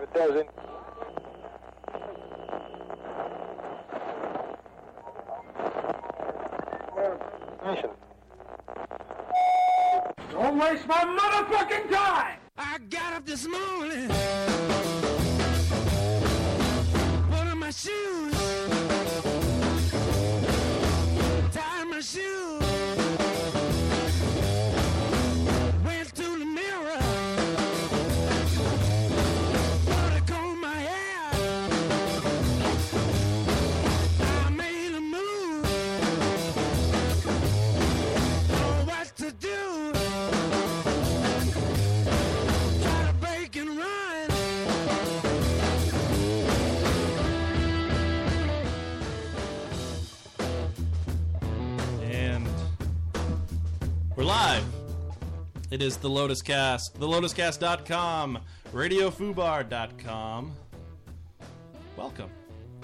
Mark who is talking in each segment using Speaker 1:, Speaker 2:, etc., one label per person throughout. Speaker 1: it doesn't. Listen.
Speaker 2: Don't waste my motherfucking time!
Speaker 3: I got up this morning, put on my shoes, tied my shoes, went to the mirror, put a comb in my hair. I made a move, know what to do. Try to break and run.
Speaker 4: And we're live. It is the Lotus Cast, thelotuscast.com, radiofubar.com. Welcome.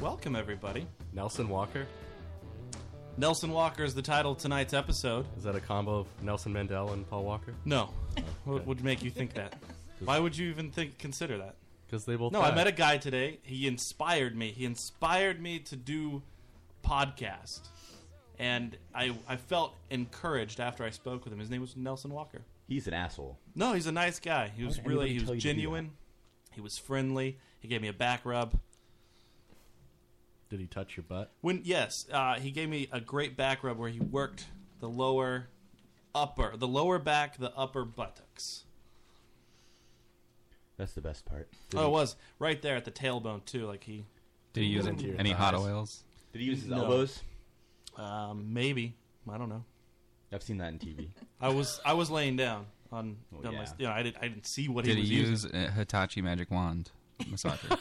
Speaker 4: Welcome, everybody.
Speaker 5: Nelson Walker?
Speaker 4: Nelson Walker is the title of tonight's episode.
Speaker 5: Is that a combo of Nelson Mandel and Paul Walker?
Speaker 4: No. what would make you think that? Why would you even think consider that?
Speaker 5: Because they both.
Speaker 4: No, I met a guy today. He inspired me. He inspired me to do podcast. And I, I felt encouraged after I spoke with him. His name was Nelson Walker.
Speaker 6: He's an asshole.
Speaker 4: No, he's a nice guy. He was
Speaker 6: did
Speaker 4: really
Speaker 6: anybody
Speaker 4: he
Speaker 6: tell
Speaker 4: was
Speaker 6: you to do
Speaker 4: genuine. He was friendly. He gave me a back rub.
Speaker 5: Did he touch your butt?
Speaker 4: When yes, uh, he gave me a great back rub where he worked the lower, upper, the lower back, the upper buttocks.
Speaker 6: That's the best part. Did
Speaker 4: Oh, it
Speaker 6: he,
Speaker 4: was right there at the tailbone too. Like he
Speaker 7: Did he use
Speaker 5: Into your
Speaker 7: any hot
Speaker 5: thighs.
Speaker 7: oils?
Speaker 6: did he use his
Speaker 4: No.
Speaker 6: elbows?
Speaker 4: um, maybe I don't know.
Speaker 6: I've seen that in TV.
Speaker 4: I was I was laying down on,
Speaker 6: Oh,
Speaker 4: on my,
Speaker 6: yeah.
Speaker 4: you know, I didn't I didn't see what
Speaker 7: Did
Speaker 4: he
Speaker 7: he
Speaker 4: was using.
Speaker 7: use a Hitachi magic wand massager?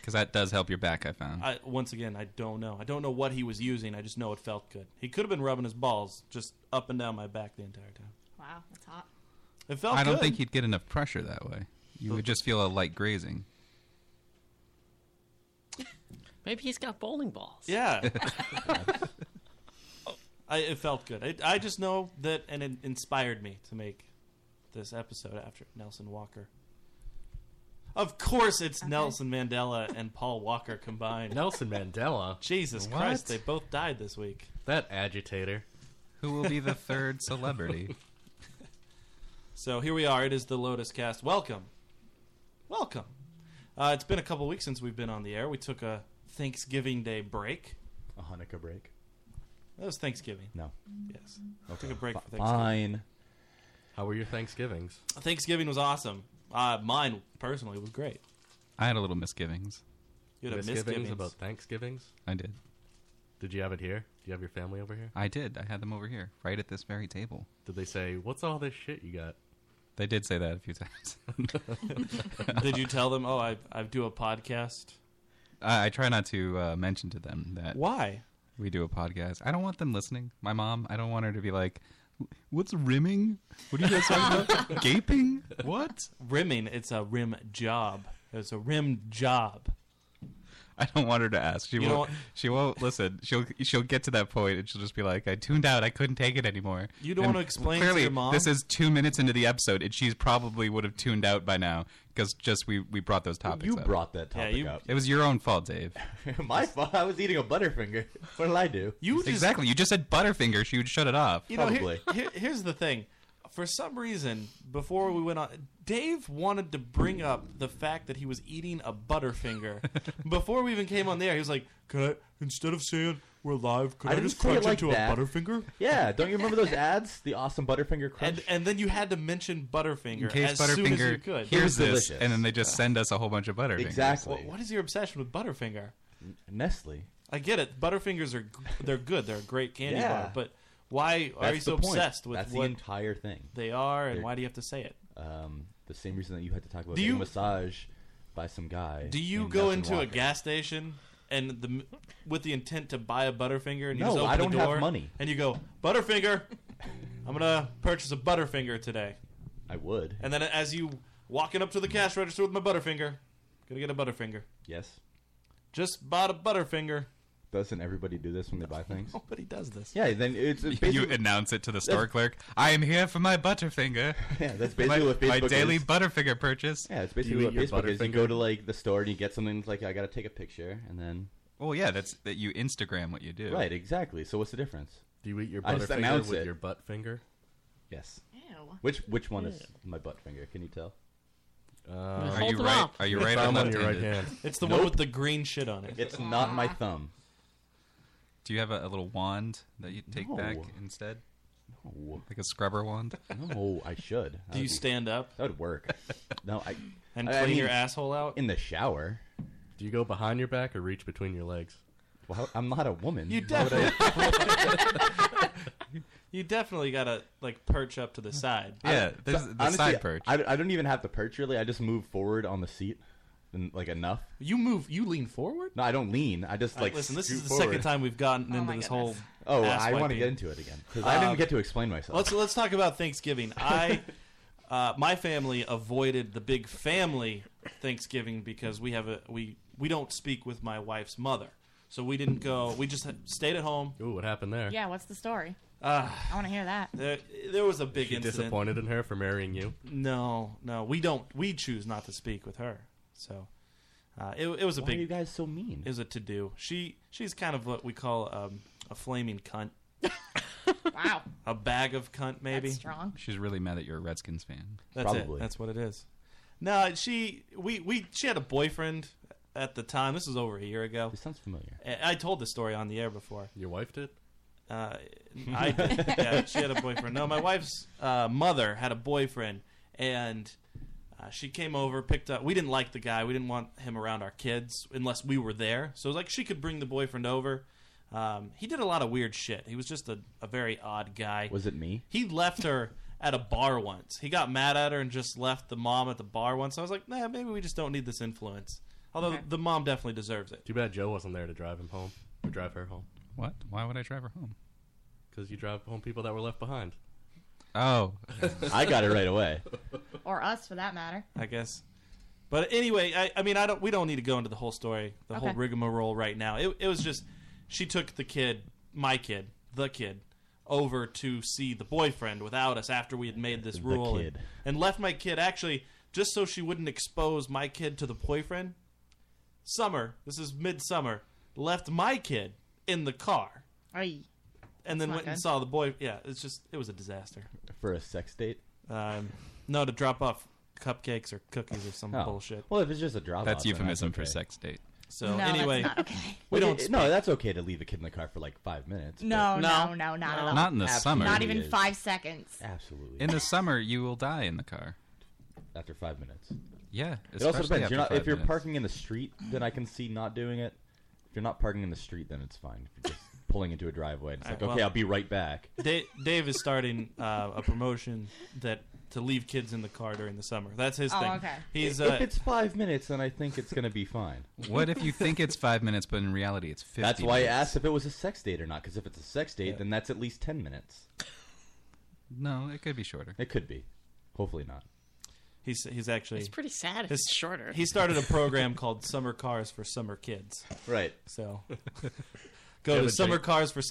Speaker 7: Because that does help your back. I found.
Speaker 4: I, once again, I don't know. I don't know what he was using. I just know it felt good. He could have been rubbing his balls just up and down my back the entire time.
Speaker 8: Wow, that's hot.
Speaker 4: It felt.
Speaker 7: I don't
Speaker 4: good.
Speaker 7: think he'd get enough pressure that way. You would just feel a light grazing.
Speaker 9: Maybe he's got bowling balls.
Speaker 4: Yeah. I, it felt good. I, I just know that, and it inspired me to make this episode after Nelson Walker. Of course, it's Nelson Mandela and Paul Walker combined.
Speaker 5: Nelson Mandela?
Speaker 4: Jesus
Speaker 7: What?
Speaker 4: Christ, they both died this week.
Speaker 5: That agitator.
Speaker 7: Who will be the third celebrity?
Speaker 4: So here we are. It is the Lotus Cast. Welcome, welcome. Uh, it's been a couple weeks since we've been on the air. We took a Thanksgiving Day break.
Speaker 6: A Hanukkah break?
Speaker 4: That was Thanksgiving.
Speaker 6: No.
Speaker 4: Yes, took a break for Thanksgiving.
Speaker 6: Fine.
Speaker 5: How were your Thanksgivings?
Speaker 4: Thanksgiving was awesome. Uh, mine personally was great.
Speaker 7: I had a little misgivings.
Speaker 4: You had a
Speaker 5: Misgivings
Speaker 4: misgivings
Speaker 5: about Thanksgivings?
Speaker 7: I did.
Speaker 5: Did you have it here? Do you have your family over here?
Speaker 7: I did. I had them over here, right at this very table.
Speaker 5: Did they say, "What's all this shit you got"?
Speaker 7: They did say that a few times.
Speaker 4: Did you tell them? Oh, I I do a podcast.
Speaker 7: I, I try not to uh, mention to them that
Speaker 4: Why?
Speaker 7: we do a podcast. I don't want them listening. My mom. I don't want her to be like, "What's rimming? What are you guys talking about? Gaping? What?"
Speaker 4: Rimming. It's a rim job. It's a rim job.
Speaker 7: I don't want her to ask. She
Speaker 4: You
Speaker 7: won't.
Speaker 4: don't-
Speaker 7: She won't listen. She'll she'll get to that point and she'll just be like, "I tuned out. I couldn't take it anymore."
Speaker 4: You don't
Speaker 7: And
Speaker 4: wanna explain to
Speaker 7: Clearly,
Speaker 4: your mom?
Speaker 7: this is two minutes into the episode, and she's probably would have tuned out by now because just we we brought those topics.
Speaker 6: You
Speaker 7: up.
Speaker 6: brought that topic
Speaker 4: you-
Speaker 6: up.
Speaker 7: It was your own fault, Dave.
Speaker 6: My fault. I was eating a Butterfinger. What did I do?
Speaker 4: You just,
Speaker 7: exactly. You just said Butterfinger. She would shut it off.
Speaker 4: You know, here-
Speaker 6: Probably.
Speaker 4: here- here's the thing. For some reason, before we went on, Dave wanted to bring up the fact that he was eating a Butterfinger. before we even came on the air, he was like, "Could I, instead of saying we're live, could
Speaker 6: I
Speaker 4: I,
Speaker 6: didn't
Speaker 4: just
Speaker 6: say it
Speaker 4: crunch
Speaker 6: like
Speaker 4: into
Speaker 6: that."
Speaker 4: a Butterfinger?"
Speaker 6: Yeah, don't you remember those ads? The awesome Butterfinger crunch?
Speaker 4: And and then you had to mention Butterfinger
Speaker 7: in case
Speaker 4: as soon as you
Speaker 7: Butterfinger
Speaker 4: could.
Speaker 7: hears this,
Speaker 6: delicious.
Speaker 7: and then they just send us a whole bunch of Butterfingers.
Speaker 6: exactly.
Speaker 4: What- what is your obsession with Butterfinger?
Speaker 6: Nestle.
Speaker 4: I get it. Butterfingers are they're good. They're a great candy
Speaker 6: Yeah.
Speaker 4: bar. But why are
Speaker 6: That's
Speaker 4: you so
Speaker 6: the point.
Speaker 4: obsessed with
Speaker 6: That's
Speaker 4: what
Speaker 6: the entire thing.
Speaker 4: they are and
Speaker 6: They're-
Speaker 4: why do you have to say it?
Speaker 6: Um, the same reason that you had to talk about
Speaker 4: Do you-
Speaker 6: getting a massage by some guy.
Speaker 4: Do you
Speaker 6: named
Speaker 4: go
Speaker 6: Nelson
Speaker 4: into a
Speaker 6: Walker.
Speaker 4: gas station and the with the intent to buy a Butterfinger and you
Speaker 6: No,
Speaker 4: just open
Speaker 6: I don't
Speaker 4: the
Speaker 6: have
Speaker 4: door
Speaker 6: money.
Speaker 4: and you go Butterfinger, I'm gonna purchase a Butterfinger today.
Speaker 6: I would.
Speaker 4: And then as you walking up to the cash register with my Butterfinger, gonna get a Butterfinger.
Speaker 6: yes.
Speaker 4: Just bought a Butterfinger.
Speaker 6: Doesn't everybody do this when they buy things?
Speaker 4: Nobody does this.
Speaker 6: Yeah, then it's, it's
Speaker 7: You
Speaker 6: basically,
Speaker 7: announce it to the store clerk. I am here for my Butterfinger.
Speaker 6: yeah, that's
Speaker 7: My,
Speaker 6: basically what
Speaker 7: my
Speaker 6: Facebook
Speaker 7: daily
Speaker 6: is.
Speaker 7: Butterfinger purchase.
Speaker 6: Yeah, it's
Speaker 5: You
Speaker 6: basically what
Speaker 5: eat your
Speaker 6: Facebook is. You
Speaker 5: Butterfinger?
Speaker 6: go to like the store and you get something it's like I gotta take a picture, and then
Speaker 7: Well, yeah, that's that you Instagram what you do.
Speaker 6: right, exactly. So what's the difference?
Speaker 5: Do you eat your
Speaker 6: I just
Speaker 5: butterfinger
Speaker 6: announced
Speaker 5: with
Speaker 6: it.
Speaker 5: your butt finger?
Speaker 6: Yes.
Speaker 9: Ew.
Speaker 6: Which which one is my butt finger? Can you tell?
Speaker 5: Uh,
Speaker 7: Are
Speaker 9: Hold
Speaker 7: you
Speaker 9: them
Speaker 7: right?
Speaker 9: up.
Speaker 7: Are you right or
Speaker 5: thumb on
Speaker 7: left
Speaker 5: your right
Speaker 7: handed?
Speaker 5: hand.
Speaker 4: It's the one with the green shit on it.
Speaker 6: It's not my thumb.
Speaker 7: Do you have a, a little wand that you take back
Speaker 6: No.
Speaker 7: instead,
Speaker 6: No,
Speaker 7: like a scrubber wand?
Speaker 6: no, I should. That
Speaker 4: Do you
Speaker 6: would be-
Speaker 4: stand up
Speaker 6: That would work. No, I
Speaker 4: and
Speaker 6: I- I
Speaker 4: clean
Speaker 6: mean,
Speaker 4: your asshole out?
Speaker 6: in the shower.
Speaker 5: Do you go behind your back or reach between your legs?
Speaker 6: Well, how- I'm not a woman.
Speaker 4: You
Speaker 6: Why would I-
Speaker 4: You definitely gotta like perch up to the side.
Speaker 7: yeah, there's
Speaker 6: So,
Speaker 7: the
Speaker 6: honestly,
Speaker 7: side perch.
Speaker 6: I, I don't even have to perch really. I just move forward on the seat, and, like enough.
Speaker 4: You move. You lean forward.
Speaker 6: No, I don't lean. I just like
Speaker 4: Listen, this
Speaker 6: scoot
Speaker 4: is the
Speaker 6: forward.
Speaker 4: second time we've
Speaker 1: Oh
Speaker 4: gotten into
Speaker 9: my
Speaker 4: this
Speaker 9: goodness.
Speaker 4: whole.
Speaker 6: Oh,
Speaker 4: ass
Speaker 6: I want to
Speaker 4: wiping. Um,
Speaker 6: get into it again because I didn't get to explain myself.
Speaker 4: Let's let's talk about Thanksgiving. I, uh, my family avoided the big family Thanksgiving because we have a we we don't speak with my wife's mother, so we didn't go. We just stayed at home.
Speaker 5: Ooh, what happened there?
Speaker 1: Yeah, what's the story?
Speaker 4: Uh,
Speaker 1: I want to hear that.
Speaker 4: there, there was a big
Speaker 5: You
Speaker 4: incident.
Speaker 5: disappointed in her for marrying you?
Speaker 4: No, no, we don't. We choose not to speak with her. So, uh, it it was a
Speaker 6: Why
Speaker 4: big.
Speaker 6: are you guys so mean?
Speaker 4: is a to do. She she's kind of what we call um, a flaming cunt,
Speaker 1: Wow,
Speaker 4: a bag of cunt, maybe.
Speaker 1: that's strong.
Speaker 7: She's really mad that you're a Redskins fan.
Speaker 4: That's
Speaker 6: Probably.
Speaker 4: it. That's what it is. No, she we we she had a boyfriend at the time. This was over a year ago.
Speaker 6: This sounds familiar.
Speaker 4: And I told the story on the air before.
Speaker 5: Your wife did?
Speaker 4: Uh, I did. yeah, she had a boyfriend. No, my wife's uh, mother had a boyfriend, and uh, she came over, picked up. We didn't like the guy. We didn't want him around our kids unless we were there. So it was like she could bring the boyfriend over. Um, he did a lot of weird shit. He was just a, a very odd guy.
Speaker 6: Was it me?
Speaker 4: He left her at a bar once. He got mad at her and just left the mom at the bar once. I was like, nah, maybe we just don't need this influence. Although
Speaker 1: Okay.
Speaker 4: the mom definitely deserves it.
Speaker 5: Too bad Joe wasn't there to drive him home or drive her home.
Speaker 7: What? Why would I drive her home?
Speaker 5: Because you drive home people that were left behind.
Speaker 7: Oh,
Speaker 6: I got it right away.
Speaker 1: Or us, for that matter.
Speaker 4: I guess. But anyway, I, I mean, I don't. We don't need to go into the whole story, the whole
Speaker 1: Okay.
Speaker 4: rigmarole right now. It, it was just she took the kid, my kid, the kid, over to see the boyfriend without us after we had made this rule,
Speaker 6: kid.
Speaker 4: And, and left my kid actually just so she wouldn't expose my kid to the boyfriend. Summer, this is midsummer, left my kid in the car
Speaker 1: Ay.
Speaker 4: and then
Speaker 1: not
Speaker 4: went and
Speaker 1: good.
Speaker 4: saw the boy. Yeah, it's just it was a disaster.
Speaker 6: For a sex date?
Speaker 4: Um, no, to drop off cupcakes or cookies or some
Speaker 6: Oh.
Speaker 4: bullshit.
Speaker 6: Well, if it's just a drop
Speaker 7: that's euphemism for sex
Speaker 6: sex.
Speaker 7: date.
Speaker 4: So
Speaker 1: no,
Speaker 4: anyway,
Speaker 1: that's not okay.
Speaker 4: we
Speaker 6: Well,
Speaker 4: don't.
Speaker 6: it- no, that's okay to leave a kid in the car for like five minutes. but
Speaker 1: No,
Speaker 4: No.
Speaker 1: no, no, not at all.
Speaker 7: Not in the
Speaker 6: Absolutely.
Speaker 7: summer.
Speaker 1: Not even
Speaker 6: It is.
Speaker 1: five seconds.
Speaker 6: absolutely.
Speaker 7: in the summer, you will die in the car.
Speaker 6: after five minutes,
Speaker 7: Yeah.
Speaker 6: it also
Speaker 7: especially
Speaker 6: depends.
Speaker 7: after
Speaker 6: You're not,
Speaker 7: five
Speaker 6: if you're
Speaker 7: minutes.
Speaker 6: parking in the street, then I can see not doing it. If you're not parking in the street, then it's fine. If you're just pulling into a driveway, and it's
Speaker 4: All right,
Speaker 6: like,
Speaker 4: well-
Speaker 6: okay, I'll be right back.
Speaker 4: Da- Dave is starting uh, a promotion that to leave kids in the car during the summer. That's his
Speaker 1: Oh,
Speaker 4: thing.
Speaker 1: okay.
Speaker 4: He's
Speaker 6: if
Speaker 4: uh,
Speaker 6: it's five minutes, then I think it's gonna be fine.
Speaker 7: What if you think it's five minutes, but in reality it's fifty?
Speaker 6: That's why I
Speaker 7: minutes?
Speaker 6: asked if it was a sex date or not. Because if it's a sex date, then that's at least ten minutes.
Speaker 7: No, it could be shorter.
Speaker 6: It could be. Hopefully not.
Speaker 4: he's he's actually
Speaker 9: It's pretty sad. If
Speaker 4: It's-
Speaker 9: it's shorter.
Speaker 4: he started a program called Summer Cars for Summer Kids.
Speaker 6: Right.
Speaker 4: So go
Speaker 5: have
Speaker 4: to
Speaker 5: a drink?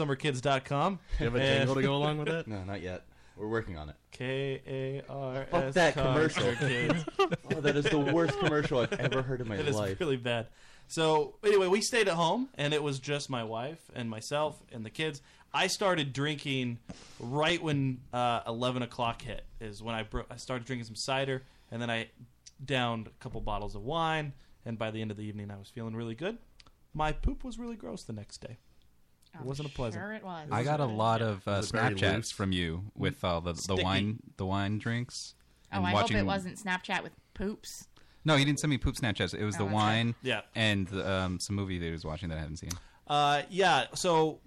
Speaker 4: summercarsforsummerkids.com.
Speaker 5: Do you have a
Speaker 4: and-
Speaker 5: jingle to go along with that?
Speaker 6: No, not yet. We're working on it.
Speaker 4: K A R S.
Speaker 6: Fuck that
Speaker 4: cars
Speaker 6: commercial.
Speaker 4: for kids.
Speaker 6: Oh, that is the worst commercial I've ever heard in my
Speaker 4: It is
Speaker 6: life.
Speaker 4: really bad. So anyway, we stayed at home, and it was just my wife and myself and the kids. I started drinking right when uh, eleven o'clock hit. Is when I bro- I started drinking some cider, and then I downed a couple bottles of wine. And by the end of the evening, I was feeling really good. My poop was really gross the next day.
Speaker 1: I'm
Speaker 4: wasn't a pleasant-
Speaker 1: Sure, it was.
Speaker 7: I got a lot of uh,
Speaker 5: Was it very loose?
Speaker 7: Snapchats from you with all the, the
Speaker 4: Sticky.
Speaker 7: wine the wine drinks.
Speaker 1: Oh,
Speaker 7: and
Speaker 1: I
Speaker 7: watching...
Speaker 1: hope it wasn't Snapchat with poops.
Speaker 7: No, you didn't send me poop Snapchats. It was the
Speaker 1: Oh, okay.
Speaker 7: wine
Speaker 4: Yeah.
Speaker 7: and the, um, some movie that he was watching that I haven't seen.
Speaker 4: Uh, yeah. So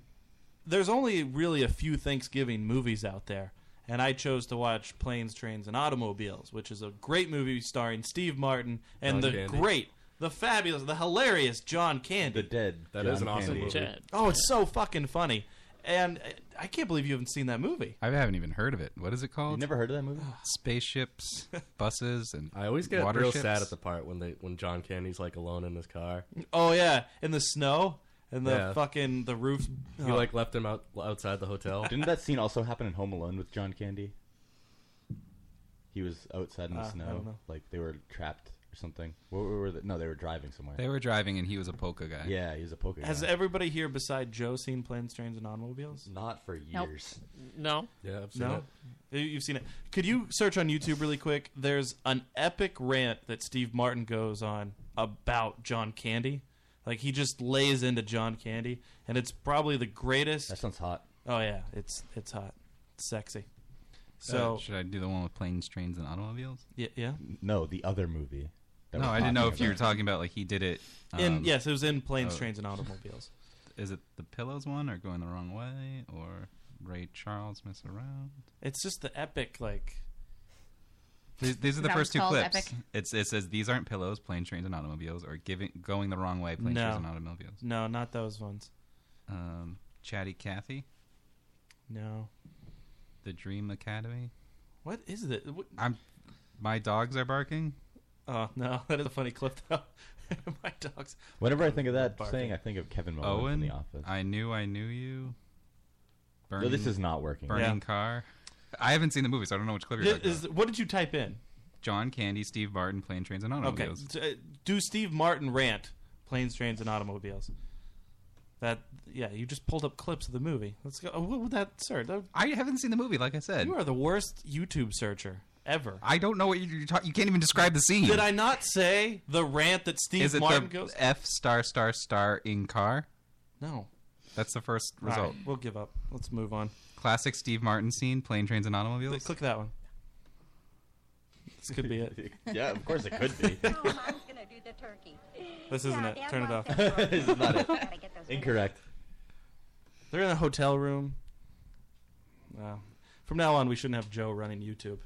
Speaker 4: there's only really a few Thanksgiving movies out there, and I chose to watch Planes, Trains, and Automobiles, which is a great movie starring Steve Martin and
Speaker 5: John
Speaker 4: the
Speaker 5: Candy.
Speaker 4: great, the fabulous, the hilarious John
Speaker 6: The
Speaker 4: Candy.
Speaker 6: dead.
Speaker 5: That
Speaker 6: John
Speaker 5: is an awesome
Speaker 6: Candy.
Speaker 5: movie.
Speaker 9: Chad.
Speaker 4: oh, it's so fucking funny, and uh, I can't believe you haven't seen that movie.
Speaker 7: I haven't even heard of it. What is it
Speaker 6: You
Speaker 7: called?
Speaker 6: never heard of that movie?
Speaker 7: Spaceships, buses, and
Speaker 5: I always get
Speaker 7: water
Speaker 5: real
Speaker 7: ships.
Speaker 5: sad at the part when they when John Candy's like alone in his car.
Speaker 4: Oh yeah, in the snow. and the
Speaker 5: Yeah.
Speaker 4: fucking the roof. uh,
Speaker 5: You like left him out outside the hotel.
Speaker 6: Didn't that scene also happen in Home Alone with John Candy? He was outside in the
Speaker 4: Uh, I don't
Speaker 6: snow,
Speaker 4: know.
Speaker 6: like they were trapped or something. What were they? No, they were driving somewhere.
Speaker 7: They were driving and he was a polka guy.
Speaker 6: yeah, he was a poker.
Speaker 4: Has
Speaker 6: guy.
Speaker 4: everybody here beside Joe seen planes, trains, and automobiles?
Speaker 6: Not for
Speaker 1: Nope.
Speaker 6: years.
Speaker 9: No.
Speaker 5: Yeah, I've seen
Speaker 4: No,
Speaker 5: it.
Speaker 4: You- you've seen it. Could you search on YouTube really quick? There's an epic rant that Steve Martin goes on about John Candy. Like he just lays into John Candy, and it's probably the greatest.
Speaker 6: That sounds hot.
Speaker 4: Oh yeah, it's it's hot, it's sexy.
Speaker 7: So
Speaker 4: So
Speaker 7: should I do the one with planes, trains, and automobiles?
Speaker 4: yeah, yeah.
Speaker 6: No, the other movie. that
Speaker 7: No,
Speaker 6: we're
Speaker 7: I didn't know
Speaker 6: talking
Speaker 7: if you were
Speaker 6: about.
Speaker 7: talking about like he did it.
Speaker 4: in
Speaker 7: um,
Speaker 4: yes, it was in planes,
Speaker 7: oh.
Speaker 4: trains, and automobiles.
Speaker 7: Is it the pillows one or going the wrong way or Ray Charles mess around?
Speaker 4: It's just the epic like.
Speaker 7: These, these are the
Speaker 1: That was
Speaker 7: first two
Speaker 1: called
Speaker 7: clips.
Speaker 1: epic.
Speaker 7: It's it says these aren't pillows, planes, trains, and automobiles, or giving going the wrong way, planes,
Speaker 4: No.
Speaker 7: trains, and automobiles.
Speaker 4: No, not those ones.
Speaker 7: Um, Chatty Cathy,
Speaker 4: No.
Speaker 7: The Dream Academy.
Speaker 4: What is it? What-
Speaker 7: I'm my dogs are barking.
Speaker 4: Oh no, that is a funny clip though. My dogs.
Speaker 6: Whenever I think of that
Speaker 4: Barking.
Speaker 6: saying, I think of Kevin Mullen
Speaker 7: Owen,
Speaker 6: from The Office.
Speaker 7: I knew I knew you. Burning,
Speaker 6: no, this is not working.
Speaker 7: burning car. I haven't seen the movie, so I don't know which clip you're
Speaker 4: This
Speaker 7: talking
Speaker 4: is-
Speaker 7: about.
Speaker 4: what did you type in?
Speaker 7: John Candy, Steve Martin, plane trains, and
Speaker 4: Okay,
Speaker 7: automobiles.
Speaker 4: t- uh, do Steve Martin rant planes, trains, and automobiles? That yeah, you just pulled up clips of the movie. Let's go. Oh, what would that sir? That,
Speaker 7: I haven't seen the movie, like I said.
Speaker 4: you are the worst YouTube searcher ever.
Speaker 7: I don't know what you- you're talking. You can't even describe the scene.
Speaker 4: Did I not say the rant that Steve
Speaker 7: Is it
Speaker 4: Martin
Speaker 7: the
Speaker 4: goes?
Speaker 7: F star star star in car?
Speaker 4: No.
Speaker 7: That's the first
Speaker 4: All
Speaker 7: result.
Speaker 4: right, we'll give up. Let's move on.
Speaker 7: Classic Steve Martin scene: plane, trains, and
Speaker 4: Th-
Speaker 7: automobiles.
Speaker 4: Click that one. This could be it.
Speaker 6: yeah, of course it could be.
Speaker 8: No, Mom's Oh, gonna do the turkey.
Speaker 4: This isn't it. Turn it off.
Speaker 6: this is not it.
Speaker 8: Gotta get those
Speaker 6: Incorrect.
Speaker 4: They're in a hotel room. Wow. From now on, we shouldn't have Joe running YouTube.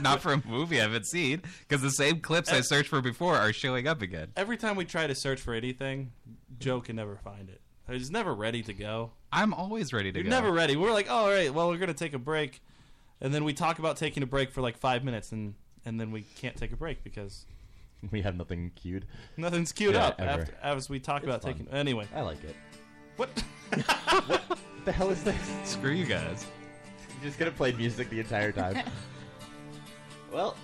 Speaker 7: Not for a movie I haven't seen, because the same clips I searched for before are showing up again.
Speaker 4: Every time we try to search for anything, Joe can never find it. He's never ready to go.
Speaker 7: I'm always ready to
Speaker 4: You're
Speaker 7: go.
Speaker 4: never ready. We're like, all right, well, we're gonna take a break, and then we talk about taking a break for like five minutes, and and then we can't take a break because
Speaker 6: We have nothing cued.
Speaker 4: nothing's queued
Speaker 6: Yeah,
Speaker 4: up
Speaker 6: ever.
Speaker 4: after as we talk
Speaker 6: It's
Speaker 4: about
Speaker 6: fun.
Speaker 4: taking. Anyway,
Speaker 6: I like it.
Speaker 4: what?
Speaker 6: What the hell is this?
Speaker 7: Screw you guys.
Speaker 6: I'm just gonna play music the entire time. well,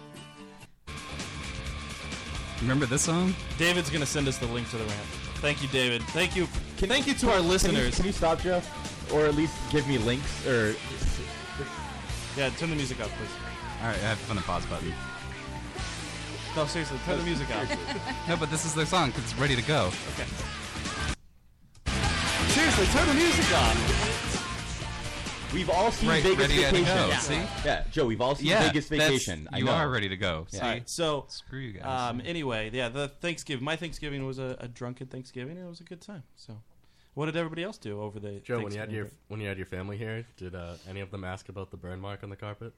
Speaker 7: Remember this song?
Speaker 4: David's gonna send us the link to the rant. Thank you, David. Thank you. Thank you to our
Speaker 6: can you,
Speaker 4: listeners.
Speaker 6: can you stop, Joe? Or at least give me links or
Speaker 4: Yeah, turn the music up, please.
Speaker 7: All right, I have to find the pause button.
Speaker 4: No, seriously, turn the music up.
Speaker 7: No, but this is the song 'cause it's ready to go.
Speaker 4: seriously, turn the music up.
Speaker 6: we've all seen
Speaker 7: Right,
Speaker 6: Vegas
Speaker 7: ready to
Speaker 6: Vacation.
Speaker 7: go.
Speaker 6: Yeah.
Speaker 7: See?
Speaker 6: Joe, we've all seen
Speaker 7: Yeah,
Speaker 6: Vegas
Speaker 7: that's-
Speaker 6: Vacation. I
Speaker 7: You
Speaker 6: know.
Speaker 7: are ready to go.
Speaker 6: Yeah.
Speaker 7: See?
Speaker 4: All right, so
Speaker 7: Screw you guys.
Speaker 4: Um, anyway, yeah, the Thanksgiving. My Thanksgiving was a, a drunken Thanksgiving, and it was a good time. So, what did everybody else do over the
Speaker 5: Joe, when you had
Speaker 4: Thanksgiving
Speaker 5: your
Speaker 4: break?
Speaker 5: when you had your family here, did uh, any of them ask about the burn mark on the carpet?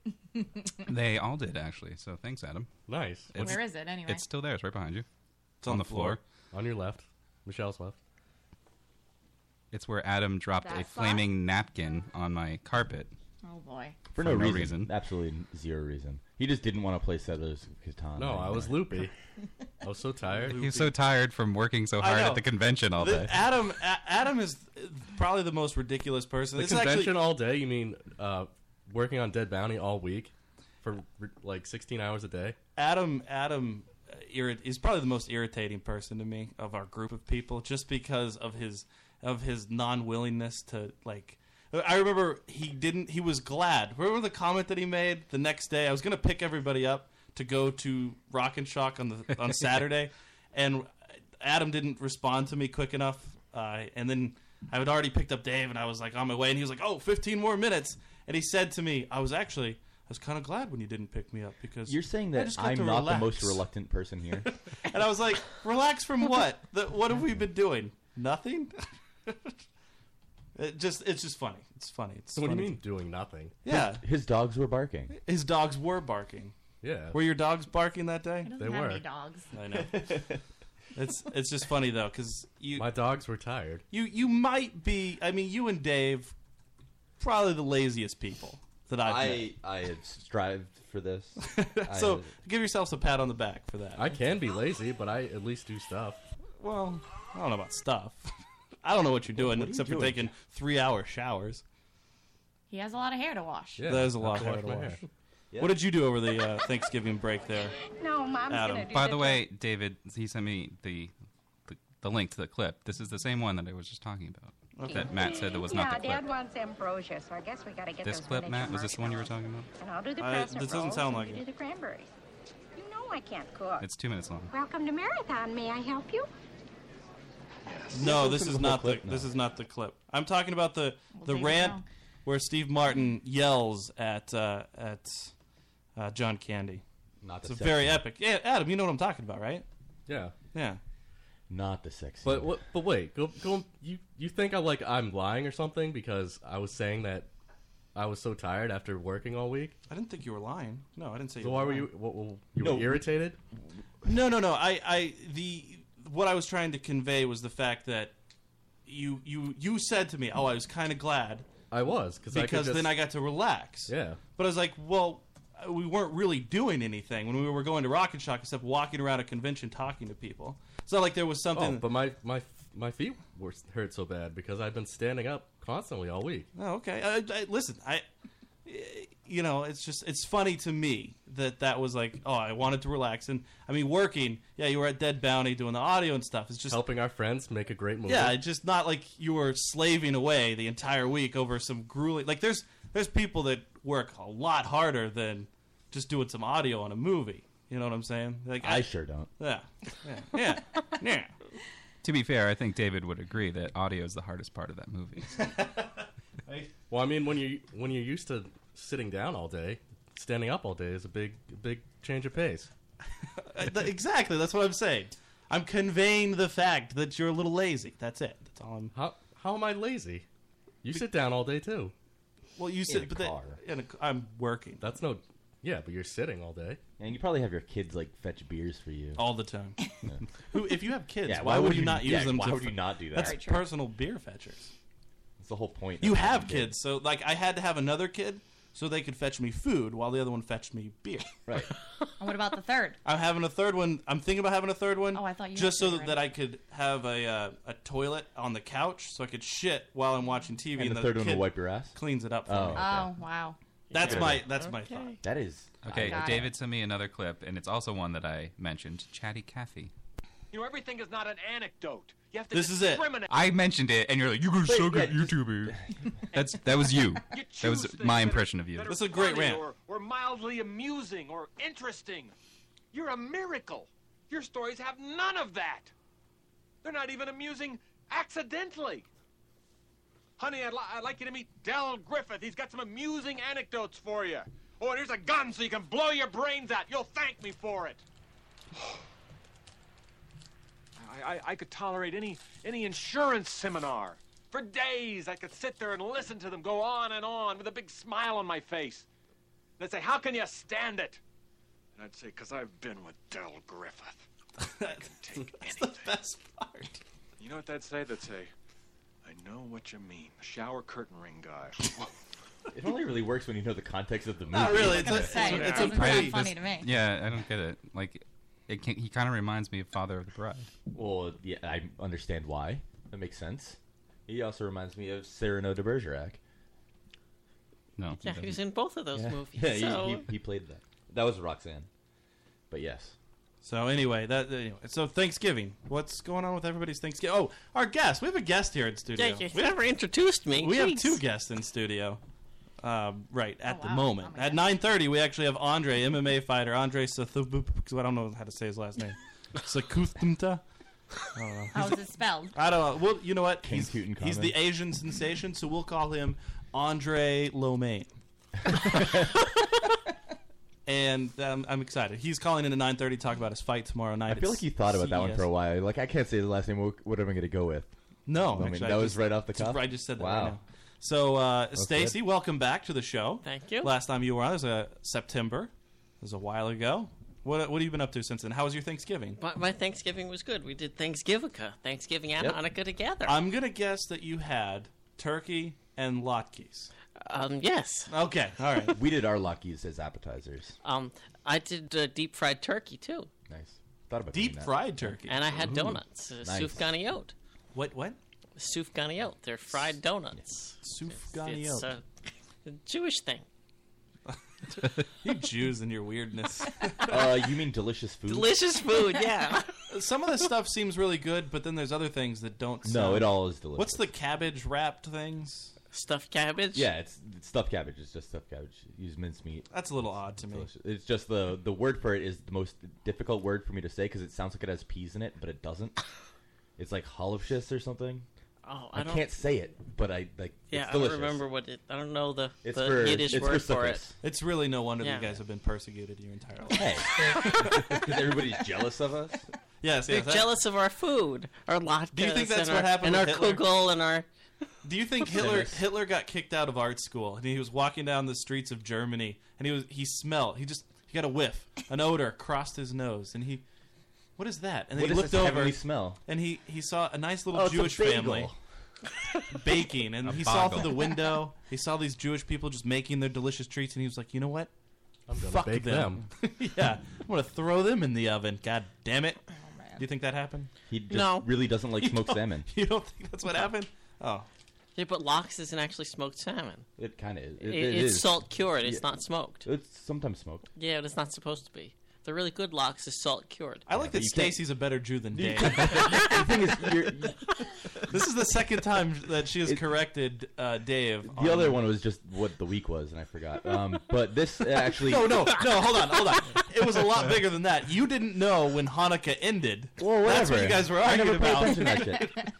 Speaker 7: they all did actually. So thanks, Adam.
Speaker 5: Nice.
Speaker 7: It's-
Speaker 1: Where is it anyway?
Speaker 7: It's still there. It's right behind you. It's
Speaker 4: on
Speaker 7: on,
Speaker 4: the
Speaker 7: the floor.
Speaker 5: On your left, Michelle's left.
Speaker 7: It's where Adam dropped a
Speaker 8: That
Speaker 7: flaming napkin on my carpet.
Speaker 1: oh boy.
Speaker 6: For, no, reason. Absolutely zero reason. He just didn't want to play Settlers of Catan.
Speaker 5: No, I was
Speaker 6: anymore.
Speaker 5: loopy. I was so tired.
Speaker 7: He was so tired from working so hard
Speaker 4: know.
Speaker 7: at the convention all
Speaker 4: The-
Speaker 7: day.
Speaker 4: Adam A- Adam is uh, probably the most ridiculous person.
Speaker 5: The
Speaker 4: This is
Speaker 5: convention
Speaker 4: actually
Speaker 5: all day. You mean uh, working on Dead Bounty all week for r- like 16 hours a day?
Speaker 4: Adam Adam uh, irri- is probably the most irritating person to me of our group of people, just because of his of his non willingness to like. I remember he didn't. He was glad. Remember the comment that he made the next day. I was gonna pick everybody up to go to Rock and Shock on the on Saturday, and Adam didn't respond to me quick enough. Uh, and then I had already picked up Dave, and I was like on my way, and he was like, "Oh, 15 more minutes," and he said to me, "I was actually." I was kind of glad when you didn't pick me up because
Speaker 6: You're saying
Speaker 4: I
Speaker 6: that
Speaker 4: just got to
Speaker 6: I'm not the
Speaker 4: relax.
Speaker 6: most reluctant person here.
Speaker 4: And I was like, relax from what? The, what have we been doing? Nothing. it just it's just funny. It's funny. It's
Speaker 5: So what do
Speaker 4: funny.
Speaker 5: you mean doing nothing?
Speaker 4: Yeah,
Speaker 6: His dogs were barking.
Speaker 4: his dogs were barking.
Speaker 5: Yeah.
Speaker 4: Were your dogs barking that day?
Speaker 1: It doesn't
Speaker 5: They
Speaker 1: have
Speaker 5: were.
Speaker 1: any dogs.
Speaker 4: I know. it's it's just funny though because you
Speaker 5: My dogs were tired.
Speaker 4: you you might be. I mean, you and Dave, probably the laziest people that I've
Speaker 6: I I have strived for this. I-
Speaker 4: met. So give yourselves a pat on the back for that.
Speaker 5: I can be lazy, but I at least do stuff.
Speaker 4: well, I don't know about stuff. I don't know what you're doing
Speaker 6: what are you
Speaker 4: except for
Speaker 6: doing?
Speaker 4: taking three hour showers.
Speaker 1: He has a lot of hair to wash.
Speaker 5: Yeah,
Speaker 4: There's a lot
Speaker 5: I
Speaker 4: of hair to
Speaker 5: have to wash my
Speaker 4: wash.
Speaker 5: hair.
Speaker 6: Yeah.
Speaker 4: What did you do over the uh, Thanksgiving break there?
Speaker 8: No, mom's
Speaker 4: Adam.
Speaker 8: gonna do
Speaker 7: By the
Speaker 8: tur-
Speaker 7: way, David, he sent me the, the the link to the clip. This is the same one that I was just talking about. That Matt said that was
Speaker 8: yeah,
Speaker 7: not the clip.
Speaker 8: Dad wants ambrosia, so I guess we gotta get
Speaker 7: This
Speaker 8: those
Speaker 7: clip,
Speaker 8: miniature
Speaker 7: Matt, was this the one you were
Speaker 8: marshmallows.
Speaker 7: talking about?
Speaker 8: And I'll do the
Speaker 4: I-
Speaker 8: crescent
Speaker 4: this doesn't
Speaker 8: rolls,
Speaker 4: sound
Speaker 8: and
Speaker 4: like
Speaker 8: you
Speaker 4: it.
Speaker 8: Do the cranberries. You know I can't cook.
Speaker 7: It's two minutes long.
Speaker 8: Welcome to Marathon. May I help you?
Speaker 4: No, this is
Speaker 6: the whole
Speaker 4: not the
Speaker 6: clip now.
Speaker 4: this is not the clip. I'm talking about the the
Speaker 1: David
Speaker 4: rant
Speaker 1: Brown.
Speaker 4: where Steve Martin yells at uh, at uh, John Candy.
Speaker 5: Not
Speaker 4: It's a
Speaker 5: the
Speaker 4: very epic. Yeah, Adam, you know what I'm talking about, right?
Speaker 5: yeah.
Speaker 4: Yeah.
Speaker 6: Not the sexy.
Speaker 5: But what? But wait, go go. You you think I like I'm lying or something because I was saying that I was so tired after working all week.
Speaker 4: I didn't think you were lying. No, I didn't say.
Speaker 5: So
Speaker 4: you
Speaker 5: why were
Speaker 4: lying.
Speaker 5: you? What, what- you
Speaker 6: No.
Speaker 5: were irritated?
Speaker 4: No, no, no. I, I, the what I was trying to convey was the fact that you, you, you said to me, "Oh, I was kind of glad
Speaker 5: I was because I could
Speaker 4: because
Speaker 5: just,
Speaker 4: then I got to relax."
Speaker 5: yeah.
Speaker 4: But I was like, "Well, we weren't really doing anything when we were going to Rock and Shock except walking around a convention talking to people. It's not like there was
Speaker 5: Oh,
Speaker 4: something."
Speaker 5: but my my my feet were hurt so bad because I've been standing up constantly all week.
Speaker 4: Oh, okay. I, I, listen, I, you know, it's just it's funny to me that that was like, oh, I wanted to relax, and I mean, working. Yeah, you were at Dead Bounty doing the audio and stuff. It's just
Speaker 5: Helping our friends make a great movie.
Speaker 4: Yeah, it's just not like you were slaving away the entire week over some grueling. Like there's there's people that work a lot harder than just doing some audio on a movie. You know what I'm saying? Like
Speaker 6: I sure don't.
Speaker 4: yeah, yeah, yeah, yeah.
Speaker 7: To be fair, I think David would agree that audio is the hardest part of that movie.
Speaker 5: Well, I mean, when you when you're used to sitting down all day, standing up all day is a big big change of pace.
Speaker 4: Uh, th- exactly. That's what I'm saying. I'm conveying the fact that you're a little lazy. That's it. That's all I'm.
Speaker 5: How how am I lazy? You sit down all day too.
Speaker 4: Well, you said,
Speaker 6: a
Speaker 4: but that-
Speaker 6: car.
Speaker 4: in a c- I'm working
Speaker 5: That's no. Yeah, but you're sitting all day.
Speaker 6: And you probably have your kids like fetch beers for you.
Speaker 4: all the time. Who, if you have kids, why, would you not use
Speaker 6: yeah,
Speaker 4: them?
Speaker 6: Why
Speaker 4: to
Speaker 6: would
Speaker 4: f-
Speaker 6: you not do that?
Speaker 4: That's
Speaker 6: That's,
Speaker 4: personal beer fetchers.
Speaker 6: the whole point.
Speaker 4: You
Speaker 6: of having
Speaker 4: have kids, so like I had to have another kid so they could fetch me food while the other one fetched me beer.
Speaker 6: Right.
Speaker 1: And what about the third?
Speaker 4: I'm having a third one. I'm thinking about having a third one.
Speaker 1: Oh, I thought you
Speaker 4: just
Speaker 1: had
Speaker 4: so
Speaker 1: three
Speaker 4: that I could have a uh, a toilet on the couch so I could shit while I'm watching TV.
Speaker 6: And the third one
Speaker 4: kid
Speaker 6: will wipe your ass.
Speaker 4: cleans it up for
Speaker 6: Oh.
Speaker 4: me.
Speaker 1: Oh wow.
Speaker 4: That's my that's my thought.
Speaker 6: That is
Speaker 7: Okay,
Speaker 1: got
Speaker 7: David sent me another clip, and it's also one that I mentioned. Chatty Cathy.
Speaker 10: You know, everything is not an anecdote. You have to
Speaker 4: This is it.
Speaker 10: discriminate.
Speaker 7: I mentioned it, and you're like, "You're gonna suck
Speaker 6: yeah,
Speaker 7: at YouTuber." That's that was you.
Speaker 10: You
Speaker 7: That was
Speaker 10: choose things
Speaker 7: my
Speaker 10: that are-
Speaker 7: impression of you.
Speaker 10: that are
Speaker 4: This is a great
Speaker 10: funny
Speaker 4: rant.
Speaker 10: Or, or mildly amusing or interesting. You're a miracle. Your stories have none of that. They're not even amusing accidentally. Honey, I'd, li- I'd like you to meet Dell Griffith. He's got some amusing anecdotes for you. Oh, and here's a gun so you can blow your brains out. You'll thank me for it. I, I, I could tolerate any any insurance seminar for days. I could sit there and listen to them go on and on with a big smile on my face. They'd say, "How can you stand it?" And I'd say, "Cause I've been with Dell Griffith. I can take anything."
Speaker 4: Best part.
Speaker 10: You know what they'd say? They'd say, "I know what you mean, the shower curtain ring guy."
Speaker 6: It only really works when you know the context of the movie.
Speaker 4: Not really. It's
Speaker 1: I
Speaker 4: a,
Speaker 1: was gonna
Speaker 4: it's
Speaker 1: say, it
Speaker 4: a
Speaker 1: doesn't sound
Speaker 4: pretty.
Speaker 1: funny to me.
Speaker 7: Yeah, I don't get it. Like, it can, he kind of reminds me of Father of the Bride.
Speaker 6: Well, yeah, I understand why. That makes sense. He also reminds me of Cyrano de Bergerac.
Speaker 7: No, he
Speaker 9: Yeah, he was in both of those movies.
Speaker 6: Yeah, he,
Speaker 9: so
Speaker 6: he, he played that. That was Roxanne. But yes.
Speaker 4: So anyway, that anyway, so Thanksgiving. What's going on with everybody's Thanksgiving? Oh, our guest. We have a guest here in studio.
Speaker 9: yeah, you
Speaker 4: We have
Speaker 9: never introduced me.
Speaker 4: We have
Speaker 9: Jeez.
Speaker 4: two guests in studio. Um, right at
Speaker 1: Oh,
Speaker 4: the
Speaker 1: wow.
Speaker 4: moment,
Speaker 1: Oh, my
Speaker 4: at nine thirty, we actually have Andre, MMA fighter Andre Sathubu. I don't know how to say his last name. Sakuthunta.
Speaker 1: How is it spelled?
Speaker 4: I don't know. Well, you know what? He's,
Speaker 6: Tutankhamun.
Speaker 4: he's the Asian sensation, so we'll call him Andre Lomain. and um, I'm excited. He's calling in at nine thirty to talk about his fight tomorrow night.
Speaker 6: I feel
Speaker 4: at
Speaker 6: like you thought about that one
Speaker 4: CES.
Speaker 6: for a while. Like, I can't say the last name. What, what am I going to go with?
Speaker 4: No,
Speaker 6: I mean,
Speaker 4: actually,
Speaker 6: that
Speaker 4: I
Speaker 6: was
Speaker 4: just-
Speaker 6: right off the cuff.
Speaker 4: I just said that.
Speaker 6: Wow.
Speaker 4: Right now. So, uh, Stacy,
Speaker 6: good.
Speaker 4: welcome back to the show.
Speaker 9: Thank you.
Speaker 4: Last time you were on was uh, September. It was a while ago. What what have you been up to since then? How was your Thanksgiving?
Speaker 9: My, my Thanksgiving was good. We did Thanksgivica, Thanksgiving and
Speaker 6: Yep.
Speaker 9: Hanukkah together.
Speaker 4: I'm gonna guess that you had turkey and latkes.
Speaker 9: Um, yes.
Speaker 4: Okay, all right.
Speaker 6: We did our Luckies as appetizers.
Speaker 9: Um, I did uh, deep fried turkey too,
Speaker 6: Nice. Thought about doing
Speaker 4: Deep
Speaker 6: that.
Speaker 4: fried turkey.
Speaker 9: and I had donuts, uh,
Speaker 6: Nice.
Speaker 9: nice. oat.
Speaker 4: What what?
Speaker 9: Sufganiyot. They're fried donuts. It's, it's
Speaker 4: Sufganiyot.
Speaker 9: a Jewish thing.
Speaker 4: you Jews and your weirdness.
Speaker 6: Uh, you mean delicious food?
Speaker 9: Delicious food, yeah.
Speaker 4: Some of the stuff seems really good, but then there's other things that don't.
Speaker 6: No,
Speaker 4: sound-
Speaker 6: it all is delicious.
Speaker 4: What's the cabbage wrapped things?
Speaker 9: Stuffed cabbage.
Speaker 6: Yeah, it's, it's stuffed cabbage. It's just stuffed cabbage. Use mincemeat.
Speaker 4: That's a little odd to me.
Speaker 6: Delicious. It's just the the word for it is the most difficult word for me to say because it sounds like it has peas in it, but it doesn't. It's like holovschiss or something.
Speaker 9: Oh,
Speaker 6: I,
Speaker 9: I, don't.
Speaker 6: can't say it, but I like.
Speaker 9: yeah,
Speaker 6: it's
Speaker 9: I
Speaker 6: delicious.
Speaker 9: don't remember what it. I don't know the,
Speaker 6: It's
Speaker 9: the
Speaker 6: for
Speaker 9: Yiddish
Speaker 6: it's
Speaker 9: word
Speaker 6: for,
Speaker 9: for it.
Speaker 6: suckers.
Speaker 4: It's really no wonder
Speaker 9: Yeah.
Speaker 4: you guys have been persecuted your entire life.
Speaker 6: Hey, everybody's jealous of us.
Speaker 4: Yes,
Speaker 9: They're
Speaker 4: yes. that-
Speaker 9: jealous of our food, our latkes,
Speaker 4: Do you think that's
Speaker 9: and
Speaker 4: what
Speaker 9: our,
Speaker 4: happened
Speaker 9: and
Speaker 4: with
Speaker 9: our
Speaker 4: Hitler?
Speaker 9: kugel and our
Speaker 4: Do you think Hitler
Speaker 6: Yes.
Speaker 4: Hitler got kicked out of art school and he was walking down the streets of Germany and he was he smelled he just he got a whiff an odor crossed his nose and he what is that and then
Speaker 6: What
Speaker 4: he
Speaker 6: is
Speaker 4: looked
Speaker 6: this
Speaker 4: over
Speaker 6: heavenly smell?
Speaker 4: and he he saw a nice little
Speaker 6: Oh, it's a
Speaker 4: Jewish
Speaker 6: bagel.
Speaker 4: family baking and
Speaker 7: A
Speaker 4: he saw
Speaker 7: bagel.
Speaker 4: through the window he saw these Jewish people just making their delicious treats and he was like you know what
Speaker 5: I'm gonna
Speaker 4: fuck
Speaker 5: bake them.
Speaker 4: them, yeah I'm gonna throw them in the oven god damn it
Speaker 9: Oh,
Speaker 4: do you think that happened
Speaker 6: He just
Speaker 9: No.
Speaker 6: really doesn't like
Speaker 4: You
Speaker 6: smoked
Speaker 4: don't-
Speaker 6: salmon.
Speaker 4: you don't think that's what happened oh
Speaker 9: yeah, but lox isn't actually smoked salmon.
Speaker 6: It kind of is.
Speaker 9: It,
Speaker 6: It- it
Speaker 9: it's
Speaker 6: is.
Speaker 9: salt cured. It's
Speaker 6: Yeah.
Speaker 9: not smoked.
Speaker 6: It's sometimes smoked.
Speaker 9: Yeah, but it's not supposed to be. The really good lox is salt cured.
Speaker 4: I like
Speaker 6: but
Speaker 4: that
Speaker 6: you can't-
Speaker 4: Stacy's a better Jew than Dave.
Speaker 6: the thing is, you're, you-
Speaker 4: This is the second time that she has
Speaker 6: It-
Speaker 4: corrected uh, Dave.
Speaker 6: the other one was just what the week was, and I forgot. Um, but this actually.
Speaker 4: No, no, no. Hold on, hold on. It was a lot bigger than that. You didn't know when Hanukkah ended.
Speaker 6: Well, whatever.
Speaker 4: That's what you guys were
Speaker 6: I
Speaker 4: arguing
Speaker 6: never paid
Speaker 4: about.
Speaker 6: attention to that shit.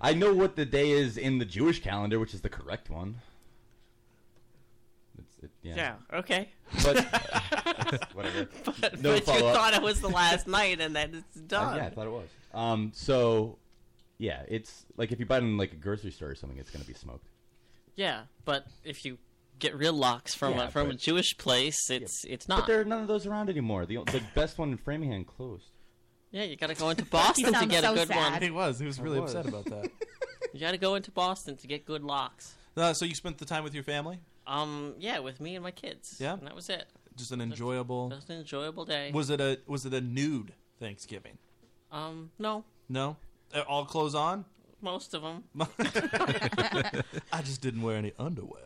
Speaker 6: I know what the day is in the Jewish calendar, which is the correct one. It's, it, yeah.
Speaker 9: Yeah. Okay.
Speaker 6: But whatever.
Speaker 9: But,
Speaker 6: No
Speaker 9: but you
Speaker 6: follow-up.
Speaker 9: thought it was the last night, and that it's
Speaker 6: Uh,
Speaker 9: done.
Speaker 6: yeah, I thought it was. Um, so yeah, it's like if you buy it in like a grocery store or something, it's gonna be smoked.
Speaker 9: Yeah, but if you get real lox from
Speaker 6: Yeah,
Speaker 9: a, from a
Speaker 6: but-
Speaker 9: Jewish place, it's it's
Speaker 6: But
Speaker 9: not.
Speaker 6: there are none of those around anymore. The the best one in Framingham closed.
Speaker 9: Yeah, you got to go into Boston to
Speaker 1: sounds
Speaker 9: get a
Speaker 1: so
Speaker 9: good
Speaker 1: sad.
Speaker 9: one.
Speaker 4: He was. He was really
Speaker 6: was.
Speaker 4: upset about that.
Speaker 9: You got to go into Boston to get good lox.
Speaker 4: Uh, so you spent the time with your family.
Speaker 9: Um, yeah, with me and my kids.
Speaker 4: Yeah?
Speaker 9: and that was it.
Speaker 4: Just an enjoyable.
Speaker 9: That was an enjoyable day.
Speaker 4: Was it a Was it a nude Thanksgiving?
Speaker 9: Um, no,
Speaker 4: No. Uh, All clothes on.
Speaker 9: most of them.
Speaker 4: I just didn't wear any underwear.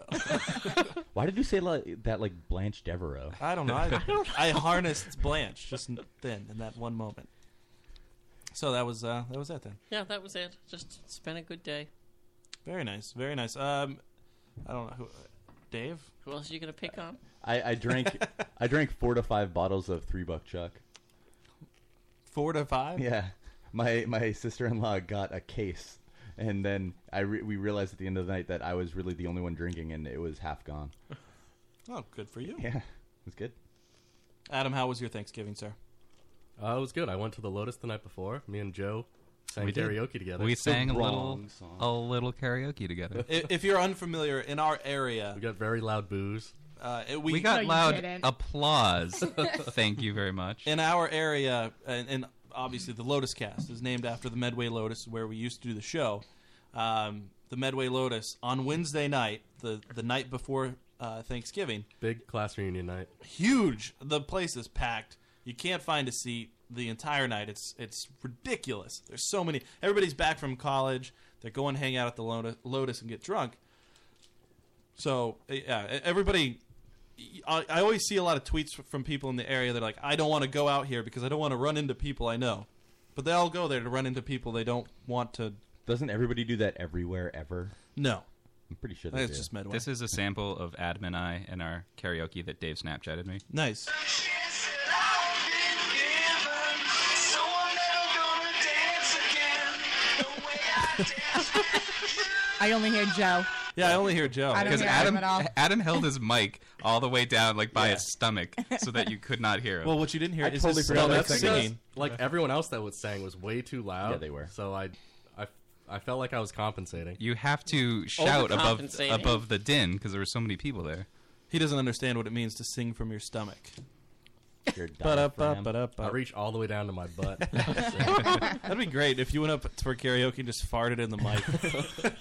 Speaker 6: Why did you say like, that like Blanche Devereaux?
Speaker 4: I don't know. I, I harnessed Blanche just then in that one moment. So that was uh, that was that then.
Speaker 9: Yeah, that was it. Just spent a good day.
Speaker 4: Very nice, very nice. Um, I don't know who, Dave.
Speaker 9: Who else are you gonna pick on?
Speaker 6: I, I drank I drank four to five bottles of three buck chuck.
Speaker 4: Four to five.
Speaker 6: Yeah, my my sister in law got a case, and then I re- we realized at the end of the night that I was really the only one drinking, and it was half gone.
Speaker 4: Oh, good for you,
Speaker 6: Yeah, it was good.
Speaker 4: Adam. How was your Thanksgiving, sir?
Speaker 5: Uh, it was good. I went to the Lotus the night before. Me and Joe sang
Speaker 7: We did.
Speaker 5: karaoke together.
Speaker 7: We sang a little,
Speaker 6: wrong song.
Speaker 7: a little karaoke together.
Speaker 4: I- if you're unfamiliar, in our area,
Speaker 5: We got very loud boos.
Speaker 4: uh, it-
Speaker 7: We
Speaker 1: No,
Speaker 7: got
Speaker 1: you
Speaker 7: loud
Speaker 1: didn't.
Speaker 7: applause. Thank you very much.
Speaker 4: in our area, and, and obviously the Lotus Cast is named after the Medway Lotus, where we used to do the show. Um, the Medway Lotus on Wednesday night, the the night before uh, Thanksgiving,
Speaker 5: Big class reunion night.
Speaker 4: huge. The place is packed. You can't find a seat the entire night. It's it's ridiculous. There's so many. Everybody's back from college. They're going hang out at the Lotus, Lotus and get drunk. So eh, yeah, e, everybody. I, I always see a lot of tweets from people in the area. They're like, I don't want to go out here because I don't want to run into people I know. But they all go there to run into people they don't want to
Speaker 6: Doesn't everybody do that everywhere ever?
Speaker 4: know.
Speaker 6: I'm pretty sure they
Speaker 4: That's
Speaker 6: do.
Speaker 4: just Medway.
Speaker 7: This is a sample of Adam and I in our karaoke that Dave Snapchatted me.
Speaker 4: nice.
Speaker 1: I only hear Joe.
Speaker 4: Yeah, I only hear Joe.
Speaker 1: I don't
Speaker 7: Because
Speaker 1: hear
Speaker 7: Adam,
Speaker 1: Adam at all.
Speaker 7: Adam held his mic all the way down, like by his stomach, so that you could not hear him.
Speaker 4: well, what you didn't hear
Speaker 6: I
Speaker 4: is
Speaker 6: totally
Speaker 4: his
Speaker 6: forgot
Speaker 4: stomach
Speaker 6: about that
Speaker 4: singing.
Speaker 5: Like everyone else that was sang was way too loud.
Speaker 6: Yeah, they were.
Speaker 5: So I, I, I felt like I was compensating.
Speaker 7: you have to shout above
Speaker 9: Overcompensating.
Speaker 7: above the din because there were so many people there.
Speaker 4: He doesn't understand what it means to sing from your stomach.
Speaker 6: Your diaphragm.
Speaker 4: Ba-da-ba-ba-da-ba.
Speaker 5: I reach all the way down to my butt.
Speaker 4: That'd be great if you went up for karaoke and just farted in the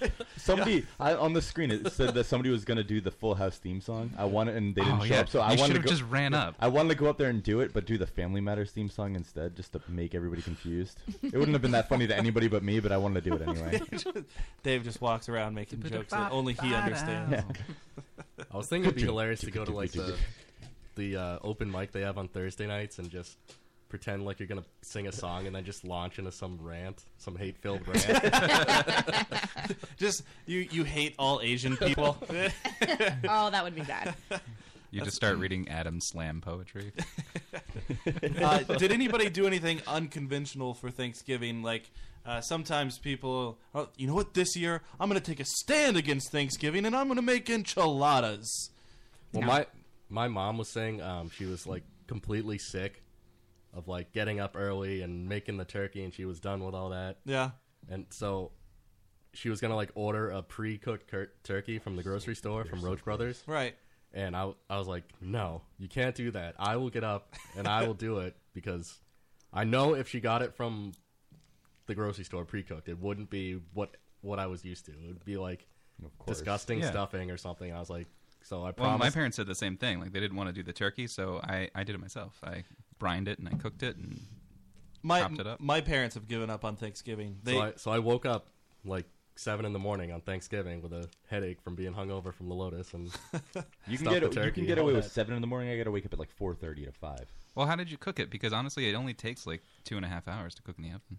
Speaker 4: mic.
Speaker 6: Somebody I, on the screen it said that somebody was gonna do the Full House theme song. I wanted and they didn't
Speaker 7: Oh,
Speaker 6: show
Speaker 7: yeah.
Speaker 6: up, so I
Speaker 7: You
Speaker 6: wanted to
Speaker 7: should've
Speaker 6: go,
Speaker 7: just ran up.
Speaker 6: I wanted to go up there and do it, but do the Family Matters theme song instead, just to make everybody confused. it wouldn't have been that funny to anybody but me, but I wanted to do it anyway.
Speaker 4: Dave just walks around making jokes that only he understands.
Speaker 5: I was thinking it'd be hilarious to go to like the the uh, open mic they have on Thursday nights and just pretend like you're gonna sing a song and then just launch into some rant, some hate filled rant.
Speaker 4: just you you hate all Asian people.
Speaker 1: oh, that would be bad.
Speaker 7: You just start reading Adam Slam poetry.
Speaker 4: uh, did anybody do anything unconventional for Thanksgiving? Like uh, sometimes people, oh, you know what? This year I'm going to take a stand against Thanksgiving and I'm going to make enchiladas.
Speaker 5: Well, my my mom was saying um, she was like completely sick of like getting up early and making the turkey, and she was done with all that.
Speaker 4: Yeah.
Speaker 5: and so she was gonna like order a pre-cooked cur- turkey from the grocery store from Roach Brothers,
Speaker 4: right?
Speaker 5: And I I was like, no, you can't do that. I will get up and I will do it because I know if she got it from the grocery store pre-cooked, it wouldn't be what what I was used to. It would be like
Speaker 7: course.
Speaker 5: disgusting
Speaker 7: Yeah.
Speaker 5: stuffing or something. I was like, so I
Speaker 7: Well,
Speaker 5: promised.
Speaker 7: my parents said the same thing. Like they didn't want to do the turkey, so I, I did it myself. I brined it and I cooked it and
Speaker 4: My
Speaker 7: chopped it up.
Speaker 4: my parents have given up on Thanksgiving. They
Speaker 5: so, I, so I woke up like seven in the morning on Thanksgiving with a headache from being hungover from the Lotus, and
Speaker 6: You can
Speaker 5: stuffed
Speaker 6: get
Speaker 5: the
Speaker 6: you
Speaker 5: turkey
Speaker 6: can
Speaker 5: and
Speaker 6: get
Speaker 5: all
Speaker 6: away
Speaker 5: that.
Speaker 6: with seven in the morning. I got to wake up at like four thirty to five.
Speaker 7: Well, how did you cook it? Because honestly, it only takes like two and a half hours to cook in the oven.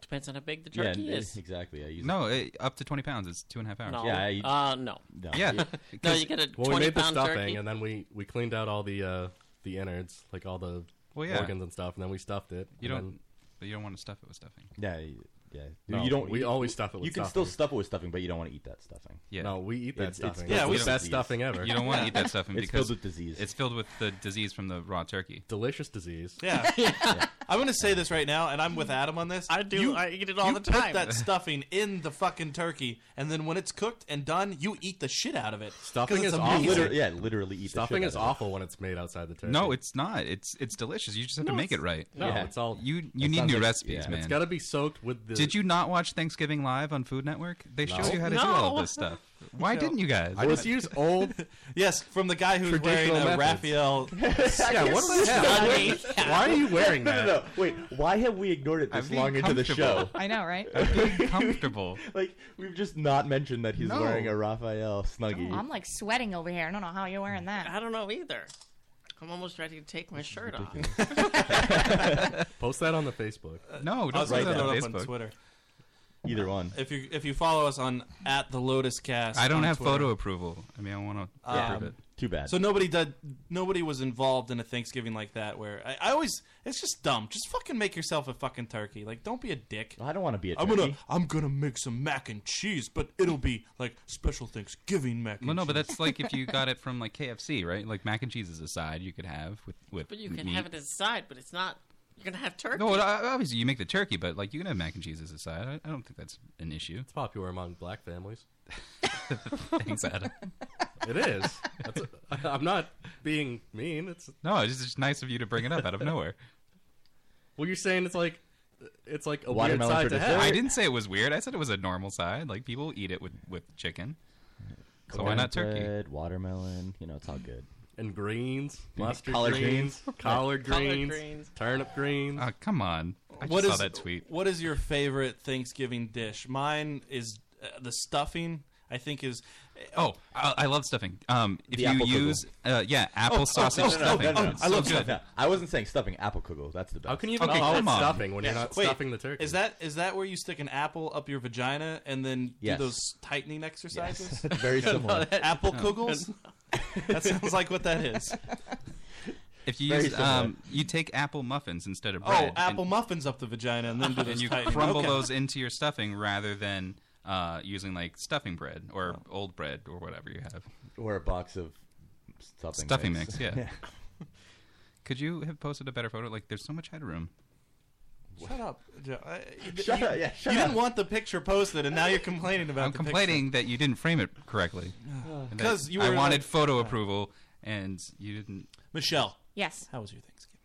Speaker 9: Depends on how big the turkey
Speaker 6: yeah,
Speaker 9: is.
Speaker 6: exactly. I use
Speaker 7: No, it, up to twenty pounds. It's two and a half hours.
Speaker 9: No. Yeah, I- Uh, no. No.
Speaker 7: Yeah.
Speaker 9: No,
Speaker 7: because-
Speaker 9: you get a-
Speaker 5: Well, we
Speaker 9: 20
Speaker 5: made the
Speaker 9: pound
Speaker 5: stuffing,
Speaker 9: turkey.
Speaker 5: and then we we cleaned out all the uh, the innards, like all the
Speaker 7: Well, yeah.
Speaker 5: organs and stuff, and then we stuffed it.
Speaker 7: You
Speaker 5: and
Speaker 7: don't.
Speaker 5: then-
Speaker 7: But you don't want to stuff it with stuffing.
Speaker 6: Yeah, y- yeah.
Speaker 5: No,
Speaker 6: you don't.
Speaker 5: we
Speaker 6: you-
Speaker 5: always stuff it with
Speaker 6: You can still stuff it with stuffing, but you don't want to eat that stuffing.
Speaker 7: Yeah.
Speaker 5: No, we eat that
Speaker 6: It's- it's
Speaker 5: stuffing.
Speaker 6: filled
Speaker 5: Yeah, we
Speaker 6: with
Speaker 5: eat that
Speaker 6: disease.
Speaker 5: stuffing ever.
Speaker 7: You don't want to eat that stuffing
Speaker 6: It's
Speaker 7: because
Speaker 6: filled with disease.
Speaker 7: It's filled with the disease from the raw turkey.
Speaker 5: Delicious disease.
Speaker 4: Yeah. I'm going to say this right now, and I'm with Adam on this. I
Speaker 9: do. I eat it all
Speaker 4: you
Speaker 9: the time.
Speaker 4: put that stuffing in the fucking turkey, and then when it's cooked and done, you eat the shit out of it. 'Cause
Speaker 5: Stuffing
Speaker 4: it's
Speaker 5: is
Speaker 4: amazing.
Speaker 5: awful.
Speaker 6: Liter- yeah, literally eat the
Speaker 5: Stuffing
Speaker 6: shit
Speaker 5: is
Speaker 6: out of it.
Speaker 5: awful when it's made outside the turkey.
Speaker 7: No, it's not. It's it's delicious. You just have to make it right.
Speaker 5: No, it's all
Speaker 7: You you need new recipes, man.
Speaker 5: It's got to be soaked with the.
Speaker 7: Did you not watch Thanksgiving Live on Food Network? They
Speaker 5: No.
Speaker 7: showed you how to do all of this stuff. Why didn't you guys?
Speaker 5: I just use old.
Speaker 4: Yes, from the guy who's wearing
Speaker 5: Traditional
Speaker 4: a
Speaker 5: methods.
Speaker 4: Raphael.
Speaker 5: yeah, what the hell? Why are you wearing
Speaker 6: No,
Speaker 5: that?
Speaker 6: no, no. Wait, why have we ignored it
Speaker 7: I'm
Speaker 6: this
Speaker 7: being
Speaker 6: long into the
Speaker 7: comfortable.
Speaker 6: show?
Speaker 1: I know, right?
Speaker 7: comfortable.
Speaker 6: Like we've just not mentioned that he's
Speaker 7: No.
Speaker 6: wearing a Raphael snuggie.
Speaker 1: I'm like sweating over here. I don't know how you're wearing that.
Speaker 9: I don't know either. I'm almost ready to take my shirt off.
Speaker 5: Post that on the Facebook.
Speaker 7: No,
Speaker 4: Uh, I'll
Speaker 7: don't put
Speaker 4: write that
Speaker 7: that on
Speaker 4: up on
Speaker 7: Facebook.
Speaker 4: Twitter.
Speaker 6: Either one.
Speaker 4: If you if you follow us on at the Lotus Cast,
Speaker 7: I don't
Speaker 4: on
Speaker 7: have
Speaker 4: Twitter.
Speaker 7: photo approval. I mean, I want to
Speaker 4: Um,
Speaker 7: approve it.
Speaker 6: Too bad.
Speaker 4: So nobody did. Nobody was involved in a Thanksgiving like that. Where I, I always, it's just dumb. Just fucking make yourself a fucking turkey. Like, don't be a dick.
Speaker 6: I don't want to be a
Speaker 4: I'm
Speaker 6: turkey.
Speaker 4: gonna I'm gonna make some mac and cheese, but it'll be like special Thanksgiving mac. And
Speaker 7: Well, no,
Speaker 4: cheese.
Speaker 7: but that's like if you got it from like KFC, right? Like mac and cheese is a side you could have with with.
Speaker 9: But you can
Speaker 7: meat.
Speaker 9: have it as a side, but it's not. You're gonna have turkey.
Speaker 7: No, well, I- obviously you make the turkey, but like you can have mac and cheese as a side. I, I don't think that's an issue.
Speaker 5: It's popular among black families.
Speaker 7: Thanks, Adam.
Speaker 5: It is. That's a, I'm not being mean. It's
Speaker 7: No, it's just nice of you to bring it up out of nowhere.
Speaker 5: well, you're saying it's like it's like a weird
Speaker 6: Watermelon
Speaker 5: side
Speaker 6: for
Speaker 5: to have.
Speaker 6: dessert?
Speaker 7: I didn't say it was weird. I said it was a normal side. Like people eat it with with chicken. So why not turkey?
Speaker 6: Bread, watermelon. You know, it's all good.
Speaker 5: and greens, mustard
Speaker 6: Collard
Speaker 5: greens, collard
Speaker 9: Collard
Speaker 5: greens,
Speaker 9: greens.
Speaker 5: turnip greens.
Speaker 7: Oh, come on. I just
Speaker 4: What
Speaker 7: saw
Speaker 4: is-
Speaker 7: that tweet.
Speaker 4: What is your favorite Thanksgiving dish? Mine is uh, the stuffing. I think is uh,
Speaker 7: Oh, I, I love stuffing. Um, if
Speaker 6: The
Speaker 7: you
Speaker 6: apple Oh,
Speaker 7: use, uh, yeah, apple sausage stuffing. Oh,
Speaker 6: I love
Speaker 7: So good.
Speaker 6: stuffing. I wasn't saying stuffing. Apple kugel. That's the best.
Speaker 5: How can you even
Speaker 7: Okay,
Speaker 5: call it
Speaker 7: come on.
Speaker 5: stuffing when you're
Speaker 4: Yeah.
Speaker 5: not
Speaker 4: Wait,
Speaker 5: stuffing the turkey?
Speaker 4: Is that is that where you stick an apple up your vagina and then
Speaker 6: Yes.
Speaker 4: do those tightening exercises?
Speaker 6: Very similar.
Speaker 4: apple kugels. that sounds like what that is.
Speaker 7: If you
Speaker 6: Very
Speaker 7: use,
Speaker 6: similar.
Speaker 7: um, you take apple muffins instead of
Speaker 4: Oh,
Speaker 7: bread.
Speaker 4: apple
Speaker 7: and,
Speaker 4: muffins up the vagina and then do those
Speaker 7: and you
Speaker 4: tightening.
Speaker 7: crumble
Speaker 4: Okay.
Speaker 7: those into your stuffing rather than uh, using like stuffing bread or old bread or whatever you have.
Speaker 6: or a box of stuffing.
Speaker 7: Stuffing mix, yeah. Could you have posted a better photo? Like, there's so much headroom.
Speaker 4: Shut up, Joe. I- you-
Speaker 6: Shut
Speaker 4: you,
Speaker 6: up, yeah, shut
Speaker 4: you
Speaker 6: up.
Speaker 4: didn't want the picture posted, and now you're complaining about.
Speaker 7: I'm
Speaker 4: the
Speaker 7: complaining that you didn't frame it correctly. And that
Speaker 4: 'Cause you
Speaker 7: I
Speaker 4: were
Speaker 7: wanted
Speaker 4: like-
Speaker 7: photo approval, and you didn't.
Speaker 4: picture. Michelle.
Speaker 1: Yes.
Speaker 4: How was your Thanksgiving?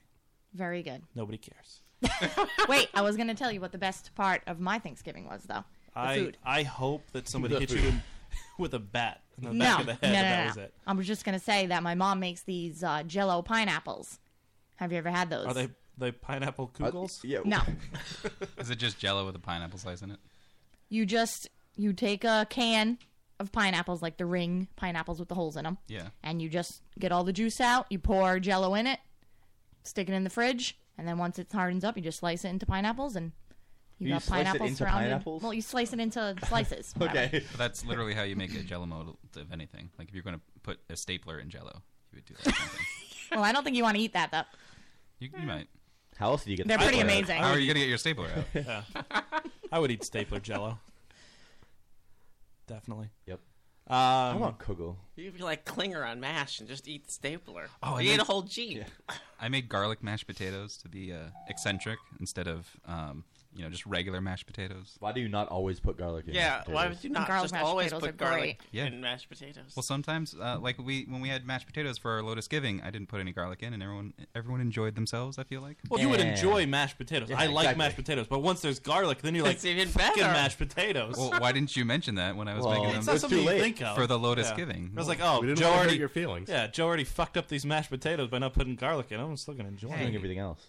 Speaker 1: Very good.
Speaker 4: Nobody cares.
Speaker 1: Wait, I was going to tell you what the best part of my Thanksgiving was, though. The
Speaker 4: I
Speaker 1: food.
Speaker 4: I hope that somebody
Speaker 5: The
Speaker 4: hits
Speaker 5: food.
Speaker 4: you with a bat in the
Speaker 1: No,
Speaker 4: back
Speaker 1: no,
Speaker 4: of the
Speaker 1: no,
Speaker 4: head.
Speaker 1: no,
Speaker 4: and that
Speaker 1: no.
Speaker 4: was it.
Speaker 1: I was just going to say that my mom makes these uh, Jello pineapples. Have you ever had those?
Speaker 4: Are they they pineapple
Speaker 6: Uh,
Speaker 4: kugels?
Speaker 6: yeah.
Speaker 1: No.
Speaker 7: Is it just Jello with a pineapple slice in it?
Speaker 1: You just you take a can of pineapples, like the ring pineapples with the holes in them.
Speaker 7: Yeah.
Speaker 1: and you just get all the juice out, you pour jello in it, stick it in the fridge, and then once it hardens up, you just slice it into pineapples and you,
Speaker 6: You
Speaker 1: got
Speaker 6: slice it
Speaker 1: pineapples
Speaker 6: into
Speaker 1: surrounded.
Speaker 6: pineapples?
Speaker 1: Well, you slice it into slices. whatever.
Speaker 6: Okay.
Speaker 7: But that's literally how you make a Jello mold of anything. Like if you're going to put a stapler in Jello, you would do that. kind of thing.
Speaker 1: Well, I don't think you want to eat that though.
Speaker 7: You, you might.
Speaker 6: How else do you get?
Speaker 1: They're
Speaker 6: the
Speaker 1: pretty
Speaker 6: stapler out?
Speaker 1: amazing.
Speaker 7: How are you going to get your stapler out?
Speaker 4: I would eat stapler jello. Definitely.
Speaker 6: Yep. I
Speaker 4: Um,
Speaker 6: want kugel.
Speaker 9: You could be like Klinger on MASH and just eat the stapler.
Speaker 7: Oh,
Speaker 9: Oh,
Speaker 7: I
Speaker 9: you eat
Speaker 7: mean-
Speaker 9: a whole gene.
Speaker 7: I made garlic mashed potatoes to be uh, eccentric instead of, um, you know, just regular mashed potatoes.
Speaker 6: Why do you not always put garlic in?
Speaker 9: Yeah,
Speaker 6: potatoes?
Speaker 9: why would you not
Speaker 1: Garlic
Speaker 9: just
Speaker 1: mashed
Speaker 9: always
Speaker 1: potatoes
Speaker 9: put
Speaker 1: are
Speaker 9: garlic
Speaker 7: great. Yeah.
Speaker 9: in mashed potatoes?
Speaker 7: Well, sometimes, uh, like we when we had mashed potatoes for our Lotus Giving, I didn't put any garlic in, and everyone everyone enjoyed themselves. I feel like.
Speaker 4: Well, you would
Speaker 6: Yeah.
Speaker 4: enjoy mashed potatoes.
Speaker 6: Yeah,
Speaker 4: I like
Speaker 6: exactly.
Speaker 4: mashed potatoes, but once there's garlic, then you're like,
Speaker 9: It's even
Speaker 4: fucking
Speaker 9: better."
Speaker 4: mashed potatoes.
Speaker 7: Well, why didn't you mention that when I was
Speaker 6: Well,
Speaker 7: making them?
Speaker 4: it's not
Speaker 6: it's
Speaker 4: something
Speaker 6: too
Speaker 4: you
Speaker 6: late
Speaker 4: think of
Speaker 7: for the Lotus
Speaker 4: Yeah.
Speaker 7: Giving.
Speaker 4: I was like, oh,
Speaker 5: We didn't
Speaker 4: Joe
Speaker 5: want to hurt
Speaker 4: already,
Speaker 5: your feelings.
Speaker 4: yeah, Joe already fucked up these mashed potatoes by not putting garlic in them. I'm still gonna enjoy
Speaker 6: Doing
Speaker 4: them.
Speaker 6: everything else.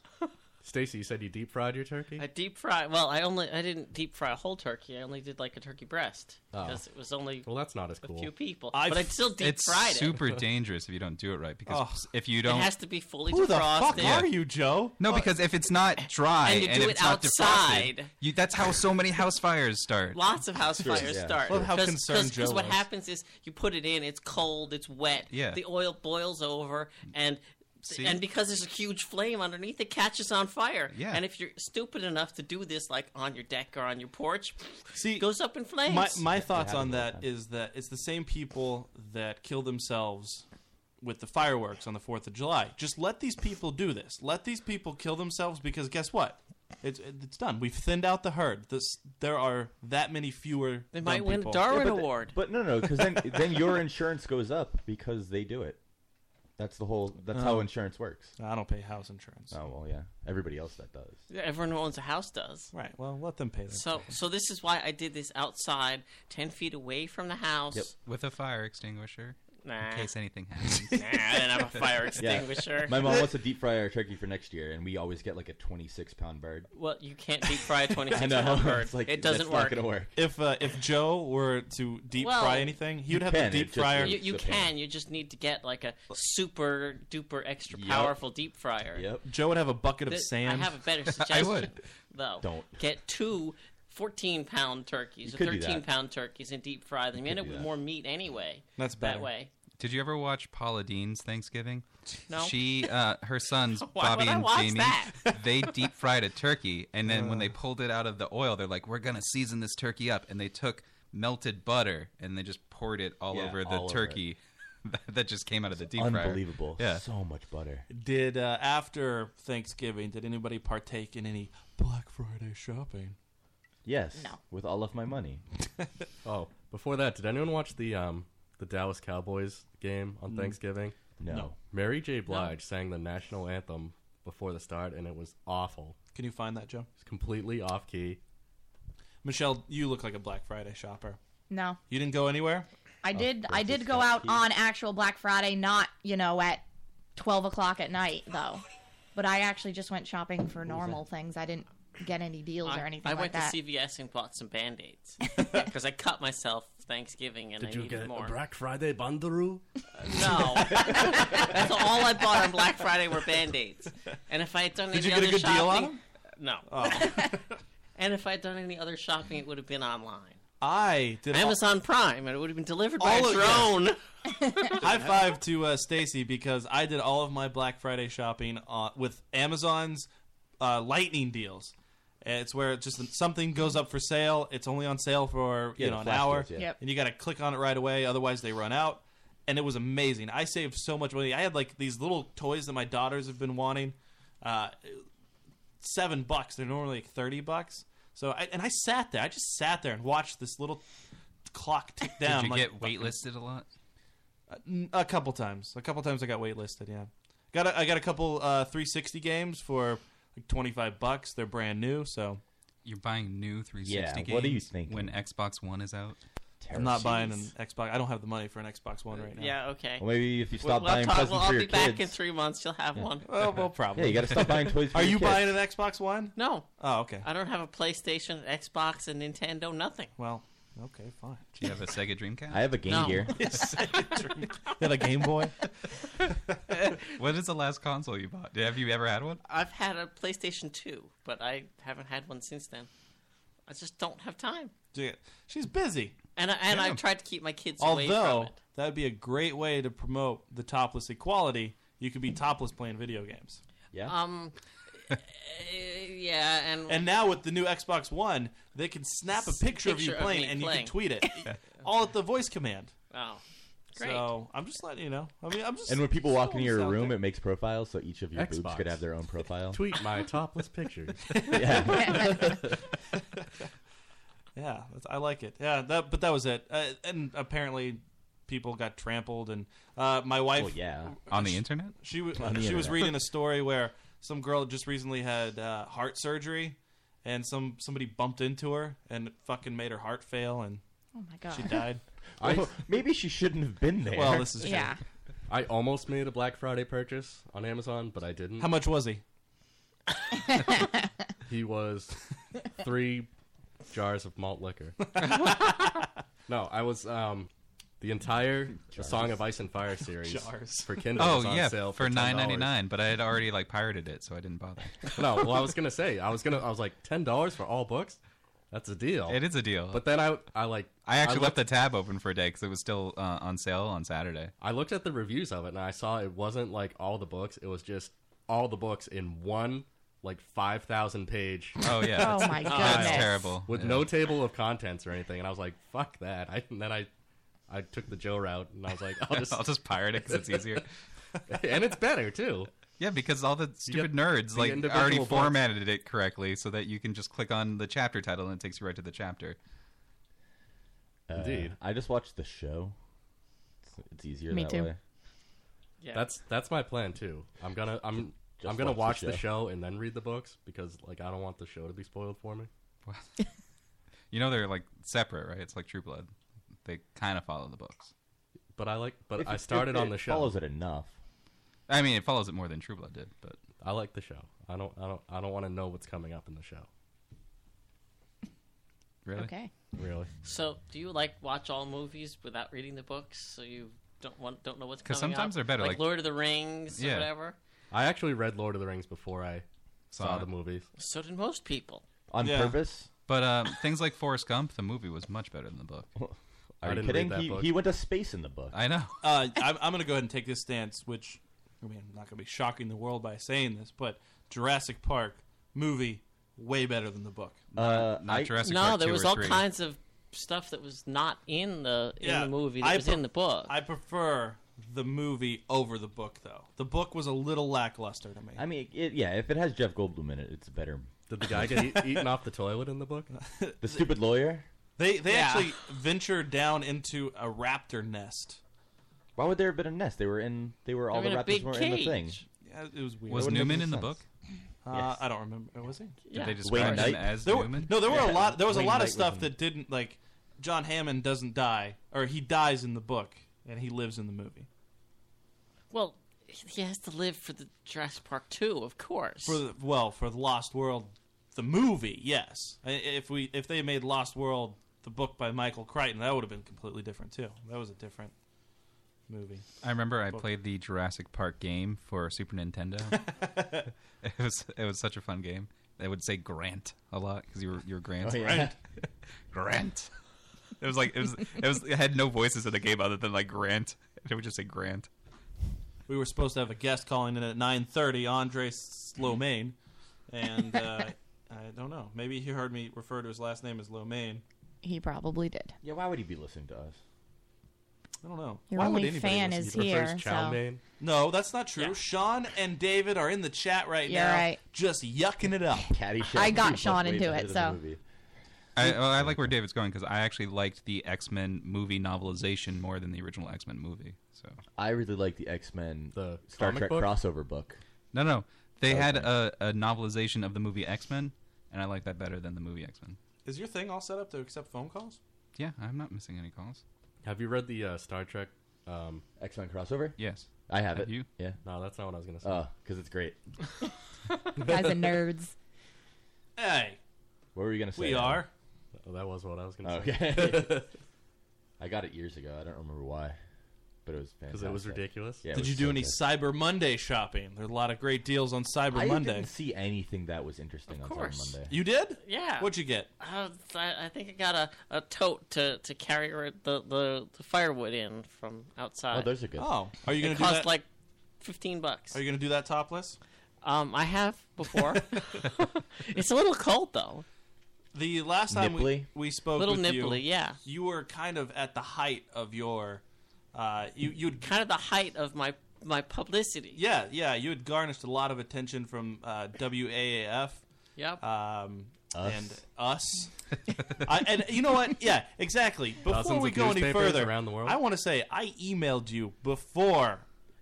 Speaker 5: Stacy, you said you deep fried your turkey.
Speaker 9: I deep fry. Well, I only I didn't deep fry a whole turkey. I only did like a turkey breast because it was only
Speaker 5: Well, that's not as
Speaker 9: a
Speaker 5: cool.
Speaker 9: few people.
Speaker 4: I've-
Speaker 9: but I still deep
Speaker 7: it's
Speaker 9: fried it.
Speaker 7: super dangerous if you don't do it right because
Speaker 4: Oh.
Speaker 7: if you
Speaker 9: It
Speaker 7: don't,
Speaker 9: has to be fully
Speaker 4: Who the
Speaker 9: defrosted.
Speaker 4: fuck are you, Joe?
Speaker 7: no, because if it's not dry
Speaker 9: And
Speaker 7: and,
Speaker 9: you do
Speaker 7: if
Speaker 9: it
Speaker 7: it's not defrosted,
Speaker 9: outside.
Speaker 7: you, that's how so many house fires start.
Speaker 9: Lots of house fires
Speaker 6: yeah.
Speaker 9: start.
Speaker 4: Love how concerned
Speaker 9: Because
Speaker 4: Joe
Speaker 9: what
Speaker 4: was.
Speaker 9: happens is you put it in, it's cold, it's wet.
Speaker 7: Yeah.
Speaker 9: The oil boils over, and
Speaker 7: See?
Speaker 9: and because there's a huge flame underneath, it catches on fire.
Speaker 7: Yeah.
Speaker 9: And if you're stupid enough to do this, like on your deck or on your porch,
Speaker 4: See,
Speaker 9: it goes up in flames.
Speaker 4: my my thoughts on
Speaker 6: happened all the
Speaker 4: that
Speaker 6: time.
Speaker 4: is that it's the same people that kill themselves with the fireworks on the Fourth of July. Just let these people do this. Let these people kill themselves because guess what? It's it's done. We've thinned out the herd. This there are that many fewer.
Speaker 9: they
Speaker 4: dumb
Speaker 9: might win a
Speaker 4: people.
Speaker 9: Darwin
Speaker 6: but, the-
Speaker 9: Award.
Speaker 6: but no, no, because then then your insurance goes up because they do it. That's the whole. That's
Speaker 7: Oh.
Speaker 6: how insurance works.
Speaker 4: I don't pay house insurance.
Speaker 6: Oh well, yeah. Everybody else that does.
Speaker 9: Everyone who owns a house does.
Speaker 4: Right. Well, let them pay them.
Speaker 9: So, so this is why I did this outside, ten feet away from the house.
Speaker 6: Yep.
Speaker 7: With a fire extinguisher,
Speaker 9: Nah,
Speaker 7: in case anything happens.
Speaker 9: nah, I didn't have a fire extinguisher.
Speaker 6: My mom wants to deep fry our turkey for next year, and we always get like a 26 pound bird.
Speaker 9: Well, you can't deep fry a twenty-six
Speaker 6: I know.
Speaker 9: pound bird.
Speaker 6: It's like,
Speaker 9: it doesn't
Speaker 6: that's
Speaker 9: work.
Speaker 6: Not gonna work.
Speaker 4: if uh, if Joe were to deep
Speaker 9: Well,
Speaker 4: fry anything, he would have the
Speaker 6: can, it
Speaker 4: deep
Speaker 6: just
Speaker 4: fryer.
Speaker 9: You,
Speaker 6: works.
Speaker 9: you
Speaker 6: It's a pain.
Speaker 9: can. You just need to get like a super duper extra
Speaker 6: Yep.
Speaker 9: powerful deep fryer.
Speaker 6: Yep.
Speaker 4: Joe would have a bucket of
Speaker 9: Th-
Speaker 4: sand.
Speaker 9: I have a better suggestion.
Speaker 7: would.
Speaker 9: Though.
Speaker 6: Don't.
Speaker 9: get two. 14 pound turkeys or
Speaker 6: could do
Speaker 9: 13
Speaker 6: that.
Speaker 9: pound turkeys and deep fry them. You
Speaker 6: could
Speaker 9: end up
Speaker 6: do
Speaker 9: with
Speaker 6: that.
Speaker 9: more meat anyway.
Speaker 4: That's better.
Speaker 9: That way.
Speaker 7: Did you ever watch Paula Dean's Thanksgiving?
Speaker 9: No.
Speaker 7: She, uh, her sons
Speaker 9: Why would
Speaker 7: Bobby
Speaker 9: I
Speaker 7: and
Speaker 9: watch
Speaker 7: Jamie,
Speaker 9: that?
Speaker 7: they deep fried a turkey, and then when they pulled it out of the oil, they're like, "We're gonna season this turkey up," and they took melted butter and they just poured it all
Speaker 6: Yeah,
Speaker 7: over the
Speaker 6: all over
Speaker 7: turkey that- that just came out of the deep fryer.
Speaker 6: Unbelievable.
Speaker 7: Yeah.
Speaker 6: So much butter.
Speaker 4: Did uh, after Thanksgiving, did anybody partake in any Black Friday shopping?
Speaker 6: Yes.
Speaker 1: No.
Speaker 6: With all of my money.
Speaker 5: Oh, before that, did anyone watch the um the Dallas Cowboys game on Thanksgiving?
Speaker 6: Mm. No.
Speaker 5: Mary J. Blige sang the national anthem before the start, and it was awful.
Speaker 4: Can you find that, Joe?
Speaker 5: It's completely off key.
Speaker 4: Michelle, you look like a Black Friday shopper.
Speaker 1: No,
Speaker 4: You didn't go anywhere.
Speaker 1: I did. I did
Speaker 6: versus
Speaker 1: go
Speaker 6: that
Speaker 1: out
Speaker 6: heat.
Speaker 1: on actual Black Friday, not you know at twelve o'clock at night though. But I actually just went shopping for normal things. I didn't get any deals
Speaker 9: I,
Speaker 1: or anything
Speaker 9: I
Speaker 1: like
Speaker 9: went
Speaker 1: that.
Speaker 9: to CVS and bought some band aids because I cut myself Thanksgiving and I needed more. Uh,
Speaker 5: Friday bandaroo?
Speaker 9: No, that's all I bought on Black Friday were band aids. And if I had done
Speaker 4: Did
Speaker 9: any
Speaker 4: you get a
Speaker 9: other
Speaker 4: good
Speaker 9: shopping,
Speaker 4: deal on them? Oh.
Speaker 9: no. and if I had done any other shopping, it would have been online,
Speaker 4: I did.
Speaker 9: Amazon Prime, and it would have been delivered by
Speaker 4: All
Speaker 9: a
Speaker 4: of-
Speaker 9: drone.
Speaker 4: High five to uh, Stacy because I did all of my Black Friday shopping uh, with Amazon's uh, lightning deals. It's where it's just something goes up for sale. It's only on sale for you
Speaker 6: Yeah,
Speaker 4: know
Speaker 6: the
Speaker 4: an
Speaker 6: flash
Speaker 4: hour,
Speaker 6: deals, yeah.
Speaker 1: Yep.
Speaker 4: and you got to click on it right away. Otherwise, they run out. And it was amazing. I saved so much money. I had like these little toys that my daughters have been wanting. Uh, seven bucks. They're normally like thirty bucks. So I, and I sat there. I just sat there and watched this little clock tick down.
Speaker 7: Did you
Speaker 4: like, uh,
Speaker 7: get waitlisted a lot?
Speaker 4: a couple times. A couple times I got waitlisted. Yeah, Got a, I got a couple uh, 360 games for like 25 bucks. They're brand new, so
Speaker 7: You're buying new 360
Speaker 4: Yeah,
Speaker 7: games
Speaker 4: what do you
Speaker 7: think when Xbox One is out?
Speaker 4: I'm not buying an Xbox. I don't have the money for an Xbox One right now.
Speaker 9: Yeah, okay.
Speaker 6: Well, maybe if you
Speaker 9: We'll-
Speaker 6: stop
Speaker 9: we'll
Speaker 6: buying
Speaker 9: talk-
Speaker 6: presents
Speaker 9: well,
Speaker 6: for
Speaker 9: I'll
Speaker 6: your
Speaker 9: be back in
Speaker 6: kids.
Speaker 9: three months. You'll have one.
Speaker 4: Well, Oh, well, probably.
Speaker 6: Yeah, you gotta stop buying toys for
Speaker 4: Are
Speaker 6: your
Speaker 4: you
Speaker 6: kids.
Speaker 4: buying an Xbox One?
Speaker 9: No.
Speaker 4: Oh, okay.
Speaker 9: I don't have a PlayStation, Xbox, and Nintendo. Nothing.
Speaker 4: Well, okay, fine.
Speaker 7: Do you have a Sega Dreamcast?
Speaker 6: I have a Game
Speaker 9: No.
Speaker 6: Gear.
Speaker 4: Got a Game Boy?
Speaker 7: What is the last console you bought? Have you ever had one?
Speaker 9: I've had a PlayStation 2, but I haven't had one since then. I just don't have time.
Speaker 4: Dude, She's busy.
Speaker 9: And I, and
Speaker 4: Yeah.
Speaker 9: I've tried to keep my kids away from
Speaker 4: Although
Speaker 9: it.
Speaker 4: that would be a great way to promote the topless equality. You could be topless playing video games.
Speaker 6: Yeah.
Speaker 9: Um, eh, yeah, and
Speaker 4: And now with the new Xbox One, they can snap a picture, of you
Speaker 9: picture of
Speaker 4: playing
Speaker 9: me
Speaker 4: and you
Speaker 9: playing.
Speaker 4: can tweet it, all at the voice command.
Speaker 9: Oh, great.
Speaker 4: So I'm just letting you know. I mean, I'm just.
Speaker 6: And when people walk into your
Speaker 4: Sounds
Speaker 6: room, it makes profiles, so each of your boobs
Speaker 5: Xbox.
Speaker 6: could have their own profile.
Speaker 5: Tweet my topless pictures.
Speaker 6: yeah.
Speaker 4: Yeah, that's, I like it. Yeah, that, but that was it. Uh, and apparently, people got trampled. And uh, my wife,
Speaker 6: Well, Oh, yeah.
Speaker 7: On the internet?
Speaker 4: she was
Speaker 6: On the
Speaker 4: she was
Speaker 6: internet.
Speaker 4: reading a story where some girl just recently had uh, heart surgery, and some somebody bumped into her and fucking made her heart fail, and
Speaker 1: Oh my
Speaker 4: she
Speaker 1: god.
Speaker 4: died.
Speaker 6: Well, maybe she shouldn't have been there.
Speaker 4: Well, this is true.
Speaker 1: Yeah.
Speaker 5: I almost made a Black Friday purchase on Amazon, but I didn't.
Speaker 4: How much was he?
Speaker 5: He was three jars of malt liquor. no, I was um, the entire Song of Ice and Fire series
Speaker 4: Jars.
Speaker 5: for Kindle.
Speaker 7: Oh
Speaker 5: was on
Speaker 7: yeah,
Speaker 5: sale
Speaker 7: for nine
Speaker 5: $10.
Speaker 7: ninety nine. But I had already like pirated it, so I didn't bother.
Speaker 5: No, well, I was gonna say I was gonna I was like ten dollars for all books. That's a deal.
Speaker 7: it is a deal.
Speaker 5: But then I I like
Speaker 7: I actually left
Speaker 5: looked,
Speaker 7: the tab open for a day because it was still uh, on sale on Saturday.
Speaker 5: I looked at the reviews of it and I saw it wasn't like all the books. It was just all the books in one like five thousand page
Speaker 7: Oh yeah,
Speaker 1: Oh
Speaker 7: that's,
Speaker 1: my goodness.
Speaker 7: that's terrible.
Speaker 5: with no table of contents or anything. And I was like, fuck that. I, and then I, I took the Joe route and I was like, I'll just,
Speaker 7: I'll just pirate it because it's easier.
Speaker 5: and it's better too.
Speaker 7: Yeah, because all the stupid
Speaker 5: get
Speaker 7: nerds
Speaker 5: the
Speaker 7: like
Speaker 5: individual
Speaker 7: already
Speaker 5: books.
Speaker 7: formatted it correctly so that you can just click on the chapter title and it takes you right to the chapter.
Speaker 5: Indeed.
Speaker 6: I just watched the show. It's, it's easier
Speaker 1: Me
Speaker 6: that
Speaker 1: too.
Speaker 6: way.
Speaker 9: yeah.
Speaker 5: That's that's my plan too. I'm gonna I'm
Speaker 6: Just
Speaker 5: I'm gonna
Speaker 6: watch
Speaker 5: watch,
Speaker 6: the
Speaker 5: the, show. and then read the books because like I don't want the show to be spoiled for me.
Speaker 7: You know they're like separate, right? It's like True Blood. They kind of follow the books.
Speaker 5: But I like but
Speaker 6: If
Speaker 5: I
Speaker 6: it-
Speaker 5: started
Speaker 6: if
Speaker 5: on
Speaker 6: it
Speaker 5: the show.
Speaker 6: Follows it enough.
Speaker 7: I mean, it follows it more than True Blood did, but
Speaker 5: I like the show. I don't I don't I don't want to know what's coming up in the show.
Speaker 7: really,
Speaker 1: Okay.
Speaker 5: Really?
Speaker 9: So, do you like watch all movies without reading the books, so you don't want don't know what's coming?
Speaker 7: 'Cause sometimes
Speaker 9: up?
Speaker 7: they're better,
Speaker 9: like,
Speaker 7: like-
Speaker 9: Lord of the Rings or
Speaker 7: Yeah.
Speaker 9: whatever.
Speaker 5: I actually read Lord of the Rings before I saw
Speaker 7: Saw it.
Speaker 5: the movies.
Speaker 9: So did most people.
Speaker 6: On
Speaker 4: Yeah.
Speaker 6: purpose?
Speaker 7: but um, things like Forrest Gump, the movie was much better than the book.
Speaker 6: Are you
Speaker 5: didn't read
Speaker 6: kidding?
Speaker 5: that
Speaker 6: He,
Speaker 5: book.
Speaker 6: he went to space in the book.
Speaker 7: I know.
Speaker 4: Uh, I'm, I'm going to go ahead and take this stance, which I mean, I'm not going to be shocking the world by saying this, but Jurassic Park movie way better than the book.
Speaker 6: Uh,
Speaker 7: Not
Speaker 6: I-
Speaker 7: Jurassic
Speaker 9: No,
Speaker 7: Park
Speaker 9: there
Speaker 7: 2
Speaker 9: was
Speaker 7: or
Speaker 9: all
Speaker 7: 3.
Speaker 9: kinds of stuff that was not in the in
Speaker 4: Yeah,
Speaker 9: the movie that
Speaker 4: I
Speaker 9: was
Speaker 4: pre-
Speaker 9: in the book.
Speaker 4: I prefer the movie over the book, though. The book was a little lackluster to me.
Speaker 6: I mean, it, yeah, if it has Jeff Goldblum in it, it's better.
Speaker 5: Did the guy get e- eaten off the toilet in the book?
Speaker 6: The stupid lawyer?
Speaker 4: They they
Speaker 9: Yeah.
Speaker 4: actually venture down into a raptor nest.
Speaker 6: Why would there have been a nest? They were in. They were all
Speaker 9: They're in
Speaker 6: the
Speaker 9: a
Speaker 6: raptors
Speaker 9: big
Speaker 6: were
Speaker 9: cage.
Speaker 6: in the thing.
Speaker 4: Yeah, it was weird.
Speaker 7: Was
Speaker 6: It wouldn't
Speaker 7: Newman
Speaker 6: make
Speaker 7: in the
Speaker 6: sense.
Speaker 7: book?
Speaker 4: uh,
Speaker 6: Yes.
Speaker 4: I don't remember. Was he?
Speaker 9: yeah.
Speaker 7: Did they describe
Speaker 6: Wayne
Speaker 7: him
Speaker 6: Knight?
Speaker 7: as
Speaker 4: There were,
Speaker 7: Newman?
Speaker 4: no, there were a lot. There was a
Speaker 6: Wayne
Speaker 4: lot
Speaker 6: Knight
Speaker 4: of
Speaker 6: was
Speaker 4: stuff
Speaker 6: in-
Speaker 4: that didn't like. John Hammond doesn't die, or he dies in the book, and he lives in the movie.
Speaker 9: Well, he has to live for the Jurassic Park two, of course.
Speaker 4: For the, well, for the Lost World, the movie, yes. I- If we if they made Lost World the book by Michael Crichton, that would have been completely different too. That was a different movie.
Speaker 7: I remember I played the Jurassic Park game for Super Nintendo. it was it was such a fun game. They would say Grant a lot because you were you were Grant.
Speaker 6: Oh, yeah.
Speaker 7: Grant. It was like it was it was it had no voices in the game other than like Grant. It would just say Grant.
Speaker 4: We were supposed to have a guest calling in at nine thirty, Andre Slomain, and uh, I don't know. Maybe he heard me refer to his last name as Lomain.
Speaker 1: He probably did.
Speaker 6: Yeah, why would he be listening to us?
Speaker 4: I don't know.
Speaker 1: Your
Speaker 4: Why would
Speaker 1: only
Speaker 4: anybody
Speaker 1: fan
Speaker 4: listen
Speaker 1: is
Speaker 4: to-
Speaker 1: here.
Speaker 5: First chow
Speaker 1: So.
Speaker 5: mein.
Speaker 4: No, that's not true. Sean and David are in the chat right
Speaker 1: You're
Speaker 4: now,
Speaker 1: right.
Speaker 4: just yucking it up.
Speaker 6: Caddyshack.
Speaker 1: I got
Speaker 6: two,
Speaker 1: Sean
Speaker 6: way
Speaker 1: into
Speaker 6: better
Speaker 1: it,
Speaker 6: than the
Speaker 1: so.
Speaker 6: movie.
Speaker 7: I, well, I like where David's going because I actually liked the X Men movie novelization more than the original X Men movie. So
Speaker 6: I really like the X Men
Speaker 5: The
Speaker 6: Star
Speaker 5: comic
Speaker 6: Trek
Speaker 5: book?
Speaker 6: crossover book.
Speaker 7: no, no, they
Speaker 6: That was
Speaker 7: had
Speaker 6: nice.
Speaker 7: a, a novelization of the movie X Men, and I like that better than the movie X Men.
Speaker 4: Is your thing all set up to accept phone calls?
Speaker 7: Yeah, I'm not missing any calls.
Speaker 5: Have you read the uh, Star Trek? Um,
Speaker 6: X Men crossover.
Speaker 7: Yes,
Speaker 6: I have
Speaker 7: Have
Speaker 6: it.
Speaker 7: you?
Speaker 6: Yeah.
Speaker 5: no, that's not what I was gonna say.
Speaker 6: Oh, because it's great.
Speaker 1: You guys are nerds.
Speaker 4: Hey,
Speaker 6: What were you gonna say?
Speaker 4: we are.
Speaker 5: Oh, that was what I was gonna say.
Speaker 6: Okay. I got it years ago. I don't remember why, but it was
Speaker 5: Because
Speaker 6: fantastic.
Speaker 5: it was ridiculous.
Speaker 6: Yeah, it
Speaker 4: Did
Speaker 6: was
Speaker 4: you do
Speaker 6: so
Speaker 4: any
Speaker 6: good.
Speaker 4: Cyber Monday shopping? There are a lot of great deals on Cyber
Speaker 6: I
Speaker 4: Monday.
Speaker 6: didn't see anything that was interesting on
Speaker 9: course.
Speaker 6: Cyber Monday.
Speaker 4: You did?
Speaker 9: Yeah.
Speaker 4: What'd you get?
Speaker 9: Uh, I, I think I got a, a tote to, to carry the, the, the firewood in from outside.
Speaker 6: Oh, those are good.
Speaker 4: Oh, are you gonna
Speaker 9: it
Speaker 4: do
Speaker 9: cost
Speaker 4: that?
Speaker 9: like fifteen bucks.
Speaker 4: are you gonna do that topless?
Speaker 9: Um, I have before. it's a little cold though.
Speaker 4: The last time we,
Speaker 6: Nipply?
Speaker 4: we spoke
Speaker 9: little
Speaker 4: with
Speaker 9: nipply,
Speaker 4: you,
Speaker 9: yeah.
Speaker 4: you were kind of at the height of your, uh, you you'd
Speaker 9: Kind of the height of my my publicity.
Speaker 4: yeah yeah you had garnished a lot of attention from uh, WAAF
Speaker 9: Yep.
Speaker 4: um,
Speaker 6: Us.
Speaker 4: and us. I, and you know what? Yeah, exactly. Before
Speaker 5: Dozens
Speaker 4: we
Speaker 5: of
Speaker 4: go any
Speaker 5: newspapers
Speaker 4: further,
Speaker 5: around the world.
Speaker 4: I want to say I emailed you before.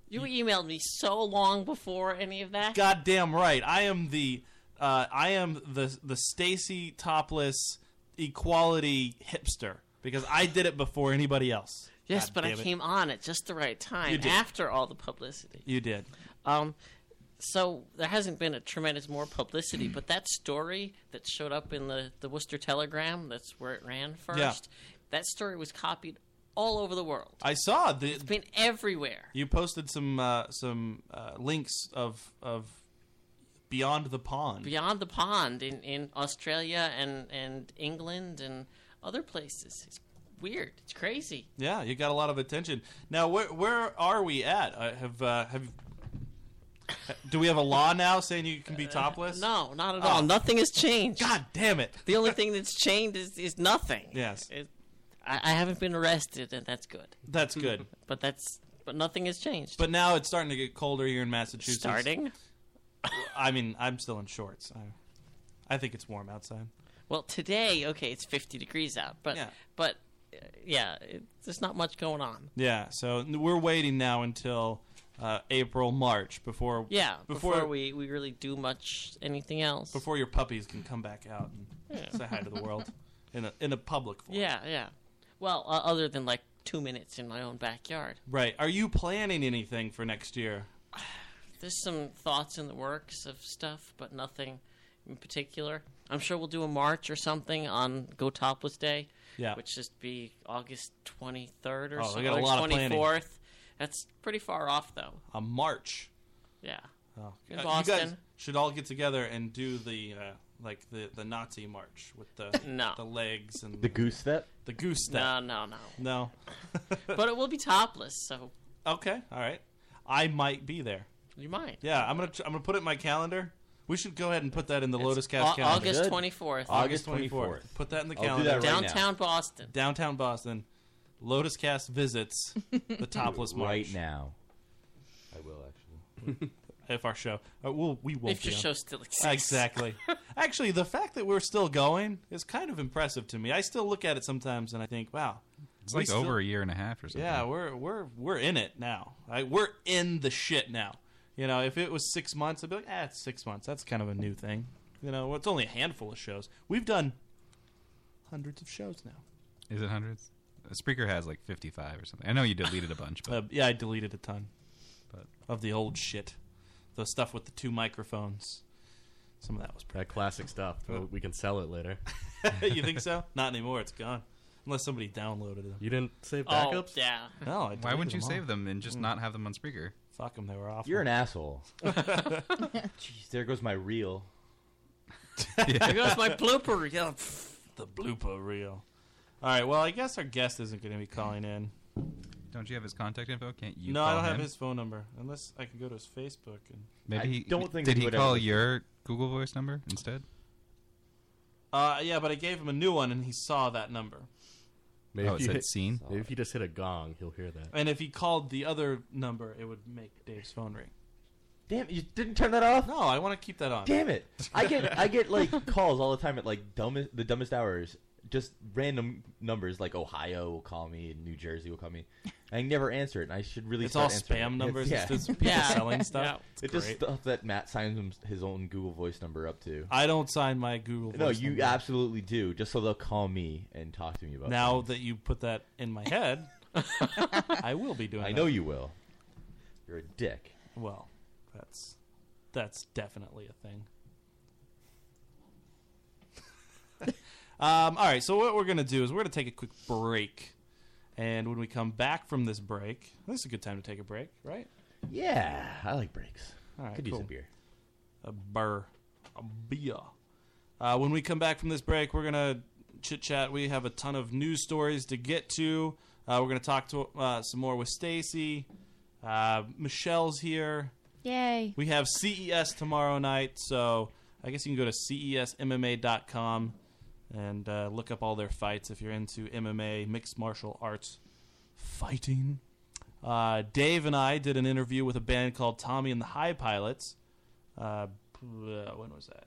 Speaker 9: you emailed me so long before any of that.
Speaker 4: Goddamn right. I am the uh, I am the the Stacy topless equality hipster because I did it before anybody else.
Speaker 9: yes,
Speaker 4: God
Speaker 9: but I
Speaker 4: damn it.
Speaker 9: came on at just the right
Speaker 4: You
Speaker 9: time
Speaker 4: did.
Speaker 9: after all the publicity.
Speaker 4: You did.
Speaker 9: Um, so there hasn't been a tremendous more publicity, but that story that showed up in the, the Worcester Telegram, that's where it ran first,
Speaker 4: Yeah.
Speaker 9: that story was copied all over the world.
Speaker 4: I saw the
Speaker 9: It's been everywhere.
Speaker 4: you posted some uh, some uh, links of of beyond the pond.
Speaker 9: Beyond the pond in, in Australia and, and England and other places. It's weird. It's crazy.
Speaker 4: Yeah, you got a lot of attention. Now, where where are we at? Uh, have uh, have do we have a law now saying you can be topless?
Speaker 9: Uh, No, not at all. Oh, Nothing has changed.
Speaker 4: God damn it!
Speaker 9: The only thing that's changed is, is nothing.
Speaker 4: Yes.
Speaker 9: It, I, I haven't been arrested, and that's good.
Speaker 4: That's good.
Speaker 9: But that's but nothing has changed.
Speaker 4: But now it's starting to get colder here in Massachusetts.
Speaker 9: starting.
Speaker 4: I mean, I'm still in shorts. I, I think it's warm outside.
Speaker 9: Well, today, okay, it's 50 degrees out, but
Speaker 4: Yeah.
Speaker 9: but uh, yeah, it, there's not much going on.
Speaker 4: Yeah. So n- we're waiting now until uh, April March before
Speaker 9: Yeah, before,
Speaker 4: before,
Speaker 9: we, we really do much anything else.
Speaker 4: before your puppies can come back out and say hi to the world in a in a public form.
Speaker 9: yeah, yeah. Well, uh, other than like two minutes in my own backyard,
Speaker 4: Right. Are you planning anything for next year?
Speaker 9: there's some thoughts in the works of stuff, but nothing in particular. I'm sure we'll do a march or something on Go Topless Day,
Speaker 4: Yeah.
Speaker 9: which is be August 23rd or
Speaker 4: Oh, we
Speaker 9: so,
Speaker 4: got a
Speaker 9: or
Speaker 4: lot of planning.
Speaker 9: 24th. That's pretty far off, though.
Speaker 4: A Uh, march.
Speaker 9: Yeah.
Speaker 4: Oh,
Speaker 9: In
Speaker 4: uh, You guys
Speaker 9: Boston.
Speaker 4: should all get together and do the uh, like the, the Nazi march with the
Speaker 9: No.
Speaker 4: the legs and
Speaker 6: The goose step.
Speaker 4: the goose
Speaker 9: No,
Speaker 4: step.
Speaker 9: no, no.
Speaker 4: No.
Speaker 9: but it will be topless, so
Speaker 4: Okay. All right. I might be there.
Speaker 9: you might.
Speaker 4: Yeah. I'm gonna tr- I'm gonna put it in my calendar. We should go ahead and put that in the Lotus Cast
Speaker 9: Au-
Speaker 4: calendar.
Speaker 9: August
Speaker 6: Good.
Speaker 9: twenty fourth,
Speaker 6: August
Speaker 4: 24th.
Speaker 6: 24th.
Speaker 4: Put that in the
Speaker 6: I'll do
Speaker 4: calendar.
Speaker 6: that right now.
Speaker 9: downtown Boston.
Speaker 4: Downtown Boston. Lotus Cast visits the topless march.
Speaker 6: Right now. I will actually.
Speaker 4: If our show, uh, we'll, we won't
Speaker 9: If your
Speaker 4: be on.
Speaker 9: show still exists,
Speaker 4: Exactly. Actually, the fact that we're still going is kind of impressive to me. I still look at it sometimes and I think, wow.
Speaker 7: It's
Speaker 4: we
Speaker 7: like
Speaker 4: still-
Speaker 7: over a year and a half or something.
Speaker 4: Yeah, we're we're we're in it now. Like, we're in the shit now. You know, if it was six months, I'd be like, ah, it's six months. That's kind of a new thing. You know, well, it's only a handful of shows. We've done hundreds of shows now.
Speaker 7: is it hundreds? Uh, Spreaker has like fifty-five or something. I know you deleted a bunch, but
Speaker 4: Uh, yeah, I deleted a ton
Speaker 7: But-
Speaker 4: of the old shit, the stuff with the two microphones. Some of that was pretty.
Speaker 5: That classic stuff. We- We can sell it later.
Speaker 4: you think so? Not anymore. It's gone. Unless somebody downloaded them.
Speaker 5: You didn't save
Speaker 9: Oh
Speaker 5: backups.
Speaker 9: yeah,
Speaker 4: No, I
Speaker 7: why
Speaker 4: deleted
Speaker 7: wouldn't you
Speaker 4: them all.
Speaker 7: save them and
Speaker 5: Mm.
Speaker 7: just not have them on Spreaker?
Speaker 4: Fuck them, they were awful.
Speaker 6: You're an asshole. Jeez, there goes my reel.
Speaker 9: there goes my blooper. Yeah, pff,
Speaker 4: the blooper reel. All right. Well, I guess our guest isn't going to be calling in.
Speaker 7: Don't you have his contact info? Can't you?
Speaker 4: no, I
Speaker 7: call
Speaker 4: don't have
Speaker 7: him?
Speaker 4: his phone number unless I can go to his Facebook and.
Speaker 7: Maybe
Speaker 6: I
Speaker 7: he,
Speaker 6: don't think
Speaker 7: did
Speaker 6: he
Speaker 7: he
Speaker 6: would
Speaker 7: call
Speaker 6: ever-
Speaker 7: your Google Voice number instead?
Speaker 4: Uh, yeah, but I gave him a new one and he saw that number.
Speaker 5: Maybe
Speaker 7: oh,
Speaker 5: if
Speaker 7: it
Speaker 5: you
Speaker 7: said
Speaker 5: hit-
Speaker 7: scene.
Speaker 5: Maybe if you just hit a gong, he'll hear that.
Speaker 4: And if he called the other number, it would make Dave's phone ring.
Speaker 6: Damn, you didn't turn that off.
Speaker 4: No, I want to keep that on.
Speaker 6: Damn it! I get I get like calls all the time at like dumbest the dumbest hours. Just random numbers like Ohio will call me and New Jersey will call me. I never answer it. and I should really.
Speaker 4: It's
Speaker 6: start
Speaker 4: all
Speaker 6: answering
Speaker 4: spam
Speaker 6: it.
Speaker 4: numbers.
Speaker 6: It's,
Speaker 4: It's just people
Speaker 9: Yeah.
Speaker 4: selling stuff.
Speaker 9: Yeah.
Speaker 4: It's
Speaker 6: It's just
Speaker 4: great.
Speaker 6: stuff that Matt signs him his own Google Voice number up to.
Speaker 4: I don't sign my Google.
Speaker 6: no,
Speaker 4: Voice
Speaker 6: you
Speaker 4: number.
Speaker 6: absolutely do. Just so they'll call me and talk to me about.
Speaker 4: Now
Speaker 6: things.
Speaker 4: that you put that in my head, I will be doing.
Speaker 6: I
Speaker 4: that.
Speaker 6: know you will. You're a dick.
Speaker 4: Well, that's that's definitely a thing. um, all right, so what we're gonna do is we're gonna take a quick break, and when we come back from this break, this is a good time to take a break, right?
Speaker 6: Yeah, I like breaks.
Speaker 4: All right,
Speaker 6: Could
Speaker 4: cool.
Speaker 6: use a beer.
Speaker 4: A burr, a beer. Uh, when we come back from this break, we're gonna chit chat. We have a ton of news stories to get to. Uh, we're gonna talk to uh, some more with Stacy. Uh, Michelle's here.
Speaker 1: Yay.
Speaker 4: We have CES tomorrow night, so I guess you can go to E CESMMA.com and uh, look up all their fights if you're into MMA, mixed martial arts fighting. Uh, Dave and I did an interview with a band called Tommy and the High Pilots. Uh, when was that?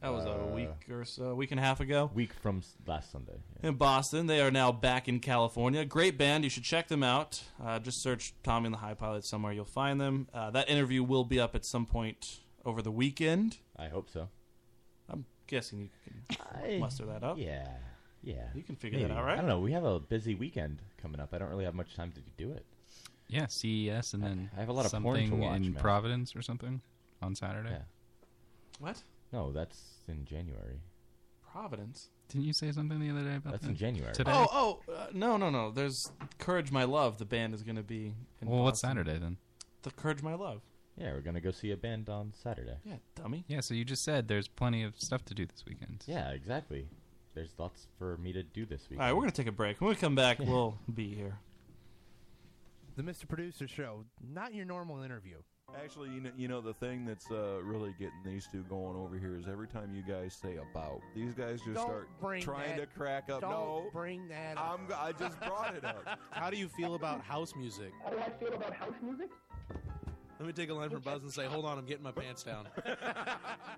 Speaker 4: That was a week or so, week and a half ago
Speaker 6: Uh, Week from s- last Sunday. Yeah.
Speaker 4: in Boston. They are now back in California. Great band. You should check them out. Uh, just search Tommy and the High Pilots somewhere. You'll find them. Uh, that interview will be up at some point over the weekend.
Speaker 6: I hope so.
Speaker 4: I'm guessing you can
Speaker 6: I-
Speaker 4: muster that up.
Speaker 6: Yeah, yeah.
Speaker 4: You can figure that out, right?
Speaker 6: I don't know. We have a busy weekend coming up. I don't really have much time to do it.
Speaker 7: Yeah, CES, E and then
Speaker 6: I have a lot of porn to
Speaker 7: something
Speaker 6: watch,
Speaker 7: in
Speaker 6: man.
Speaker 7: Providence or something on Saturday.
Speaker 6: Yeah.
Speaker 4: What?
Speaker 6: No, that's in January.
Speaker 4: Providence?
Speaker 7: Didn't you say something the other day about
Speaker 6: That's
Speaker 7: that?
Speaker 6: in January.
Speaker 7: Today?
Speaker 4: Oh, oh, uh, no, no, no. There's Courage My Love. The band is going to be in
Speaker 7: well, what's
Speaker 4: Boston.
Speaker 7: Saturday then?
Speaker 4: The Courage My Love.
Speaker 6: Yeah, we're gonna go see a band on Saturday.
Speaker 4: Yeah, dummy.
Speaker 7: Yeah, so you just said there's plenty of stuff to do this weekend.
Speaker 6: Yeah, exactly. There's lots for me to do this week.
Speaker 4: All right, we're going to take a break. When we come back, we'll be here.
Speaker 11: The Mr. Producer Show, not your normal interview.
Speaker 12: Actually, you know, you know the thing that's uh, really getting these two going over here is every time you guys say about, these guys just
Speaker 11: Don't
Speaker 12: start
Speaker 11: bring
Speaker 12: trying
Speaker 11: that-
Speaker 12: to crack up.
Speaker 11: Don't
Speaker 12: no,
Speaker 11: bring that up.
Speaker 12: I'm, I just brought it up.
Speaker 13: How do you feel about house music?
Speaker 2: How do I feel about house music?
Speaker 13: Let me take a line from Buzz and say, "Hold on, I'm getting my pants down."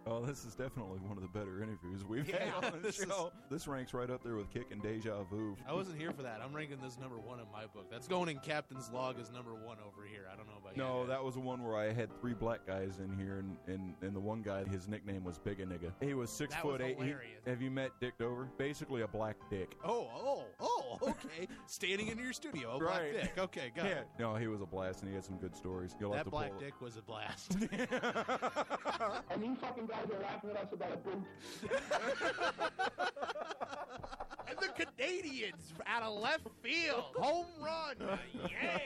Speaker 12: Oh, this is definitely one of the better interviews we've
Speaker 13: Yeah,
Speaker 12: had on the
Speaker 13: this is-
Speaker 12: show. This ranks right up there with Kick and Deja Vu.
Speaker 13: I wasn't here for that. I'm ranking this number one in my book. That's going in Captain's Log as number one over here. I don't know about
Speaker 12: No,
Speaker 13: you.
Speaker 12: that was the one where I had three black guys in here, and, and, and the one guy, his nickname was Big a Nigga. He was six
Speaker 13: That was
Speaker 12: foot eight. He-
Speaker 13: hilarious.
Speaker 12: have you met Dick Dover? Basically, a black dick.
Speaker 13: Oh, oh, oh, okay. Standing in your studio, a
Speaker 12: Right.
Speaker 13: black dick. Okay, got
Speaker 12: Yeah.
Speaker 13: it.
Speaker 12: No, he was a blast, and he had some good stories. You'll have
Speaker 13: That
Speaker 12: to
Speaker 13: black
Speaker 12: pull
Speaker 13: dick was a blast.
Speaker 2: And you fucking guys are laughing at us about a boot.
Speaker 13: and the Canadians out of left field. Home run. Yeah.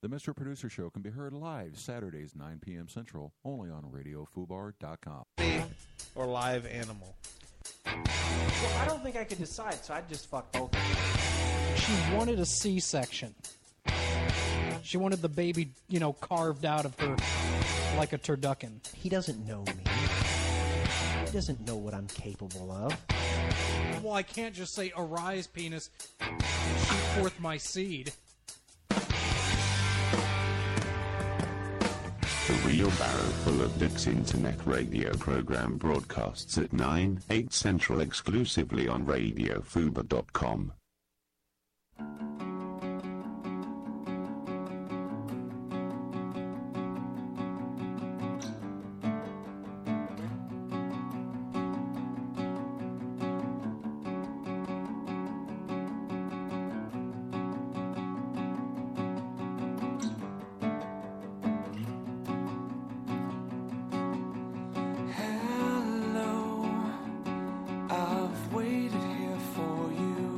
Speaker 12: The Mr. Producer Show can be heard live Saturdays 9 p.m. Central only on RadioFubar.com.
Speaker 11: Or live animal.
Speaker 2: Well, I don't think I could decide, so I just fuck both.
Speaker 11: She wanted a C section. She wanted the baby, you know, carved out of her like a turducken.
Speaker 2: He doesn't know me. He doesn't know what I'm capable of.
Speaker 11: Well, I can't just say arise, penis, and shoot forth my seed.
Speaker 3: The wheelbarrow full of dicks internet radio program broadcasts at 9, 8 central exclusively on radiofuba.com.
Speaker 2: Hello, I've waited here for you.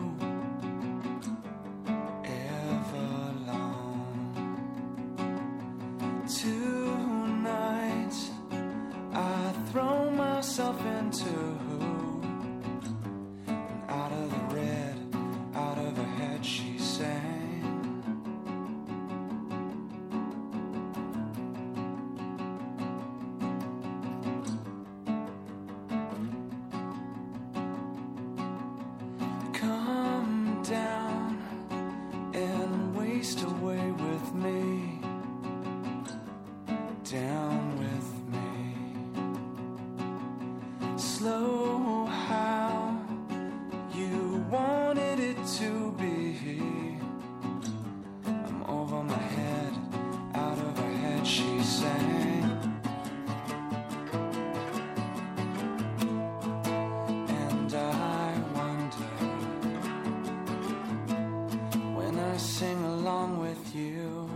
Speaker 14: slow how you wanted it to be. I'm over my head, out of her head, she sang. And I wonder when I sing along with you.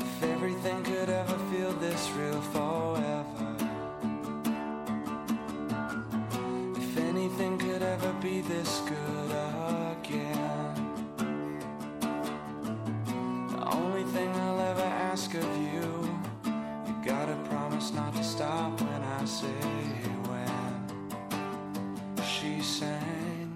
Speaker 14: If everything could ever feel this real forever. If anything could ever be this good again. The only thing I'll ever ask of you, you gotta promise not to stop when I say when. She sang.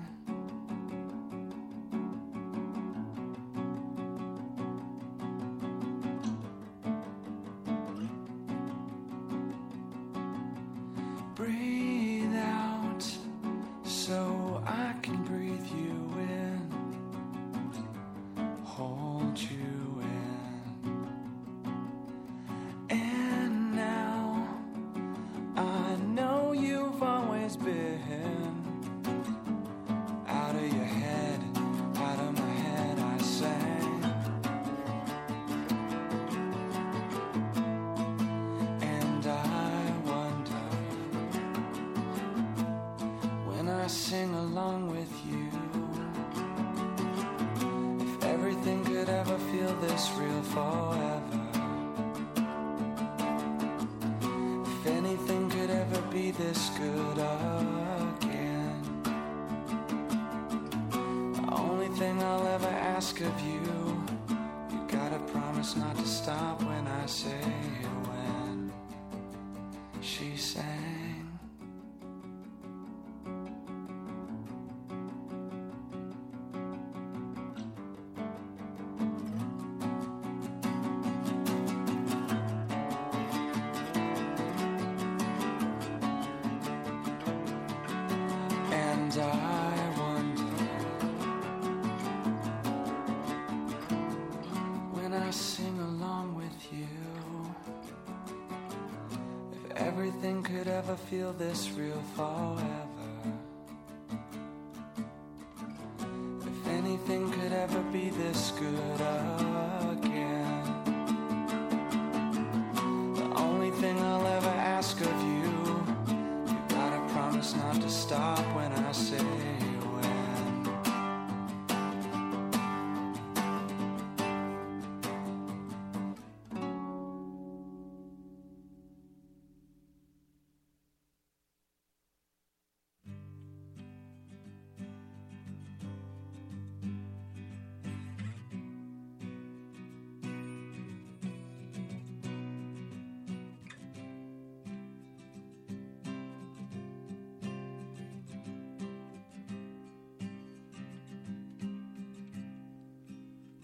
Speaker 14: breathe out so I can breathe you in, hold you in. And now I know you've always been out of your head, out of my head. I sang, and I wonder when I sing along with you. If everything could ever feel this real forever. If anything could ever be this good again. The only thing I'll ever ask of you, you gotta promise not to stop when I say when. She sang. And I wonder when I sing along with you if everything could ever feel this real forever. If anything could ever be this good again. The only thing I'll ever ask of you Gotta promise not to stop when I say when.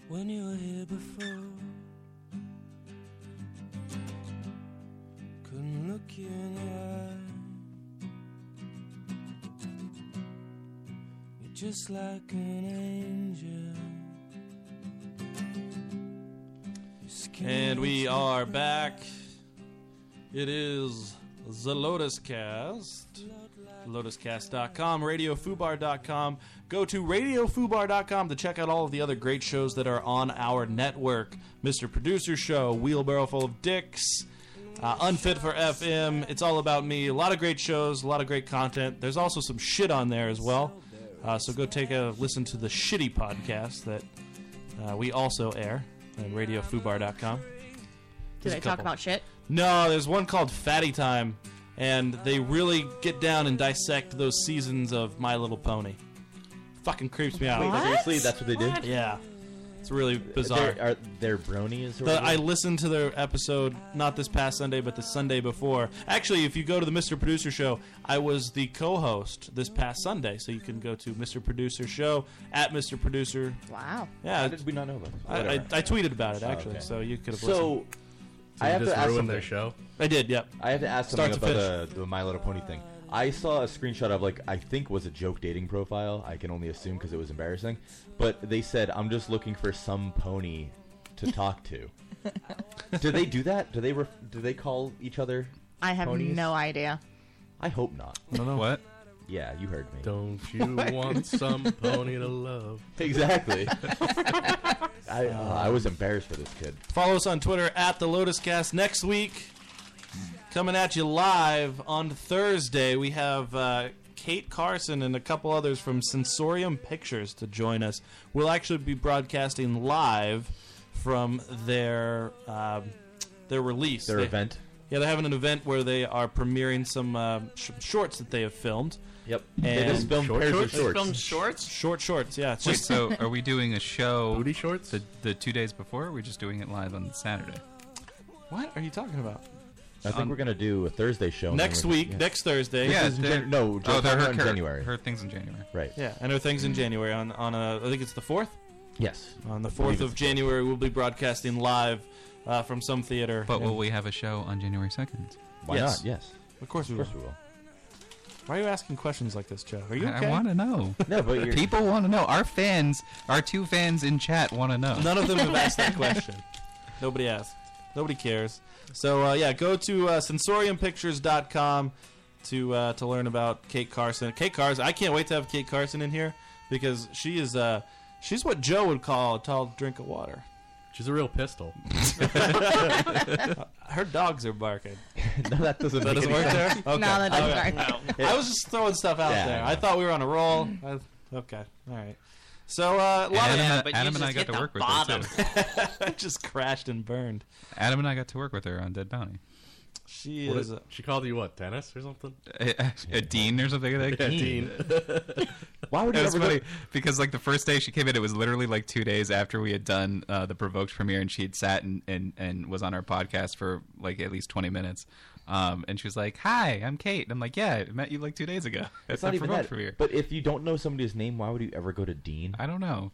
Speaker 15: when you were here before. Couldn't look you in the eye. You're just like an angel. Your skin
Speaker 4: And we
Speaker 15: looks
Speaker 4: are back. It is the Lotus Cast. LotusCast.com, RadioFubar.com. Go to RadioFubar.com to check out all of the other great shows that are on our network Mr. Producer Show, Wheelbarrow Full of Dicks, uh, Unfit for FM. It's all about me. A lot of great shows, a lot of great content. There's also some shit on there as well. Uh, so go take a listen to the shitty podcast that uh, we also air on RadioFubar.com.
Speaker 1: Do
Speaker 4: There's
Speaker 1: they
Speaker 4: a
Speaker 1: talk
Speaker 4: couple.
Speaker 1: about shit?
Speaker 4: No, there's one called Fatty Time, and they really get down and dissect those seasons of My Little Pony. Fucking creeps me out.
Speaker 6: Wait, What? seriously? That's what they do? What?
Speaker 4: Yeah, it's really bizarre.
Speaker 6: They're, are, they're bronies or
Speaker 4: The- I
Speaker 6: whatever?
Speaker 4: listened to their episode not this past Sunday, but the Sunday before. Actually, if you go to the Mr. Producer Show, I was the co-host this past Sunday, so you can go to Mr. Producer Show at Mr. Producer.
Speaker 1: Wow.
Speaker 4: Yeah,
Speaker 6: How did we not know about this?
Speaker 4: I, I,
Speaker 6: Whatever.
Speaker 4: I tweeted about it
Speaker 6: Oh,
Speaker 4: actually,
Speaker 6: okay.
Speaker 4: so you could have.
Speaker 6: So,
Speaker 4: listened.
Speaker 6: I have to ask something.
Speaker 4: I did. Yep.
Speaker 6: I have to ask
Speaker 4: Starts
Speaker 6: something
Speaker 4: to finish.
Speaker 6: about the, the My Little Pony thing. I saw a screenshot of like I think was a joke dating profile. I can only assume because it was embarrassing, but they said I'm just looking for some pony to talk to. do they do that? Do they ref- do they call each other?
Speaker 1: I have
Speaker 6: ponies?
Speaker 1: no idea.
Speaker 6: I hope not.
Speaker 7: No, no. What?
Speaker 6: Yeah, you heard me.
Speaker 5: Don't you want some pony to love?
Speaker 6: Exactly. I, uh, I was embarrassed for this kid.
Speaker 4: Follow us on Twitter at the LotusCast next week. Coming at you live on Thursday, we have uh, Kate Carson and a couple others from Sensorium Pictures to join us. We'll actually be broadcasting live from their um their release,
Speaker 6: Their
Speaker 4: They-
Speaker 6: event.
Speaker 4: Yeah, they're having an event where they are premiering some uh, sh- shorts that they have filmed.
Speaker 6: Yep,
Speaker 4: and
Speaker 6: They just filmed Short pairs of shorts? shorts.
Speaker 9: Filmed shorts?
Speaker 4: Short shorts. Yeah, it's
Speaker 7: Wait,
Speaker 4: just
Speaker 7: so are we doing a show?
Speaker 5: Booty shorts.
Speaker 7: The, the two days before, or are we just doing it live on Saturday?
Speaker 4: What are you talking about?
Speaker 6: I think
Speaker 7: On-
Speaker 6: we're gonna do a Thursday show and
Speaker 4: Next
Speaker 6: then we're-
Speaker 4: week, next Thursday.
Speaker 6: This
Speaker 4: Yeah,
Speaker 6: is in
Speaker 4: they're-
Speaker 6: Jan- no,
Speaker 4: Oh,
Speaker 6: Joe
Speaker 4: they're
Speaker 6: Cocker
Speaker 4: her-
Speaker 6: in
Speaker 4: her-
Speaker 6: January.
Speaker 7: her things in January.
Speaker 6: Right.
Speaker 4: Yeah, and her things in January on on a, I think it's the fourth.
Speaker 6: Yes.
Speaker 4: On the
Speaker 6: I believe
Speaker 4: fourth of January, we'll be broadcasting live uh, from some theater.
Speaker 7: But
Speaker 4: in-
Speaker 7: will we have a show on January second?
Speaker 4: Why Yes. not? Yes. Of course we Of course will. we will. Why are you asking questions like this, Joe? Are you
Speaker 7: I-
Speaker 4: okay?
Speaker 7: I want to know.
Speaker 4: No, but you're-
Speaker 7: people want to know. Our fans, our two fans in chat, want to know.
Speaker 4: None of them have asked that question. Nobody asked. Nobody cares. So uh, yeah, go to uh, sensoriumpictures.com to uh, to learn about Kate Carson. Kate Carson. I can't wait to have Kate Carson in here because she is uh, she's what Joe would call a tall drink of water.
Speaker 5: She's a real pistol.
Speaker 4: Her dogs are barking.
Speaker 6: no, that doesn't
Speaker 4: That
Speaker 6: make
Speaker 4: doesn't
Speaker 6: any
Speaker 4: work there.
Speaker 6: sense.
Speaker 4: Okay.
Speaker 6: No, that doesn't
Speaker 4: Okay.
Speaker 6: work.
Speaker 4: No. I was just throwing stuff out
Speaker 6: Yeah,
Speaker 4: there.
Speaker 6: I
Speaker 4: I,
Speaker 6: know.
Speaker 4: thought we were on a roll. I, okay, all right. So uh, a lot of-
Speaker 7: Adam, and- Adam and I got to work with her too.
Speaker 4: just crashed and burned.
Speaker 7: Adam and I got to work with her on Dead Bounty.
Speaker 4: She
Speaker 5: What
Speaker 4: is
Speaker 5: did-
Speaker 4: a-
Speaker 5: she called you what? Dennis or something?
Speaker 7: a, a dean or something like that.
Speaker 5: Yeah, dean.
Speaker 6: Why would
Speaker 7: it
Speaker 6: you
Speaker 7: was
Speaker 6: ever go-
Speaker 7: funny because like the first day she came in, it was literally like two days after we had done uh, the Provoked premiere, and she had sat and, and and was on our podcast for like at least twenty minutes. Um, and she was like, "Hi, I'm Kate." And I'm like, "Yeah, I met you like two days ago." at
Speaker 6: It's not
Speaker 7: the
Speaker 6: even
Speaker 7: Provoked
Speaker 6: that.
Speaker 7: premiere.
Speaker 6: But if you don't know somebody's name, why would you ever go to Dean?
Speaker 7: I don't know.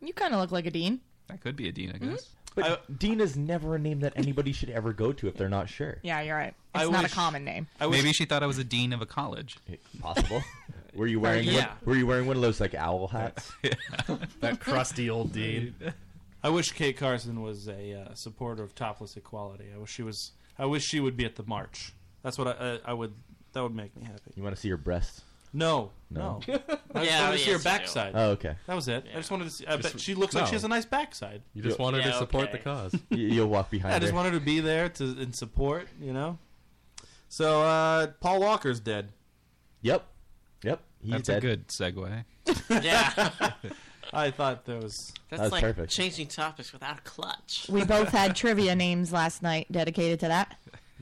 Speaker 1: You kind of look like a dean.
Speaker 7: That could be a Dean, I
Speaker 1: Mhm.
Speaker 7: guess.
Speaker 6: But Dean is never a name that anybody should ever go to if they're not sure.
Speaker 1: Yeah, you're right. It's
Speaker 6: I
Speaker 1: not
Speaker 6: wish-
Speaker 1: a common name.
Speaker 7: Maybe she thought I was a dean of a college.
Speaker 6: Possible. Were you wearing
Speaker 7: Uh, Yeah.
Speaker 6: one, Were you wearing one of those like owl hats?
Speaker 5: that crusty old dean.
Speaker 4: I wish Kate Carson was a uh, supporter of topless equality. I wish she was. I wish she would be at the march. That's what I, I, I would. That would make me happy.
Speaker 6: You want to see your breasts?
Speaker 4: No, no.
Speaker 6: No.
Speaker 4: I just
Speaker 9: Yeah,
Speaker 4: wanted to
Speaker 9: yes,
Speaker 4: see
Speaker 9: you
Speaker 4: her
Speaker 9: do.
Speaker 4: backside.
Speaker 6: Oh, okay.
Speaker 4: That was it. I just wanted to see. I
Speaker 5: Just-
Speaker 4: bet she looks like she
Speaker 5: no.
Speaker 4: has a nice backside.
Speaker 5: You just want her to support the cause.
Speaker 6: Y- You'll walk behind.
Speaker 4: I just
Speaker 6: her.
Speaker 4: wanted to be there to in support. You know. So uh, Paul Walker's dead.
Speaker 6: Yep. Yep. He's
Speaker 7: That's
Speaker 6: dead.
Speaker 7: a good segue.
Speaker 9: yeah.
Speaker 4: I thought there was.
Speaker 9: That's like changing topics without a clutch.
Speaker 1: We both had trivia names last night dedicated to that.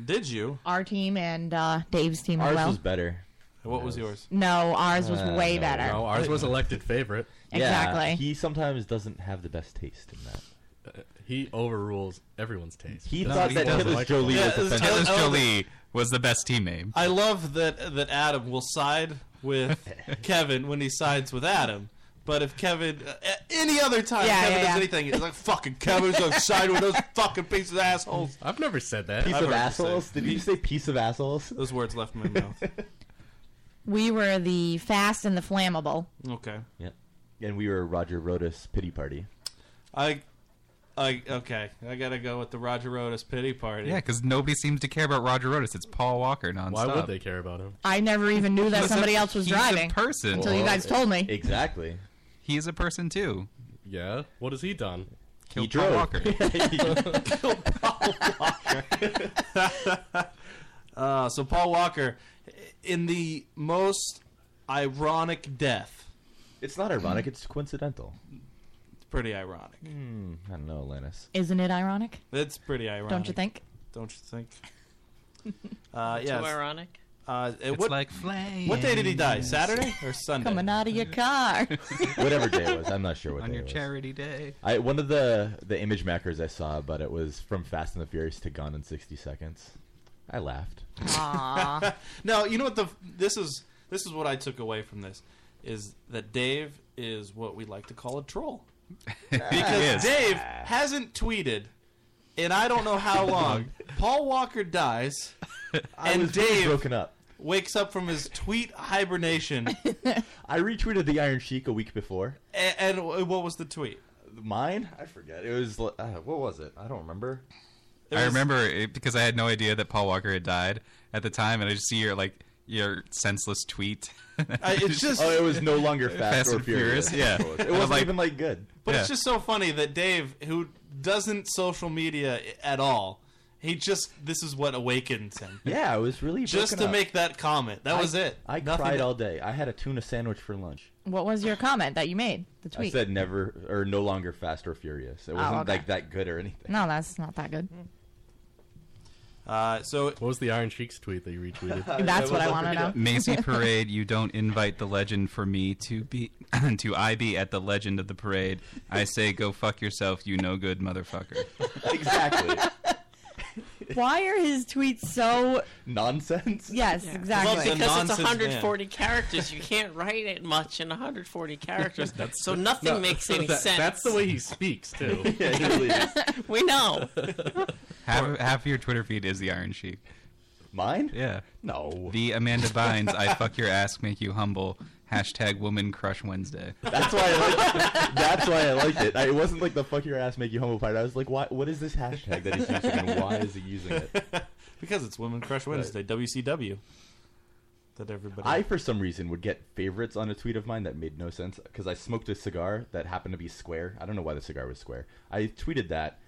Speaker 4: Did you?
Speaker 1: Our team and uh, Dave's team as
Speaker 6: Ours
Speaker 1: well.
Speaker 6: was better. Uh,
Speaker 4: What was yours?
Speaker 1: No, ours was way better.
Speaker 5: No, ours was elected favorite.
Speaker 1: Exactly.
Speaker 6: He sometimes doesn't have the best taste in that.
Speaker 5: Uh, He overrules everyone's taste.
Speaker 6: He
Speaker 5: That's
Speaker 6: thought
Speaker 5: what
Speaker 6: that
Speaker 5: does.
Speaker 6: Hitler's
Speaker 5: Like-
Speaker 6: Jolie
Speaker 4: Yeah,
Speaker 6: was
Speaker 4: it's-
Speaker 6: offensive.
Speaker 4: I-
Speaker 7: Taylor's
Speaker 4: I-
Speaker 7: Jolie was the best team name.
Speaker 4: I love that that Adam will side with Kevin when he sides with Adam. But if Kevin, uh, a- any other time
Speaker 1: Yeah,
Speaker 4: Kevin
Speaker 1: yeah,
Speaker 4: does
Speaker 1: yeah.
Speaker 4: anything, it's like fucking Kevin's gonna side with those fucking pieces of assholes.
Speaker 5: I've never said that.
Speaker 6: Piece
Speaker 4: I've
Speaker 6: of
Speaker 4: heard you
Speaker 6: assholes?
Speaker 4: say-
Speaker 6: Did you say piece of assholes?
Speaker 4: Those words left my mouth.
Speaker 1: We were the fast and the flammable.
Speaker 4: Okay.
Speaker 6: Yep. And we were Roger Rodas pity party.
Speaker 4: I, I okay. I gotta go with the Roger Rodas pity party.
Speaker 7: Yeah, because nobody seems to care about Roger Rodas. It's Paul Walker nonstop.
Speaker 5: Why would they care about him?
Speaker 1: I never even knew that
Speaker 7: He's
Speaker 1: somebody
Speaker 7: a-
Speaker 1: else was
Speaker 7: he's a
Speaker 1: driving
Speaker 7: person.
Speaker 1: until you guys told me.
Speaker 6: Exactly.
Speaker 7: He is a person too.
Speaker 5: Yeah. What has he done?
Speaker 7: Killed Paul Walker.
Speaker 4: Uh, so Paul Walker, in the most ironic death.
Speaker 6: It's not ironic. It's coincidental.
Speaker 4: It's pretty ironic.
Speaker 6: Hmm. I don't know, Lannis.
Speaker 1: Isn't it ironic?
Speaker 4: It's pretty ironic.
Speaker 1: Don't you think?
Speaker 4: Don't you think? Uh, yes.
Speaker 9: Too ironic.
Speaker 4: Uh, it-
Speaker 7: It's
Speaker 4: what,
Speaker 7: like flames.
Speaker 4: What day did he die? Saturday or Sunday?
Speaker 1: Coming out of your car.
Speaker 6: Whatever day it was, I'm not sure what
Speaker 7: On
Speaker 6: day
Speaker 7: your
Speaker 6: it was.
Speaker 7: charity day.
Speaker 6: I one of the the image macros I saw, but it was from Fast and the Furious to Gone in 60 Seconds. I laughed.
Speaker 1: Aw.
Speaker 4: no, you know what the this is this is what I took away from this is that Dave is what we like to call a troll. Because
Speaker 7: Yes.
Speaker 4: Dave hasn't tweeted in I don't know how long. Paul Walker dies
Speaker 6: I
Speaker 4: and
Speaker 6: was really
Speaker 4: Dave
Speaker 6: broken up.
Speaker 4: wakes up from his tweet hibernation
Speaker 6: I retweeted the Iron Sheik a week before.
Speaker 4: and, and what was the tweet?
Speaker 6: Mine? I forget. It was uh, what was it? I don't remember.
Speaker 7: I remember it because I had no idea that Paul Walker had died at the time, and I just see your like your senseless tweet.
Speaker 6: I- it's just- Oh, it was no longer Fast or
Speaker 7: and
Speaker 6: Furious.
Speaker 7: Yeah,
Speaker 6: It
Speaker 7: I was
Speaker 6: wasn't even, like, good.
Speaker 4: But
Speaker 7: Yeah.
Speaker 4: it's just so funny that Dave, who doesn't social media i- at all, he just this is what awakens him.
Speaker 6: Yeah, I was really
Speaker 4: just
Speaker 6: broken
Speaker 4: to
Speaker 6: up.
Speaker 4: make that comment. That
Speaker 6: I-
Speaker 4: was it.
Speaker 6: I
Speaker 4: Nothing
Speaker 6: cried
Speaker 4: to-
Speaker 6: all day. I had a tuna sandwich for lunch.
Speaker 1: What was your comment that you made? The tweet.
Speaker 6: I said never or no longer Fast or Furious. It
Speaker 1: Oh,
Speaker 6: wasn't
Speaker 1: okay.
Speaker 6: like that good or anything.
Speaker 1: no, that's not that good.
Speaker 4: Uh, so what
Speaker 5: was the Iron Cheeks tweet that you retweeted?
Speaker 1: That's what I wanna know.
Speaker 7: Macy Parade, you don't invite the legend for me to be to I be at the legend of the parade. I say go fuck yourself, you no good motherfucker.
Speaker 6: exactly.
Speaker 1: Why are his tweets so?
Speaker 6: Nonsense.
Speaker 1: Yes, exactly.
Speaker 9: Well, because it's
Speaker 6: nonsense
Speaker 9: 140 characters. You can't write it much in 140 characters.
Speaker 5: That's-
Speaker 9: so nothing
Speaker 5: no,
Speaker 9: makes any
Speaker 5: that-
Speaker 9: sense.
Speaker 5: That's the way he speaks too.
Speaker 9: Yeah, he really is. We know.
Speaker 7: Half, half of your Twitter feed is the Iron Sheik.
Speaker 6: Mine?
Speaker 7: Yeah.
Speaker 6: No.
Speaker 7: The Amanda Bynes, I fuck your ass, make you humble. Hashtag Woman Crush Wednesday.
Speaker 6: That's why I liked. That's why I liked it. I, it wasn't like the fuck your ass make you humble part. I was like, why? What is this hashtag that he's using? and Why is he using it?
Speaker 4: because it's Women Crush Wednesday, WCW. That everybody.
Speaker 6: I, for some reason, would get favorites on a tweet of mine that made no sense because I smoked a cigar that happened to be square. I don't know why the cigar was square. I tweeted that,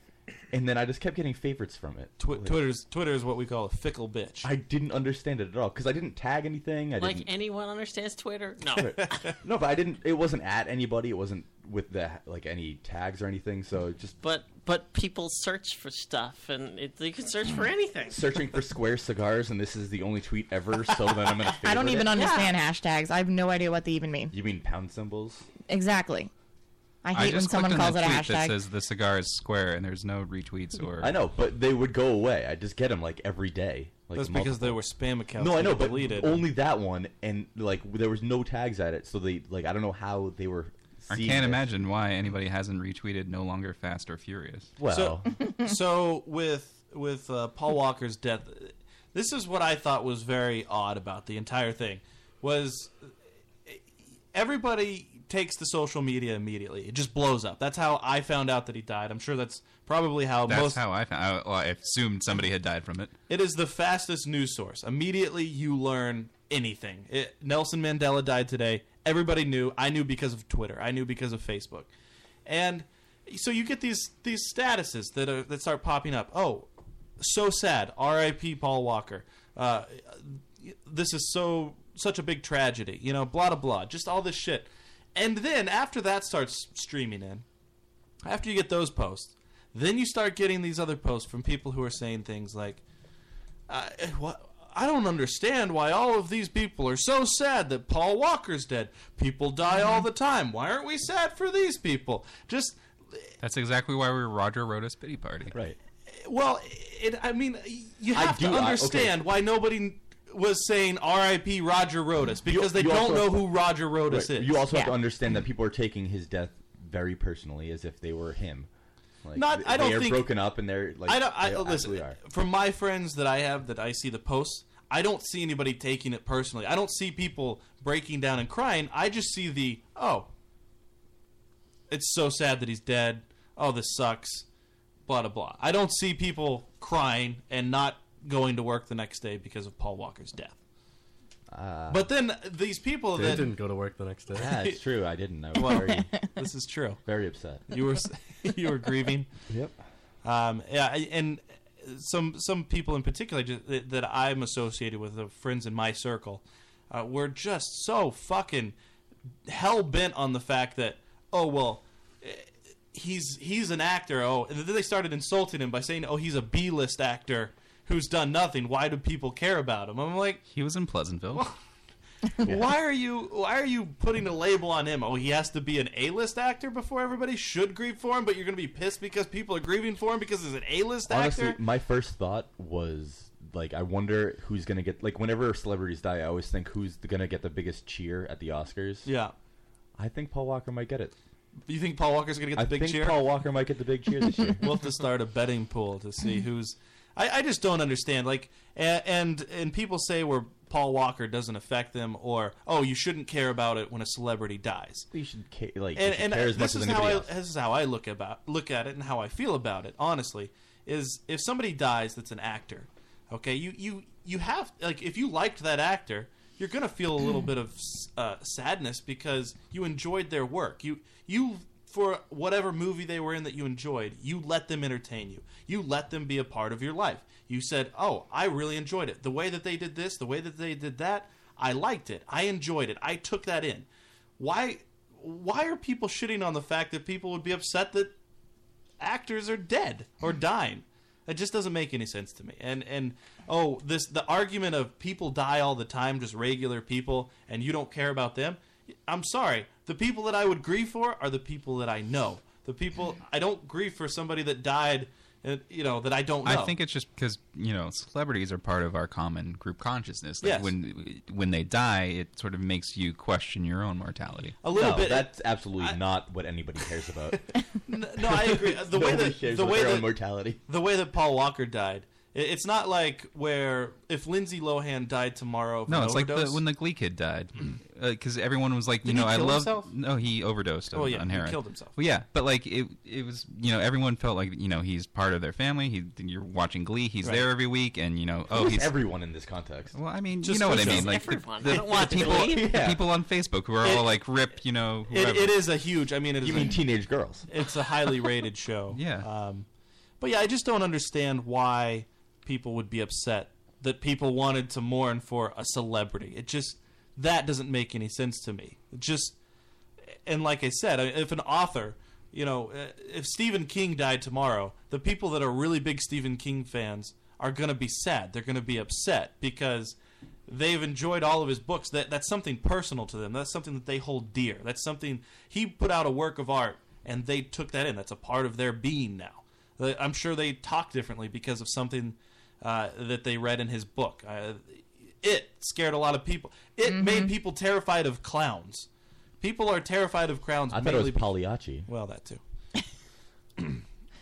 Speaker 6: and then I just kept getting favorites from it.
Speaker 4: Twi- Twitter's Twitter is what we call a fickle bitch.
Speaker 6: I didn't understand it at all because I didn't tag anything. I
Speaker 9: Like
Speaker 1: eh,
Speaker 6: didn't.
Speaker 9: anyone understands Twitter? No.
Speaker 6: no, but I didn't. It wasn't at anybody. It wasn't with the like any tags or anything. So it just
Speaker 9: But but people search for stuff, and it, you can search for anything.
Speaker 6: searching for square cigars, and this is the only tweet ever. So then I'm gonna.
Speaker 1: I don't
Speaker 6: favorite
Speaker 1: even
Speaker 6: it.
Speaker 1: understand hashtags. I have no idea what they even mean.
Speaker 6: You mean pound symbols?
Speaker 1: Exactly. I hate when
Speaker 7: just
Speaker 1: someone
Speaker 7: clicked on
Speaker 1: calls it
Speaker 7: the
Speaker 1: a
Speaker 7: tweet that
Speaker 1: hashtag.
Speaker 7: says the cigar is square and there's no retweets or.
Speaker 6: I know, but they would go away. I just get them like every day. Like
Speaker 4: That's because they were spam accounts.
Speaker 6: No, I
Speaker 4: that
Speaker 6: know,
Speaker 4: were
Speaker 6: but
Speaker 4: deleted.
Speaker 6: only that one, and like there was no tags at it. So they like I don't know how they were.
Speaker 7: I
Speaker 6: seeing
Speaker 7: can't
Speaker 6: it.
Speaker 7: imagine why anybody hasn't retweeted "No longer fast or furious."
Speaker 4: So, so with with uh, Paul Walker's death, this is what I thought was very odd about the entire thing was everybody takes to social media immediately. It just blows up. That's how I found out that he died. I'm sure that's probably how
Speaker 7: That's
Speaker 4: most
Speaker 7: how I found. I, well, I assumed somebody had died from it.
Speaker 4: it is the fastest news source. Immediately you learn anything. It, Nelson Mandela died today. Everybody knew. I knew because of Twitter. I knew because of Facebook. And so you get these these statuses that are, that start popping up. Oh, so sad. R.I.P. Paul Walker. Uh, this is so such a big tragedy. You know, blah blah blah. Just all this shit. And then after that starts streaming in, after you get those posts, then you start getting these other posts from people who are saying things like, I, what? I don't understand why all of these people are so sad that Paul Walker's dead. People die all the time. Why aren't we sad for these people? Just
Speaker 7: That's exactly why we Roger wrote a pity party.
Speaker 6: Right.
Speaker 4: well, it, I mean, you
Speaker 7: I
Speaker 4: have
Speaker 7: do-
Speaker 4: to
Speaker 7: I- okay.
Speaker 4: understand why nobody was saying R.I.P. Roger Rodas because they
Speaker 6: you
Speaker 4: don't
Speaker 6: also-
Speaker 4: know who Roger Rodas
Speaker 6: Right.
Speaker 4: is.
Speaker 6: You also have to understand that people are taking his death very personally, as if they were him. Like,
Speaker 4: Not-
Speaker 6: th-
Speaker 4: I don't
Speaker 6: they are
Speaker 4: think-
Speaker 6: broken up, and they're like
Speaker 4: I don't. I,
Speaker 6: they
Speaker 4: listen,
Speaker 6: absolutely are.
Speaker 4: from my friends that I have that I see the posts, I don't see anybody taking it personally. I don't see people breaking down and crying. I just see the oh, it's so sad that he's dead. Oh, this sucks. Blah blah blah. I don't see people crying and not going to work the next day because of Paul Walker's death.
Speaker 6: Uh,
Speaker 4: but then these people
Speaker 5: Dave
Speaker 4: that
Speaker 5: didn't go to work the next day.
Speaker 6: Yeah, it's true. I didn't. I was
Speaker 4: Well,
Speaker 6: very,
Speaker 4: this is true.
Speaker 6: Very upset.
Speaker 4: You were you were grieving.
Speaker 6: Yep.
Speaker 4: Um, yeah, I- and some some people in particular ju- that, that I'm associated with, the friends in my circle, uh, were just so fucking hell bent on the fact that oh well, eh, he's he's an actor. Oh, and then they started insulting him by saying oh he's a B list actor who's done nothing. Why do people care about him? I'm like
Speaker 7: he was in Pleasantville.
Speaker 4: Why are you Why are you putting a label on him? Oh, he has to be an A-list actor before everybody should grieve for him. But you're going to be pissed because people are grieving for him because he's an A-list
Speaker 6: Honestly,
Speaker 4: actor.
Speaker 6: my first thought was like, I wonder who's gonna get like whenever celebrities die, I always think who's gonna get the biggest cheer at the Oscars.
Speaker 4: Yeah.
Speaker 6: I think Paul Walker might get it.
Speaker 4: You think Paul Walker's going to get the
Speaker 6: I
Speaker 4: big
Speaker 6: think
Speaker 4: cheer?
Speaker 6: Paul Walker might get the big cheer this year.
Speaker 4: we'll have to start a betting pool to see who's. I, I just don't understand. Like, and, and and people say where Paul Walker doesn't affect them, or oh, you shouldn't care about it when a celebrity dies.
Speaker 6: You should care, like you
Speaker 4: and,
Speaker 6: should
Speaker 4: and
Speaker 6: care as much
Speaker 4: this
Speaker 6: as
Speaker 4: is how
Speaker 6: anybody
Speaker 4: I,
Speaker 6: else.
Speaker 4: this is how I look about look at it and how I feel about it. Honestly, is if somebody dies that's an actor, Okay, you you you have like if you liked that actor, you're gonna feel a little bit of uh, sadness because you enjoyed their work. You you for whatever movie they were in that you enjoyed, you let them entertain you. You let them be a part of your life. You said, "Oh, I really enjoyed it. The way that they did this, the way that they did that, I liked it. I enjoyed it. I took that in." Why why are people shitting on the fact that people would be upset that actors are dead or
Speaker 7: Hmm.
Speaker 4: dying. It just doesn't make any sense to me. And and oh, this the argument of people die all the time, just regular people, and you don't care about them. I'm sorry. The people that I would grieve for are the people that I know. The people I don't grieve for somebody that died, uh, you know, that I don't know.
Speaker 7: I think it's just because you know celebrities are part of our common group consciousness. Like
Speaker 4: Yes.
Speaker 7: When when they die, it sort of makes you question your own mortality.
Speaker 4: A little bit.
Speaker 6: That's absolutely not what anybody cares about.
Speaker 4: no, I agree. The way
Speaker 6: Nobody
Speaker 4: that
Speaker 6: cares
Speaker 4: the
Speaker 6: about
Speaker 4: way
Speaker 6: their own
Speaker 4: that
Speaker 6: mortality.
Speaker 4: the way that Paul Walker died, i- it's not like where if Lindsay Lohan died tomorrow. Of
Speaker 7: No,
Speaker 4: an
Speaker 7: it's
Speaker 4: overdose,
Speaker 7: like the, when the Glee kid died, because everyone was like, you
Speaker 4: Did
Speaker 7: know,
Speaker 4: he
Speaker 7: I
Speaker 4: kill
Speaker 7: love.
Speaker 4: himself?
Speaker 7: No, he overdosed
Speaker 4: Oh,
Speaker 7: on-
Speaker 4: yeah,
Speaker 7: on
Speaker 4: he
Speaker 7: heroin.
Speaker 4: killed himself.
Speaker 7: Well, yeah, but like it, it was you know everyone felt like you know he's part of their family. He, you're watching Glee, he's
Speaker 6: Right.
Speaker 7: there every week, and you know,
Speaker 6: Who
Speaker 7: oh,
Speaker 6: is
Speaker 7: he's
Speaker 6: everyone in this context.
Speaker 7: Well, I mean, you know what I mean, like the- the, the people, the people on Facebook who are
Speaker 4: It-
Speaker 7: all like, rip, you know,
Speaker 4: It,
Speaker 7: whoever.
Speaker 4: it is a huge. I mean, it is
Speaker 6: You
Speaker 4: a-
Speaker 6: mean teenage girls?
Speaker 4: It's a highly rated show.
Speaker 7: Yeah.
Speaker 4: Um, but yeah, I just don't understand why people would be upset that people wanted to mourn for a celebrity. It just that doesn't make any sense to me. It just and like I said, I- if an author, you know, uh, if Stephen King died tomorrow, the people that are really big Stephen King fans are going to be sad. They're going to be upset because they've enjoyed all of his books. That that's something personal to them. That's something that they hold dear. That's something he put out a work of art and they took that in. That's a part of their being now. Uh, I'm sure they talk differently because of something uh, that they read in his book. Uh, it scared a lot of people. It made people terrified of clowns. People are terrified of clowns.
Speaker 6: I thought it was
Speaker 4: mainly be-
Speaker 6: Pagliacci.
Speaker 4: Well, that too.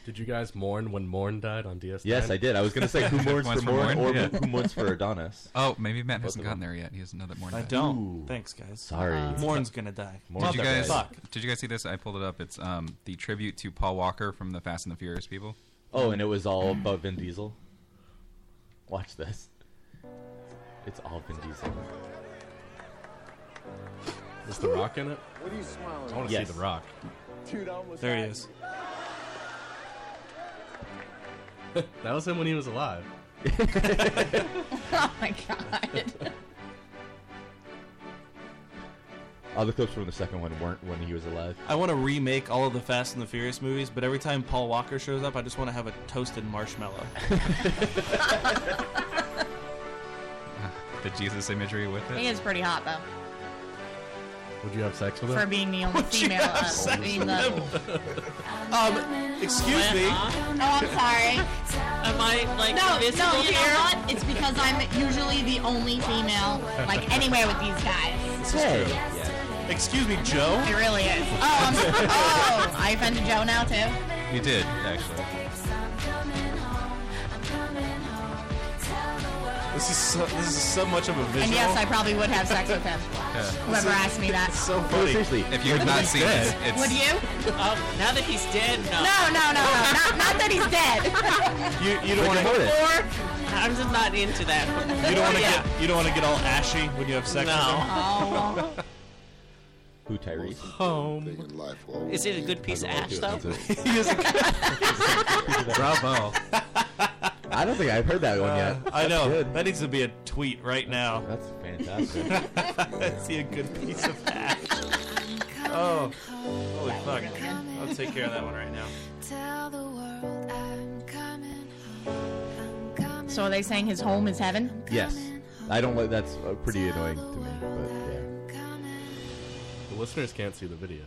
Speaker 5: Did you guys mourn when Morn died on DS?
Speaker 6: Yes, I did. I was going to say who mourns for Morn or
Speaker 5: Yeah.
Speaker 6: who mourns for Adonis.
Speaker 7: Oh, maybe Matt
Speaker 6: Both
Speaker 7: hasn't
Speaker 6: of
Speaker 7: gotten there yet. He doesn't know that Morn
Speaker 4: I
Speaker 7: died.
Speaker 4: don't. Thanks, guys.
Speaker 6: Sorry.
Speaker 4: Uh, Morn's gonna die.
Speaker 7: Did you guys?
Speaker 4: Fuck.
Speaker 7: Did you guys see this? I pulled it up. It's um the tribute to Paul Walker from the Fast and the Furious people.
Speaker 6: Oh, and it was all about Vin Diesel. Watch this. It's all Vin Diesel.
Speaker 5: Is The Rock in it?
Speaker 13: What are you smiling
Speaker 5: I want
Speaker 13: at?
Speaker 5: to
Speaker 6: Yes.
Speaker 5: see The Rock.
Speaker 13: Dude, I almost
Speaker 5: There he
Speaker 13: had
Speaker 5: is.
Speaker 13: you.
Speaker 5: that was him when he was alive.
Speaker 1: oh my god.
Speaker 6: All the clips from the second one weren't when he was alive.
Speaker 4: I want to remake all of the Fast and the Furious movies, but every time Paul Walker shows up, I just want to have a toasted marshmallow.
Speaker 7: The Jesus imagery with it.
Speaker 1: he is pretty hot though.
Speaker 5: Would you have sex with him?
Speaker 1: For being the only
Speaker 4: Would you
Speaker 1: female
Speaker 4: have
Speaker 1: of
Speaker 4: sex
Speaker 1: being
Speaker 4: with
Speaker 1: the
Speaker 4: Um, excuse me.
Speaker 1: Oh, I'm sorry. Am
Speaker 9: I like
Speaker 1: no,
Speaker 9: invisible
Speaker 1: no, you
Speaker 9: here?
Speaker 1: know what? It's because I'm usually the only female like anywhere with these guys.
Speaker 4: Excuse me, Joe.
Speaker 1: It really is. Oh, I'm, oh, I offended Joe now too.
Speaker 7: You did actually.
Speaker 4: This is so, this is so much of a visual.
Speaker 1: And yes, I probably would have sex with him. Whoever asked me that.
Speaker 4: So
Speaker 6: funny. Seriously,
Speaker 7: If you have not seen it, it's
Speaker 1: Would you?
Speaker 9: Um, now that he's dead, no.
Speaker 1: No, no, no, no. Not, not that he's dead.
Speaker 4: You, you don't want to.
Speaker 9: Or I'm just not into that.
Speaker 4: You don't want to
Speaker 9: Yeah.
Speaker 4: get you don't want to get all ashy when you have sex.
Speaker 9: No.
Speaker 4: With
Speaker 9: Oh.
Speaker 4: him.
Speaker 6: Who Tyrese?
Speaker 7: Oh,
Speaker 9: Home. Is it a good piece of ash though?
Speaker 7: Bravo.
Speaker 6: I don't think I've heard that one yet.
Speaker 4: Uh, I know that needs to be a tweet right now.
Speaker 6: That's fantastic.
Speaker 4: Is he a good piece of ash? Oh, holy fuck! I'll take care of that one right now.
Speaker 16: Tell the world I'm coming.
Speaker 1: So are they saying his home is heaven?
Speaker 6: Yes. I don't like that's uh, pretty annoying to me, but yeah.
Speaker 5: The listeners can't see the video.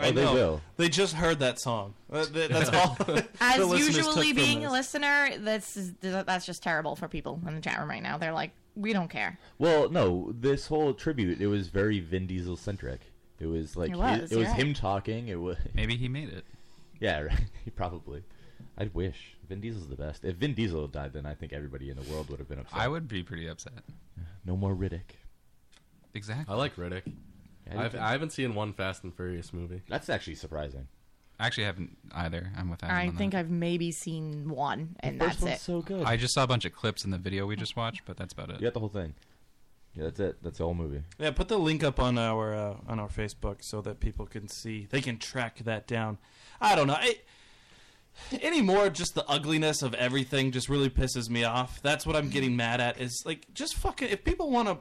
Speaker 6: Oh, they will.
Speaker 4: They just heard that song. Uh, th- That's all. the
Speaker 1: As
Speaker 4: listeners took
Speaker 1: usually
Speaker 4: from
Speaker 1: being a
Speaker 4: this.
Speaker 1: listener, this is that's just terrible for people in the chat room right now. They're like, we don't care.
Speaker 6: Well, no, this whole tribute it was very Vin Diesel centric. It was like
Speaker 1: It
Speaker 6: it
Speaker 1: was,
Speaker 6: was,
Speaker 1: you're right.
Speaker 6: him talking. It was
Speaker 7: maybe he made it.
Speaker 6: Yeah, right. He probably. I'd wish Vin Diesel's the best. If Vin Diesel had died, then I think everybody in the world would have been upset.
Speaker 7: I would be pretty upset.
Speaker 6: No more Riddick.
Speaker 7: Exactly.
Speaker 5: I like Riddick.
Speaker 6: I do
Speaker 5: I've,
Speaker 6: too.
Speaker 5: I haven't seen one Fast and Furious movie.
Speaker 6: That's actually surprising.
Speaker 7: I actually haven't either. I'm with Adam.
Speaker 1: I
Speaker 7: on that.
Speaker 1: think I've maybe seen one, and that's it.
Speaker 7: I just saw a bunch of clips in the video we just watched, but that's about it.
Speaker 6: You got the whole thing. Yeah, that's it. That's the whole movie.
Speaker 4: Yeah, put the link up on our uh, on our Facebook so that people can see. They can track that down. I don't know. I, anymore, just the ugliness of everything just really pisses me off. That's what I'm getting mad at. Is like just fucking. If people want to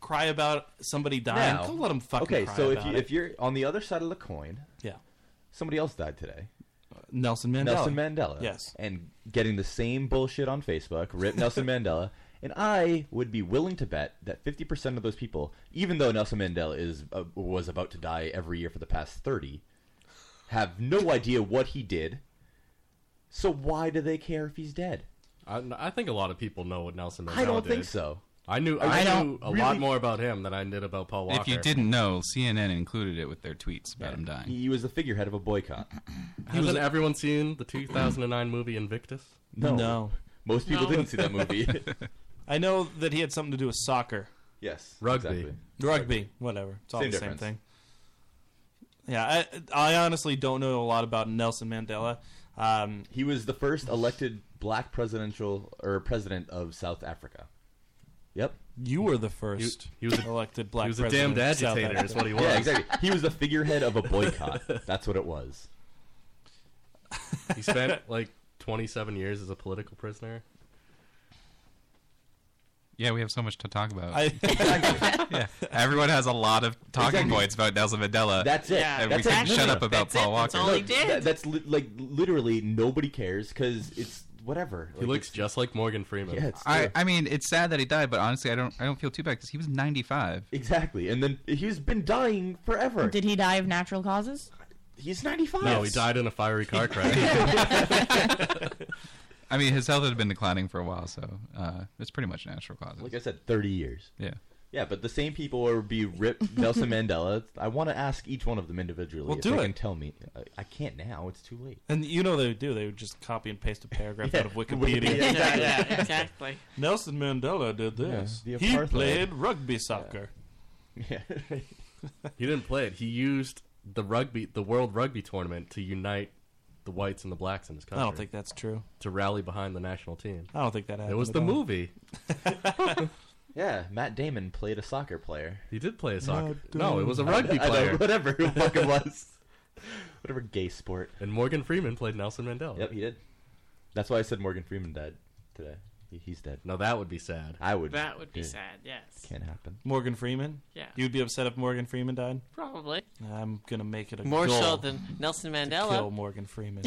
Speaker 4: cry about somebody dying,
Speaker 6: Now-
Speaker 4: go let them fucking.
Speaker 6: Okay,
Speaker 4: cry
Speaker 6: so if
Speaker 4: about
Speaker 6: you,
Speaker 4: it.
Speaker 6: if you're on the other side of the coin,
Speaker 4: yeah,
Speaker 6: somebody else died today.
Speaker 4: Nelson Mandela.
Speaker 6: Nelson Mandela.
Speaker 4: Yes.
Speaker 6: And getting the same bullshit on Facebook, rip Nelson Mandela. And I would be willing to bet that 50% of those people, even though Nelson Mandela is uh, was about to die every year for the past 30, have no idea what he did. So why do they care if he's dead?
Speaker 5: I, I think a lot of people know what Nelson Mandela
Speaker 6: I don't
Speaker 5: did.
Speaker 6: think so.
Speaker 5: I knew
Speaker 6: I
Speaker 5: I, knew
Speaker 6: don't
Speaker 5: a lot
Speaker 6: really-
Speaker 5: more about him than I did about Paul Walker.
Speaker 7: If you didn't know, CNN included it with their tweets about him dying.
Speaker 6: He was the figurehead of a boycott.
Speaker 5: Hasn't everyone seen the 2009 movie Invictus?
Speaker 6: No. No. Most people No. didn't see that movie.
Speaker 4: I know that he had something to do with soccer.
Speaker 6: Yes,
Speaker 5: Rugby. exactly.
Speaker 4: Rugby, whatever. It's all
Speaker 5: Same
Speaker 4: the
Speaker 5: difference.
Speaker 4: same thing. Yeah, I, I honestly don't know a lot about Nelson Mandela. Um,
Speaker 6: he was the first elected black presidential or president of South Africa. Yep.
Speaker 4: You were the first
Speaker 5: he was a-
Speaker 4: elected black
Speaker 5: he was a
Speaker 4: president
Speaker 5: damned
Speaker 4: of South
Speaker 5: agitator is
Speaker 4: Africa.
Speaker 5: what he
Speaker 6: Yeah, exactly. He was the figurehead of a boycott. That's what it was.
Speaker 5: He spent like 27 years as a political prisoner.
Speaker 7: Yeah, we have so much to talk about.
Speaker 5: I-
Speaker 7: yeah, everyone has a lot of talking
Speaker 6: Exactly.
Speaker 7: points about Nelson Mandela.
Speaker 6: That's it.
Speaker 7: And
Speaker 6: That's
Speaker 7: we
Speaker 6: it.
Speaker 7: can shut up about Paul Walker.
Speaker 6: That- that's li- like literally nobody cares because it's whatever.
Speaker 5: He looks just like Morgan Freeman.
Speaker 6: Yeah, it's
Speaker 7: I, I mean, it's sad that he died, but honestly, I don't. I don't feel too bad because he was 95.
Speaker 6: Exactly, and then he's been dying forever.
Speaker 1: Did he die of natural causes?
Speaker 6: He's 95.
Speaker 5: No, he died in a fiery car crash.
Speaker 7: I mean, his health had been declining for a while, so uh, it's pretty much natural causes.
Speaker 6: Like I said, 30 years.
Speaker 7: Yeah.
Speaker 6: Yeah, but the same people will be ripped Nelson Mandela. I want to ask each one of them individually.
Speaker 4: Well,
Speaker 6: if
Speaker 4: do
Speaker 6: they
Speaker 4: it.
Speaker 6: Can tell me. I, I can't now. It's too late.
Speaker 4: And you know they would do. They would just copy and paste a paragraph
Speaker 6: Yeah,
Speaker 4: out of Wikipedia.
Speaker 6: Wikipedia, Yeah, exactly. yeah,
Speaker 9: exactly.
Speaker 4: Nelson Mandela did this.
Speaker 5: Yeah, the
Speaker 4: he
Speaker 5: apartheid.
Speaker 4: played rugby soccer.
Speaker 6: Yeah.
Speaker 5: he didn't play it. He used the rugby, the World Rugby Tournament, to unite the whites and the blacks in his
Speaker 4: I
Speaker 5: country.
Speaker 4: don't think that's true.
Speaker 5: To rally behind the national team.
Speaker 4: I don't think that happened
Speaker 5: It was
Speaker 4: at
Speaker 5: the
Speaker 4: all.
Speaker 5: movie.
Speaker 6: Yeah, Matt Damon played a soccer player.
Speaker 5: He did play a soccer. No, it was a rugby player.
Speaker 6: whatever it fucking was. Whatever gay sport.
Speaker 5: And Morgan Freeman played Nelson Mandela.
Speaker 6: Yep, he did. That's why I said Morgan Freeman died today. He, he's dead.
Speaker 5: No, that would be sad.
Speaker 6: I would.
Speaker 9: That would be
Speaker 6: yeah.
Speaker 9: sad, yes.
Speaker 6: Can't happen.
Speaker 4: Morgan Freeman.
Speaker 9: Yeah.
Speaker 4: You'd be upset if Morgan Freeman died.
Speaker 9: Probably.
Speaker 4: I'm gonna make it a
Speaker 9: More
Speaker 4: goal
Speaker 9: so than Nelson
Speaker 4: To kill
Speaker 9: Mandela.
Speaker 4: Morgan Freeman.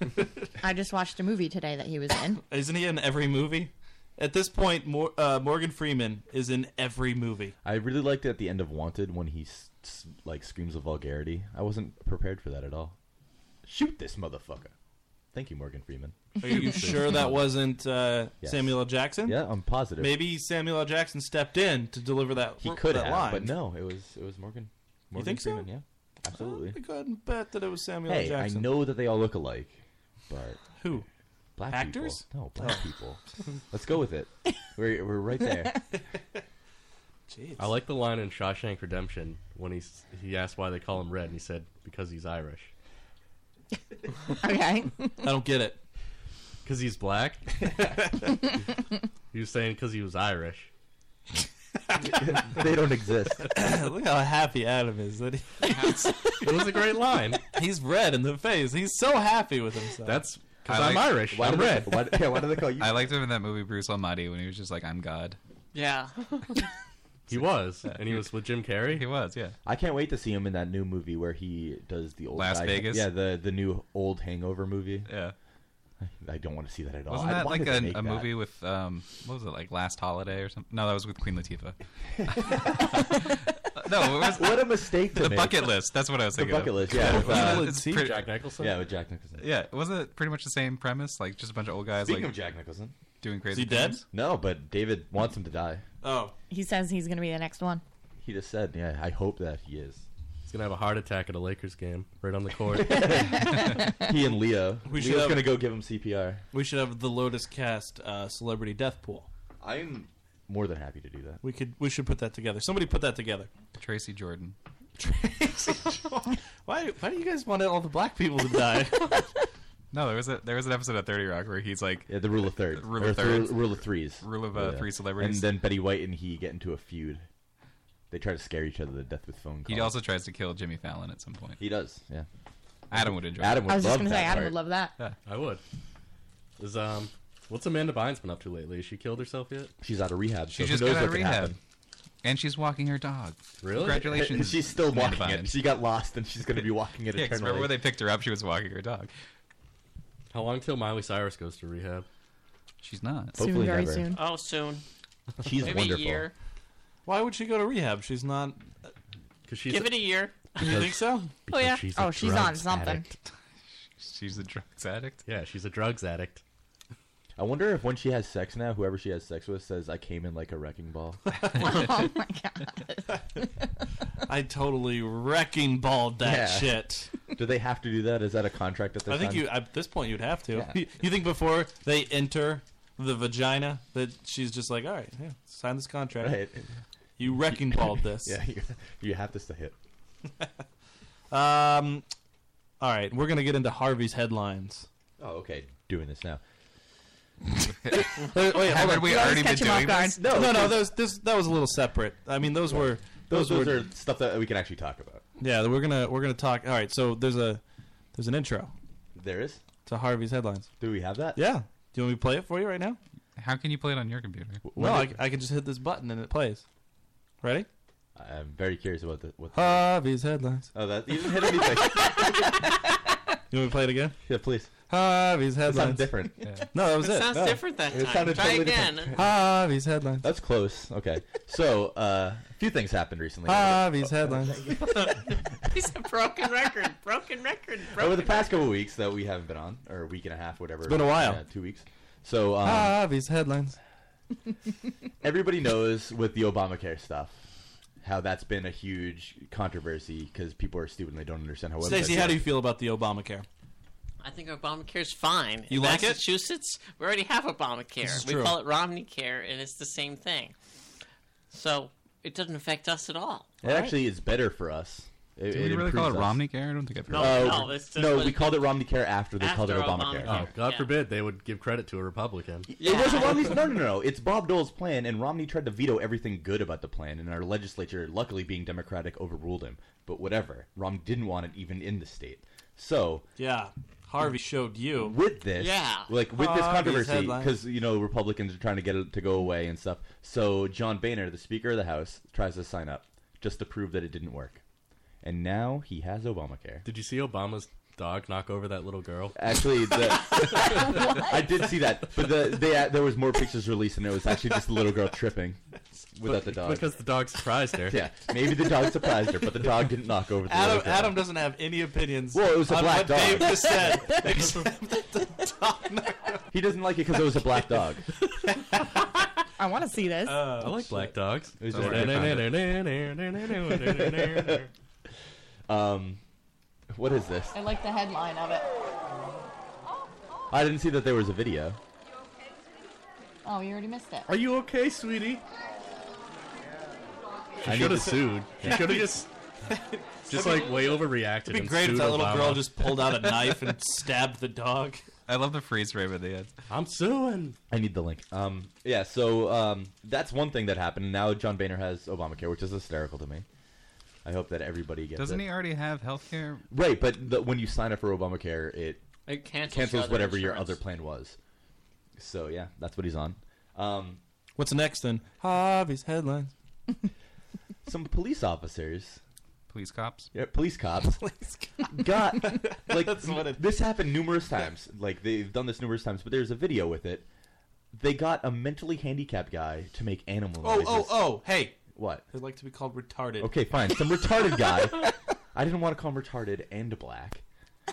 Speaker 1: I just watched a movie today that he was in.
Speaker 4: Isn't he in every movie? At this point, Mor- uh, Morgan Freeman is in every movie.
Speaker 6: I really liked it at the end of Wanted when he s- s- like screams of vulgarity. I wasn't prepared for that at all. Shoot this motherfucker! Thank you, Morgan Freeman.
Speaker 4: Are you sure that wasn't uh,
Speaker 6: Yes.
Speaker 4: Samuel L. Jackson?
Speaker 6: Yeah, I'm positive.
Speaker 4: Maybe Samuel L. Jackson stepped in to deliver that.
Speaker 6: He could
Speaker 4: that
Speaker 6: have,
Speaker 4: line.
Speaker 6: but no, it was it was Morgan. Morgan
Speaker 4: think so?
Speaker 6: Freeman, Yeah, absolutely.
Speaker 4: I couldn't bet that it was Samuel L.
Speaker 6: Hey, I
Speaker 4: Jackson.
Speaker 6: know that they all look alike, but
Speaker 4: who?
Speaker 6: Black
Speaker 4: Actors?
Speaker 6: People. No, black
Speaker 4: Oh.
Speaker 6: people. Let's go with it. We're we're right there.
Speaker 4: Jeez.
Speaker 5: I like the line in Shawshank Redemption when he s- he asked why they call him Red, and he said because he's Irish.
Speaker 1: Okay.
Speaker 4: I don't get it.
Speaker 5: Because he's black. he was saying because he was Irish.
Speaker 6: they don't exist.
Speaker 4: Look how happy Adam is. That he,
Speaker 5: it was a great line.
Speaker 4: He's red in the face. He's so happy with himself.
Speaker 5: That's
Speaker 6: do they call you?
Speaker 7: I liked him in that movie Bruce Almighty when he was just like, "I'm God."
Speaker 9: Yeah.
Speaker 5: He was, and he was with Jim Carrey.
Speaker 7: He was, yeah.
Speaker 6: I can't wait to see him in that new movie where he does the old
Speaker 7: Las
Speaker 6: guy-
Speaker 7: Vegas?
Speaker 6: Yeah, the the new old Hangover movie.
Speaker 7: Yeah.
Speaker 6: I- I don't want to see that at all.
Speaker 7: Wasn't
Speaker 6: I
Speaker 7: that
Speaker 6: wanted
Speaker 7: like
Speaker 6: to
Speaker 7: a,
Speaker 6: make
Speaker 7: a
Speaker 6: that.
Speaker 7: movie with um, what was it like Last Holiday or something? No, that was with Queen Latifah. no, it was
Speaker 6: what a mistake to
Speaker 7: the
Speaker 6: make.
Speaker 7: bucket list. That's what I was
Speaker 6: The
Speaker 7: thinking. of.
Speaker 6: bucket list, yeah, with, uh,
Speaker 7: It's pretty-
Speaker 5: Jack Nicholson.
Speaker 6: Yeah, with Jack Nicholson.
Speaker 7: Yeah, wasn't it pretty much the same premise? Like just a bunch of old guys.
Speaker 6: Speaking
Speaker 7: like,
Speaker 6: of Jack Nicholson,
Speaker 7: doing
Speaker 6: Is
Speaker 7: crazy. things?
Speaker 6: No, but David wants him to die.
Speaker 4: Oh.
Speaker 1: He says he's going to be the next one.
Speaker 6: He just said, "Yeah, I hope that he is."
Speaker 5: He's gonna have a heart attack at a Lakers game, right on the court.
Speaker 6: he and Leo.
Speaker 4: We should
Speaker 6: Leo's
Speaker 4: have-
Speaker 6: gonna go give him CPR.
Speaker 4: We should have the Lotus Cast uh, celebrity death pool.
Speaker 6: I'm more than happy to do that.
Speaker 4: We could. We should put that together. Somebody put that together.
Speaker 7: Tracy Jordan.
Speaker 4: Why, why do you guys want all the black people to die?
Speaker 7: No, there was a there was an episode of Thirty Rock where he's like
Speaker 6: yeah, the rule of thirds,
Speaker 7: rule
Speaker 6: Or
Speaker 7: of thirds,
Speaker 6: rule of threes,
Speaker 7: rule of uh,
Speaker 6: Yeah.
Speaker 7: three celebrities.
Speaker 6: and then Betty White and he get into a feud. They try to scare each other to death with phone calls.
Speaker 7: he also tries to kill Jimmy Fallon at some point.
Speaker 6: He does, yeah.
Speaker 7: Adam would enjoy. that.
Speaker 6: Adam would I was
Speaker 1: just love gonna say, that Adam part. would love that.
Speaker 5: Yeah, I would. Is um, what's Amanda Bynes been up to lately? Has she killed herself yet?
Speaker 6: She's out of rehab.
Speaker 7: She just got out of rehab, and she's walking her dog.
Speaker 5: Really?
Speaker 7: Congratulations.
Speaker 6: she's still
Speaker 7: Amanda
Speaker 6: walking it.
Speaker 7: Bynes.
Speaker 6: She got lost, and she's going to be walking it
Speaker 7: Yeah, 'cause remember
Speaker 6: eternally.
Speaker 7: when they picked her up? She was walking her dog.
Speaker 5: How long till Miley Cyrus goes to rehab?
Speaker 7: She's not.
Speaker 6: Soon, Hopefully very never. soon.
Speaker 9: Oh, soon.
Speaker 6: She's
Speaker 9: Maybe
Speaker 6: wonderful.
Speaker 9: a year.
Speaker 4: Why would she go to rehab? She's not.
Speaker 5: Because
Speaker 9: Give it a year.
Speaker 4: You think so?
Speaker 9: Oh yeah.
Speaker 5: she's
Speaker 1: Oh, she's on something.
Speaker 7: She's a drugs addict.
Speaker 5: Yeah, she's a drugs addict.
Speaker 6: I wonder if when she has sex now, whoever she has sex with says, "I came in like a wrecking ball."
Speaker 1: oh my god.
Speaker 4: I totally wrecking balled that
Speaker 6: Yeah.
Speaker 4: shit.
Speaker 6: Do they have to do that? Is that a contract at this
Speaker 4: I think
Speaker 6: time?
Speaker 4: you at this point you'd have to.
Speaker 6: Yeah.
Speaker 4: You, you think before they enter the vagina that she's just like, all right, yeah, sign this contract.
Speaker 6: Right.
Speaker 4: You wrecking balled this.
Speaker 6: yeah, you, you have this to hit.
Speaker 4: Um. All right, we're gonna get into Harvey's headlines.
Speaker 6: Oh, okay. Doing this now.
Speaker 4: Wait, wait, hold
Speaker 6: Haven't
Speaker 4: on.
Speaker 6: we You already always been catch 'em off doing guard. this?
Speaker 4: No, no, no.
Speaker 6: because-
Speaker 4: Those, this, that was a little separate. I mean, those were
Speaker 6: Those,
Speaker 4: those,
Speaker 6: those,
Speaker 4: were
Speaker 6: are stuff that we can actually talk about.
Speaker 4: yeah. We're gonna we're gonna talk. All right, so there's a there's an intro
Speaker 6: There is.
Speaker 4: to Harvey's headlines.
Speaker 6: Do we have that?
Speaker 4: Yeah. Do you want me to play it for you right now?
Speaker 7: How can you play it on your computer?
Speaker 4: no, I, I can just hit this button and it plays. Ready?
Speaker 6: I'm very curious about the, what. The,
Speaker 4: Harvey's headlines.
Speaker 6: oh, that you didn't hit anything.
Speaker 4: You want me to play it again?
Speaker 6: yeah, please.
Speaker 4: Harvey's
Speaker 6: That
Speaker 4: headlines.
Speaker 6: sounds different.
Speaker 4: No, that was it.
Speaker 9: sounds
Speaker 4: No.
Speaker 9: different that time. Try again.
Speaker 4: Harvey's headlines.
Speaker 6: That's close. Okay. So, uh, a few things happened recently.
Speaker 4: Harvey's headlines.
Speaker 9: He's a broken record. Broken record. Broken.
Speaker 6: Over the past couple weeks that we haven't been on, or a week and a half, whatever.
Speaker 4: It's been a while.
Speaker 6: Yeah, two weeks. So, um,
Speaker 7: Uh,
Speaker 4: Harvey's Ah, headlines.
Speaker 6: everybody knows with the Obamacare stuff how that's been a huge controversy because people are stupid and they don't understand how.
Speaker 4: Stacey,
Speaker 6: websites
Speaker 4: how
Speaker 6: work.
Speaker 4: do you feel about the Obamacare?
Speaker 9: I think Obamacare's fine.
Speaker 4: You
Speaker 9: In
Speaker 4: like it?
Speaker 9: Massachusetts, we already have
Speaker 4: This is
Speaker 9: Obamacare. We
Speaker 4: true.
Speaker 9: call it Romney Care, and it's the same thing. So it doesn't affect us at all.
Speaker 6: It actually is better for us. It,
Speaker 7: Do we really call
Speaker 6: improves
Speaker 7: it
Speaker 6: us.
Speaker 7: Romney Care? I don't think I've heard
Speaker 9: No,
Speaker 6: Uh,
Speaker 9: no, that's just
Speaker 6: no,
Speaker 9: what
Speaker 6: we
Speaker 9: it-
Speaker 6: called it Romney Care after they called it
Speaker 9: After
Speaker 6: Obamacare.
Speaker 9: Obamacare.
Speaker 5: Oh, God forbid they would give credit to a Republican.
Speaker 6: It wasn't Romney's. No, no, no, no. It's Bob Dole's plan, and Romney tried to veto everything good about the plan, and our legislature, luckily being Democratic, overruled him. But whatever. Romney didn't want it even in the state. So,
Speaker 4: Yeah, Harvey showed you.
Speaker 6: with this,
Speaker 4: Yeah.
Speaker 6: like with
Speaker 5: Oh,
Speaker 6: this
Speaker 4: Harvey's
Speaker 6: controversy,
Speaker 4: headlines.
Speaker 6: because you know Republicans are trying to get it to go away and stuff. So John Boehner, the Speaker of the House, tries to sign up just to prove that it didn't work, and now he has Obamacare.
Speaker 5: Did you see Obama's dog knock over that little girl?
Speaker 6: Actually, the, I did see that, but the, they, uh, there was more pictures released, and it was actually just the little girl tripping without the dog.
Speaker 5: Because the dog surprised her.
Speaker 6: Yeah, maybe the dog surprised her, but the dog didn't knock over the
Speaker 4: Adam,
Speaker 6: little girl.
Speaker 4: Adam doesn't have any opinions.
Speaker 6: Well, it was a
Speaker 4: on
Speaker 6: black
Speaker 4: what
Speaker 6: dog.
Speaker 4: Dave just said. except that the dog
Speaker 6: He doesn't like it because it was a black dog.
Speaker 1: I want to see this.
Speaker 9: Oh,
Speaker 5: I like black dogs.
Speaker 6: It was
Speaker 5: Don't
Speaker 6: just-
Speaker 5: worry,
Speaker 6: um, what is this?
Speaker 1: I like the headline of it.
Speaker 6: I didn't see that there was a video.
Speaker 1: Oh, you already missed it.
Speaker 5: Are you okay, sweetie? She
Speaker 6: I need
Speaker 5: should
Speaker 6: to-
Speaker 5: have sued. She
Speaker 4: Yeah.
Speaker 5: should have just, just like way overreacted.
Speaker 4: It'd be
Speaker 5: and
Speaker 4: great if
Speaker 5: sued
Speaker 4: that little
Speaker 5: Obama.
Speaker 4: girl just pulled out a knife and stabbed the dog.
Speaker 7: I love the freeze frame at the end.
Speaker 5: I'm suing.
Speaker 6: I need the link. Um, yeah, so um, that's one thing that happened. and Now John Boehner has Obamacare, which is hysterical to me. I hope that everybody gets
Speaker 7: Doesn't
Speaker 6: it.
Speaker 7: he already have health care?
Speaker 6: Right, but the, when you sign up for Obamacare, it,
Speaker 9: It cancels your other
Speaker 6: whatever your
Speaker 9: insurance.
Speaker 6: other plan was. So yeah, that's what he's on. Um,
Speaker 4: What's next then? Harvey's headlines.
Speaker 6: some police officers,
Speaker 7: police cops,
Speaker 6: yeah, police cops, got like this happened numerous times. Like they've done this numerous times, but there's a video with it. They got a mentally handicapped guy to make animal
Speaker 4: Oh,
Speaker 6: noises.
Speaker 4: oh, oh! Hey,
Speaker 6: What?
Speaker 4: I'd like to be called retarded.
Speaker 6: Okay, fine. Some retarded guy. I didn't want to call him retarded and black.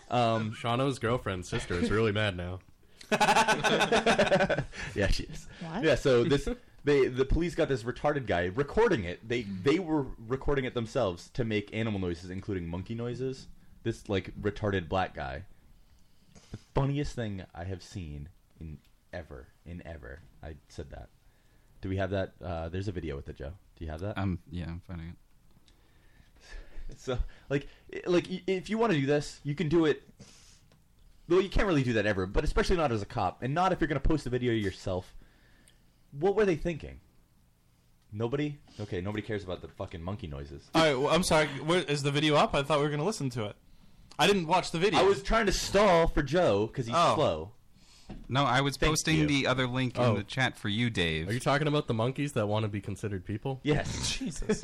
Speaker 6: Um,
Speaker 5: Shauno's girlfriend's sister is really mad now.
Speaker 6: yeah, she is.
Speaker 5: What?
Speaker 6: Yeah, so this they the police got this retarded guy recording it. They they were recording it themselves to make animal noises, including monkey noises. This like retarded black guy. The funniest thing I have seen in ever in ever. I said that. Do we have that? Uh, there's a video with it, Joe. Do you have that?
Speaker 7: Um, yeah, I'm finding it.
Speaker 6: So like i- like i- if you want to do this, you can do it. Well, you can't really do that ever, but especially not as a cop, and not if you're going to post a video yourself. What were they thinking? Nobody. Okay, nobody cares about the fucking monkey noises.
Speaker 4: All right, well, I'm sorry. Where, is the video up? I thought we were going to listen to it. I didn't watch the video.
Speaker 6: I was trying to stall for Joe because he's
Speaker 4: Oh.
Speaker 6: slow.
Speaker 7: No, I was
Speaker 6: Thank
Speaker 7: posting
Speaker 6: you.
Speaker 7: the other link in
Speaker 5: Oh.
Speaker 7: the chat for you, Dave.
Speaker 5: Are you talking about the monkeys that want to be considered people?
Speaker 6: Yes.
Speaker 4: Jesus.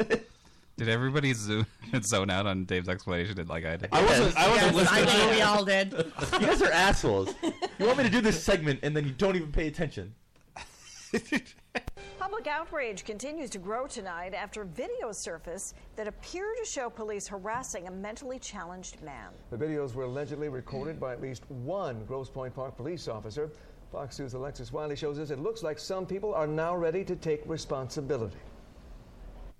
Speaker 7: Did everybody zo- zone out on Dave's explanation and like I did?
Speaker 6: I wasn't-
Speaker 1: I wasn't Yes, I listening. think we all did.
Speaker 6: You guys are assholes. You want me to do this segment and then you don't even pay attention.
Speaker 17: Public outrage continues to grow tonight after video surfaced that appear to show police harassing a mentally challenged man.
Speaker 18: The videos were allegedly recorded by at least one Grosse Pointe Park police officer. Fox News' Alexis Wiley shows us it looks like some people are now ready to take responsibility.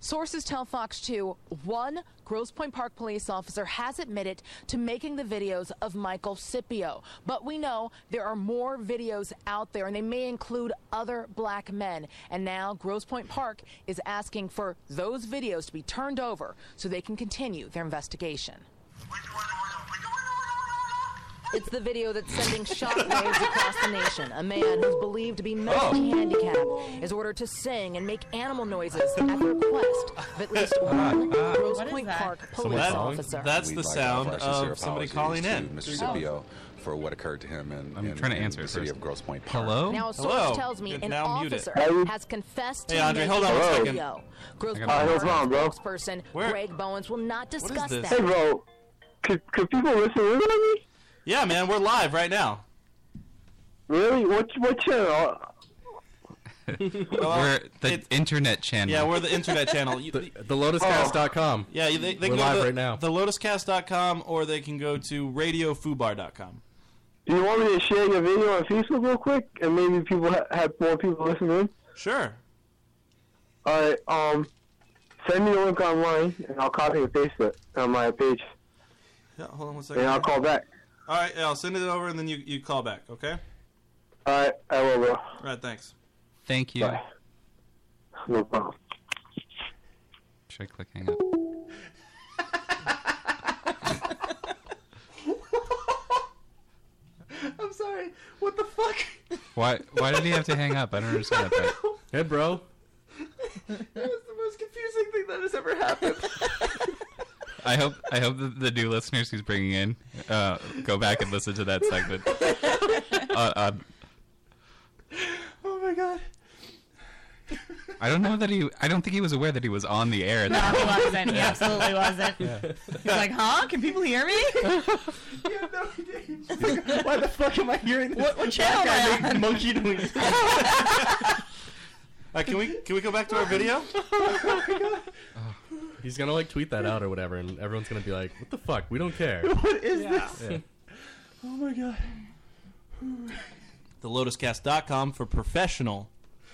Speaker 19: Sources tell Fox 2 one Grosse Pointe Park police officer has admitted to making the videos of Michael Scipio. But we know there are more videos out there, and they may include other black men. And now Grosse Pointe Park is asking for those videos to be turned over so they can continue their investigation. It's the video that's sending shockwaves across the nation. A man who's believed to be
Speaker 7: Oh.
Speaker 19: mentally handicapped is ordered to sing and make animal noises at the request of at least one Grosse Point Park police
Speaker 4: That-
Speaker 19: officer.
Speaker 4: that's
Speaker 20: We'd
Speaker 4: the
Speaker 20: like to
Speaker 4: sound
Speaker 20: offer our sincere
Speaker 4: of somebody calling
Speaker 20: apologies to
Speaker 4: in.
Speaker 20: Mr. Scipio for what occurred to him in,
Speaker 7: I'm
Speaker 20: in-
Speaker 7: trying to
Speaker 20: in
Speaker 7: answer
Speaker 20: the
Speaker 7: it
Speaker 20: city
Speaker 7: first.
Speaker 20: of Grosse Pointe Park.
Speaker 7: Hello?
Speaker 19: Now, a source tells me an
Speaker 7: now mute it.
Speaker 19: officer
Speaker 7: Hey.
Speaker 19: has confessed
Speaker 7: Hey,
Speaker 19: to
Speaker 7: Andre,
Speaker 19: making
Speaker 7: hold on
Speaker 19: the
Speaker 7: one second.
Speaker 19: video. Grosse
Speaker 7: I got
Speaker 19: Pointe
Speaker 7: my-
Speaker 19: Park
Speaker 7: What's wrong, bro?
Speaker 19: spokesperson
Speaker 7: Where-
Speaker 19: Greg Bowens will not discuss
Speaker 4: this?
Speaker 19: that.
Speaker 4: Hey,
Speaker 21: bro, could, could people listen in on me?
Speaker 4: Yeah, man, we're live right now.
Speaker 21: Really? What's what channel?
Speaker 7: we're the internet channel.
Speaker 4: Yeah, we're the internet channel. You-
Speaker 5: The, the lotuscast.com.
Speaker 4: Oh. Yeah, they, they
Speaker 5: We're
Speaker 4: can go
Speaker 5: live
Speaker 4: to the,
Speaker 5: right now.
Speaker 4: The lotuscast.com or they can go to radiofubar.com.
Speaker 21: Do you want me to share your video on Facebook real quick, and maybe people ha- have more people listen in?
Speaker 4: Sure.
Speaker 21: All right. Um, send me the link online, and I'll copy and paste it on my page,
Speaker 4: Yeah, hold on one second.
Speaker 21: and I'll call back.
Speaker 4: All right, yeah, I'll send it over and then you, you call back, okay?
Speaker 21: All right. I will. Bro.
Speaker 4: All right, thanks.
Speaker 7: Thank you.
Speaker 21: No problem.
Speaker 7: Should I click hang up?
Speaker 6: I'm sorry. What the fuck?
Speaker 7: Why? Why did he have to hang up? I don't understand that.
Speaker 5: Hey, bro.
Speaker 6: That was the most confusing thing that has ever happened.
Speaker 7: I hope I hope that the new listeners he's bringing in uh, go back and listen to that segment. Uh, um,
Speaker 6: oh my god.
Speaker 7: I don't know that he. I don't think he was aware that he was on the air. at that
Speaker 1: He
Speaker 7: point.
Speaker 1: wasn't. He absolutely wasn't. He's like, huh? Can people hear me?
Speaker 6: Why the fuck am I hearing this?
Speaker 1: What, what channel am I on?
Speaker 6: Monkey noises.
Speaker 4: Uh, can we can we go back to our video?
Speaker 5: He's gonna like tweet that out or whatever, and everyone's gonna be like, "What the fuck? We don't care."
Speaker 6: What is this?
Speaker 5: Yeah.
Speaker 6: Oh my god.
Speaker 4: The lotuscast.com for professional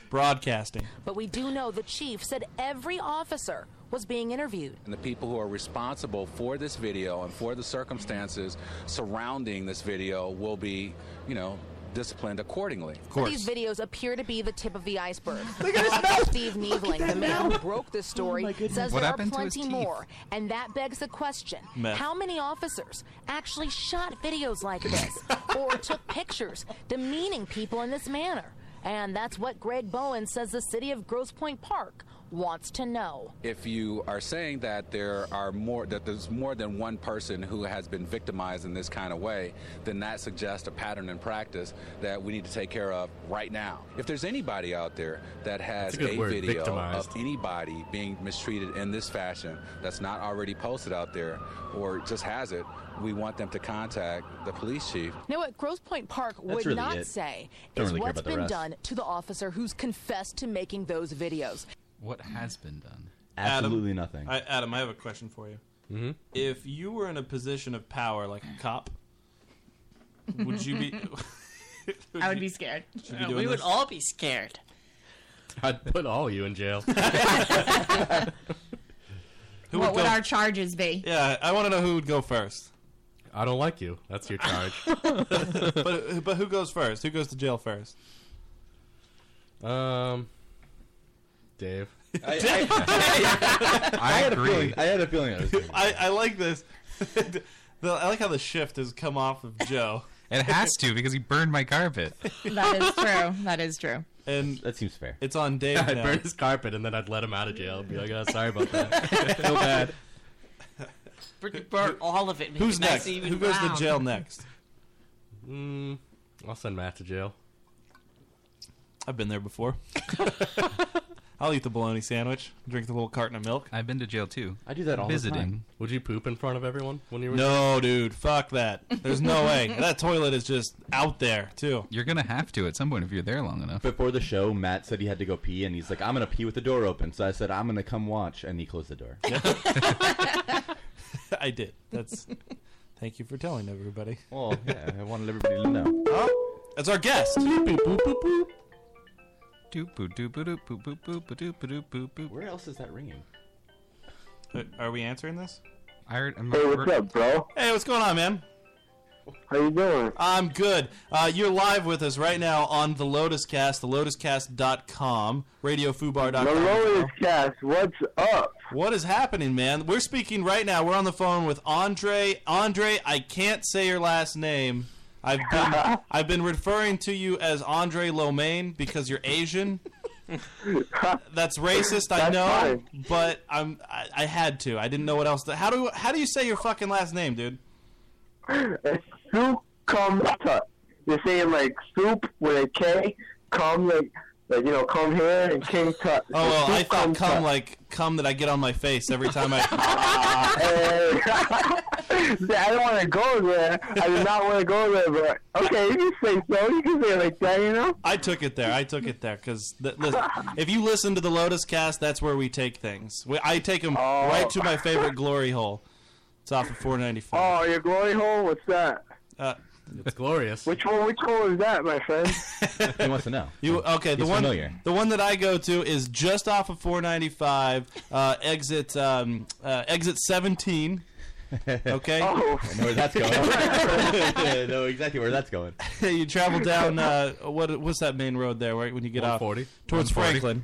Speaker 4: broadcasting.
Speaker 19: But we do know the chief said every officer was being interviewed.
Speaker 20: And the people who are responsible for this video and for the circumstances surrounding this video will be, you know, disciplined accordingly. Of
Speaker 19: But These videos appear to be the tip of the iceberg. Steve Neveling, the man who broke this story, says
Speaker 20: What
Speaker 19: there are
Speaker 20: happened to his
Speaker 19: plenty
Speaker 20: teeth?
Speaker 19: more, and that begs the question:
Speaker 20: Meth.
Speaker 19: How many officers actually shot videos like this, or took pictures demeaning people in this manner? And that's what Greg Bowen says the city of Grosse Pointe Park wants to know.
Speaker 20: If you are saying that there are more, that there's more than one person who has been victimized in this kind of way, then that suggests a pattern in practice that we need to take care of right now. If there's anybody out there that has
Speaker 5: That's a good word,
Speaker 20: video
Speaker 5: victimized.
Speaker 20: of anybody being mistreated in this fashion that's not already posted out there or just has it, we want them to contact the police chief.
Speaker 19: Now, what Grosse Pointe Park would
Speaker 20: really
Speaker 19: not
Speaker 20: it.
Speaker 19: say
Speaker 20: Don't
Speaker 19: is
Speaker 20: really care
Speaker 19: what's
Speaker 20: about the
Speaker 19: been
Speaker 20: rest.
Speaker 19: done to the officer who's confessed to making those videos.
Speaker 7: What has been done?
Speaker 6: Absolutely nothing.
Speaker 4: I, Adam, I have a question for you.
Speaker 5: Mm-hmm.
Speaker 6: Mhm.
Speaker 4: If you were in a position of power, like a cop, would you be?
Speaker 1: I would be scared.
Speaker 4: Should
Speaker 9: Uh, we would
Speaker 4: this?
Speaker 9: all be scared.
Speaker 5: I'd put all you in jail.
Speaker 4: Who
Speaker 1: what
Speaker 4: would
Speaker 1: would
Speaker 4: go-
Speaker 1: our charges be?
Speaker 4: Yeah, I want to know who would go first.
Speaker 5: I don't like you. That's your charge.
Speaker 4: but but who goes first? Who goes to jail first?
Speaker 5: Um, Dave.
Speaker 6: I- I- I had a feeling- I had a feeling I was gonna
Speaker 4: I, I like this. the, I like how the shift has come off of Joe.
Speaker 7: It has to because he burned my carpet.
Speaker 1: That is true. That is true.
Speaker 4: And
Speaker 6: that seems fair.
Speaker 4: It's on Dave
Speaker 5: I'd
Speaker 4: now.
Speaker 5: burn his carpet and then I'd let him out of jail. I'd be like, oh, sorry about that. Feel bad.
Speaker 9: But you burnt all of it. make
Speaker 4: Who's
Speaker 9: it nice
Speaker 4: next?
Speaker 9: and even
Speaker 4: Who goes
Speaker 9: round.
Speaker 4: to jail next?
Speaker 5: Mm, I'll send Matt to jail.
Speaker 4: I've been there before. I'll eat the bologna sandwich, drink the little carton of milk.
Speaker 7: I've been to jail too.
Speaker 6: I do
Speaker 5: Would you poop in front of everyone when you were?
Speaker 4: No, dude, fuck that. There's no way. That toilet is just out there too.
Speaker 7: You're gonna have to at some point if you're there long enough.
Speaker 6: Before the show, Matt said he had to go pee, and he's like, "I'm gonna pee with the door open." So I said, "I'm gonna come watch," and he closed the door.
Speaker 4: I did. That's. Thank you for telling everybody.
Speaker 6: Well, yeah, I wanted everybody to know.
Speaker 4: Oh, that's our guest.
Speaker 6: Where else is that ringing?
Speaker 4: Are we answering this?
Speaker 7: I heard. I'm,
Speaker 4: Hey,
Speaker 7: we're-
Speaker 21: bro?
Speaker 4: Hey, what's going on, man?
Speaker 21: How you doing?
Speaker 4: I'm good. Uh, you're live with us right now on the Lotus Cast, the lotuscast.com, radiofubar.com.
Speaker 21: The Lotus Cast, what's up?
Speaker 4: What is happening, man? We're speaking right now. We're on the phone with Andre. Andre, I can't say your last name. I've been I've been referring to you as Andre Lomain because you're Asian. That's racist, I
Speaker 21: That's
Speaker 4: know,
Speaker 21: fine.
Speaker 4: but I'm I, I had to. I didn't know what else. To, how do how do you say your fucking last name, dude?
Speaker 21: It's soup cum tut. You're saying like soup with a K, cum like like you know come here and king tut.
Speaker 4: Oh, well, I thought
Speaker 21: come
Speaker 4: cum like cum that I get on my face every time I.
Speaker 21: Hey. See, I don't want to go there. I do not want to go there, but okay, you can say so. You can say it like that, you know.
Speaker 4: I took it there. I took it there because th- listen, if you listen to the Lotus Cast, that's where we take things. We, I take them right to my favorite glory hole. It's off of 494.
Speaker 21: Oh, your glory hole. What's that?
Speaker 4: Uh,
Speaker 5: it's glorious.
Speaker 21: Which one? Which hole is that, my friend?
Speaker 6: he wants to know.
Speaker 4: You okay? the
Speaker 6: He's
Speaker 4: one,
Speaker 6: familiar.
Speaker 4: the one that I go to is just off of 495, uh, exit um, uh, exit 17. Okay.
Speaker 6: Oh. I know where that's going. I know exactly where that's going.
Speaker 4: you travel down uh, what what's that main road there? Right when you get off
Speaker 5: 140.
Speaker 4: towards Franklin.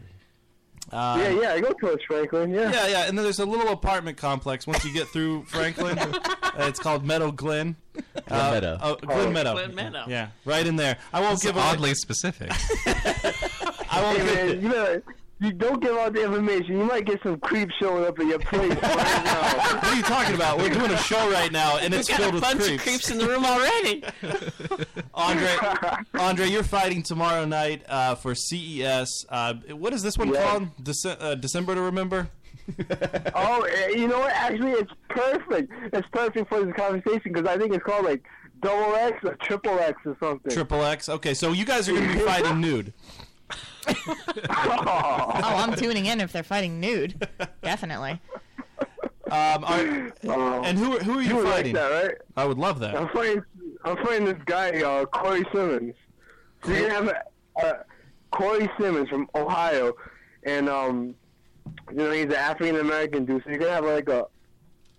Speaker 4: Uh,
Speaker 21: yeah, yeah. I go towards Franklin. Yeah.
Speaker 4: Yeah, yeah, and then there's a little apartment complex once you get through Franklin. uh, it's called Meadow Glen. Uh,
Speaker 6: Meadow.
Speaker 4: oh, Glen
Speaker 21: Oh.
Speaker 4: Meadow.
Speaker 21: Glen Meadow.
Speaker 4: Yeah, right in there. I won't
Speaker 7: This is
Speaker 4: give
Speaker 7: oddly
Speaker 4: away.
Speaker 7: specific.
Speaker 4: I won't
Speaker 21: Hey,
Speaker 4: give
Speaker 21: man, you know, you don't give out the information. You might get some creep showing up at your place right now.
Speaker 4: What are you talking about? We're doing a show right now, and
Speaker 21: We
Speaker 4: it's
Speaker 21: got a
Speaker 4: filled with
Speaker 21: bunch of
Speaker 4: creeps.
Speaker 21: creeps
Speaker 9: in the room already.
Speaker 4: Andre, Andre, you're fighting tomorrow night uh, for CES. Uh, what is this one
Speaker 21: Yeah.
Speaker 4: called? Dece- uh, December to remember.
Speaker 21: Oh, eh, you know what? Actually, it's perfect. It's perfect for this conversation because I think it's called like double X or triple X or something.
Speaker 4: Triple X. Okay, so you guys are going to be fighting nude.
Speaker 1: Oh, I'm tuning in if they're fighting nude. Definitely.
Speaker 4: Um, are- and who are- who are you,
Speaker 21: would
Speaker 4: fighting?
Speaker 21: Like that, right?
Speaker 4: I would love that.
Speaker 21: I'm fighting. I'm fighting this guy, uh, Corey Simmons. So you're gonna have a, uh, Corey Simmons from Ohio, and um, you know he's an African American dude. So you're gonna have like a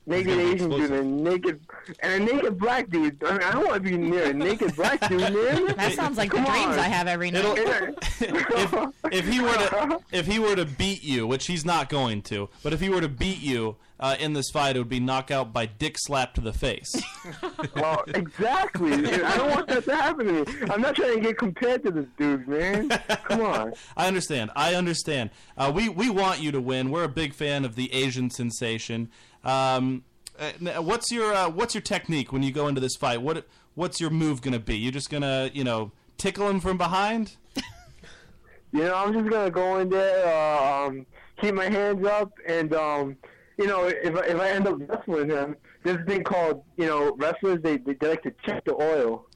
Speaker 21: naked Asian dude and a naked and a naked black dude. I, mean, I don't want to be near a naked black dude, man.
Speaker 1: That sounds like the
Speaker 21: Come
Speaker 1: dreams
Speaker 21: on.
Speaker 1: I have every night.
Speaker 21: It'll-
Speaker 4: if he were to if he were to beat you, which he's not going to, but if he were to beat you uh, in this fight, it would be knockout by dick slap to the face.
Speaker 21: Well, exactly. And I don't want that to happen to me. I'm not trying to get compared to this dude, man. Come on.
Speaker 4: I understand. I understand. Uh, we we want you to win. We're a big fan of the Asian sensation. Um, uh, n- what's your uh, what's your technique when you go into this fight? What what's your move gonna be? You're just gonna you know tickle him from behind.
Speaker 21: You know, I'm just gonna go in there, uh, um, keep my hands up, and um, you know, if I- if I end up wrestling him, there's a thing called you know wrestlers they they, they like to check the oil.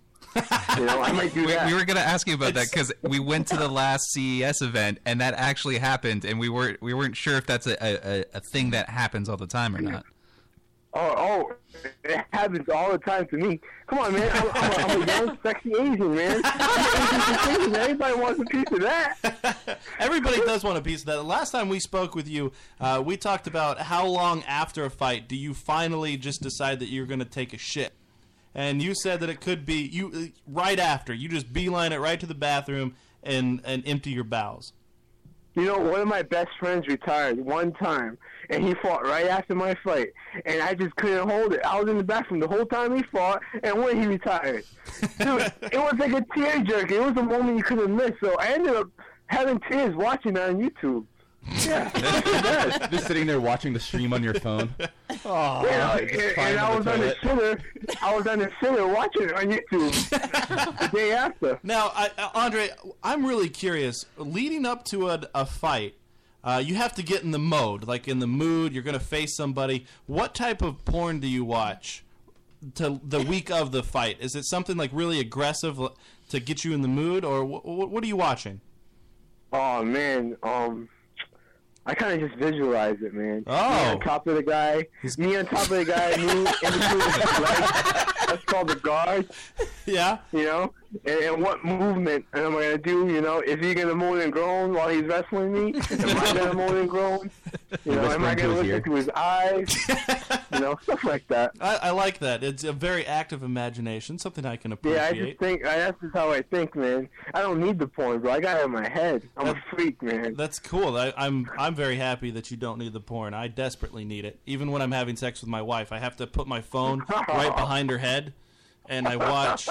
Speaker 21: You know, I might do
Speaker 7: we,
Speaker 21: that.
Speaker 7: we were going to ask you about that because we went to the last CES event and that actually happened, and we weren't we weren't sure if that's a, a, a- a thing that happens all the time or not.
Speaker 21: Oh, oh, it happens all the time to me. Come on, man. I'm, I'm, a, I'm a young, sexy Asian, man. I'm an Asian sensation. Everybody wants a piece of that.
Speaker 4: Everybody does want a piece of that. The Last time we spoke with you, uh, we talked about how long after a fight do you finally just decide that you're going to take a shit. And you said that it could be you uh, right after. You just beeline it right to the bathroom and and empty your bowels.
Speaker 21: You know, one of my best friends retired one time, and he fought right after my fight, and I just couldn't hold it. I was in the bathroom the whole time he fought, and when he retired, Dude, it was like a tearjerker. It was a moment you couldn't miss. So I ended up having tears watching that on YouTube. Yeah,
Speaker 6: Just sitting there watching the stream on your phone.
Speaker 21: oh,
Speaker 6: Yeah,
Speaker 21: and,
Speaker 6: just
Speaker 21: and
Speaker 6: crying
Speaker 21: I
Speaker 6: on
Speaker 21: was
Speaker 6: the
Speaker 21: on the
Speaker 6: toilet.
Speaker 21: shitter. I was on the shitter watching it on YouTube the day after.
Speaker 4: Now, I, I- Andre, I'm really curious. Leading up to a, a fight, uh, you have to get in the mode, like in the mood. You're going to face somebody. What type of porn do you watch to the week of the fight? Is it something like really aggressive l- to get you in the mood, or wh- wh- what are you watching?
Speaker 21: Oh man, um, I kind of just visualize it, man.
Speaker 4: Oh,
Speaker 21: me on top of the guy, me on top of the guy, me in between his legs. That's called the guard.
Speaker 4: Yeah.
Speaker 21: You know, and, and what movement am I gonna do? You know, is he gonna moan and groan while he's wrestling me? Am I gonna moan and groan? You know, am I
Speaker 6: Whispering to
Speaker 21: gonna
Speaker 6: his
Speaker 21: look
Speaker 6: ear.
Speaker 21: into his eyes? you know, stuff like that.
Speaker 4: I, I like that. It's a very active imagination, something I can appreciate.
Speaker 21: Yeah, I just think I, that's just how I think, man. I don't need the porn, bro. I got it in my head. I'm a freak, man.
Speaker 4: That's cool. I, I'm I'm very happy that you don't need the porn. I desperately need it. Even when I'm having sex with my wife, I have to put my phone right behind her head, and I watch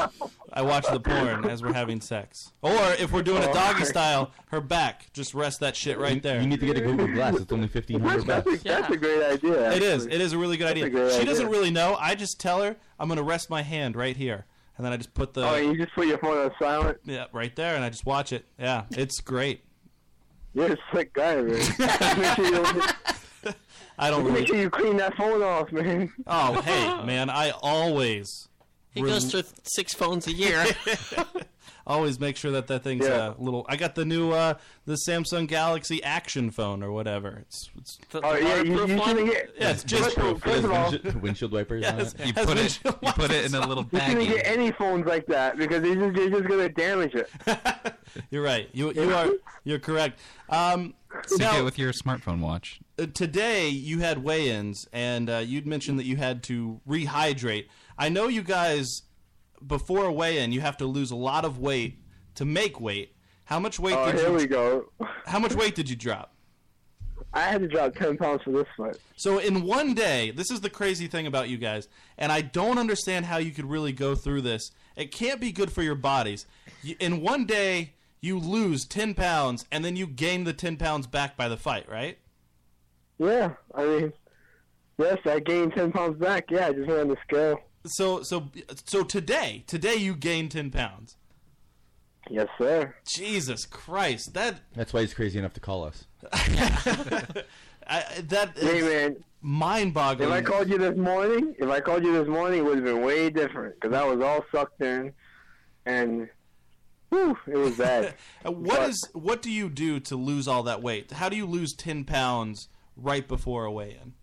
Speaker 4: I watch the porn as we're having sex. Or if we're doing a doggy style, her back. Just rest that shit right there.
Speaker 6: You need to get a Google Glass. It's only fifteen hundred bucks.
Speaker 21: That's a great idea.
Speaker 4: It is.
Speaker 21: actually.
Speaker 4: It is a really good
Speaker 21: That's
Speaker 4: idea.
Speaker 21: a great
Speaker 4: she
Speaker 21: idea.
Speaker 4: doesn't really know. I just tell her I'm gonna rest my hand right here, and then I just put the
Speaker 21: Oh, you just put your phone on silent.
Speaker 4: yeah right there, and I just watch it. Yeah, it's great.
Speaker 21: You're a sick guy, man. Make sure you-
Speaker 4: I don't
Speaker 21: Make sure
Speaker 4: really.
Speaker 21: you clean that phone off, man.
Speaker 4: Oh hey man, I always.
Speaker 9: He
Speaker 4: rel-
Speaker 9: goes through th- six phones a year.
Speaker 4: always make sure that that thing's
Speaker 9: Yeah.
Speaker 4: a little. I got the new uh, the Samsung Galaxy Action phone or whatever. It's, it's
Speaker 21: Oh, yeah, you, you shouldn't get.
Speaker 4: Yeah, it's jizz
Speaker 21: first, of-
Speaker 4: proof.
Speaker 21: first of all, you
Speaker 6: windshield wipers on
Speaker 4: Yes,
Speaker 6: it.
Speaker 4: You has put it- windshield you
Speaker 6: put it in a little
Speaker 21: shouldn't get any phones like that because you're just, you're just gonna damage it.
Speaker 4: You're right. You you are you're correct. Um,
Speaker 7: Sync
Speaker 4: now,
Speaker 7: it with your smartphone watch.
Speaker 4: uh, today you had weigh-ins and uh, you'd mentioned that you had to rehydrate. I know you guys before a weigh-in you have to lose a lot of weight to make weight. How much weight?
Speaker 21: Oh,
Speaker 4: did
Speaker 21: here
Speaker 4: you,
Speaker 21: we go.
Speaker 4: How much weight did you drop?
Speaker 21: I had to drop ten pounds for this fight.
Speaker 4: So in one day, this is the crazy thing about you guys, and I don't understand how you could really go through this. It can't be good for your bodies. You, in one day, you lose ten pounds, and then you gain the ten pounds back by the fight, right?
Speaker 21: Yeah, I mean, yes, I gained ten pounds back. Yeah, I just went on the scale.
Speaker 4: So so so today, today you gained ten pounds.
Speaker 21: Yes, sir.
Speaker 4: Jesus Christ, that
Speaker 6: That's why he's crazy enough to call us.
Speaker 4: I, that
Speaker 21: Hey,
Speaker 4: is
Speaker 21: man.
Speaker 4: mind-boggling.
Speaker 21: If I called you this morning, if I called you this morning, it would have been way different because I was all sucked in, and whew, it was bad.
Speaker 4: Uh, What is what do you do to lose all that weight? How do you lose ten pounds right before a weigh-in?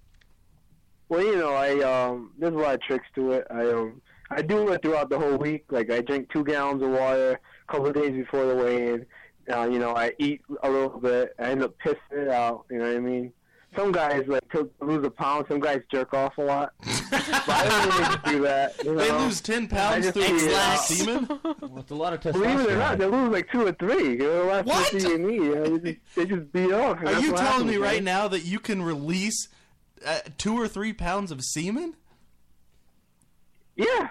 Speaker 21: Well, you know, I um, there's a lot of tricks to it. I um, I do it throughout the whole week. Like I drink two gallons of water a couple of days before the weigh-in. Uh, you know, I eat a little bit. I end up pissing it out. You know what I mean? Some guys like to lose a pound. Some guys jerk off a lot. but I don't really do that. you
Speaker 4: They
Speaker 21: know?
Speaker 4: lose ten
Speaker 21: I
Speaker 4: pounds
Speaker 21: just
Speaker 4: through
Speaker 21: eat it out.
Speaker 4: semen.
Speaker 6: That's a lot of
Speaker 21: Believe it or not,
Speaker 6: testosterone.
Speaker 21: they lose like two or three. You know, last
Speaker 4: What?
Speaker 21: what? You me, you know, they, just, they just beat off. and
Speaker 4: Are
Speaker 21: that's
Speaker 4: you
Speaker 21: what
Speaker 4: telling
Speaker 21: happens,
Speaker 4: me right
Speaker 21: man.
Speaker 4: now that you can release uh, two or three pounds of semen?
Speaker 21: Yeah.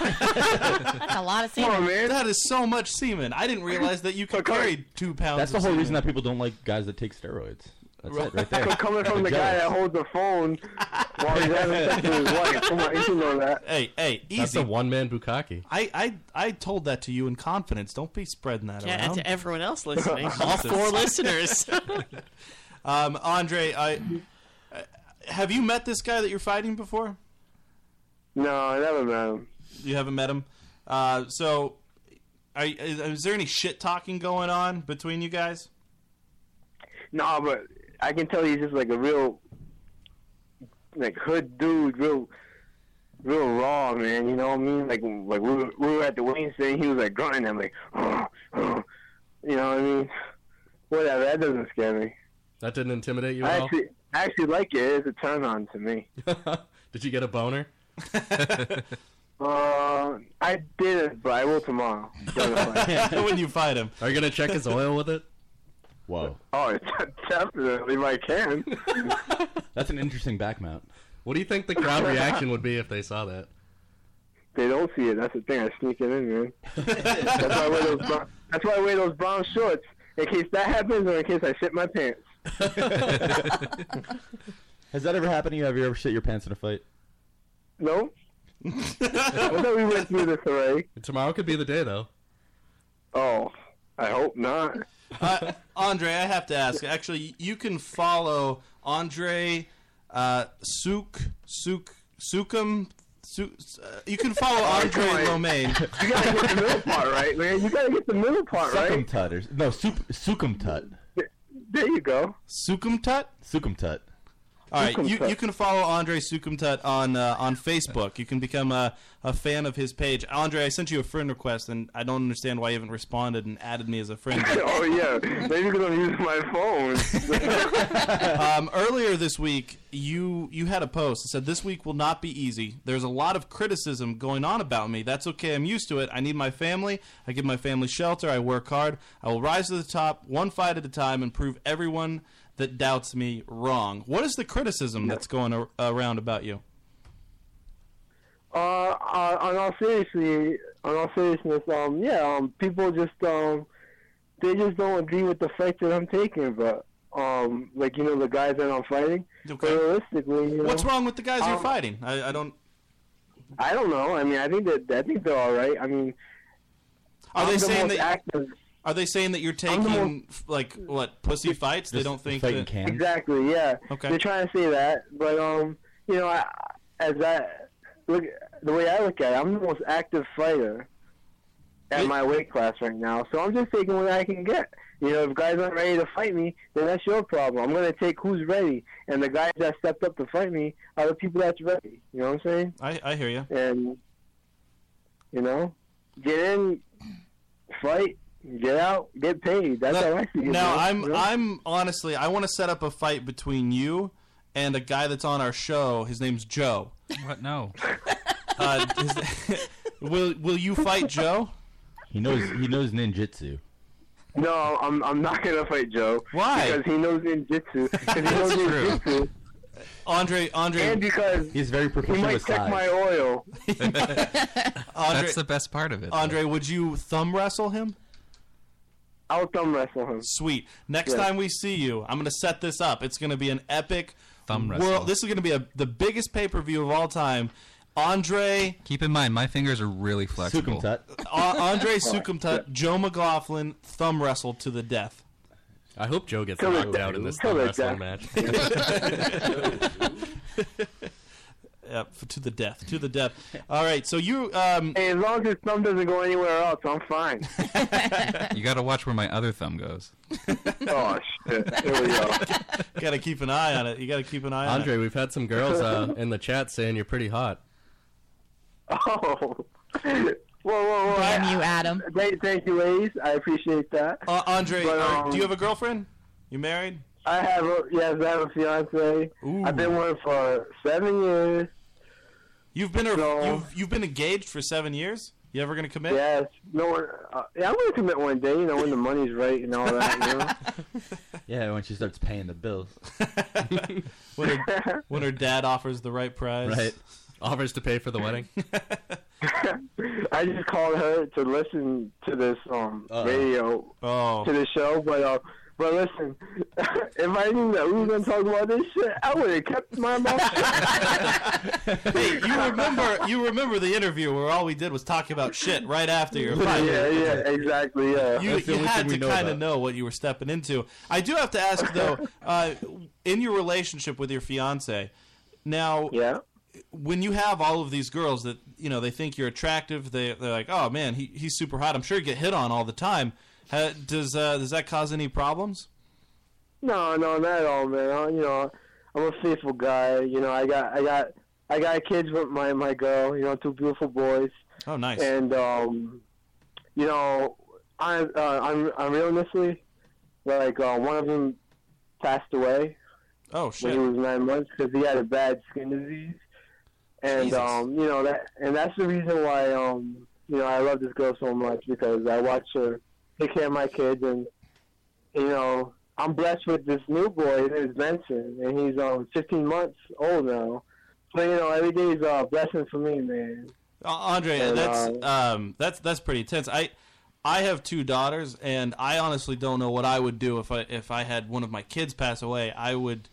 Speaker 1: That's a lot of
Speaker 21: semen.
Speaker 4: That is so much semen. I didn't realize that you could carry two pounds.
Speaker 6: That's the
Speaker 4: of
Speaker 6: whole
Speaker 4: semen.
Speaker 6: reason that people don't like guys that take steroids. That's it, right there.
Speaker 21: So coming from the
Speaker 6: They're
Speaker 21: guy that
Speaker 6: jealous.
Speaker 21: holds the phone while he's having sex with his wife. Come on, you should know that.
Speaker 4: Hey, hey, easy.
Speaker 5: That's a one-man bukkake.
Speaker 4: I, I, I told that to you in confidence. Don't be spreading that
Speaker 9: Yeah, and
Speaker 4: around.
Speaker 9: to everyone else listening, all four listeners.
Speaker 4: um, Andre, I, uh, have you met this guy that you're fighting before?
Speaker 21: No, I never met him.
Speaker 4: You haven't met him. Uh, so, are, is, is there any shit talking going on between you guys?
Speaker 21: No, but I can tell he's just like a real, like hood dude, real, real raw man. You know what I mean? Like, like we were, we were at the Wayne thing. He was like grunting. I'm like, you know what I mean? Whatever. That doesn't scare me.
Speaker 5: That didn't intimidate you
Speaker 21: I
Speaker 5: at all.
Speaker 21: actually, I actually like it. It's a turn on to me.
Speaker 5: Did you get a boner?
Speaker 21: Uh, I did it, but I will tomorrow.
Speaker 4: when you fight him,
Speaker 5: are you gonna check his oil with it?
Speaker 6: Whoa,
Speaker 21: Oh, definitely, if I can.
Speaker 6: that's an interesting back mount.
Speaker 5: What do you think the crowd reaction would be if they saw that?
Speaker 21: They don't see it. That's the thing. I sneak it in, man. that's why I wear those. Brown, that's why I wear those brown shorts in case that happens, or in case I shit my pants.
Speaker 6: Has that ever happened to you? Have you ever shit your pants in a fight?
Speaker 21: No. I thought we went through this already.
Speaker 5: Tomorrow could be the day, though.
Speaker 21: Oh, I hope not.
Speaker 4: uh, Andre, I have to ask. Actually, you can follow Andre uh, Suk Suk Sukum. Su, uh, you can follow
Speaker 21: Oh,
Speaker 4: Andre
Speaker 21: come on.
Speaker 4: Lomain.
Speaker 21: You gotta get the middle part right, man. You gotta get the middle part right.
Speaker 6: Sukum tut or no sup- sukum tut.
Speaker 21: There you go.
Speaker 4: Sukum tut.
Speaker 6: Sukum tut.
Speaker 4: All right, you,
Speaker 6: Sukumtut.
Speaker 4: you can follow Andre Sukumtut on uh, on Facebook. You can become a, a fan of his page. Andre, I sent you a friend request, and I don't understand why you haven't responded and added me as a friend.
Speaker 21: oh yeah, maybe because I'm using my phone.
Speaker 4: um, earlier this week, you you had a post that said this week will not be easy. There's a lot of criticism going on about me. That's okay. I'm used to it. I need my family. I give my family shelter. I work hard. I will rise to the top, one fight at a time, and prove everyone that doubts me wrong. What is the criticism that's going ar- around about you?
Speaker 21: Uh, uh, on all seriously, on all seriousness, um, yeah, um, people just um, they just don't agree with the fight that I'm taking, but um, like you know the guys that I'm fighting. But realistically, you know,
Speaker 4: What's wrong with the guys you're
Speaker 21: um,
Speaker 4: fighting? I, I don't.
Speaker 21: I don't know. I mean, I think that I think they're all right. I mean,
Speaker 4: Are
Speaker 21: I'm
Speaker 4: they
Speaker 21: the
Speaker 4: saying
Speaker 21: most
Speaker 4: that?
Speaker 21: active.
Speaker 4: Are they saying that you're
Speaker 21: I'm the
Speaker 4: taking f like what pussy fights? They don't think that.
Speaker 21: Exactly. Yeah.
Speaker 4: Okay.
Speaker 21: They're trying to say that, but um, you know, I, as I look the way I look at it, I'm the most active fighter at my weight class right now. So I'm just taking what I can get. You know, if guys aren't ready to fight me, then that's your problem. I'm gonna take who's ready, and the guys that stepped up to fight me are the people that's ready. You know what I'm saying?
Speaker 4: I, I hear you.
Speaker 21: And you know, get in, fight, get out, get paid. That's how I see it.
Speaker 4: Now
Speaker 21: man.
Speaker 4: I'm
Speaker 21: You know?
Speaker 4: I'm honestly I want to set up a fight between you and a guy that's on our show. His name's Joe.
Speaker 7: What? No.
Speaker 4: Uh, his- will Will you fight Joe?
Speaker 6: He knows he knows ninjutsu.
Speaker 21: No, I'm I'm not gonna fight Joe.
Speaker 4: Why?
Speaker 21: Because he knows ninjutsu. Because he knows ninjutsu.
Speaker 4: Andre Andre
Speaker 21: And because
Speaker 6: he's very
Speaker 21: he might check my oil.
Speaker 4: Andre,
Speaker 21: That's the
Speaker 7: best part of it.
Speaker 4: Andre, would you thumb wrestle him?
Speaker 21: I'll thumb wrestle him.
Speaker 4: Sweet. Next
Speaker 21: Yeah.
Speaker 4: time we see you, I'm gonna set this up. It's gonna be an epic
Speaker 7: Thumb
Speaker 4: world-
Speaker 7: wrestle.
Speaker 4: This is gonna be a, the biggest pay per view of all time. Andre,
Speaker 7: Keep in mind, my fingers are really flexible.
Speaker 4: uh, Andre
Speaker 7: All right.
Speaker 4: Sukumtut, Joe McLaughlin, thumb wrestle to the death.
Speaker 5: I hope Joe gets
Speaker 4: Till the
Speaker 5: knocked
Speaker 4: death.
Speaker 5: out in this
Speaker 4: Till
Speaker 5: thumb
Speaker 4: the
Speaker 5: wrestling
Speaker 4: death.
Speaker 5: match.
Speaker 4: Yeah, f- to the death, to the death. All right, so you. Um,
Speaker 21: hey, as long as his thumb doesn't go anywhere else, I'm fine.
Speaker 7: You got to watch where my other thumb goes.
Speaker 21: oh shit! There we go.
Speaker 4: Got to keep an eye on it. You got to keep an eye on it.
Speaker 5: Andre, we've had some girls uh, in the chat saying you're pretty hot.
Speaker 21: Oh. Whoa, whoa, whoa!
Speaker 1: Damn you, Adam.
Speaker 21: Thank, thank you, ladies. I appreciate that.
Speaker 4: Uh, Andre,
Speaker 21: But,
Speaker 4: are-
Speaker 21: um,
Speaker 4: do you have a girlfriend? You married?
Speaker 21: I have a yes, I have a fiance. I've been with her for seven years.
Speaker 4: You've been a, you've, you've been engaged for seven years. You ever gonna commit?
Speaker 21: uh, Yes. No one. Uh, yeah, I'm gonna commit one day. You know, when the money's right and all that. You know?
Speaker 6: Yeah, when she starts paying the bills.
Speaker 4: When her, when her dad offers the right prize,
Speaker 5: Right. Offers to pay for the wedding.
Speaker 21: I just called her to listen to this um
Speaker 5: Uh-oh.
Speaker 21: radio
Speaker 4: Oh.
Speaker 21: to the show, but uh, but listen, if I knew that we were gonna talk about this shit, I would have kept my mouth. shut.
Speaker 4: Hey, you remember you remember the interview where all we did was talk about shit right after your fight.
Speaker 21: yeah, yeah, exactly, yeah.
Speaker 4: You, you had to kind of know what you were stepping into. I do have to ask though, uh, in your relationship with your fiance, now,
Speaker 21: yeah,
Speaker 4: when you have all of these girls that you know they think you're attractive, they they're like, oh man, he, he's super hot. I'm sure you get hit on all the time. Ha, does uh, does that cause any problems?
Speaker 21: No, no, not at all, man. I, you know, I'm a faithful guy. You know, I got, I got, I got kids with my my girl. You know, two beautiful boys.
Speaker 4: Oh, nice.
Speaker 21: And um, you know, I, uh, I'm, I'm real honestly, like uh, one of them passed away
Speaker 4: Oh
Speaker 21: when
Speaker 4: shit.
Speaker 21: he was nine months because he had a bad skin disease. And
Speaker 4: Jesus.
Speaker 21: um, you know that, and that's the reason why um, you know, I love this girl so much because I watch her take care of my kids, and you know, I'm blessed with this new boy. His name's Benson, and he's um 15 months old now. So you know, every day is uh, a blessing for me, man.
Speaker 4: Uh, Andre,
Speaker 21: And, uh,
Speaker 4: that's um, that's that's pretty tense. I I have two daughters, and I honestly don't know what I would do if I if I had one of my kids pass away. I would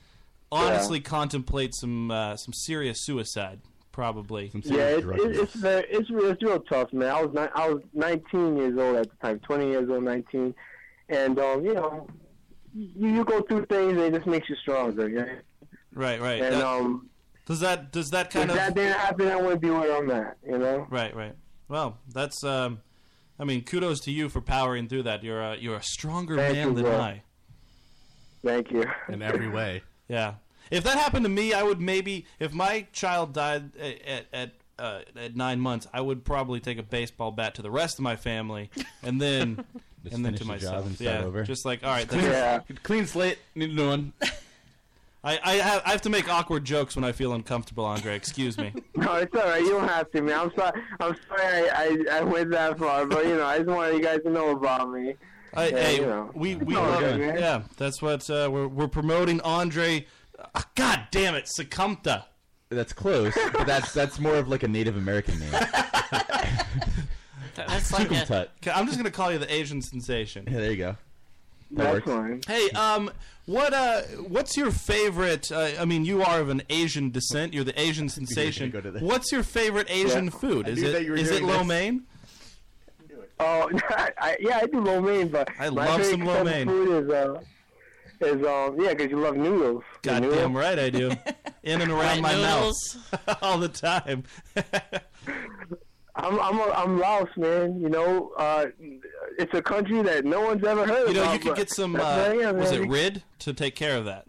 Speaker 4: honestly contemplate some uh, some serious suicide, probably.
Speaker 21: Yeah, it, it, it's very, it's real, it's real tough, man. I was ni- I was 19 years old at the time, 20 years old, 19, and um, you know, you, you go through things and it just makes you stronger. Yeah.
Speaker 4: right, right.
Speaker 21: and,
Speaker 4: That-
Speaker 21: um,
Speaker 4: does that does that kind
Speaker 21: if
Speaker 4: of
Speaker 21: that didn't happen, I wouldn't be where I'm at. You know.
Speaker 4: Right, right. Well, that's um, I mean, kudos to you for powering through that. You're a you're a stronger
Speaker 21: Thank
Speaker 4: man
Speaker 21: you,
Speaker 4: than
Speaker 21: bro.
Speaker 4: I.
Speaker 21: Thank you.
Speaker 5: In every way.
Speaker 4: Yeah. If that happened to me, I would maybe if my child died a- at at uh, at nine months, I would probably take a baseball bat to the rest of my family, and then
Speaker 6: Just
Speaker 4: and then
Speaker 6: finish
Speaker 4: to
Speaker 6: the job
Speaker 4: myself.
Speaker 6: and start
Speaker 4: yeah,
Speaker 6: over.
Speaker 4: just like all right,
Speaker 6: Clean-
Speaker 4: clean slate, need a new one. I, I have I have to make awkward jokes when I feel uncomfortable, Andre. Excuse me.
Speaker 21: No, it's all right. You don't have to, man. I'm sorry. I'm sorry. I, I, I went that far, but you know, I just wanted you guys to know about me.
Speaker 4: I,
Speaker 21: Yeah,
Speaker 4: hey,
Speaker 21: you know.
Speaker 4: we we
Speaker 21: It's all
Speaker 4: love
Speaker 21: good,
Speaker 4: it.
Speaker 21: man.
Speaker 4: Yeah, that's what uh, we're we're promoting. Andre, Ah, God damn it, Succumpta.
Speaker 6: That's close, but that's that's more of like a Native American name.
Speaker 4: That's
Speaker 6: like a- Succumpta.
Speaker 4: I'm just gonna call you the Asian sensation.
Speaker 6: Yeah, there you go.
Speaker 21: That's
Speaker 6: works.
Speaker 21: fine.
Speaker 4: Hey, um, what uh, what's your favorite? Uh, I mean, you are of an Asian descent. You're the Asian sensation.
Speaker 6: go to this.
Speaker 4: what's your favorite Asian
Speaker 21: Yeah.
Speaker 4: food?
Speaker 21: I
Speaker 4: Is
Speaker 21: knew
Speaker 4: it
Speaker 21: that you were
Speaker 4: is it
Speaker 21: doing
Speaker 4: lo
Speaker 21: this.
Speaker 4: mein?
Speaker 21: Oh, I, yeah, I do lo mein, but
Speaker 4: I
Speaker 21: my
Speaker 4: love some
Speaker 21: favorite
Speaker 4: lo
Speaker 21: type
Speaker 4: mein.
Speaker 21: of Food is uh, is um, yeah, 'cause you love noodles. The noodle-
Speaker 4: Goddamn right, I do. In and around
Speaker 21: Right
Speaker 4: my
Speaker 21: noodles.
Speaker 4: mouth all the time.
Speaker 21: I'm I'm a, I'm Laos, man. You know, uh, it's a country that no one's ever heard
Speaker 4: You
Speaker 21: about.
Speaker 4: know, you could
Speaker 21: but
Speaker 4: get some.
Speaker 21: that's
Speaker 4: Uh,
Speaker 21: where I am,
Speaker 4: was it
Speaker 21: man.
Speaker 4: Rid to take care of that?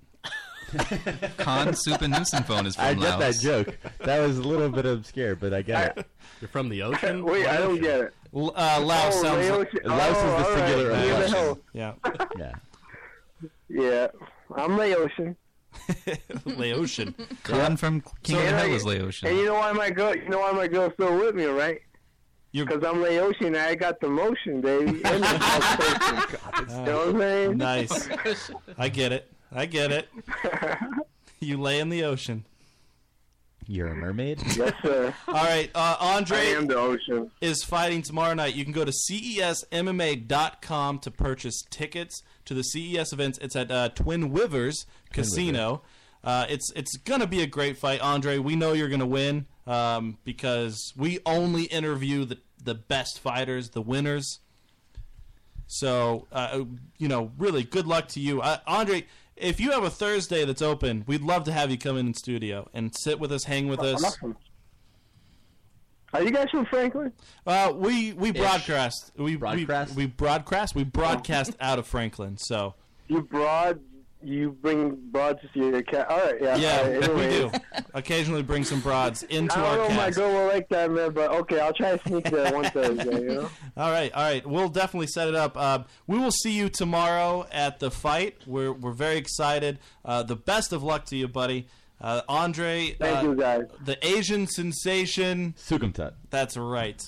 Speaker 7: Con Soup and Noosen phone is from
Speaker 6: I get that
Speaker 7: Laos.
Speaker 6: joke. That was a little bit obscure, but I get it.
Speaker 5: You're from the ocean.
Speaker 21: Wait, I don't get it.
Speaker 4: L- uh, Laos
Speaker 21: Oh,
Speaker 4: sounds.
Speaker 21: Laos-
Speaker 4: Like,
Speaker 21: oh, Laos is the all right. singular of Yeah. Laos.
Speaker 4: Yeah,
Speaker 6: yeah,
Speaker 21: Yeah, I'm Laotian.
Speaker 4: Laotian.
Speaker 7: Con from King of the Hill is Laotian.
Speaker 21: And you know why my girl? You know why my girl's still with me, right?
Speaker 4: Because
Speaker 21: I'm Laotian. and I got the motion, baby. And the motion. you know what I'm saying?
Speaker 4: Nice. I get it. I get it. You lay in the ocean.
Speaker 6: you're a mermaid.
Speaker 21: Yes, sir.
Speaker 4: All right, uh, Andre
Speaker 21: the ocean.
Speaker 4: is fighting tomorrow night. You can go to E CESMMA.com to purchase tickets to the CES events. It's at uh, Twin Rivers Casino. Uh, it's it's gonna be a great fight, Andre. We know you're gonna win um, because we only interview the the best fighters, the winners. So, uh, you know, really good luck to you. Uh, Andre, if you have a Thursday that's open, we'd love to have you come in in studio and sit with us, hang with us.
Speaker 21: Awesome. Are you guys from Franklin?
Speaker 4: Uh, we we broadcast. We broadcast. We, broadcast.
Speaker 21: Oh.
Speaker 4: We broadcast out of Franklin. So
Speaker 21: You broad. You bring broad to your cat. All right, yeah.
Speaker 4: yeah,
Speaker 21: all right,
Speaker 4: we
Speaker 21: anyways.
Speaker 4: do occasionally bring some broads into
Speaker 21: I don't
Speaker 4: our
Speaker 21: know if Oh, my
Speaker 4: cast.
Speaker 21: girl will like that, man, but okay, I'll try to sneak that one Thursday, you know?
Speaker 4: All right, all right. We'll definitely set it up. Uh, we will see you tomorrow at the fight. We're we're very excited. Uh, the best of luck to you, buddy. Uh, Andre,
Speaker 6: Thank
Speaker 4: uh,
Speaker 6: you, guys.
Speaker 4: The Asian sensation.
Speaker 6: Sukumtat.
Speaker 4: That's right.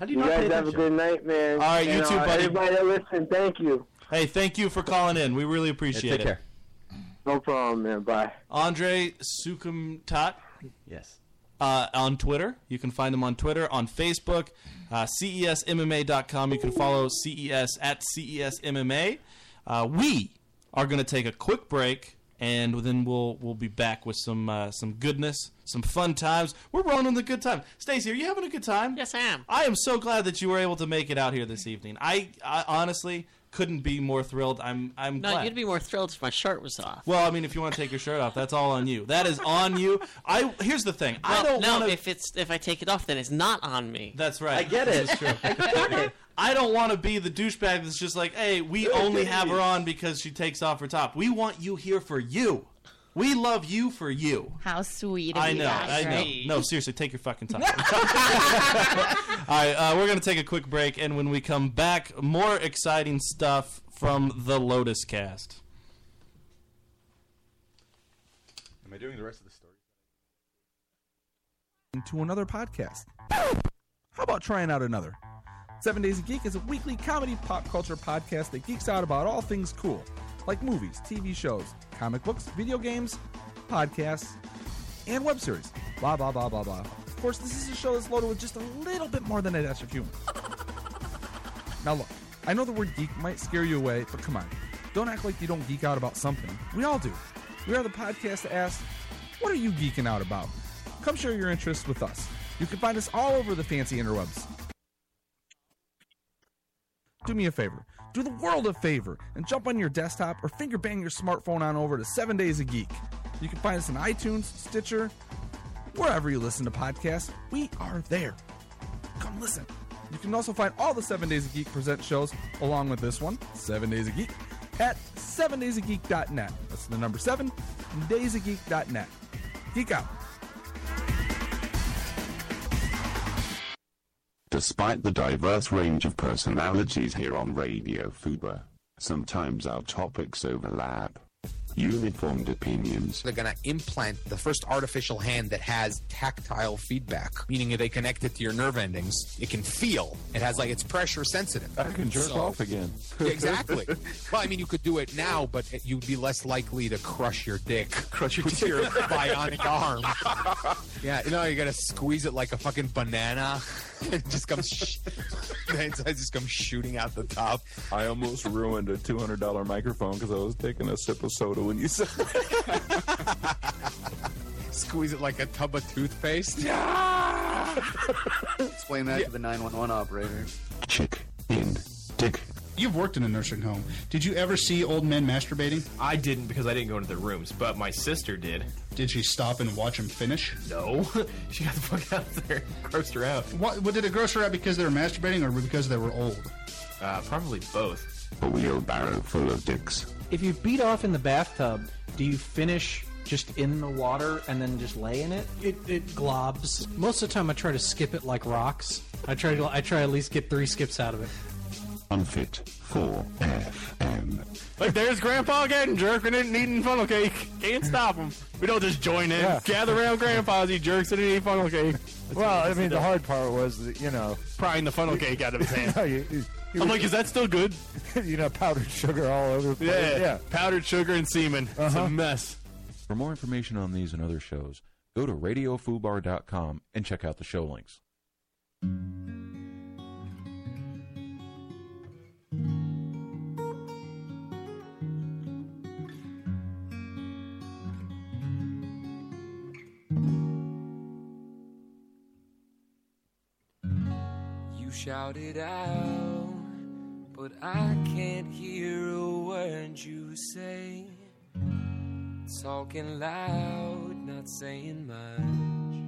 Speaker 4: How
Speaker 21: You guys have a good night, man.
Speaker 4: All right, you
Speaker 21: And,
Speaker 4: too,
Speaker 21: uh,
Speaker 4: buddy.
Speaker 21: Everybody that listen, thank you.
Speaker 4: Hey, thank you for calling in. We really appreciate
Speaker 21: take
Speaker 4: it.
Speaker 21: care. No problem, man. Bye.
Speaker 4: Andre Sukumtat.
Speaker 6: Yes.
Speaker 4: Uh, on Twitter. You can find him on Twitter, on Facebook, uh, CESMMA.com. You can follow CES at E CESMMA. Uh, we are going to take a quick break, and then we'll we'll be back with some uh, some goodness, some fun times. We're rolling in the good time. Stacey, are you having a good time?
Speaker 9: Yes, I am.
Speaker 4: I am so glad that you were able to make it out here this evening. I, I honestly couldn't be more thrilled. I'm I'm
Speaker 9: No,
Speaker 4: glad.
Speaker 9: you'd be more thrilled if my shirt was off.
Speaker 4: well, I mean, if you want to take your shirt off, that's all on you. That is on you. I here's the thing. I
Speaker 9: Well,
Speaker 4: don't
Speaker 9: no,
Speaker 4: want to.
Speaker 9: if it's if I take it off, then it's not on me.
Speaker 4: That's right. I
Speaker 9: get
Speaker 4: This is true. I don't want to be the douchebag that's just like, hey, we only have her on because she takes off her top. We want you here for you. We love you for you.
Speaker 1: How sweet. Of
Speaker 4: I
Speaker 1: you
Speaker 4: know,
Speaker 1: guys,
Speaker 4: I know.
Speaker 1: right?
Speaker 4: No, seriously, take your fucking time. All right, uh, we're going to take a quick break, and when we come back, more exciting stuff from the Lotus cast.
Speaker 6: Am I doing the rest of the story?
Speaker 8: to another podcast. How about trying out another? Seven Days a Geek is a weekly comedy pop culture podcast that geeks out about all things cool. like movies, TV shows, comic books, video games, podcasts, and web series. Blah, blah, blah, blah, blah. Of course, this is a show that's loaded with just a little bit more than a dash of humor. Now, look, I know the word geek might scare you away, but come on. Don't act like you don't geek out about something. We all do. We are the podcast that asks, What are you geeking out about? Come share your interests with us. You can find us all over the fancy interwebs. Do me a favor. Do the world a favor and jump on your desktop or finger bang your smartphone on over to 7 Days a Geek. You can find us on iTunes, Stitcher, wherever you listen to podcasts. We are there. Come listen. You can also find all the 7 Days of Geek present shows along with this one, 7 Days of Geek, at 7daysofgeek.net. That's the number 7, daysofgeek.net. Geek out.
Speaker 3: Despite the diverse range of personalities here on Radio Fuba, sometimes our topics overlap. Uniformed opinions.
Speaker 13: They're going to implant the first artificial hand that has tactile feedback, meaning they connect it to your nerve endings. It can feel. It has like it's pressure sensitive.
Speaker 12: I can jerk
Speaker 13: So-
Speaker 12: off again.
Speaker 13: exactly. Well, I mean, you could do it now, but it- you'd be less likely to crush your dick. Crush your with your bionic arm. Yeah, you know, you gotta squeeze it like a fucking banana. it just comes, sh- it just comes shooting out the top.
Speaker 12: I almost ruined a two hundred dollar microphone because I was taking a sip of soda when you said.
Speaker 13: Squeeze it like a tub of toothpaste.
Speaker 22: Explain that to the 911 operator.
Speaker 3: Chick in dick.
Speaker 23: You've worked in a nursing home. Did you ever see old men masturbating?
Speaker 5: I didn't because I didn't go into their rooms, but my sister did.
Speaker 23: Did she stop and watch them finish?
Speaker 5: No, she got the fuck out of there. Grossed her out.
Speaker 23: What, what did it gross her out because they were masturbating or because they were old?
Speaker 5: Uh, probably both.
Speaker 3: A wheelbarrow full of dicks.
Speaker 24: If you beat off in the bathtub, do you finish just in the water and then just lay in it?
Speaker 7: It, it globs. Most of the time, I try to skip it like rocks. I try to I try at least get three skips out of it.
Speaker 3: Unfit for FM.
Speaker 5: Like there's Grandpa again, jerking it and eating funnel cake. Can't stop him. We don't just join in.
Speaker 21: Yeah.
Speaker 5: Gather around Grandpa as he jerks it and eats funnel cake.
Speaker 21: Well, I mean, the hard part was, that, you know,
Speaker 5: prying the funnel cake out of his hand.
Speaker 21: No, you- you- you
Speaker 5: I'm
Speaker 21: were-
Speaker 5: like, is that still good?
Speaker 21: you know, powdered sugar all over the place.
Speaker 5: Yeah. Powdered sugar and semen. It's
Speaker 12: Uh-huh.
Speaker 5: a mess.
Speaker 12: For more information on these and other shows, go to radiofubar.com and check out the show links.
Speaker 15: You shout it out, but I can't hear a word you say. Talking loud, not saying much.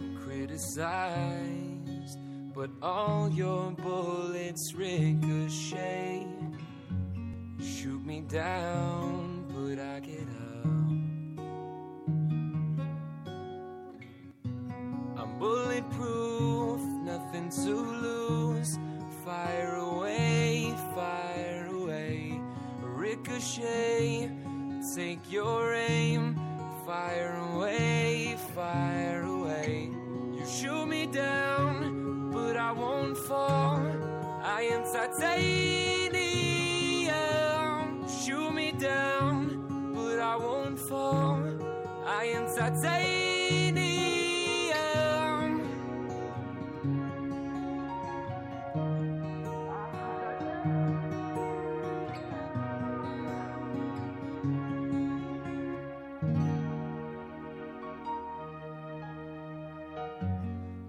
Speaker 15: I'm criticized, but all your bullets ricochet. Shoot me down, but I get up. I'm bulletproof, nothing to lose. Fire away, fire away. Ricochet, take your aim. Fire away, fire away. You shoot me down, but I won't fall. I am titanium. Shoot me down, but I won't fall. I am titanium.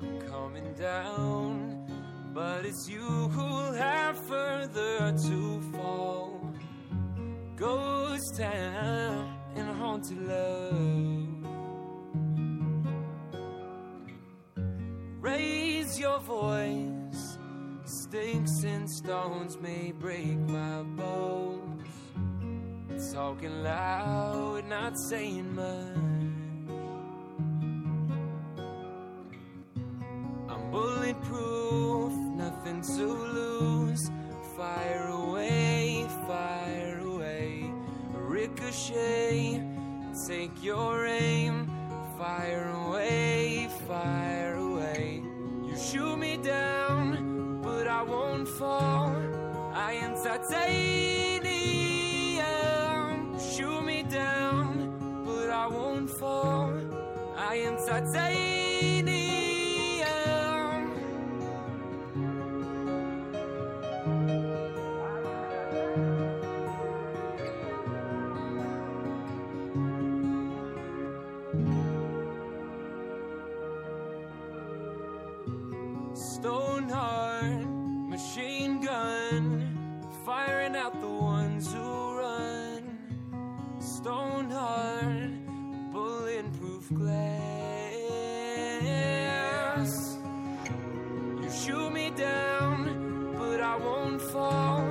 Speaker 15: I'm coming down, but it's you who'll have further to fall. Ghost town and haunted love. Raise your voice. Sticks and stones may break my bones. Talking loud, not saying much. I'm bulletproof, nothing to lose. Fire away, fire away. Ricochet, take your aim. Fire away, fire away. You shoot me down, but I won't fall. titanium. Shoot me down, but I won't fall. I am titanium. Stone heart, machine gun, firing out the ones who run. Stone heart, bulletproof glass. You shoot me down, but I won't fall.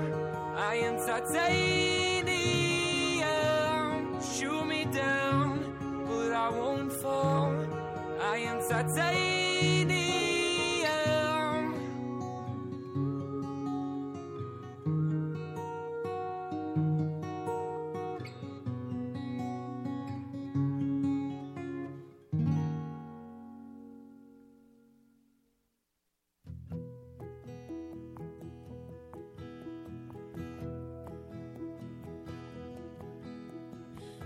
Speaker 15: I am titanium. Shoot me down, but I won't fall. I am titanium.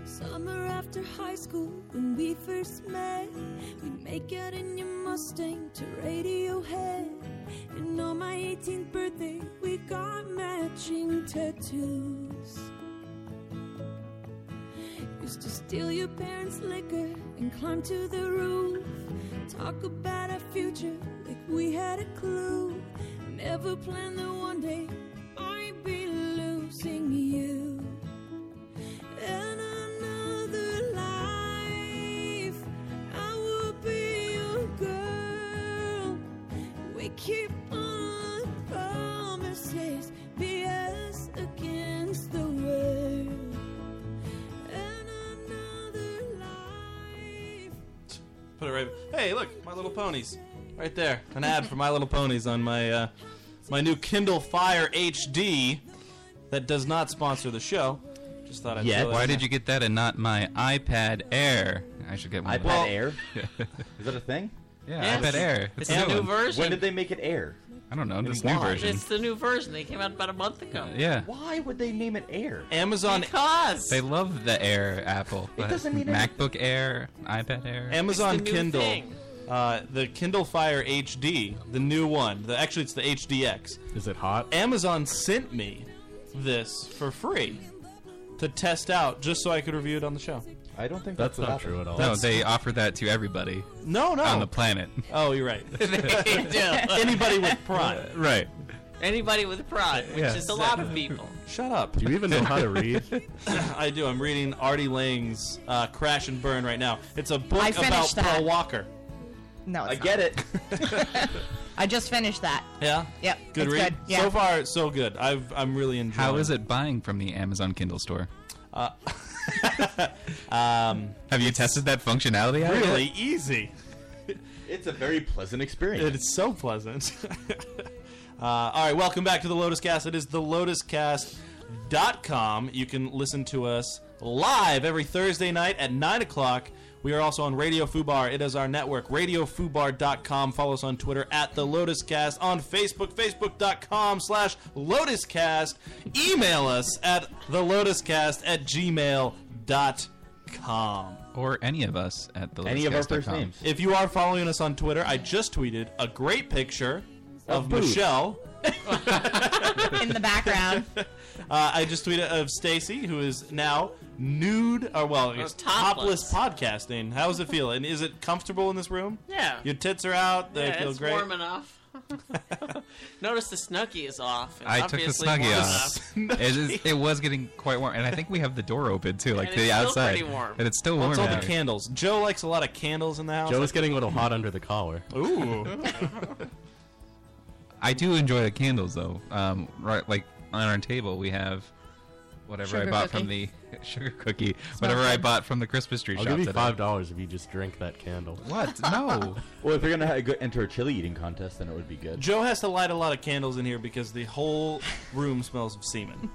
Speaker 25: Summer after high school, when we first met, we'd make out in your Mustang to Radiohead. And on my 18th birthday, we got matching tattoos. Used to steal your parents' liquor and climb to the roof. Talk about our future like we had a clue. Never planned that one day I'd be losing you. And another life, I will be your girl. We keep on promises, be us against the world. And another life.
Speaker 4: Put it right. Hey, look, My Little Ponies, right there. An ad for My Little Ponies on my uh, my new Kindle Fire HD that does not sponsor the show. Just thought I'd.
Speaker 7: Yeah.
Speaker 4: throw that
Speaker 7: Why
Speaker 4: in
Speaker 7: did
Speaker 4: there.
Speaker 7: you get that and not my iPad Air? I should get one. of
Speaker 6: iPad
Speaker 7: those.
Speaker 6: Air? Is that a thing?
Speaker 7: Yeah,
Speaker 9: Yes.
Speaker 7: iPad Air.
Speaker 9: It's
Speaker 7: the
Speaker 9: a new
Speaker 7: one.
Speaker 9: version. When did
Speaker 6: they make it Air?
Speaker 7: I don't know.
Speaker 6: And
Speaker 7: This new
Speaker 6: why?
Speaker 7: version.
Speaker 9: It's the new version. They came out about a month
Speaker 4: Uh,
Speaker 9: ago.
Speaker 7: Yeah.
Speaker 6: Why would they name it Air?
Speaker 4: Amazon
Speaker 9: Because
Speaker 7: They love the Air Apple.
Speaker 4: It
Speaker 7: but
Speaker 4: doesn't need any-
Speaker 7: MacBook Air, iPad Air.
Speaker 4: Amazon Kindle, uh, the Kindle Fire HD, the new one. The, actually, it's the HDX.
Speaker 5: Is it hot?
Speaker 4: Amazon sent me this for free to test out, just so I could review it on the show.
Speaker 6: I don't think
Speaker 7: That's not true at all. No, they offer that to everybody.
Speaker 4: No, no.
Speaker 7: On the planet.
Speaker 4: Oh, you're right.
Speaker 9: They do.
Speaker 4: Anybody with pride.
Speaker 7: Right.
Speaker 9: Anybody with pride, which
Speaker 4: Yeah.
Speaker 9: is a lot of people.
Speaker 4: Shut up. Do
Speaker 5: you even know how to read?
Speaker 4: I do. I'm reading Artie Lang's uh, Crash and Burn right now. It's a
Speaker 1: I
Speaker 4: book
Speaker 1: finished
Speaker 4: about
Speaker 1: that.
Speaker 4: Paul Walker.
Speaker 1: No, it's
Speaker 4: I
Speaker 1: not.
Speaker 4: get
Speaker 6: it.
Speaker 1: I just finished that.
Speaker 4: Yeah.
Speaker 1: Yep.
Speaker 4: Good
Speaker 1: it's
Speaker 4: read.
Speaker 1: Good. Yeah.
Speaker 4: So far, so good. I've, I'm really enjoying.
Speaker 7: How is it buying from the Amazon Kindle store?
Speaker 4: Uh, um,
Speaker 7: Have you tested that functionality out?
Speaker 4: really
Speaker 7: yet?
Speaker 4: easy.
Speaker 6: It's a very pleasant experience.
Speaker 4: It's so pleasant. uh, all right, welcome back to the Lotus Cast. It is the lotuscast.com. You can listen to us live every Thursday night at 9 o'clock. We are also on Radio Fubar. It is our network, radiofubar.com. Follow us on Twitter at the Lotus Cast, on Facebook, facebook.com slash lotuscast. Email us at the lotuscast at gmail.com.
Speaker 7: Or any of us at the
Speaker 4: If you are following us on Twitter, I just tweeted a great picture
Speaker 7: Of
Speaker 4: of,
Speaker 7: boobs.
Speaker 4: Michelle.
Speaker 1: In the background.
Speaker 4: Uh, I just tweeted of Stacy, who is now nude, or well, it's topless. podcasting. How does it feel? And is it comfortable in this room?
Speaker 9: Yeah.
Speaker 4: Your tits are out. They
Speaker 9: yeah,
Speaker 4: feel
Speaker 9: it's
Speaker 4: great.
Speaker 9: warm enough. Notice the snuggie is off. It's
Speaker 7: I took the
Speaker 9: obviously
Speaker 7: snuggie
Speaker 9: warm
Speaker 7: off.
Speaker 9: enough.
Speaker 7: it, is, it was getting quite warm, and I think we have the door open too, like
Speaker 9: And
Speaker 7: the
Speaker 9: it's still
Speaker 7: outside,
Speaker 9: pretty warm.
Speaker 7: and it's still
Speaker 4: Well,
Speaker 7: warm.
Speaker 4: it's all
Speaker 7: out
Speaker 4: the
Speaker 7: here.
Speaker 4: candles. Joe likes a lot of candles in the house.
Speaker 5: Joe's getting a little hot under the collar.
Speaker 4: Ooh.
Speaker 7: I do enjoy the candles though. Um, right, like on our table we have whatever I
Speaker 5: Sugar
Speaker 7: bought
Speaker 5: cookie.
Speaker 7: from the sugar cookie,
Speaker 5: Smells
Speaker 7: whatever I
Speaker 5: good.
Speaker 7: bought from the Christmas tree
Speaker 5: I'll
Speaker 7: shop
Speaker 5: give you
Speaker 7: today.
Speaker 5: five dollars if you just drink that candle.
Speaker 7: What? No.
Speaker 6: Well, if you're gonna ha- go- enter a chili eating contest, then it would be good.
Speaker 4: Joe has to light a lot of candles in here because the whole room smells of semen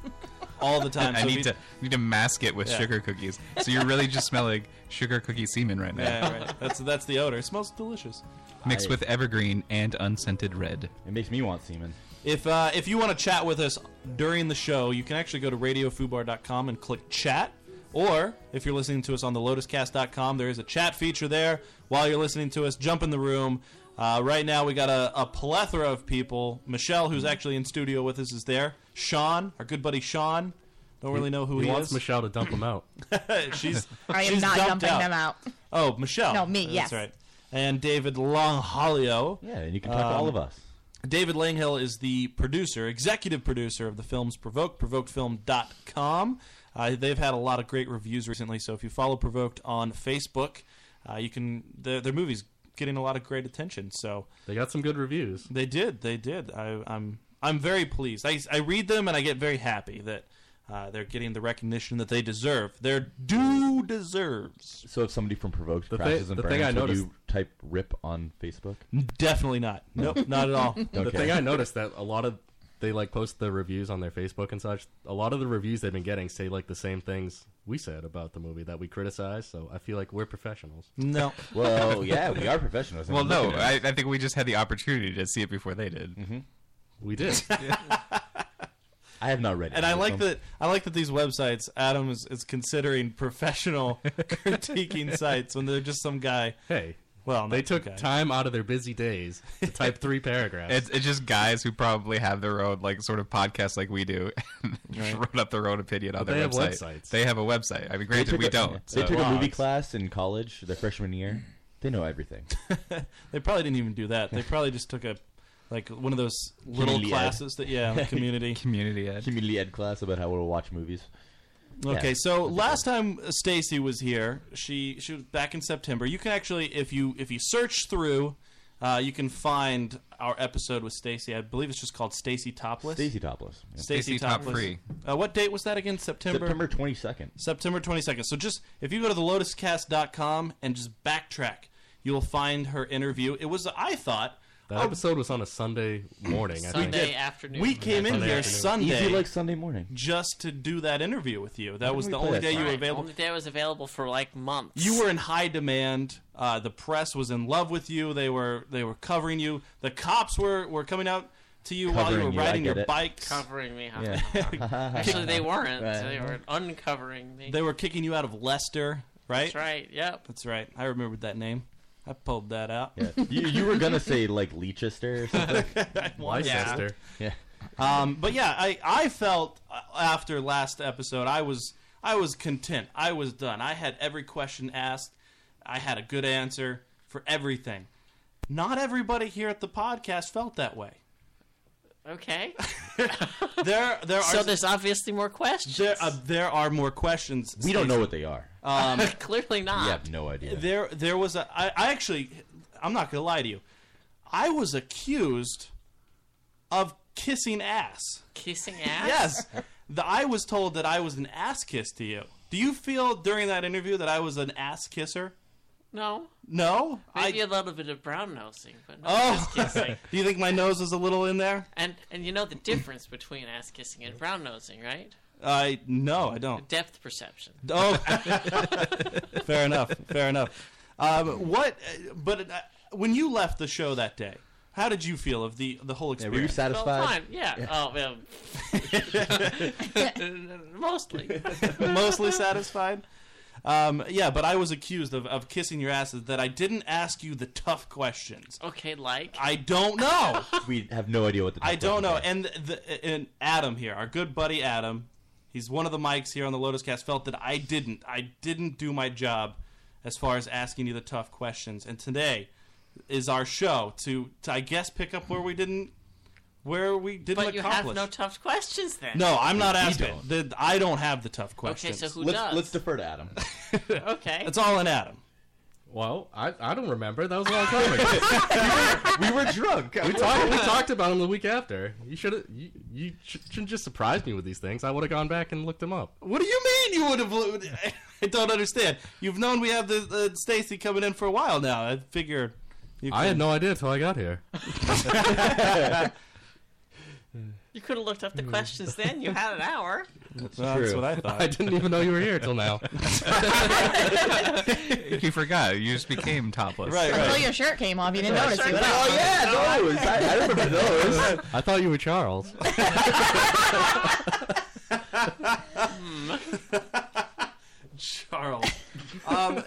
Speaker 4: all the time.
Speaker 7: I
Speaker 4: So if
Speaker 7: need
Speaker 4: he-
Speaker 7: to need to mask it with
Speaker 4: Yeah.
Speaker 7: sugar cookies. So you're really just smelling sugar cookie semen right now,
Speaker 4: Yeah, right. That's that's the odor. It smells delicious.
Speaker 7: mixed
Speaker 4: I-
Speaker 7: with evergreen and unscented red.
Speaker 6: It makes me want semen.
Speaker 4: If uh, if you want to chat with us during the show, you can actually go to radiofubar.com and click chat. Or if you're listening to us on the lotuscast.com, there is a chat feature there. While you're listening to us, jump in the room. Uh, right now, we got a, a plethora of people. Michelle,
Speaker 5: Hmm.
Speaker 4: who's actually in studio with us, is there. Sean, our good buddy Sean. Don't really know who
Speaker 5: he
Speaker 4: he,
Speaker 5: wants
Speaker 4: is.
Speaker 5: Michelle to dump him out.
Speaker 4: she's.
Speaker 1: I am
Speaker 4: she's
Speaker 1: not
Speaker 4: dumped
Speaker 1: dumping
Speaker 4: out.
Speaker 1: them out.
Speaker 4: Oh, Michelle.
Speaker 1: No, me,
Speaker 4: That's
Speaker 1: yes.
Speaker 4: right. And David Longholio.
Speaker 6: Yeah, and you can talk to all of us.
Speaker 4: David Langhill is the producer, executive producer of the films Provoked, provokedfilm.com. Uh, they've had a lot of great reviews recently, so if you follow Provoked on Facebook, uh, you can their, their movie's getting a lot of great attention. So
Speaker 5: they got some good reviews.
Speaker 4: They did, they did. I, I'm I'm very pleased. I, I read them and I get very happy that uh, they're getting the recognition that they deserve. Their due deserves.
Speaker 6: So if somebody from Provoked
Speaker 4: The
Speaker 6: crashes
Speaker 4: thi-
Speaker 6: and
Speaker 4: the
Speaker 6: burns,
Speaker 4: thing I
Speaker 6: would
Speaker 4: noticed-
Speaker 6: you type "rip" on Facebook?
Speaker 4: Definitely not. Nope, not at all.
Speaker 6: Don't
Speaker 5: the
Speaker 6: care.
Speaker 5: thing I noticed that a lot of they like post the reviews on their Facebook and such. A lot of the reviews they've been getting say like the same things we said about the movie that we criticize. So I feel like we're professionals.
Speaker 4: No.
Speaker 6: Well, yeah, we are professionals.
Speaker 7: Well, no, I, I think we just had the opportunity to see it before they did. Mm-hmm.
Speaker 5: We did.
Speaker 6: I have not read it.
Speaker 4: And I like
Speaker 6: Um,
Speaker 4: that. I like that these websites, Adam is, is considering professional critiquing sites when they're just some guy.
Speaker 5: Hey,
Speaker 4: well,
Speaker 5: they
Speaker 4: not
Speaker 5: took
Speaker 4: some guy.
Speaker 5: time out of their busy days to type three paragraphs.
Speaker 7: It's, it's just guys who probably have their own like sort of podcast like we do, and just wrote up their own opinion on
Speaker 5: But
Speaker 7: their
Speaker 5: they have
Speaker 7: website.
Speaker 5: websites.
Speaker 7: They have a website. I mean, granted,
Speaker 6: took
Speaker 7: we
Speaker 6: a-
Speaker 7: don't.
Speaker 6: They
Speaker 7: so-
Speaker 6: took a movie class in college, their freshman year. They know everything.
Speaker 4: They probably didn't even do that. They probably just took a like one of those little
Speaker 6: Community ed.
Speaker 4: classes that yeah, like community
Speaker 7: community ed
Speaker 6: community ed class about how we'll watch movies.
Speaker 4: Okay,
Speaker 6: Yeah.
Speaker 4: so last time Stacy was here, she she was back in September. You can actually, if you if you search through, uh, you can find our episode with Stacy. I believe it's just called Stacy Topless.
Speaker 6: Stacy Topless, yeah.
Speaker 4: Stacy
Speaker 6: Stacy Top
Speaker 4: Topless.
Speaker 6: Free.
Speaker 4: Uh, what date was that again? September.
Speaker 6: September twenty second.
Speaker 4: September 22nd. So just if you go to the lotuscast.com and just backtrack, you'll find her interview. It was I thought
Speaker 5: That
Speaker 4: a-
Speaker 5: episode was on a Sunday morning. I think.
Speaker 4: We did. We came in here Sunday. Just to do that interview with you. That
Speaker 5: Why
Speaker 4: was the
Speaker 5: didn't we play
Speaker 4: only
Speaker 5: that
Speaker 4: day you
Speaker 5: song?
Speaker 4: were
Speaker 5: Right.
Speaker 4: available.
Speaker 9: Only day I was available for like months.
Speaker 4: You were in high demand. Uh, the press was in love with you. They were they were covering you. The cops were, were coming out to you while you
Speaker 6: Covering
Speaker 4: were
Speaker 6: you, I
Speaker 4: riding
Speaker 6: get
Speaker 4: your
Speaker 6: it.
Speaker 4: bikes.
Speaker 9: Covering me, huh? Actually, they weren't. They were uncovering me.
Speaker 4: They were kicking you out of Leicester, right?
Speaker 9: That's right. Yep.
Speaker 4: That's right. I remembered that name. I pulled that out.
Speaker 6: you, you were gonna say like Leicester or something.
Speaker 4: Leicester.
Speaker 6: Yeah.
Speaker 4: Um, but yeah, I, I felt uh, after last episode, I was I was content. I was done. I had every question asked. I had a good answer for everything. Not everybody here at the podcast felt that way.
Speaker 9: Okay.
Speaker 4: There, there are
Speaker 9: so there's obviously more questions.
Speaker 4: there, uh, there are more questions.
Speaker 6: We don't know
Speaker 4: Stacey.
Speaker 6: what they are.
Speaker 4: Um,
Speaker 9: Clearly not.
Speaker 6: We have no idea.
Speaker 4: There, there was a. I, I actually, I'm not gonna lie to you. I was accused of kissing ass.
Speaker 9: Kissing ass.
Speaker 4: Yes, the, I was told that I was an ass kiss to you. Do you feel during that interview that I was an ass kisser?
Speaker 9: No.
Speaker 4: No.
Speaker 9: Maybe a little bit of brown nosing, but not
Speaker 4: Oh,
Speaker 9: ass kissing.
Speaker 4: do you think my nose was a little in there?
Speaker 9: And and you know the difference between ass kissing and brown nosing, right?
Speaker 4: I no, I don't.
Speaker 9: Depth perception.
Speaker 4: Oh, fair enough. Fair enough. Um, what? But uh, when you left the show that day, how did you feel of the the whole
Speaker 6: were you
Speaker 4: experience?
Speaker 6: satisfied?
Speaker 9: Well, fine. Yeah. Oh, well. Mostly.
Speaker 4: Mostly satisfied. Um, yeah, but I was accused of, of kissing your asses that I didn't ask you the tough questions.
Speaker 9: Okay, like
Speaker 4: I don't know.
Speaker 6: we have no idea what the.
Speaker 4: I don't know. And the, and Adam here, our good buddy Adam, he's one of the mics here on the Lotus Cast. Felt that I didn't, I didn't do my job as far as asking you the tough questions. And today is our show to, to I guess, pick up where we didn't, where we didn't
Speaker 9: but you
Speaker 4: accomplish.
Speaker 9: have no tough questions then.
Speaker 4: No, I'm not
Speaker 9: We
Speaker 4: asking.
Speaker 9: don't.
Speaker 4: The- I don't have the tough questions.
Speaker 9: so who Let's- does? let's
Speaker 6: defer to Adam.
Speaker 9: okay.
Speaker 4: It's all in Adam.
Speaker 5: Well, I, I don't remember. That was a long time ago.
Speaker 6: we, were, drunk.
Speaker 5: We talked we talked about him the week after. You should have you, you sh- shouldn't just surprise me with these things. I would have gone back and looked him up.
Speaker 4: What do you mean you would have? I don't understand. You've known we have the uh, Stacy coming in for a while now. I figure. You
Speaker 5: I had
Speaker 4: could-
Speaker 5: no idea until I got here. Hmm.
Speaker 9: You could have looked up the questions then. You had an hour.
Speaker 4: That's what I thought.
Speaker 5: I didn't even know you were here till now.
Speaker 7: you forgot. You just became topless.
Speaker 1: Until your shirt came off, you didn't notice. You went
Speaker 7: Oh,
Speaker 1: out.
Speaker 7: yeah, those. I- I remember those.
Speaker 5: I thought you were Charles.
Speaker 9: Hmm.
Speaker 4: Charles. Um,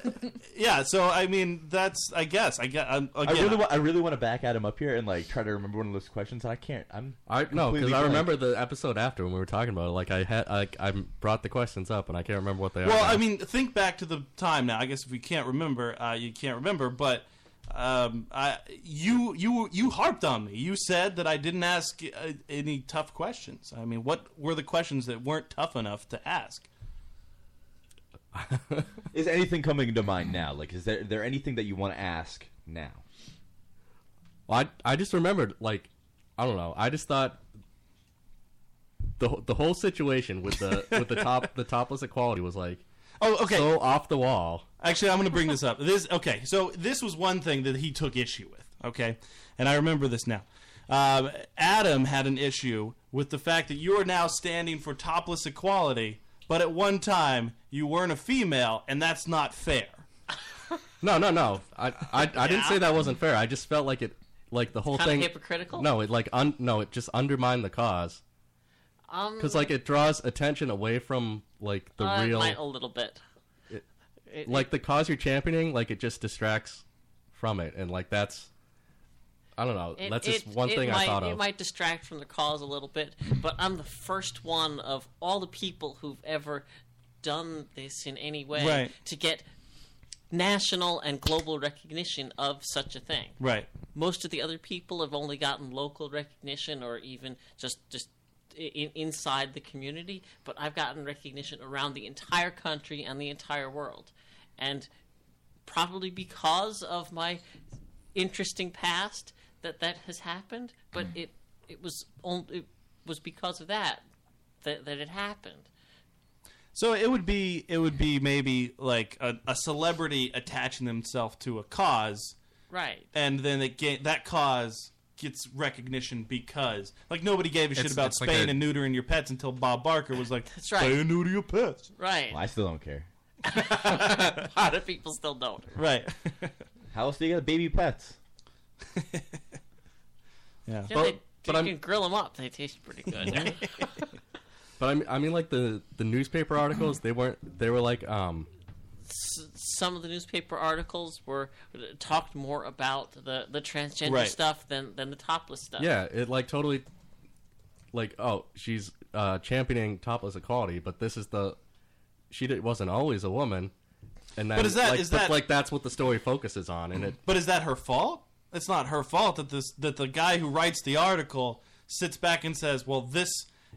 Speaker 4: yeah. So I mean, that's. I guess. I guess. Um,
Speaker 6: I
Speaker 4: again,
Speaker 6: really, wa- I really want to back at him up here and like try to remember one of those questions. And I can't. I'm
Speaker 5: I no,
Speaker 6: completely
Speaker 5: because I
Speaker 6: blank.
Speaker 5: remember the episode after when we were talking about it. Like I had, I, I brought the questions up, and I can't remember what they
Speaker 4: Well,
Speaker 5: are.
Speaker 4: I mean, think back to the time now. I guess if you can't remember, uh, you can't remember. But um, I, you you you harped on me. You said that I didn't ask uh, any tough questions. I mean, what were the questions that weren't tough enough to ask?
Speaker 6: Is anything coming to mind now? Like, is there there anything that you want to ask now?
Speaker 5: Well, I I just remembered like I don't know. I just thought the wh- the whole situation with the with the top the topless equality was like
Speaker 4: oh okay
Speaker 5: so off the wall.
Speaker 4: Actually, I'm going to bring this up. This okay. So this was one thing that he took issue with. Okay, and I remember this now. Um, Adam had an issue with the fact that you are now standing for topless equality, but at one time you weren't a female, and that's not fair.
Speaker 5: No, no, no. I I, I didn't
Speaker 4: Yeah.
Speaker 5: say that wasn't fair. I just felt like it like the whole
Speaker 9: Kinda
Speaker 5: thing
Speaker 9: hypocritical?
Speaker 5: No, it like un, no, it just undermined the cause
Speaker 9: Um,
Speaker 5: because like it draws attention away from like the
Speaker 9: uh, it
Speaker 5: real
Speaker 9: might a little bit.
Speaker 5: it-
Speaker 9: It-
Speaker 5: like the cause you're championing, like it just distracts from it, and like that's, I don't know.
Speaker 9: It-
Speaker 5: that's just
Speaker 9: it-
Speaker 5: one
Speaker 9: it
Speaker 5: thing
Speaker 9: might-
Speaker 5: I thought
Speaker 9: It
Speaker 5: of.
Speaker 9: might distract from the cause a little bit, but I'm the first one of all the people who've ever done this in any way
Speaker 4: Right.
Speaker 9: to get national and global recognition of such a thing.
Speaker 4: Right.
Speaker 9: Most of the other people have only gotten local recognition or even just just in, inside the community, but I've gotten recognition around the entire country and the entire world. And probably because of my interesting past that that has happened, but it it was only it was because of that that that it happened.
Speaker 4: So it would be it would be maybe like a, a celebrity attaching themselves to a cause,
Speaker 9: Right.
Speaker 4: And then it ga- that cause gets recognition because like nobody gave a shit
Speaker 6: It's-
Speaker 4: about
Speaker 6: it's
Speaker 4: Spain
Speaker 6: like a-
Speaker 4: and neutering your pets until Bob Barker was like,
Speaker 9: That's right.
Speaker 4: Spain neuter your pets.
Speaker 9: Right.
Speaker 6: Well, I still don't care.
Speaker 9: a lot of people still don't.
Speaker 4: Right.
Speaker 6: How else do you get baby pets?
Speaker 4: yeah,
Speaker 9: Yeah, they, you can grill them up; they taste pretty good.
Speaker 5: But I mean, I mean, like the the newspaper articles, they weren't. They were like, um,
Speaker 9: S- Some of the newspaper articles were talked more about the, the transgender
Speaker 5: Right.
Speaker 9: stuff than, than the topless stuff.
Speaker 5: yeah, it like totally, like oh, she's uh, championing topless equality, but this is the, she di- wasn't always a woman, and then
Speaker 4: But is that-
Speaker 5: like,
Speaker 4: is
Speaker 5: but,
Speaker 4: that- Mm-hmm.
Speaker 5: like that's what the story focuses on, and it
Speaker 4: But is that her fault? It's not her fault that this that the guy who writes the article sits back and says, "Well, this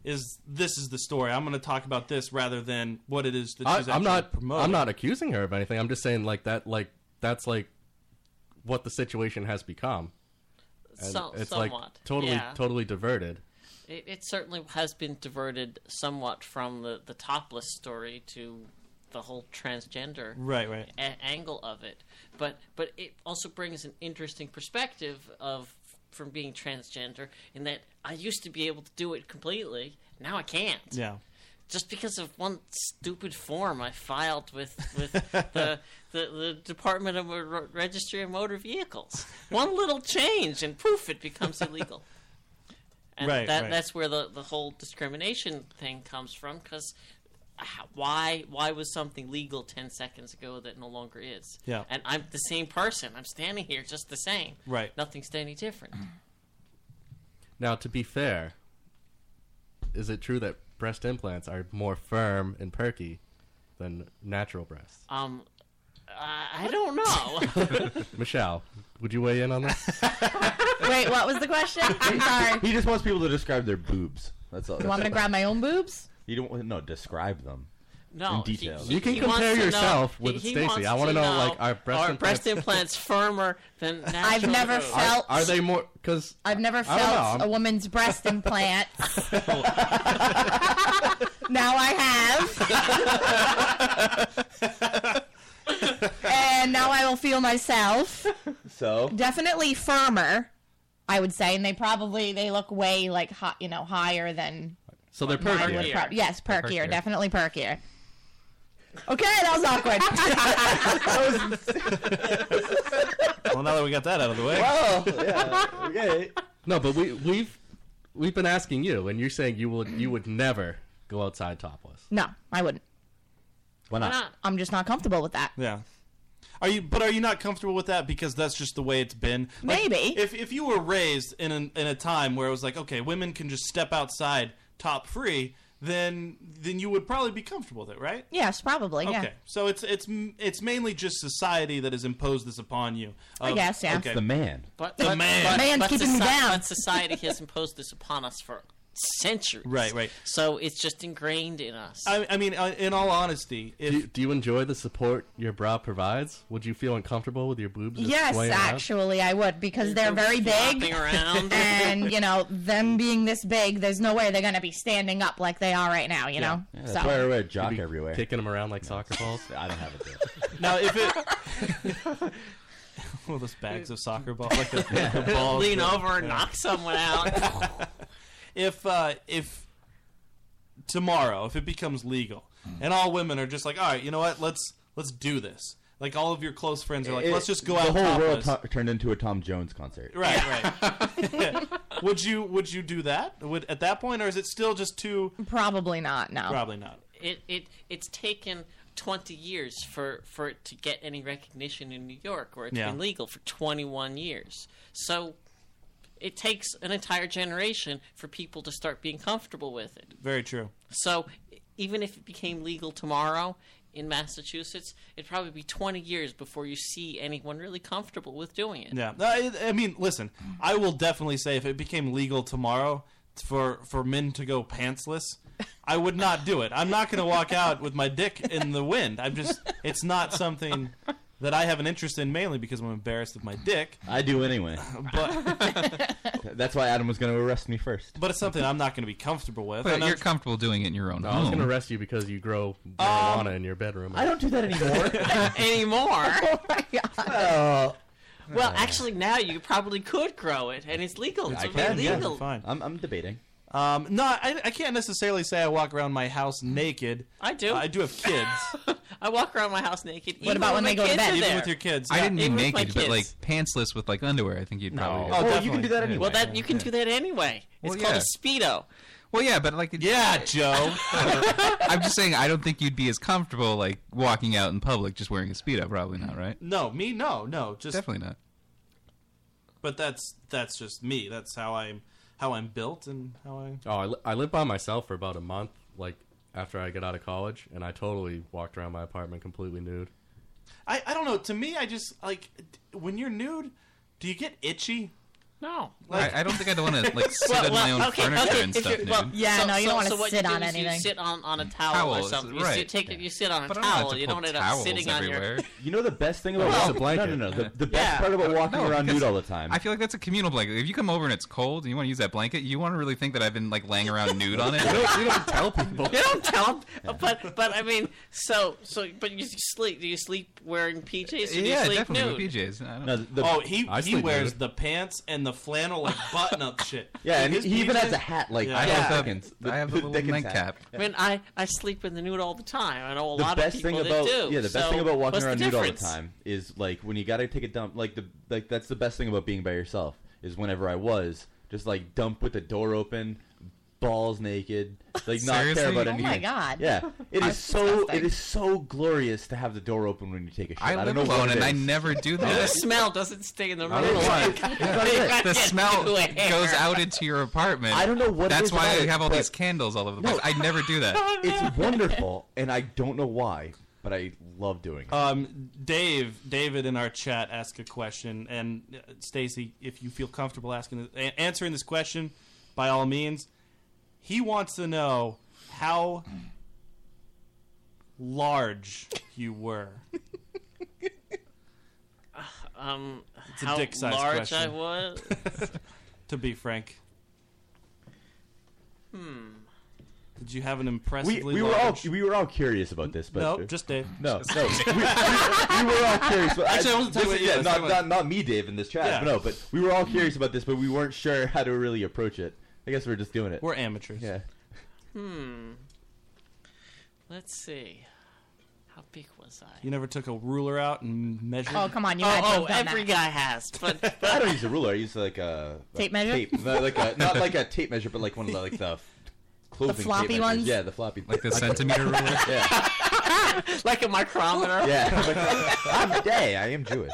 Speaker 4: is this is the story. I'm going to talk about this rather than what it is that
Speaker 5: I,
Speaker 4: she's
Speaker 5: I'm
Speaker 4: actually
Speaker 5: not.
Speaker 4: promoting."
Speaker 5: I'm not accusing her of anything. I'm just saying like that. Like that's like what the situation has become. And
Speaker 9: So-
Speaker 5: it's
Speaker 9: somewhat,
Speaker 5: like totally,
Speaker 9: yeah.
Speaker 5: totally diverted.
Speaker 9: It, it certainly has been diverted somewhat from the, the topless story to the whole transgender
Speaker 4: Right, right.
Speaker 9: a- angle of it. But but it also brings an interesting perspective of from being transgender in that I used to be able to do it completely. Now I can't.
Speaker 4: Yeah.
Speaker 9: Just because of one stupid form I filed with with the, the the Department of Mo- Registry of Motor Vehicles, one little change and poof, it becomes illegal. And
Speaker 4: Right,
Speaker 9: that,
Speaker 4: right.
Speaker 9: that's where the, the whole discrimination thing comes from because why why was something legal 10 seconds ago that no longer is?
Speaker 4: Yeah.
Speaker 9: And I'm the same person. I'm standing here just the same.
Speaker 4: Right. Mm.
Speaker 9: Nothing's any different.
Speaker 5: Now, to be fair, is it true that breast implants are more firm and perky than natural breasts?
Speaker 9: Um, I, I don't know.
Speaker 5: Michelle, would you weigh in on this?
Speaker 1: Wait, what was the question? I'm sorry.
Speaker 6: He just wants people to describe their boobs. That's all.
Speaker 1: You want me to grab my own boobs?
Speaker 6: You don't want no describe them. in
Speaker 9: No, he-
Speaker 6: detail.
Speaker 9: he- he wants to know- he- he wants
Speaker 5: are breast
Speaker 9: are
Speaker 5: implants-
Speaker 9: breast implants firmer than natural?
Speaker 1: I've never
Speaker 9: boobs?
Speaker 1: felt.
Speaker 5: Are they more? Because
Speaker 1: I've never
Speaker 5: don't know,
Speaker 1: felt
Speaker 5: I'm-
Speaker 1: a woman's breast implant. now I have. and now I will feel myself.
Speaker 6: So
Speaker 1: Definitely firmer, I would say, and they probably they look way like hot, you know, higher than
Speaker 5: So they're
Speaker 1: Mine would
Speaker 5: perkier.
Speaker 1: prob- yes,
Speaker 5: They're
Speaker 1: perkier,
Speaker 5: perkier.
Speaker 1: definitely perkier. Okay, that was awkward. That was-
Speaker 4: Well, now that we got that out of the way.
Speaker 6: Well, yeah, okay.
Speaker 5: No, but we we've we've been asking you, and you're saying you would you would never go outside topless.
Speaker 1: no, I wouldn't.
Speaker 5: Why not?
Speaker 1: I'm just not comfortable with that.
Speaker 4: Yeah. Are you? But are you not comfortable with that because that's just the way it's been? Like,
Speaker 1: Maybe.
Speaker 4: If if you were raised in an, in a time where it was like, okay, women can just step outside top free, then then you would probably be comfortable with it, right?
Speaker 1: Yes, probably. Yeah.
Speaker 4: Okay, so it's it's m- it's mainly just society that has imposed this upon you.
Speaker 1: I guess, yeah. It's the
Speaker 6: man.
Speaker 9: But,
Speaker 4: the
Speaker 9: but-
Speaker 4: man.
Speaker 9: but-
Speaker 1: Man's
Speaker 9: but
Speaker 1: keeping me
Speaker 9: soci-
Speaker 1: down.
Speaker 9: But society has imposed this upon us for centuries.
Speaker 4: Right, right.
Speaker 9: So it's just ingrained in us.
Speaker 4: I, I mean, uh, in all honesty, if
Speaker 5: do, you, do you enjoy the support your bra provides? Would you feel uncomfortable with your boobs? just
Speaker 1: Yes,
Speaker 5: swaying around?
Speaker 1: actually, I would because they're very big,
Speaker 5: flopping around.
Speaker 1: and you know them being this big, there's no way they're gonna be standing up like they are right now. You know,
Speaker 5: Yeah,
Speaker 1: so
Speaker 6: I wear a jock everywhere.
Speaker 5: Kicking them around like soccer balls.
Speaker 6: I don't have it.
Speaker 4: now if it. Well, those bags of soccer balls, like the, the balls
Speaker 9: Lean
Speaker 4: that-
Speaker 9: over and
Speaker 4: yeah.
Speaker 9: knock someone out.
Speaker 4: if uh, if tomorrow if it becomes legal
Speaker 6: Hmm.
Speaker 4: and all women are just like all right you know what let's let's do this like all of your close friends are like
Speaker 6: It-
Speaker 4: let's just go
Speaker 6: the
Speaker 4: out
Speaker 6: whole
Speaker 4: topless.
Speaker 6: world tu- turned into a Tom Jones concert.
Speaker 4: right right would you would you do that would at that point or is it still just too
Speaker 1: probably not. No,
Speaker 4: probably not
Speaker 9: it, it it's taken 20 years for for it to get any recognition in New York where it's
Speaker 4: Yeah.
Speaker 9: been legal for 21 years. So it takes an entire generation for people to start being comfortable with it.
Speaker 4: very true
Speaker 9: So even if it became legal tomorrow in Massachusetts, it'd probably be 20 years before you see anyone really comfortable with doing it.
Speaker 4: yeah I, I mean listen i will definitely say if it became legal tomorrow for for men to go pantsless i would not do it i'm not going to walk out with my dick in the wind i'm just it's not something that i have an interest in mainly because i'm embarrassed of my dick
Speaker 6: I do anyway.
Speaker 4: but
Speaker 6: That's why Adam was going to arrest me first.
Speaker 4: but it's something i'm not going to be comfortable with
Speaker 7: But
Speaker 4: And I'm-
Speaker 7: you're comfortable doing it in your own
Speaker 5: No, I
Speaker 7: home.
Speaker 5: was gonna arrest you because you grow marijuana in your bedroom.
Speaker 6: Um, I don't do that anymore.
Speaker 4: Oh
Speaker 9: Anymore.
Speaker 6: well,
Speaker 9: Well, actually, now you probably could grow it, and it's legal. It's
Speaker 6: I
Speaker 9: illegal.
Speaker 6: can. Yeah,
Speaker 9: legal.
Speaker 4: fine.
Speaker 6: I'm, I'm debating.
Speaker 4: Um, no, I, I can't necessarily say I walk around my house naked.
Speaker 9: I do.
Speaker 4: I do have kids.
Speaker 9: I walk around my house naked. even my kids are
Speaker 4: Even
Speaker 9: there.
Speaker 4: with your kids.
Speaker 7: I
Speaker 4: yeah.
Speaker 7: didn't mean
Speaker 9: Even with my
Speaker 7: naked, but like
Speaker 9: kids.
Speaker 7: pantsless with like underwear. I think you'd probably.
Speaker 4: Oh,
Speaker 7: do.
Speaker 4: you can do that anyway.
Speaker 9: Well, that you can do that anyway. It's
Speaker 7: Well, yeah.
Speaker 9: called a speedo.
Speaker 7: Well, yeah, but like.
Speaker 4: Yeah, Joe.
Speaker 7: I'm just saying, I don't think you'd be as comfortable like walking out in public just wearing a speedo. Probably not, right?
Speaker 4: No, me, no, no. Just
Speaker 7: Definitely not.
Speaker 4: But that's that's just me. That's how I'm how I'm built and how I.
Speaker 5: Oh, I, li- I lived by myself for about a month, like after I got out of college, and I totally walked around my apartment completely nude.
Speaker 4: I I don't know. To me, I just like d- when you're nude. Do you get itchy?
Speaker 9: No.
Speaker 7: I, I don't think I'd want to like sit
Speaker 9: Well,
Speaker 7: on my
Speaker 9: well,
Speaker 7: own
Speaker 9: okay,
Speaker 7: furniture
Speaker 9: okay,
Speaker 7: and
Speaker 9: if
Speaker 7: stuff.
Speaker 9: you're-
Speaker 7: Dude.
Speaker 9: well,
Speaker 1: Yeah,
Speaker 9: so-
Speaker 1: no, you
Speaker 9: so-
Speaker 1: don't wanna
Speaker 9: so what
Speaker 1: sit
Speaker 9: you do
Speaker 1: on
Speaker 9: is
Speaker 1: anything.
Speaker 9: You sit on, on a towel,
Speaker 7: Towel,
Speaker 9: or something. You,
Speaker 7: right.
Speaker 9: sit, take, it. you sit on a
Speaker 7: But I don't have
Speaker 9: towel.
Speaker 7: to
Speaker 9: Oh, You
Speaker 7: pull
Speaker 9: don't end up
Speaker 7: towels
Speaker 9: sitting on your.
Speaker 7: everywhere.
Speaker 6: You know the best thing about
Speaker 7: Well,
Speaker 6: walking
Speaker 7: it's a blanket.
Speaker 6: No, no, no. The, the best part about walking
Speaker 7: No,
Speaker 6: around nude
Speaker 7: because
Speaker 6: all the time.
Speaker 7: I feel like that's a communal blanket. If you come over and it's cold and you want to use that blanket, you want to really think that I've been like laying around nude on it.
Speaker 5: You don't, you don't tell people.
Speaker 9: You don't tell 'em, but but I mean, so so. But you sleep? Do you sleep wearing PJs? Or do you
Speaker 7: yeah,
Speaker 9: sleep
Speaker 7: definitely with
Speaker 9: nude?
Speaker 7: PJs. I don't
Speaker 6: No, the-
Speaker 4: oh, he
Speaker 6: I
Speaker 4: he
Speaker 6: sleep
Speaker 4: wears
Speaker 6: nude.
Speaker 4: the pants and the flannel like button up shit.
Speaker 6: yeah, and he,
Speaker 4: His
Speaker 6: he even
Speaker 4: PJs
Speaker 6: has a hat like
Speaker 4: Yeah.
Speaker 6: Charles
Speaker 4: Yeah.
Speaker 6: Dickens. The,
Speaker 7: I have a
Speaker 6: the
Speaker 7: little
Speaker 6: Dickens
Speaker 7: nightcap.
Speaker 6: hat.
Speaker 9: I mean, I, I sleep in the nude all the time. I know a
Speaker 6: the
Speaker 9: lot
Speaker 6: best
Speaker 9: of people
Speaker 6: thing
Speaker 9: that
Speaker 6: about
Speaker 9: do.
Speaker 6: yeah, the best
Speaker 9: So,
Speaker 6: thing about walking
Speaker 9: what's the
Speaker 6: around nude all the
Speaker 9: difference?
Speaker 6: time is like when you got to take a dump. Like the like that's the best thing about being by yourself is whenever I was just like dump with the door open, balls naked, like not care
Speaker 7: Seriously?
Speaker 6: about
Speaker 7: Oh my
Speaker 6: anything.
Speaker 7: God.
Speaker 6: Yeah, it is
Speaker 7: That's
Speaker 6: so
Speaker 7: disgusting.
Speaker 6: it is so glorious to have the door open when you take a shit.
Speaker 7: I
Speaker 6: don't
Speaker 7: live
Speaker 6: know
Speaker 7: alone
Speaker 6: what it
Speaker 7: and I
Speaker 6: is.
Speaker 7: never do
Speaker 9: Oh, The
Speaker 7: that. Oh,
Speaker 9: smell doesn't stay in the room.
Speaker 7: I don't know why.
Speaker 6: Yeah.
Speaker 7: the
Speaker 9: Get
Speaker 7: smell
Speaker 9: to it.
Speaker 7: goes out into your apartment.
Speaker 6: I don't know what it
Speaker 7: That's
Speaker 6: is
Speaker 7: why
Speaker 6: about
Speaker 7: I
Speaker 6: it,
Speaker 7: have all
Speaker 6: but-
Speaker 7: these candles all over the
Speaker 6: No.
Speaker 7: place. I never do that.
Speaker 6: It's wonderful, and I don't know why, but I love doing it.
Speaker 4: Um, Dave, David in our chat asked a question, and uh, Stacy, if you feel comfortable asking, uh, a- answering this question, by all means. He wants to know how large you were.
Speaker 9: Um,
Speaker 4: It's a
Speaker 9: how
Speaker 4: dick size
Speaker 9: large
Speaker 4: question.
Speaker 9: I was.
Speaker 4: to be frank,
Speaker 9: hmm.
Speaker 4: did you have an
Speaker 6: we,
Speaker 4: impressively
Speaker 6: we were all
Speaker 4: large?
Speaker 6: we were all curious about this, but
Speaker 4: No, just Dave.
Speaker 6: No, no, we, we, we were all curious. But
Speaker 4: Actually, I wasn't talking
Speaker 6: this-
Speaker 4: about you, I
Speaker 6: yeah,
Speaker 4: was
Speaker 6: not,
Speaker 4: talking about-
Speaker 6: not not me, Dave, in this chat.
Speaker 4: Yeah.
Speaker 6: But no, but we were all curious about this, but we weren't sure how to really approach it. I guess we are just doing it.
Speaker 4: We're amateurs.
Speaker 6: Yeah.
Speaker 9: Hmm. Let's see. How big was I?
Speaker 4: You never took a ruler out and measured.
Speaker 1: Oh, come on, you
Speaker 9: oh,
Speaker 1: had to have
Speaker 9: oh,
Speaker 1: done
Speaker 9: every
Speaker 1: that.
Speaker 9: guy has, but, but
Speaker 6: I don't use a ruler. I use like a a
Speaker 1: Tape measure?
Speaker 6: Tape, no, like a, not like a tape measure, but like one of the like the clothing tape
Speaker 1: floppy
Speaker 6: measures.
Speaker 1: ones?
Speaker 6: Yeah, the floppy,
Speaker 7: like the centimeter ruler.
Speaker 6: Yeah,
Speaker 9: like a micrometer.
Speaker 6: yeah. I'm gay. I am Jewish.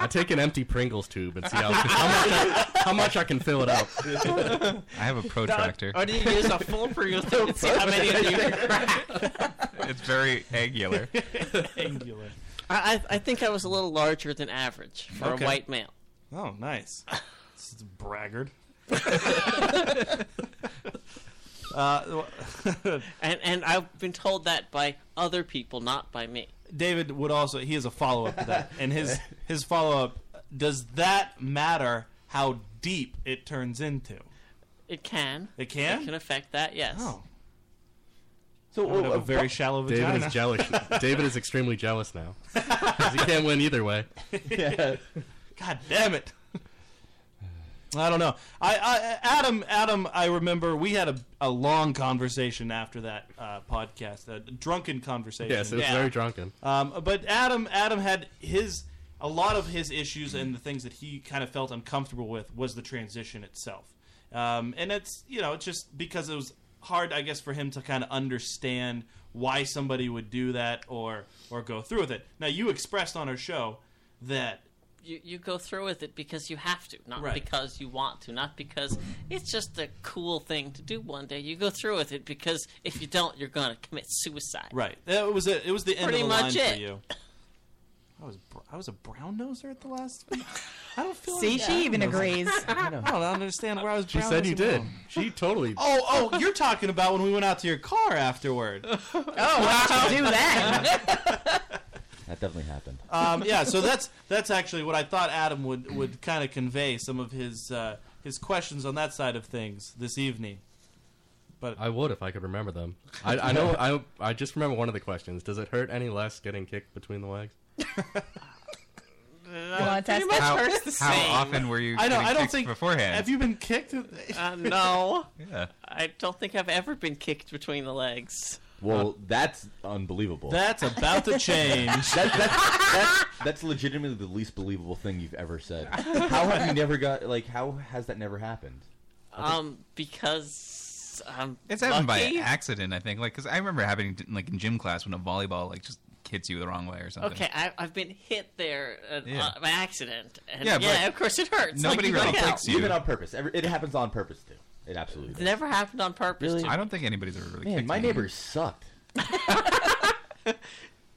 Speaker 5: I take an empty Pringles tube and see how, how, much, I, how much I can fill it up.
Speaker 7: I have a protractor.
Speaker 9: Or do you use a full Pringles tube and see how many of you can
Speaker 7: it's very angular.
Speaker 4: angular.
Speaker 9: I, I I think I was a little larger than average for
Speaker 4: Okay.
Speaker 9: a white male.
Speaker 4: Oh, nice. This is braggart. uh,
Speaker 9: and and I've been told that by other people, not by me.
Speaker 4: David would also he has a follow up to that, and his his follow up does that matter how deep it turns into?
Speaker 9: It can.
Speaker 4: It can?
Speaker 9: It can affect that. Yes.
Speaker 4: Oh.
Speaker 6: So
Speaker 4: I would have a very shallow vagina.
Speaker 5: David is jealous. David is extremely jealous now. 'Cause he can't win either way.
Speaker 4: God damn it. I don't know. I, I Adam Adam I remember we had a, a long conversation after that uh, podcast, a drunken conversation.
Speaker 5: Yes, it was very drunken.
Speaker 4: Um, but Adam Adam had his a lot of his issues and the things that he kind of felt uncomfortable with was the transition itself, um, and it's you know it's just because it was hard I guess for him to kind of understand why somebody would do that or or go through with it. Now you expressed on our show that
Speaker 9: You you go through with it because you have to, not
Speaker 4: Right.
Speaker 9: because you want to, not because it's just a cool thing to do one day. You go through with it because if you don't, you're gonna commit suicide.
Speaker 4: Right. That was it. It was the end
Speaker 9: Pretty
Speaker 4: of the
Speaker 9: much
Speaker 4: line
Speaker 9: it.
Speaker 4: for you. I was br- I was a brown noser at the last. I don't feel.
Speaker 1: See,
Speaker 4: like
Speaker 1: she even
Speaker 4: brown-noser.
Speaker 1: agrees.
Speaker 4: I don't understand where I was.
Speaker 5: She said you did. She totally.
Speaker 4: Oh, oh, you're talking about when we went out to your car afterward.
Speaker 1: Oh, do that.
Speaker 6: That definitely happened.
Speaker 4: Um, yeah, so that's that's actually what I thought Adam would would kind of convey some of his uh, his questions on that side of things this evening. But
Speaker 5: I would if I could remember them. I, I know. I I just remember one of the questions. Does it hurt any less getting kicked between the legs?
Speaker 9: Uh,
Speaker 1: wanna
Speaker 9: pretty
Speaker 1: test
Speaker 9: much
Speaker 1: it? How-
Speaker 9: hurts the
Speaker 5: how
Speaker 9: same.
Speaker 5: often were you I don't- getting I don't kicked think- beforehand?
Speaker 4: Have you been kicked?
Speaker 9: Uh, no.
Speaker 7: Yeah.
Speaker 9: I don't think I've ever been kicked between the legs.
Speaker 6: Well, that's unbelievable.
Speaker 4: That's about to change.
Speaker 6: that, that's, that's, that's legitimately the least believable thing you've ever said. How have you never got like? How has that never happened?
Speaker 9: Um, because um,
Speaker 7: It's happened
Speaker 9: lucky?
Speaker 7: by accident, I think. Like, because I remember happening to, like in gym class when a volleyball like just hits you the wrong way or something.
Speaker 9: Okay, I, I've been hit there uh,
Speaker 7: Yeah.
Speaker 9: uh, by accident. And
Speaker 7: Yeah,
Speaker 9: yeah,
Speaker 7: but
Speaker 9: of course it hurts. like, yeah.
Speaker 6: Even on purpose. Every, it happens on purpose too. It absolutely.
Speaker 9: It never happened on purpose.
Speaker 6: Really?
Speaker 9: to
Speaker 6: I
Speaker 9: me.
Speaker 7: I don't think anybody's ever really.
Speaker 6: Man,
Speaker 7: kicked
Speaker 6: my
Speaker 7: anyone.
Speaker 6: neighbors sucked.
Speaker 7: But I haven't-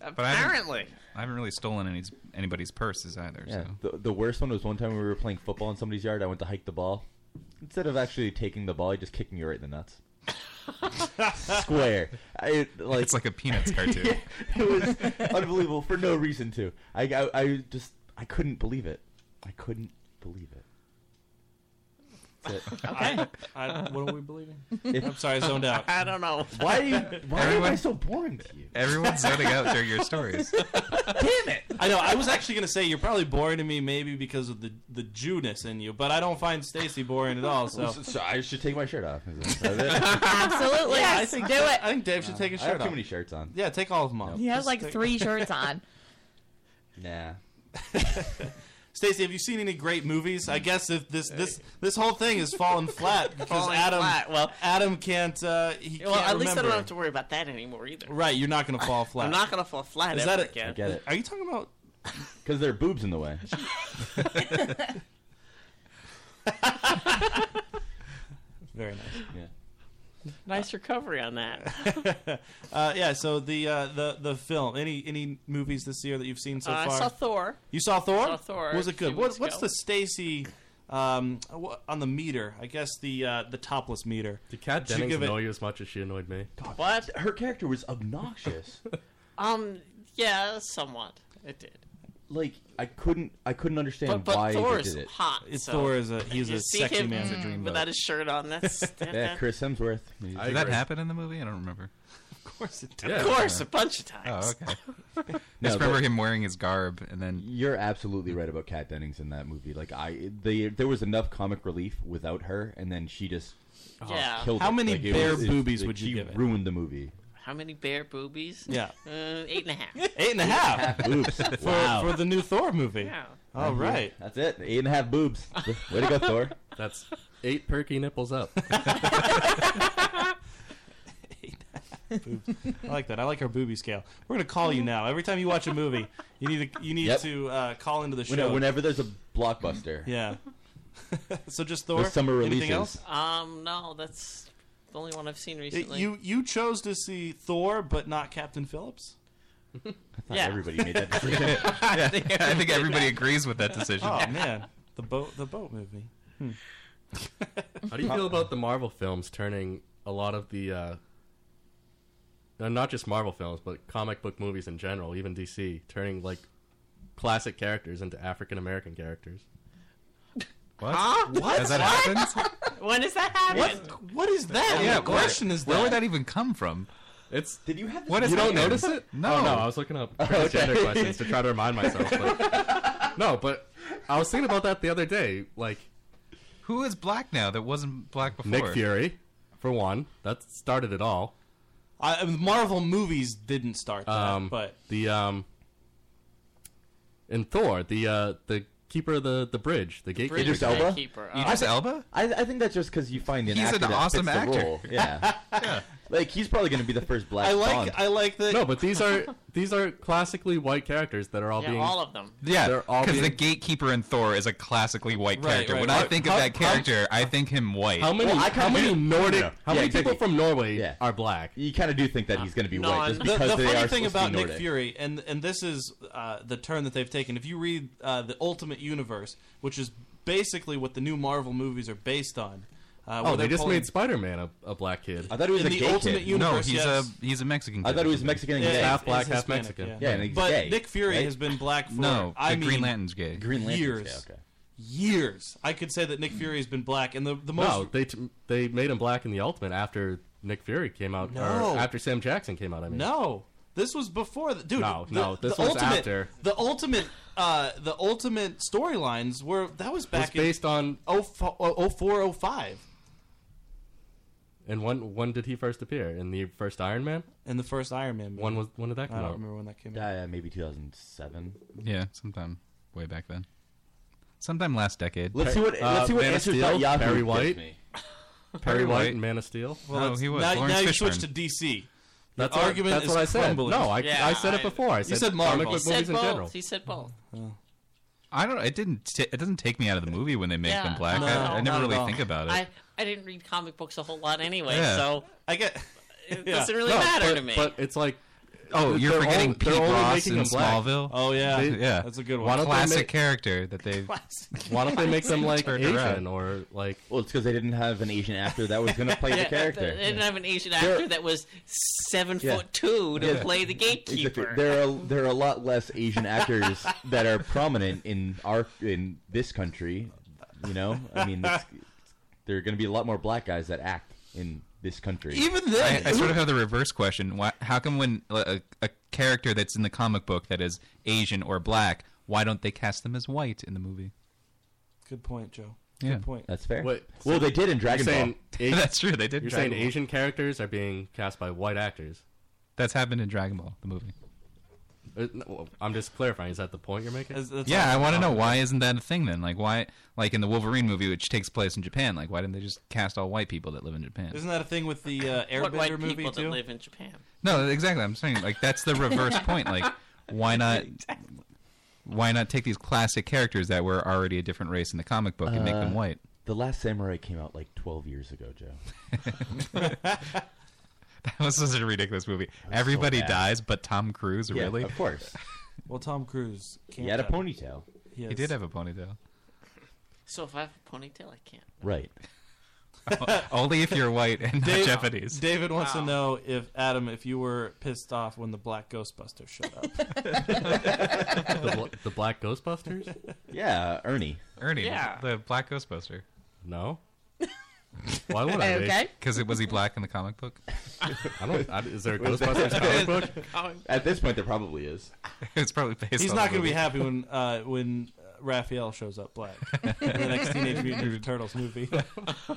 Speaker 9: Apparently.
Speaker 7: I haven't really stolen any, anybody's purses either.
Speaker 6: Yeah.
Speaker 7: So.
Speaker 6: The, the worst one was one time we were playing football in somebody's yard. I went to hike the ball. Instead of actually taking the ball, he just kicked me right in the nuts. Square. I, like,
Speaker 7: It's like a Peanuts cartoon.
Speaker 6: it was unbelievable for no reason too. I, I I just I couldn't believe it. I couldn't believe it. That's it.
Speaker 4: I, I, what are we believing? I'm sorry, I zoned out.
Speaker 9: I don't know.
Speaker 6: Why do you, why am I
Speaker 7: Everyone-
Speaker 6: so boring to you?
Speaker 7: Everyone's zoning out during your stories.
Speaker 4: I know. I was actually going to say you're probably boring to me, maybe because of the the Jewness in you, but I don't find Stacy boring at all. So,
Speaker 6: So I should take my shirt off. Is that- is that it?
Speaker 1: Absolutely.
Speaker 4: Yeah, I think
Speaker 1: do it.
Speaker 4: I think Dave should take his
Speaker 6: I
Speaker 4: shirt
Speaker 6: have too
Speaker 4: off.
Speaker 6: many shirts on.
Speaker 4: Yeah, take all of them off.
Speaker 1: He has
Speaker 4: Just
Speaker 1: like
Speaker 4: take-
Speaker 1: three shirts on.
Speaker 6: Nah.
Speaker 4: Stacy, have you seen any great movies? I guess if this this this whole thing is falling flat because
Speaker 9: Falling
Speaker 4: Adam
Speaker 9: flat, well-
Speaker 4: Adam can't uh, he
Speaker 9: Well,
Speaker 4: can't
Speaker 9: at least I
Speaker 4: remember.
Speaker 9: don't have to worry about that anymore either.
Speaker 4: Right, you're not going to fall flat.
Speaker 9: I'm not going to fall flat
Speaker 4: Is
Speaker 9: ever
Speaker 4: that a-
Speaker 9: again.
Speaker 6: I get it.
Speaker 4: Are you talking about?
Speaker 6: Because there are boobs in the way.
Speaker 4: Very nice.
Speaker 6: Yeah.
Speaker 9: Nice recovery on that.
Speaker 4: uh, yeah. So the uh, the the film. Any any movies this year that you've seen so
Speaker 9: Uh, I
Speaker 4: far?
Speaker 9: saw Thor.
Speaker 4: You saw Thor.
Speaker 9: Saw Thor
Speaker 4: Was
Speaker 9: a
Speaker 4: it good?
Speaker 9: few
Speaker 4: What,
Speaker 9: weeks
Speaker 4: what's
Speaker 9: ago.
Speaker 4: the Stacy um, wha- on the meter? I guess the uh, the topless meter. Did
Speaker 5: Kat
Speaker 4: you
Speaker 5: Dennings
Speaker 4: give it-
Speaker 5: annoy you as much as she annoyed me?
Speaker 9: What?
Speaker 6: Her character was obnoxious.
Speaker 9: Um, yeah, somewhat. It did.
Speaker 6: like I couldn't I couldn't understand
Speaker 9: But, but
Speaker 6: why
Speaker 9: Thor
Speaker 6: they
Speaker 9: is
Speaker 6: did it.
Speaker 9: hot.
Speaker 4: It's
Speaker 9: so
Speaker 4: Thor is a- he's
Speaker 9: you
Speaker 4: a
Speaker 9: see
Speaker 4: sexy
Speaker 9: him
Speaker 4: man. He's a
Speaker 9: mm,
Speaker 4: dreamboat.
Speaker 9: Without his shirt on, that's. that-
Speaker 6: Yeah,
Speaker 9: that-
Speaker 6: Chris Eh, Hemsworth.
Speaker 7: Did that happen in the movie? I don't remember.
Speaker 4: Of course it
Speaker 9: Of course, a bunch of
Speaker 7: Oh,
Speaker 9: times.
Speaker 7: okay. Just remember him wearing his garb, and then
Speaker 6: you're absolutely right about Kat Dennings in that movie. Like I, they, there was enough comic relief without her, and then she just
Speaker 4: Oh.
Speaker 9: Yeah.
Speaker 6: killed
Speaker 9: How
Speaker 6: it.
Speaker 9: many
Speaker 6: Like, it
Speaker 9: bare
Speaker 6: was- it-
Speaker 9: boobies
Speaker 6: like,
Speaker 9: would you
Speaker 6: she
Speaker 9: give it?
Speaker 6: Ruined the movie.
Speaker 9: How many bare boobies?
Speaker 4: Yeah.
Speaker 9: Uh, eight and a half.
Speaker 4: Eight and a half. For, for the new Thor movie.
Speaker 9: Yeah.
Speaker 4: All right.
Speaker 6: That's it. Eight and a half boobs. Way to go, Thor.
Speaker 5: That's eight perky nipples up.
Speaker 4: Boobs. I like that. I like our booby scale. We're gonna call you now. Every time you watch a movie, you need to you need
Speaker 6: Yep.
Speaker 4: to uh, call into the show.
Speaker 6: Whenever, whenever there's a blockbuster,
Speaker 4: Yeah. so just Thor.
Speaker 6: The summer
Speaker 4: Anything else?
Speaker 6: releases.
Speaker 9: Um, no, that's the only one I've seen recently.
Speaker 4: You you chose to see Thor, but not Captain Phillips. I
Speaker 9: thought Yeah.
Speaker 6: everybody made that
Speaker 7: decision. Yeah, I think everybody agrees with that decision.
Speaker 4: Oh man, the boat the boat movie.
Speaker 5: How do you feel about the Marvel films turning a lot of the, uh, no, not just Marvel films, but comic book movies in general, even DC, turning like classic characters into African American characters?
Speaker 7: What?
Speaker 9: Huh? What?
Speaker 7: Has that happened?
Speaker 9: when does that happen?
Speaker 4: What is
Speaker 7: Oh, yeah, where- Where would that even come from?
Speaker 5: It's
Speaker 6: did you have?
Speaker 7: What
Speaker 5: you
Speaker 7: is
Speaker 5: don't
Speaker 7: happening?
Speaker 5: notice it?
Speaker 7: No.
Speaker 5: Oh, no, I was looking up
Speaker 7: Oh, okay.
Speaker 5: transgender questions to try to remind myself. but- no, but I was thinking about that the other day. Like,
Speaker 7: who is black now that wasn't black before?
Speaker 5: Nick Fury, for one, that started it all.
Speaker 4: I, Marvel movies didn't start that,
Speaker 5: um,
Speaker 4: but
Speaker 5: the um, in Thor, the uh, the keeper of the the bridge, the gatekeeper,
Speaker 6: Idris
Speaker 5: guy.
Speaker 6: Elba. I- I, I think that's just because you find an
Speaker 5: He's
Speaker 6: actor
Speaker 5: an
Speaker 6: that
Speaker 5: awesome
Speaker 6: fits the
Speaker 5: actor.
Speaker 6: role. Yeah. like he's probably going to be the first black. Bond.
Speaker 4: I like that.
Speaker 5: No, but these are these are classically white characters that are all being
Speaker 7: Yeah,
Speaker 5: they're all
Speaker 7: because
Speaker 5: being
Speaker 7: the gatekeeper in Thor is a classically white
Speaker 5: Right,
Speaker 7: character.
Speaker 5: right.
Speaker 7: When
Speaker 5: How-
Speaker 7: I think
Speaker 5: how-
Speaker 7: of that
Speaker 5: how-
Speaker 7: character, I think him white.
Speaker 5: How many? how many Nordic? How many people from Norway are black?
Speaker 6: You kind of do think that he's going to be white just
Speaker 4: The-
Speaker 6: because
Speaker 4: the,
Speaker 6: they
Speaker 4: funny
Speaker 6: are
Speaker 4: thing
Speaker 6: supposed to be
Speaker 4: about Nick
Speaker 6: Nordic.
Speaker 4: Fury, and and this is uh, the turn that they've taken. If you read uh, the Ultimate Universe, which is basically what the new Marvel movies are based on, uh, where
Speaker 5: oh, they
Speaker 4: they're
Speaker 5: just
Speaker 4: pulling-
Speaker 5: made Spider-Man a, a black kid.
Speaker 6: I thought he was In a the gay kid. Ultimate Universe,
Speaker 7: he's
Speaker 6: yes.
Speaker 7: a he's a Mexican.
Speaker 6: I
Speaker 7: kid
Speaker 6: thought
Speaker 7: or
Speaker 6: he was
Speaker 7: something.
Speaker 6: Mexican and Yeah, gay. he's-
Speaker 5: half black,
Speaker 6: he's
Speaker 5: half
Speaker 6: Hispanic,
Speaker 5: Mexican.
Speaker 6: yeah. Yeah, and he's
Speaker 4: but
Speaker 6: gay,
Speaker 4: Nick Fury
Speaker 6: right?
Speaker 4: has been black for
Speaker 7: No,
Speaker 4: I
Speaker 7: the Green
Speaker 4: mean,
Speaker 7: Lantern's gay. Green
Speaker 6: Lantern's
Speaker 4: years,
Speaker 6: gay, okay.
Speaker 4: years. I could say that Nick Fury has been black, and the the most
Speaker 5: No, they t- they made him black in the Ultimate after Nick Fury came out.
Speaker 4: No.
Speaker 5: or after Sam Jackson came out. I mean,
Speaker 4: No, this was before the dude.
Speaker 5: No,
Speaker 4: the-
Speaker 5: no, this
Speaker 4: the
Speaker 5: was
Speaker 4: ultimate,
Speaker 5: after.
Speaker 4: The ultimate, uh, the ultimate storylines were that was back
Speaker 5: based on
Speaker 4: oh four oh four oh five.
Speaker 5: And when when did he first appear? In the first Iron Man?
Speaker 4: In the first Iron Man.
Speaker 5: When was when did that
Speaker 4: I
Speaker 5: come
Speaker 4: don't
Speaker 5: out?
Speaker 4: remember when that came
Speaker 6: out. Yeah, maybe 2007.
Speaker 7: Yeah, sometime way back then. Sometime last decade.
Speaker 6: Let's see what- Uh, let's see what Man of answers Steel, dot Yahoo Perry gives White. me.
Speaker 5: Perry White and Man of Steel.
Speaker 4: Well, that's- Now, now you switched to DC. The
Speaker 5: That's what-
Speaker 4: argument
Speaker 5: that's
Speaker 4: is
Speaker 5: what I said.
Speaker 4: crumbling.
Speaker 5: No, I- Yeah, I said it I- before. I
Speaker 4: you
Speaker 5: said
Speaker 4: said
Speaker 5: comic
Speaker 4: Marvel.
Speaker 5: book He said movies in both. general.
Speaker 9: He said both.
Speaker 7: I don't. It didn't. T- it doesn't take me out of the movie when they make them black. I, I never really think about it.
Speaker 9: I, I didn't read comic books a whole lot anyway,
Speaker 7: Yeah.
Speaker 9: so
Speaker 4: I get.
Speaker 9: It doesn't really
Speaker 5: No,
Speaker 9: matter
Speaker 5: but-
Speaker 9: to me.
Speaker 5: But it's like.
Speaker 7: Oh, you're
Speaker 5: they're
Speaker 7: forgetting
Speaker 5: only-
Speaker 7: Pete
Speaker 5: they're only
Speaker 7: Ross
Speaker 5: making
Speaker 7: in
Speaker 5: them black.
Speaker 7: Smallville.
Speaker 4: Oh, yeah.
Speaker 5: They-
Speaker 7: yeah,
Speaker 4: That's a good
Speaker 5: Why don't they
Speaker 7: Classic
Speaker 5: make-
Speaker 7: character that they.
Speaker 5: Why don't they make them like
Speaker 7: Turned
Speaker 5: Asian
Speaker 7: around.
Speaker 5: or like?
Speaker 6: Well, it's because they didn't have an Asian actor that was going to play
Speaker 9: Yeah,
Speaker 6: the character.
Speaker 9: They didn't have an Asian
Speaker 6: They're-
Speaker 9: actor that was seven
Speaker 6: Yeah.
Speaker 9: foot two to
Speaker 6: Yeah.
Speaker 9: play the
Speaker 6: Exactly.
Speaker 9: gatekeeper.
Speaker 6: There are there are a lot less Asian actors that are prominent in our in this country. You know, I mean, it's, there are going to be a lot more black guys that act in this country.
Speaker 7: I, I sort of have the reverse question. Why, how come when a, a character that's in the comic book that is Asian or black, why don't they cast them as white in the movie?
Speaker 4: Good point, Joe.
Speaker 7: Yeah.
Speaker 4: Good point.
Speaker 6: That's fair.
Speaker 5: Wait,
Speaker 6: Well, they did in Dragon
Speaker 5: you're saying
Speaker 6: Ball.
Speaker 5: Asi-
Speaker 6: That's true, they did in
Speaker 5: You're
Speaker 6: Dragon
Speaker 5: saying
Speaker 6: Ball.
Speaker 5: Asian characters are being cast by white actors.
Speaker 7: That's happened in Dragon Ball the movie.
Speaker 5: Uh, no, I'm just clarifying. Is that the point you're making?
Speaker 7: yeah, I want to know why isn't that a thing then? Like why, like in the Wolverine movie, which takes place in Japan, like why didn't they just cast all white people that live in Japan?
Speaker 4: Isn't that a thing with the uh,
Speaker 9: what white
Speaker 4: Airbender movie
Speaker 9: people
Speaker 4: too?
Speaker 9: that live in Japan?
Speaker 7: No, exactly. I'm saying like that's the reverse point. Like why not? Why not take these classic characters that were already a different race in the comic book and make them
Speaker 6: Uh,
Speaker 7: white?
Speaker 6: The Last Samurai came out like 12 years ago, Joe.
Speaker 7: That was such a ridiculous movie. Everybody
Speaker 6: bad.
Speaker 7: dies, but Tom Cruise.
Speaker 6: Yeah,
Speaker 7: really?
Speaker 6: of course.
Speaker 4: Well, Tom Cruise.
Speaker 6: He had a ponytail.
Speaker 7: He, did have a ponytail.
Speaker 9: So if I have a ponytail, I can't.
Speaker 6: Right.
Speaker 7: Only if you're white and not
Speaker 4: Dave-
Speaker 7: Japanese.
Speaker 4: David wants to know if Adam, if you were pissed off when the Black Ghostbuster showed up.
Speaker 5: the, bl- the Black Ghostbusters?
Speaker 6: Yeah, Ernie.
Speaker 7: Ernie,
Speaker 4: Yeah.
Speaker 7: the Black Ghostbuster.
Speaker 5: No. Why would I be?
Speaker 1: Okay.
Speaker 7: Because was he black in the comic book?
Speaker 5: I don't- I- is there a
Speaker 6: Was
Speaker 5: Ghostbusters
Speaker 6: that-
Speaker 5: comic book? Comic book.
Speaker 6: At this point, there probably is.
Speaker 7: it's probably based.
Speaker 4: He's
Speaker 7: on
Speaker 4: not
Speaker 7: the
Speaker 4: going to be
Speaker 7: movie.
Speaker 4: happy when uh, when uh, Raphael shows up black in the next Teenage Mutant Ninja Turtles movie.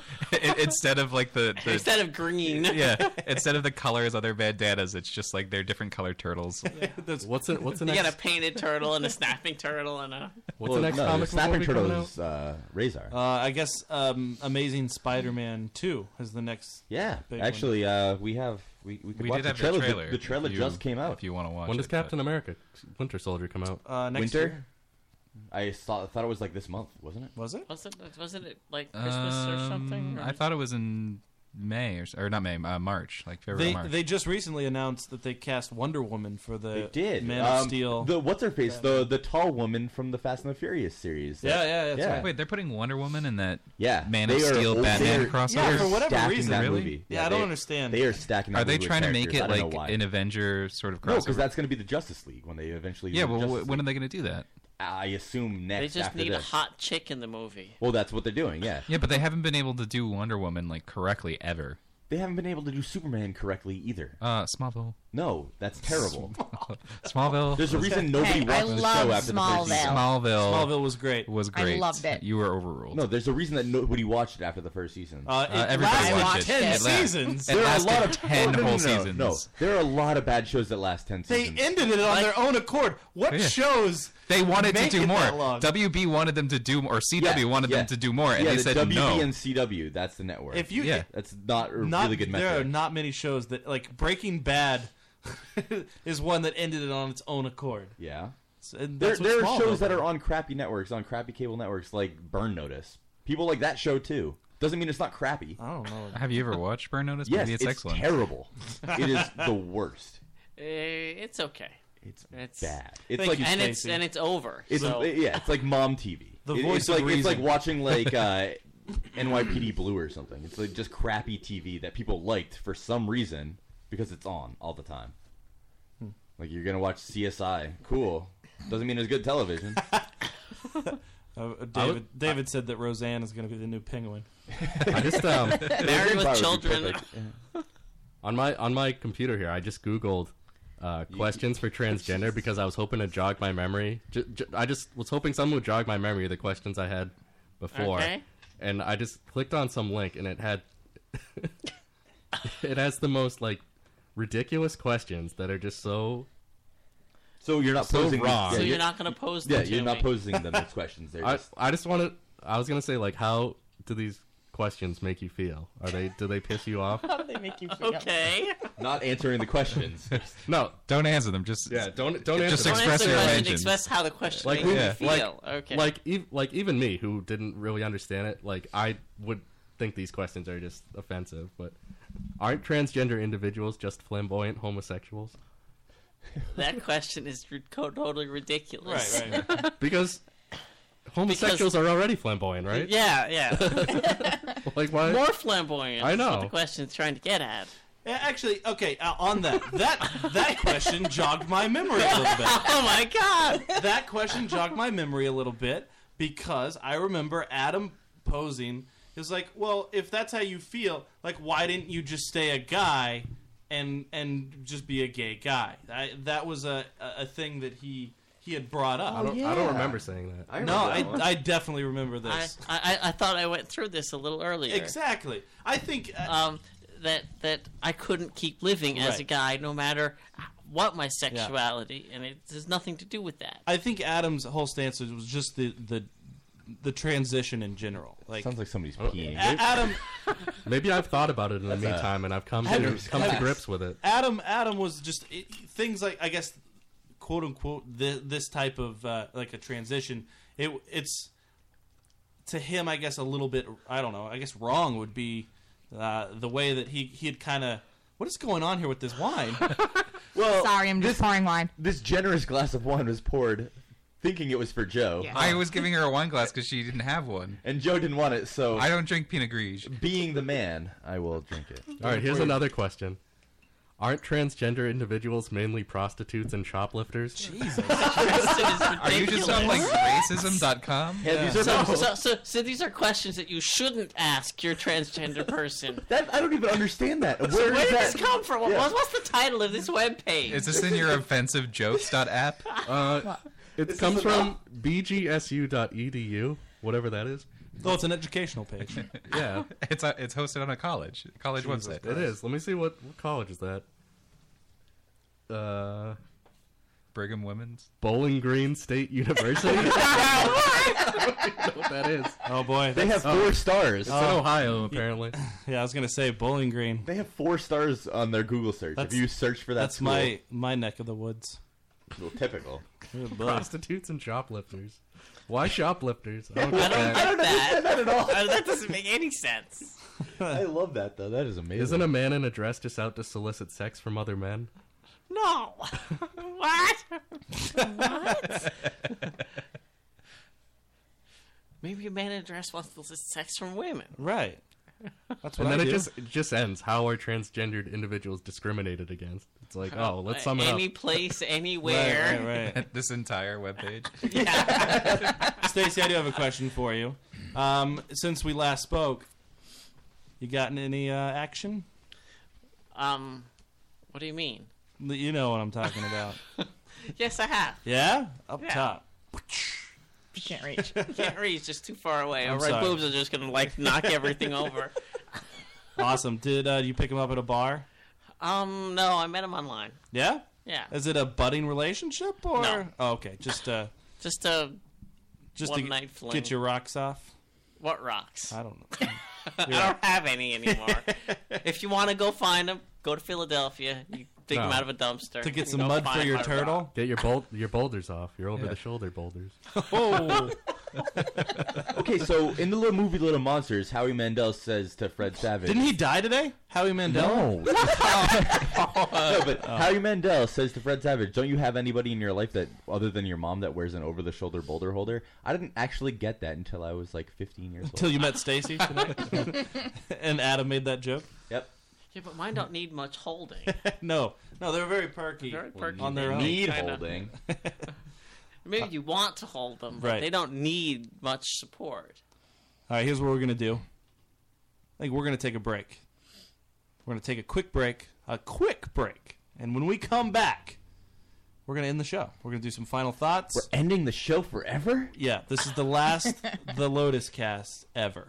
Speaker 7: In- instead of like the, the
Speaker 4: Instead of green.
Speaker 7: yeah. Instead of the colors, other bandanas. It's just like they're different colored turtles.
Speaker 5: what's it? What's
Speaker 9: You got a painted turtle and a snapping turtle and a.
Speaker 7: What's the next
Speaker 6: no,
Speaker 7: comic book
Speaker 6: Snapping
Speaker 7: movie coming
Speaker 6: Turtle is uh, Razor.
Speaker 4: Uh, I guess um, Amazing Spider-Man Two is the next.
Speaker 6: Yeah,
Speaker 4: big one.
Speaker 6: actually, uh, we have we we, could watch the trailer. The- The, trailer just came out.
Speaker 5: When does Captain America Winter Soldier come out?
Speaker 4: Uh,
Speaker 6: Winter. I thought, thought it was like this month, wasn't it?
Speaker 4: Was it?
Speaker 9: Wasn't wasn't it like Christmas or something?
Speaker 7: Um,
Speaker 9: Or-
Speaker 7: I thought it was in May or, s- or not May, uh, March, like February,
Speaker 4: They
Speaker 7: March.
Speaker 4: they just recently announced that they cast Wonder Woman for the
Speaker 6: They did.
Speaker 4: Man
Speaker 6: um,
Speaker 4: of Steel.
Speaker 6: The what's her face? The the tall woman from the Fast and the Furious series. that-
Speaker 7: Wait, they're putting Wonder Woman in that
Speaker 6: Yeah,
Speaker 7: Man
Speaker 6: they
Speaker 7: of
Speaker 6: are
Speaker 7: Steel
Speaker 6: old-
Speaker 7: Batman
Speaker 6: they're-
Speaker 7: crossover.
Speaker 6: yeah, for whatever Stacking reason. that
Speaker 7: really?
Speaker 6: movie. Yeah, Yeah, I don't they- understand. they are stacking that
Speaker 7: Are they
Speaker 6: movie with
Speaker 7: trying to make
Speaker 6: characters.
Speaker 7: it
Speaker 6: I don't know
Speaker 7: like
Speaker 6: why.
Speaker 7: an Avenger sort of crossover?
Speaker 6: No, because that's going to be the Justice League when they eventually.
Speaker 7: Yeah,
Speaker 6: do the
Speaker 7: well,
Speaker 6: Justice
Speaker 7: wh- when are
Speaker 6: League.
Speaker 7: they going to do that?
Speaker 6: I assume
Speaker 9: they
Speaker 6: next.
Speaker 9: just
Speaker 6: after
Speaker 9: need a
Speaker 6: this.
Speaker 9: hot chick in the movie.
Speaker 6: Well, that's what they're doing. Yeah,
Speaker 7: Yeah, but they haven't been able to do Wonder Woman like correctly ever.
Speaker 6: they haven't been able to do Superman correctly either.
Speaker 7: Uh, Smallville.
Speaker 6: No, that's terrible.
Speaker 7: Smallville.
Speaker 6: There's a reason
Speaker 7: Hey,
Speaker 6: nobody watched
Speaker 7: I
Speaker 6: the
Speaker 7: love
Speaker 6: show after the first season.
Speaker 7: Smallville.
Speaker 4: Smallville was great.
Speaker 7: Was
Speaker 4: I
Speaker 7: great.
Speaker 4: loved it.
Speaker 7: You were overruled.
Speaker 6: No, there's a reason that nobody watched it after the first season.
Speaker 4: Uh, it Uh, everybody lasted watched it. 10 It la- seasons. it
Speaker 6: There are a
Speaker 4: lasted
Speaker 6: lot of
Speaker 4: 10
Speaker 6: no, no,
Speaker 4: whole
Speaker 6: no, no,
Speaker 4: seasons.
Speaker 6: No, there are a lot of bad shows that last ten
Speaker 4: They
Speaker 6: seasons.
Speaker 4: ended it on their own accord. What
Speaker 7: Yeah.
Speaker 4: shows?
Speaker 7: They wanted to
Speaker 4: make
Speaker 7: do
Speaker 4: it
Speaker 7: more.
Speaker 4: that long?
Speaker 7: WB wanted them to do more, or CW
Speaker 6: Yeah,
Speaker 7: wanted
Speaker 6: yeah.
Speaker 7: them to do more, and
Speaker 6: yeah,
Speaker 7: they
Speaker 6: the
Speaker 7: said
Speaker 6: WB
Speaker 7: no.
Speaker 6: and CW. That's the network.
Speaker 4: If you-
Speaker 7: Yeah.
Speaker 6: that's not a
Speaker 4: Not
Speaker 6: really good
Speaker 4: there are
Speaker 6: method.
Speaker 4: not many shows that like Breaking Bad is one that ended it on its own accord.
Speaker 6: Yeah,
Speaker 4: So- and
Speaker 6: There,
Speaker 4: that's what
Speaker 6: there are
Speaker 4: Smallville
Speaker 6: shows that are on crappy networks, on crappy cable networks, like Burn Notice. People like that show too. Doesn't mean it's not crappy.
Speaker 4: I don't know.
Speaker 7: Have you ever watched Burn Notice?
Speaker 6: Yes,
Speaker 7: Maybe it's,
Speaker 6: it's
Speaker 7: excellent.
Speaker 6: terrible. it is the worst.
Speaker 9: Eh, it's okay. It's,
Speaker 6: bad. It's like
Speaker 9: and it's and it's over.
Speaker 6: It's
Speaker 9: so.
Speaker 6: yeah, it's like mom TV.
Speaker 9: The
Speaker 6: It-
Speaker 9: voice
Speaker 6: it's
Speaker 9: of
Speaker 6: like it's like
Speaker 9: reason.
Speaker 6: watching like uh, NYPD Blue or something. It's like just crappy TV that people liked for some reason because it's on all the time.
Speaker 4: Hmm.
Speaker 6: Like you're gonna watch CSI, cool. Doesn't mean it's good television.
Speaker 4: Uh, David
Speaker 6: I
Speaker 4: David said that Roseanne is going to be the new Penguin.
Speaker 5: I just um,
Speaker 6: Yeah.
Speaker 5: on my on my computer here, I just Googled uh, questions for transgender because I was hoping to jog my memory. J- j- I just was hoping someone would jog my memory of the questions I had before,
Speaker 9: Okay.
Speaker 5: and I just clicked on some link and it had it has the most like ridiculous questions that are just so.
Speaker 6: So you're not
Speaker 5: so
Speaker 6: posing these-
Speaker 5: wrong.
Speaker 6: yeah, So you're you're-
Speaker 9: not gonna pose
Speaker 6: them yeah, you're to not me. posing them as questions. They're
Speaker 5: I,
Speaker 6: just-
Speaker 5: I just want to. I was gonna say like, how do these questions make you feel? Are they do they piss you off?
Speaker 9: How do they make you feel? Okay.
Speaker 6: not answering the questions.
Speaker 5: no,
Speaker 7: don't answer them. Just
Speaker 5: yeah, don't don't answer.
Speaker 7: just
Speaker 5: them.
Speaker 7: express your
Speaker 9: question,
Speaker 7: intention.
Speaker 9: express how the question made you feel.
Speaker 5: Like,
Speaker 9: okay.
Speaker 5: like, ev- like even me who didn't really understand it, like I would think these questions are just offensive. But aren't transgender individuals just flamboyant homosexuals?
Speaker 9: that question is ri- co- totally ridiculous.
Speaker 5: Right, right, Because homosexuals are already flamboyant, right?
Speaker 9: Yeah, yeah.
Speaker 5: like why?
Speaker 9: More flamboyant.
Speaker 5: I
Speaker 9: is
Speaker 5: know.
Speaker 9: What the question's trying to get at.
Speaker 4: Yeah, actually, okay. Uh, on that, that that question jogged my memory a little bit.
Speaker 9: Oh my god!
Speaker 4: That question jogged my memory a little bit because I remember Adam posing. He was like, "Well, if that's how you feel, like, why didn't you just stay a guy and and just be a gay guy?" I, that was a a a thing that he he had brought up.
Speaker 5: I don't- I don't remember saying that. I
Speaker 4: no,
Speaker 5: remember that one.
Speaker 4: I, I definitely remember
Speaker 9: I,
Speaker 4: this.
Speaker 9: I, I thought I went through this a little earlier.
Speaker 4: Exactly. I think uh,
Speaker 9: um, that that I couldn't keep living as
Speaker 4: Right.
Speaker 9: a guy, no matter what my sexuality, and it has nothing to do with that.
Speaker 4: I think Adam's whole stance was was just the the the transition in general. Like
Speaker 6: Sounds like somebody's
Speaker 4: A-
Speaker 6: peeing.
Speaker 4: Adam
Speaker 5: Oh, Maybe I've thought about it in the
Speaker 6: That's a-
Speaker 5: meantime, and I've come to,
Speaker 4: Adam's
Speaker 5: come to
Speaker 4: class.
Speaker 5: grips with it.
Speaker 4: Adam Adam was just it, things like I guess quote unquote thi- this type of uh, like a transition. It it's to him I guess a little bit I don't know I guess wrong would be uh, the way that he he had kind of what is going on here with this wine.
Speaker 6: Well,
Speaker 1: Sorry, I'm just pouring wine.
Speaker 6: this generous glass of wine was poured, thinking it was for Joe.
Speaker 7: I was giving her a wine glass because she didn't have one.
Speaker 6: And Joe didn't want it, so
Speaker 7: I don't drink Pinot Grigio.
Speaker 6: Being the man, I will drink it.
Speaker 5: All right, here's another question. Aren't transgender individuals mainly prostitutes and shoplifters? Jesus.
Speaker 7: Are you just on like racism.com?
Speaker 9: so, so, so, so these are questions that you shouldn't ask your transgender person.
Speaker 6: That I don't even understand that. Where
Speaker 9: so where
Speaker 6: is
Speaker 9: did
Speaker 6: that?
Speaker 9: this come from? What,
Speaker 6: Yeah.
Speaker 9: What's the title of this webpage?
Speaker 7: Is this in your offensive jokes.app?
Speaker 5: Uh, it comes from bgsu.edu, E whatever that is.
Speaker 4: Oh, it's an educational page.
Speaker 5: yeah,
Speaker 7: it's a, it's hosted on a college college
Speaker 5: Jesus
Speaker 7: website.
Speaker 5: Christ. It is. Let me see what, what college is that. Uh,
Speaker 7: Brigham Women's
Speaker 5: Bowling Green State University. what that is?
Speaker 4: Oh boy,
Speaker 5: They
Speaker 4: that's-
Speaker 5: have four
Speaker 4: oh.
Speaker 5: stars. It's in Ohio,
Speaker 4: Yeah.
Speaker 5: apparently.
Speaker 4: Yeah, I was gonna say Bowling Green.
Speaker 6: They have four stars on their Google search. if you search for that,
Speaker 4: that's
Speaker 6: school,
Speaker 4: my my neck of the woods.
Speaker 6: Well, typical.
Speaker 5: Prostitutes and shoplifters. Why shoplifters? I don't,
Speaker 9: I
Speaker 5: get
Speaker 9: don't
Speaker 5: that.
Speaker 9: like that.
Speaker 6: Not at all.
Speaker 9: Uh, that doesn't make any sense.
Speaker 6: I love that though. That is amazing.
Speaker 5: Isn't a man in a dress just out to solicit sex from other men?
Speaker 9: No. what? what? Maybe a man in a dress wants to solicit sex from women.
Speaker 4: Right. That's what
Speaker 5: and
Speaker 4: I
Speaker 5: then it
Speaker 4: do.
Speaker 5: just it just ends. How are transgendered individuals discriminated against? It's like, oh, let's sum it
Speaker 9: Any
Speaker 5: up.
Speaker 9: place, anywhere.
Speaker 7: this entire webpage.
Speaker 4: Stacy, I do have a question for you. Um, since we last spoke, you gotten any uh, action?
Speaker 9: Um, what do you mean?
Speaker 4: You know what I'm talking about.
Speaker 9: Yes, I have.
Speaker 4: yeah, up
Speaker 9: Yeah.
Speaker 4: top.
Speaker 9: You can't reach. You can't reach. It's too far away.
Speaker 4: I'm
Speaker 9: Our right
Speaker 4: sorry.
Speaker 9: boobs are just gonna like knock everything over.
Speaker 4: Awesome. Did uh, you pick him up at a bar?
Speaker 9: Um, no, I met him online.
Speaker 4: Yeah.
Speaker 9: Yeah.
Speaker 4: Is it a budding relationship or?
Speaker 9: No.
Speaker 4: Oh, okay, just uh,
Speaker 9: Just a
Speaker 4: just
Speaker 9: one
Speaker 4: to
Speaker 9: night
Speaker 4: get,
Speaker 9: fling.
Speaker 4: get your rocks off.
Speaker 9: what rocks?
Speaker 4: I don't know.
Speaker 9: I don't have any anymore. if you want to go find them, go to Philadelphia. You dig
Speaker 5: No.
Speaker 9: them out of a dumpster Go find my rock.
Speaker 5: Get your bol- your boulders off. Your over
Speaker 6: Yeah.
Speaker 5: the shoulder boulders.
Speaker 4: Oh.
Speaker 6: okay, so in the little movie Little Monsters, Howie Mandel says to Fred Savage,
Speaker 4: Didn't he die today? Howie Mandel?
Speaker 6: No. No, but Howie Mandel says to Fred Savage, "Don't you have anybody in your life that other than your mom that wears an over-the-shoulder boulder holder?" I didn't actually get that until I was like 15 years old.
Speaker 4: Until you met Stacy tonight, and Adam made that joke.
Speaker 6: Yep.
Speaker 9: Yeah, but mine don't need much holding.
Speaker 4: no, no, they're very perky,
Speaker 9: Very perky.
Speaker 4: on their own.
Speaker 9: Need Kinda. holding. Maybe you want to hold them, but
Speaker 4: Right.
Speaker 9: they don't need much support.
Speaker 4: All right, here's what we're gonna do. I think we're gonna take a break. We're gonna take a quick break, a quick break, and when we come back, we're gonna end the show. We're gonna do some final thoughts.
Speaker 6: We're ending the show forever.
Speaker 4: Yeah, this is the last the Lotus Cast ever.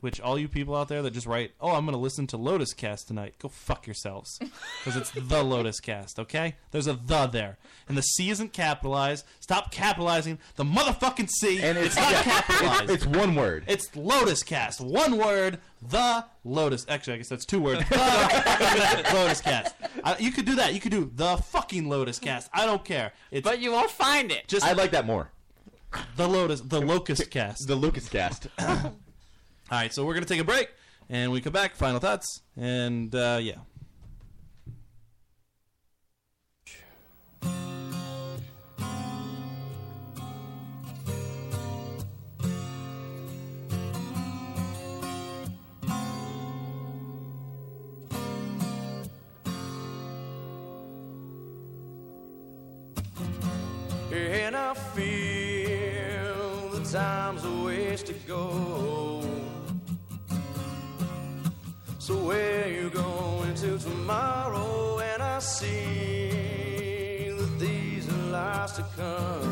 Speaker 4: Which all you people out there that just write, "Oh, I'm going to listen to Lotus Cast tonight." Go fuck yourselves. Cuz it's the Lotus Cast, okay? There's a the there. And the C isn't capitalized. Stop capitalizing the motherfucking C. And it's, not capitalized.
Speaker 6: It's one word.
Speaker 4: It's Lotus Cast. One word. The Lotus. Actually, I guess that's two words. The Lotus Cast. I, you could do that. You could do the fucking Lotus Cast. I don't care. It's, but
Speaker 9: you won't find it.
Speaker 4: Just
Speaker 6: I like that more.
Speaker 4: The Lotus. The Locust Cast.
Speaker 6: The Lucas cast.
Speaker 4: All right, so we're gonna take a break, and we come back. Final thoughts, and uh, yeah.
Speaker 26: And I feel the time's a waste to go. So where you going to tomorrow? And I see that these are lies to come.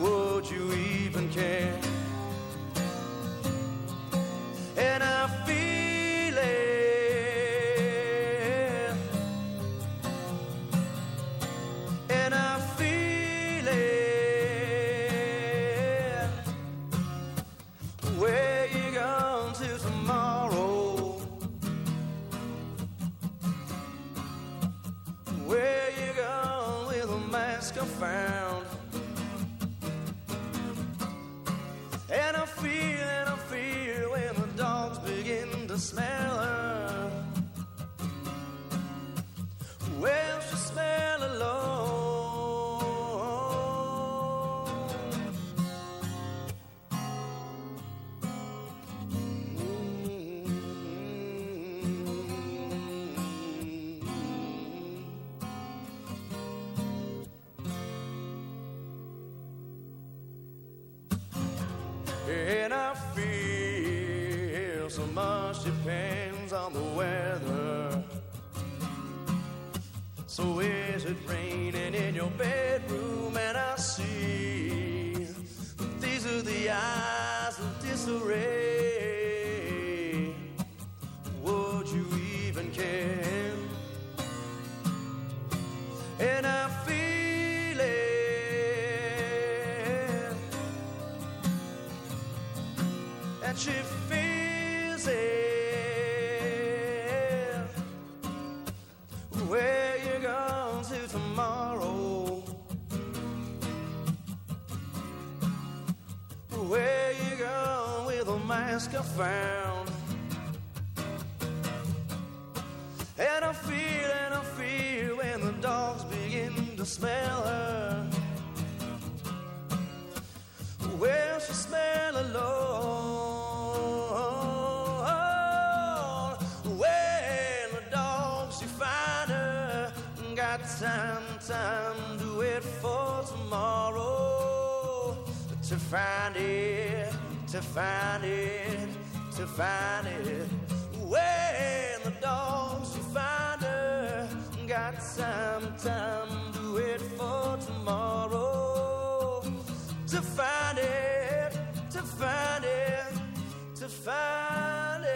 Speaker 26: Would you even care? And I feel it. and I feel it. Where you gone to tomorrow? Where you gone with a mask I found? And I feel and I feel when the dogs begin to smell her. Well, she smell alone. Mm. much depends on the weather. So is it raining in your bedroom? And I see that these are the eyes of disarray. Would you even care? And I feel it that she feels it. Where you going to tomorrow? Where you going with a mask I found? And I feel and I feel when the dogs begin to smell her. Well, she smell alone. When the dogs she find her, got time, time to wait for tomorrow to find it, to find it, to find it. When the dogs she find her, got time, time to wait for tomorrow to find it, to find it, to find it.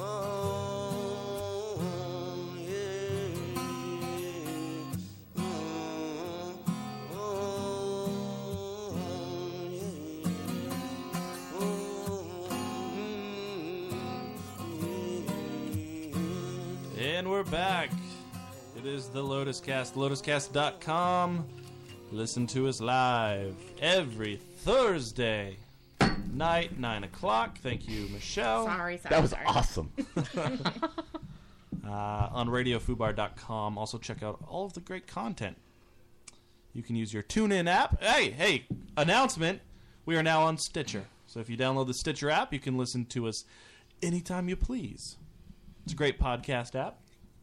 Speaker 26: Oh, yeah. Oh, oh, yeah.
Speaker 4: And we're back. It is the Lotus Cast, lotuscast.com. Listen to us live every Thursday night, 9 o'clock. Thank you, Michelle.
Speaker 1: Sorry, sorry, That was sorry. awesome.
Speaker 4: uh, on radiofubar.com. Also, check out all of the great content. You can use your TuneIn app. Hey, hey, announcement. We are now on Stitcher. So if you download the Stitcher app, you can listen to us anytime you please. It's a great podcast app.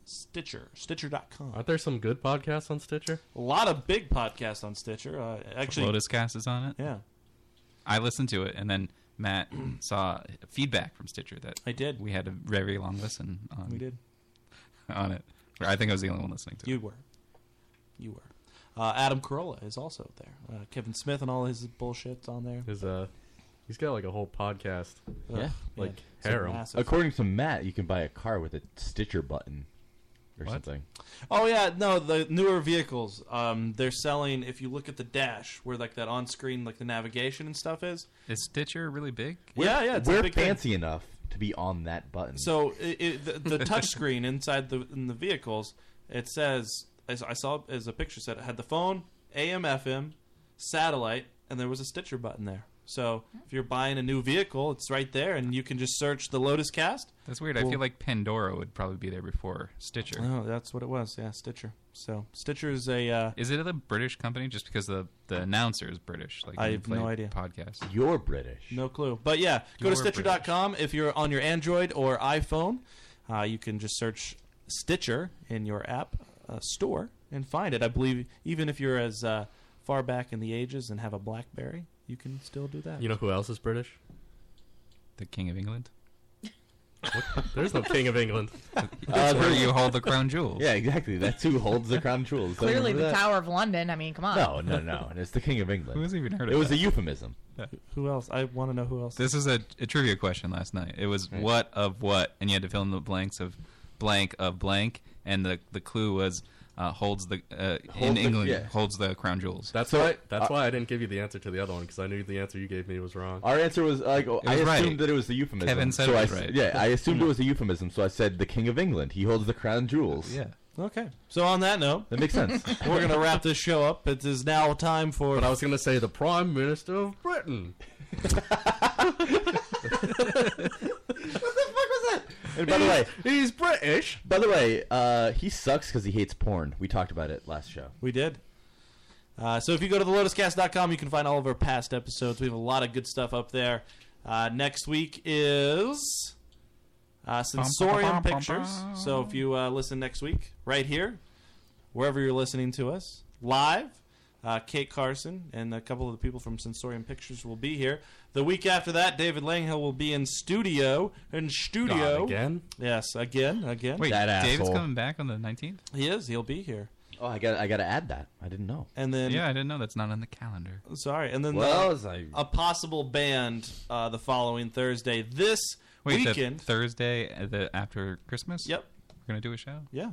Speaker 4: Stitcher, Stitcher.com.
Speaker 5: Aren't there some good podcasts on Stitcher?
Speaker 4: A lot of big podcasts on Stitcher. Uh, actually,
Speaker 7: Lotus Cast is on it.
Speaker 4: Yeah.
Speaker 7: I listened to it, and then Matt saw feedback from Stitcher that
Speaker 4: I did.
Speaker 7: We had a very long listen. On,
Speaker 4: We did.
Speaker 7: on it. I think I was the only one listening to it.
Speaker 4: You were. You were. Uh, Adam Carolla is also there. Uh, Kevin Smith and all his bullshit's on there.
Speaker 5: His uh, he's got like a whole podcast.
Speaker 4: Yeah.
Speaker 5: like
Speaker 4: Yeah.
Speaker 5: harem.
Speaker 4: Massive.
Speaker 6: According to Matt, you can buy a car with a Stitcher button or something.
Speaker 4: Oh yeah, no, the newer vehicles. Um, they're selling. If you look at the dash, where like that on-screen, like the navigation and stuff is.
Speaker 7: Is Stitcher really big?
Speaker 4: yeah, yeah, it's a
Speaker 6: we're
Speaker 4: big thing.
Speaker 6: fancy enough to be on that button.
Speaker 4: So it, it, the, the touch screen inside the in the vehicles, it says as I saw as a picture said it had the phone, AM, FM, satellite, and there was a Stitcher button there. So if you're buying a new vehicle, it's right there, and you can just search the Lotus Cast.
Speaker 7: That's weird. I
Speaker 4: Well-
Speaker 7: feel like Pandora would probably be there before Stitcher.
Speaker 4: Oh, that's what it was. Yeah, Stitcher. So Stitcher is a. Uh,
Speaker 7: Is it a British company? Just because the the announcer is British, like
Speaker 4: I
Speaker 7: they
Speaker 4: have
Speaker 7: play
Speaker 4: no idea.
Speaker 7: Podcast.
Speaker 6: You're British.
Speaker 4: No clue. But yeah, go
Speaker 7: You're
Speaker 4: to Stitcher.com if you're on your Android or iPhone. Uh, you can just search Stitcher in your app uh, store and find it. I believe even if you're as uh, far back in the ages and have a BlackBerry, you can still do that.
Speaker 5: You know who else is British?
Speaker 7: The King of England.
Speaker 5: There's no King of England.
Speaker 7: That's where you hold the crown jewels.
Speaker 6: Yeah, exactly. That's who holds the crown jewels. Don't
Speaker 1: Clearly,
Speaker 6: remember
Speaker 1: the
Speaker 6: that?
Speaker 1: Tower of London. I mean, come on.
Speaker 6: No, no, no. It's the King of England.
Speaker 7: Who's even heard
Speaker 6: it
Speaker 7: of
Speaker 6: was
Speaker 7: that?
Speaker 6: a euphemism.
Speaker 4: Who else? I want to know who else.
Speaker 7: This is a, a trivia question last night. It was
Speaker 4: Right.
Speaker 7: what of what, and you had to fill in the blanks of blank of blank, and the the clue was uh, holds the uh, in
Speaker 5: Holds the-
Speaker 7: England
Speaker 5: yeah.
Speaker 7: holds the crown jewels.
Speaker 5: That's why.
Speaker 4: uh,
Speaker 5: That's why I didn't give you the answer to the other one because I knew the answer you gave me was wrong.
Speaker 6: Our answer was like
Speaker 5: It
Speaker 6: I
Speaker 5: was uh,
Speaker 6: assumed
Speaker 5: right.
Speaker 6: that it was the euphemism.
Speaker 5: Kevin said
Speaker 6: so
Speaker 5: it
Speaker 6: I
Speaker 5: was
Speaker 6: s-
Speaker 5: right.
Speaker 6: Yeah, I assumed it was a euphemism, so I said the King of England. He holds the crown jewels.
Speaker 7: Yeah.
Speaker 4: Okay. So on that note,
Speaker 6: that makes sense.
Speaker 4: we're gonna wrap this show up. It is now time for. But I
Speaker 5: was gonna say the Prime Minister of Britain.
Speaker 6: And by the way,
Speaker 5: he's British.
Speaker 6: By the way, uh, he sucks because he hates porn. We talked about it last show.
Speaker 4: We did. Uh, so if you go to thelotuscast.com, you can find all of our past episodes. We have a lot of good stuff up there. Uh, next week is uh, Sensorium
Speaker 5: Bum, bum, bum,
Speaker 4: Pictures. So if you uh, listen next week, right here, wherever you're listening to us, live, Uh, Kate Carson and a couple of the people from Sensorium Pictures will be here. The week after that, David Langhill will be in studio. In studio
Speaker 7: God, again?
Speaker 4: Yes, again, again.
Speaker 7: Wait, David's coming back on the 19th?
Speaker 4: He is. He'll be here.
Speaker 6: Oh, I got I got to add that. I didn't know.
Speaker 4: And then
Speaker 7: yeah, I didn't know that's not on the calendar.
Speaker 4: Sorry, and then
Speaker 7: Well,
Speaker 4: the,
Speaker 7: as I-
Speaker 4: a possible band uh, the following Thursday. This
Speaker 7: Wait, the
Speaker 4: weekend,
Speaker 7: Thursday uh, the after Christmas?
Speaker 4: Yep.
Speaker 7: We're going to do a show?
Speaker 4: Yeah.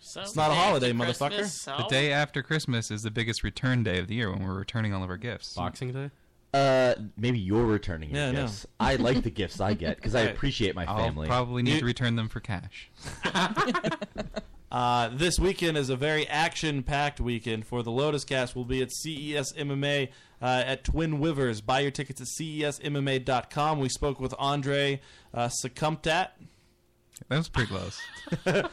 Speaker 9: So
Speaker 4: It's not a holiday, motherfucker.
Speaker 7: The day after Christmas is the biggest return day of the year when we're returning all of our gifts.
Speaker 5: Boxing Day?
Speaker 6: Uh, maybe you're returning your
Speaker 7: Yeah, I know.
Speaker 6: gifts. I like the gifts I get because I
Speaker 7: Right.
Speaker 6: appreciate my
Speaker 7: I'll
Speaker 6: family.
Speaker 7: probably need to return them for cash.
Speaker 4: Uh, this weekend is a very action-packed weekend for the Lotus Cast. We'll be at E CES MMA uh, at Twin Rivers. Buy your tickets at E CESMMA.com. We spoke with Andre uh, Succumptat.
Speaker 7: That was pretty close.
Speaker 1: Tut,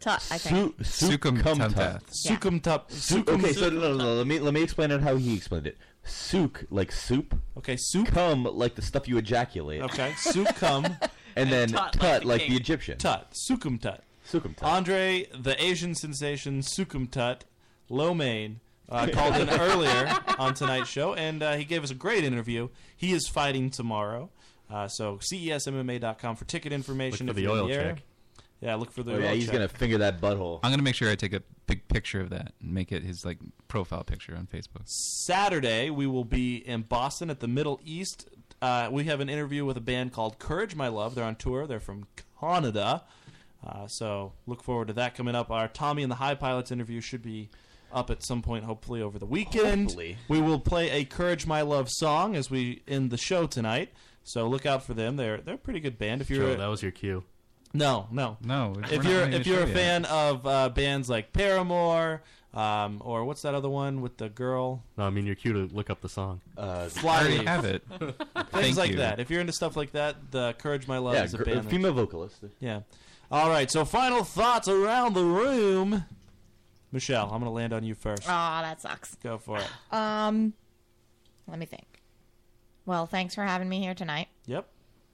Speaker 1: tut, I think.
Speaker 6: Sukumta.
Speaker 1: Yeah.
Speaker 4: Sukumta.
Speaker 6: Okay, so no, no, no, let me let me explain it how he explained it. Suk like soup.
Speaker 4: Okay, soup.
Speaker 6: Cum like the stuff you ejaculate.
Speaker 4: Okay, succum.
Speaker 6: And then tut like the, Egyptian.
Speaker 4: Tut. Sukum Tut.
Speaker 6: Sukum
Speaker 4: Tut. Andre, the Asian sensation Sukum Tut, Lomain, uh, called in earlier on tonight's show, and uh, he gave us a great interview. He is fighting tomorrow. Uh, so CESMMA.com for ticket information.
Speaker 7: for
Speaker 4: if
Speaker 7: the
Speaker 4: you're in
Speaker 7: oil
Speaker 4: area.
Speaker 7: check.
Speaker 4: Yeah, look for the
Speaker 6: Oh,
Speaker 4: oil
Speaker 6: yeah, he's
Speaker 4: check.
Speaker 6: gonna finger that butthole.
Speaker 7: I'm going to make sure I take a big picture of that and make it his like profile picture on Facebook.
Speaker 4: Saturday, we will be in Boston at the Middle East. Uh, we have an interview with a band called Courage My Love. They're on tour, they're from Canada. Uh, so look forward to that coming up. Our Tommy and the High Pilots interview should be up at some point, hopefully, over the weekend.
Speaker 6: Hopefully.
Speaker 4: We will play a Courage My Love song as we end the show tonight. So look out for them. They're they're a pretty good band. If you're
Speaker 5: Joe, that was your cue.
Speaker 4: no, no,
Speaker 7: no.
Speaker 5: we're
Speaker 4: If
Speaker 5: not
Speaker 4: you're
Speaker 5: doing
Speaker 4: if
Speaker 5: a
Speaker 4: you're a
Speaker 5: show yet.
Speaker 4: fan of uh, bands like Paramore, um, or what's that other one with the girl?
Speaker 5: No, I mean your cue to look up the song.
Speaker 6: Uh,
Speaker 4: Fly Leaf.
Speaker 7: Things
Speaker 4: like that. If you're into stuff like that, the Courage My Love
Speaker 6: Yeah,
Speaker 4: is a
Speaker 6: gr-
Speaker 4: band.
Speaker 6: female vocalist.
Speaker 4: Yeah. All right. So final thoughts around the room. Michelle, I'm gonna land on you first.
Speaker 1: Aw, that sucks.
Speaker 4: Go for it.
Speaker 1: Um, let me think. Well, thanks for having me here tonight.
Speaker 4: Yep.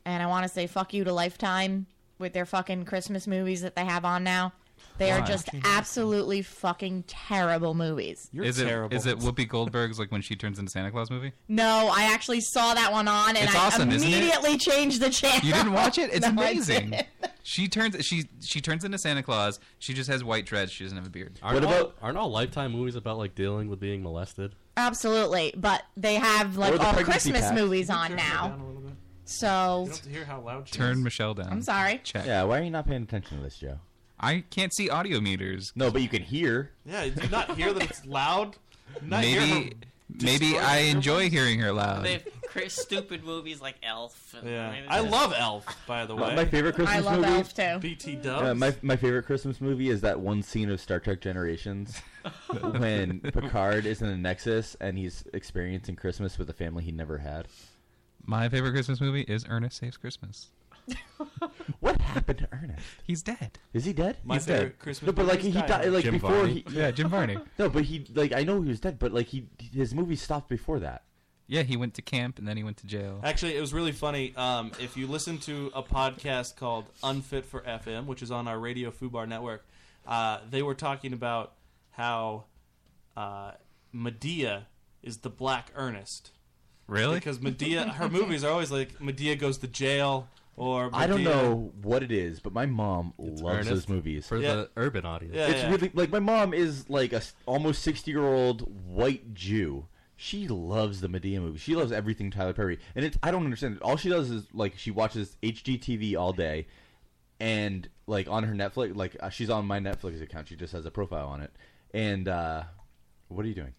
Speaker 1: And I want to say fuck you to Lifetime with their fucking Christmas movies that they have on now. They are
Speaker 7: Why?
Speaker 1: just absolutely fucking terrible movies.
Speaker 7: is it is it Whoopi Goldberg's like when she turns into Santa Claus movie?
Speaker 1: No, I actually saw that one on, and
Speaker 7: It's
Speaker 1: I
Speaker 7: awesome, isn't it?
Speaker 1: immediately changed the channel.
Speaker 7: You didn't watch it? It's
Speaker 1: No, I
Speaker 7: amazing.
Speaker 1: didn't.
Speaker 7: She turns she she turns into Santa Claus. She just has white dreads. She doesn't have a beard.
Speaker 5: Aren't all, aren't all Lifetime movies about like dealing with being molested?
Speaker 1: Absolutely, but they have like
Speaker 5: Or the
Speaker 1: all
Speaker 5: pregnancy
Speaker 1: Christmas
Speaker 5: pack.
Speaker 1: movies
Speaker 5: Can you
Speaker 1: on
Speaker 5: turn that
Speaker 1: now. So
Speaker 4: hear how loud
Speaker 7: Turn Michelle down.
Speaker 1: I'm sorry.
Speaker 7: Check.
Speaker 6: Yeah, why are you not paying attention to this, Joe?
Speaker 7: I can't see audio meters.
Speaker 6: No, but you can hear.
Speaker 4: Yeah. Do you not hear that it's loud? Do you Not hear
Speaker 7: Maybe
Speaker 4: how-
Speaker 7: maybe I enjoy hearing her loud.
Speaker 9: They have cra- stupid movies like Elf. and-
Speaker 4: Yeah.
Speaker 9: mean,
Speaker 4: I
Speaker 9: it's-
Speaker 4: love Elf, by the
Speaker 6: My-
Speaker 4: way.
Speaker 6: my favorite Christmas I love movie- Elf,
Speaker 1: too.
Speaker 4: BT Dubs.
Speaker 6: Uh, my my favorite Christmas movie is that one scene of Star Trek Generations when Picard is in the Nexus and he's experiencing Christmas with a family he never had.
Speaker 7: My favorite Christmas movie is Ernest Saves Christmas.
Speaker 6: what happened to Ernest?
Speaker 7: He's dead.
Speaker 6: Is he dead?
Speaker 7: My
Speaker 6: he's
Speaker 7: favorite
Speaker 6: dead.
Speaker 7: Christmas
Speaker 6: No, but
Speaker 7: movie
Speaker 6: like
Speaker 7: is
Speaker 6: he
Speaker 7: Die
Speaker 6: died
Speaker 7: Hard.
Speaker 6: like
Speaker 7: Jim
Speaker 6: before
Speaker 7: Varney.
Speaker 6: he
Speaker 7: Yeah, Jim Varney.
Speaker 6: No, but he like I know he was dead, but like he his movie stopped before that.
Speaker 7: Yeah, he went to camp and then he went to jail.
Speaker 4: Actually, it was really funny. Um, if you listen to a podcast called Unfit for FM, which is on our Radio Fubar network, uh, they were talking about how uh, Medea is the Black Ernest.
Speaker 7: Really?
Speaker 4: Because Medea, her movies are always like Medea goes to jail or Medea,
Speaker 6: I don't know what it is, but my mom loves
Speaker 5: Ernest
Speaker 6: those movies
Speaker 5: for Yeah. the urban audience. Yeah,
Speaker 6: it's
Speaker 5: yeah.
Speaker 6: really like my mom is like a s- almost sixty year old white Jew. She loves the Medea movie. She loves everything Tyler Perry, and it's I don't understand it. All she does is like she watches HGTV all day, and like on her Netflix, like uh, she's on my Netflix account. She just has a profile on it. And uh, what are you doing?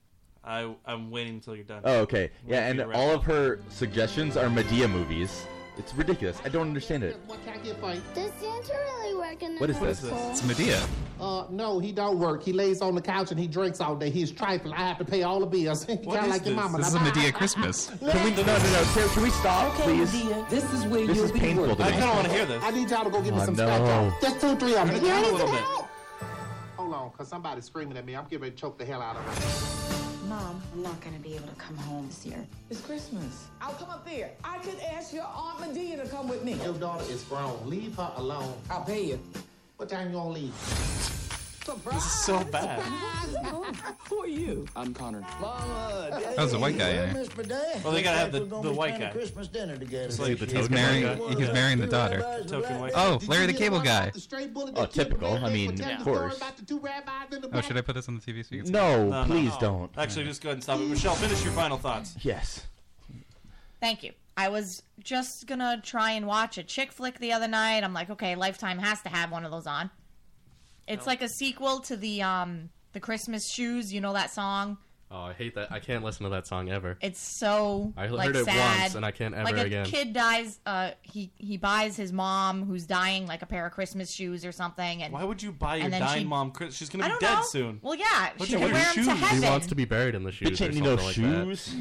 Speaker 4: I, I'm waiting until you're done.
Speaker 6: Oh, okay.
Speaker 4: We'll
Speaker 6: Yeah, and
Speaker 4: be right
Speaker 6: all of her suggestions are Medea movies. It's ridiculous. I don't understand it.
Speaker 13: What can I get for you? Does Santa really work in
Speaker 6: What is this? It's Medea.
Speaker 13: Uh, no, he don't work. He lays on the couch and he drinks all day. He's trifling. I have to pay all the bills. Kind of
Speaker 6: is
Speaker 13: like your
Speaker 6: this?
Speaker 13: mama.
Speaker 6: This is a
Speaker 13: Medea
Speaker 7: Christmas.
Speaker 6: Can we, no, no, no. Can, can we stop,
Speaker 13: Okay,
Speaker 6: please?
Speaker 13: dear, this is where
Speaker 6: This
Speaker 13: you'll
Speaker 6: is
Speaker 13: be
Speaker 6: painful
Speaker 13: working.
Speaker 6: to me. I kinda wanna
Speaker 4: hear this.
Speaker 13: I need y'all to go get me
Speaker 6: Oh,
Speaker 13: some
Speaker 6: no.
Speaker 13: scotch. y'all. Just two, three of them.
Speaker 4: Turn it down a
Speaker 13: Here is
Speaker 4: little
Speaker 13: it.
Speaker 4: bit.
Speaker 13: Hold on, cause somebody's screaming at me. I'm getting ready to choke the hell out of her.
Speaker 14: Mom, I'm not gonna be able to come home this year.
Speaker 13: It's Christmas. I'll come up there. I could ask your Aunt Medea to come with me. Your daughter is grown. Leave her alone. I'll pay you. What time you gonna leave?
Speaker 26: This is
Speaker 4: so bad.
Speaker 26: For you.
Speaker 4: I'm Connor.
Speaker 26: Mama,
Speaker 4: That
Speaker 26: Daddy,
Speaker 4: was a white guy,
Speaker 26: and
Speaker 7: eh?
Speaker 4: yeah.
Speaker 26: Mr. Dad,
Speaker 4: Well, they gotta have the-
Speaker 26: we're gonna
Speaker 4: the
Speaker 26: be
Speaker 4: white
Speaker 26: spending
Speaker 4: guy.
Speaker 26: Christmas dinner together.
Speaker 4: It's like the
Speaker 26: this
Speaker 4: token
Speaker 26: year.
Speaker 7: He's marrying. He's marrying the daughter.
Speaker 26: Token white
Speaker 7: Oh,
Speaker 26: guy.
Speaker 7: Larry the Cable Guy.
Speaker 6: Oh, typical. I mean,
Speaker 26: Yeah.
Speaker 6: of course.
Speaker 7: Oh, should I put this on the TV so you can see?
Speaker 6: No,
Speaker 7: it?
Speaker 6: please don't.
Speaker 4: Actually, just go ahead and stop it. Michelle, finish your final thoughts.
Speaker 6: Yes.
Speaker 1: Thank you. I was just gonna try and watch a chick flick the other night. I'm like, okay, Lifetime has to have one of those on. It's
Speaker 5: No.
Speaker 1: like a sequel to the um the Christmas shoes. You know that song?
Speaker 5: Oh, I hate that. I can't listen to that song ever.
Speaker 1: It's so
Speaker 5: I
Speaker 1: like
Speaker 5: heard it
Speaker 1: sad.
Speaker 5: once and I can't ever
Speaker 1: like a
Speaker 5: again.
Speaker 1: kid dies. Uh, he he buys his mom who's dying like a pair of Christmas shoes or something. And
Speaker 4: Why would you buy your
Speaker 1: and then
Speaker 4: dying
Speaker 1: she-
Speaker 4: mom? Chris- She's gonna
Speaker 1: I
Speaker 4: be
Speaker 1: don't
Speaker 4: dead
Speaker 1: know.
Speaker 4: soon.
Speaker 1: Well, yeah,
Speaker 4: What
Speaker 1: she
Speaker 4: you- what
Speaker 1: can
Speaker 4: are
Speaker 1: wear
Speaker 4: your
Speaker 1: 'em to
Speaker 4: shoes?
Speaker 1: heaven.
Speaker 5: He wants to be buried in the shoes.
Speaker 6: Bitch
Speaker 5: or
Speaker 6: ain't need no
Speaker 5: something like that.
Speaker 6: shoes.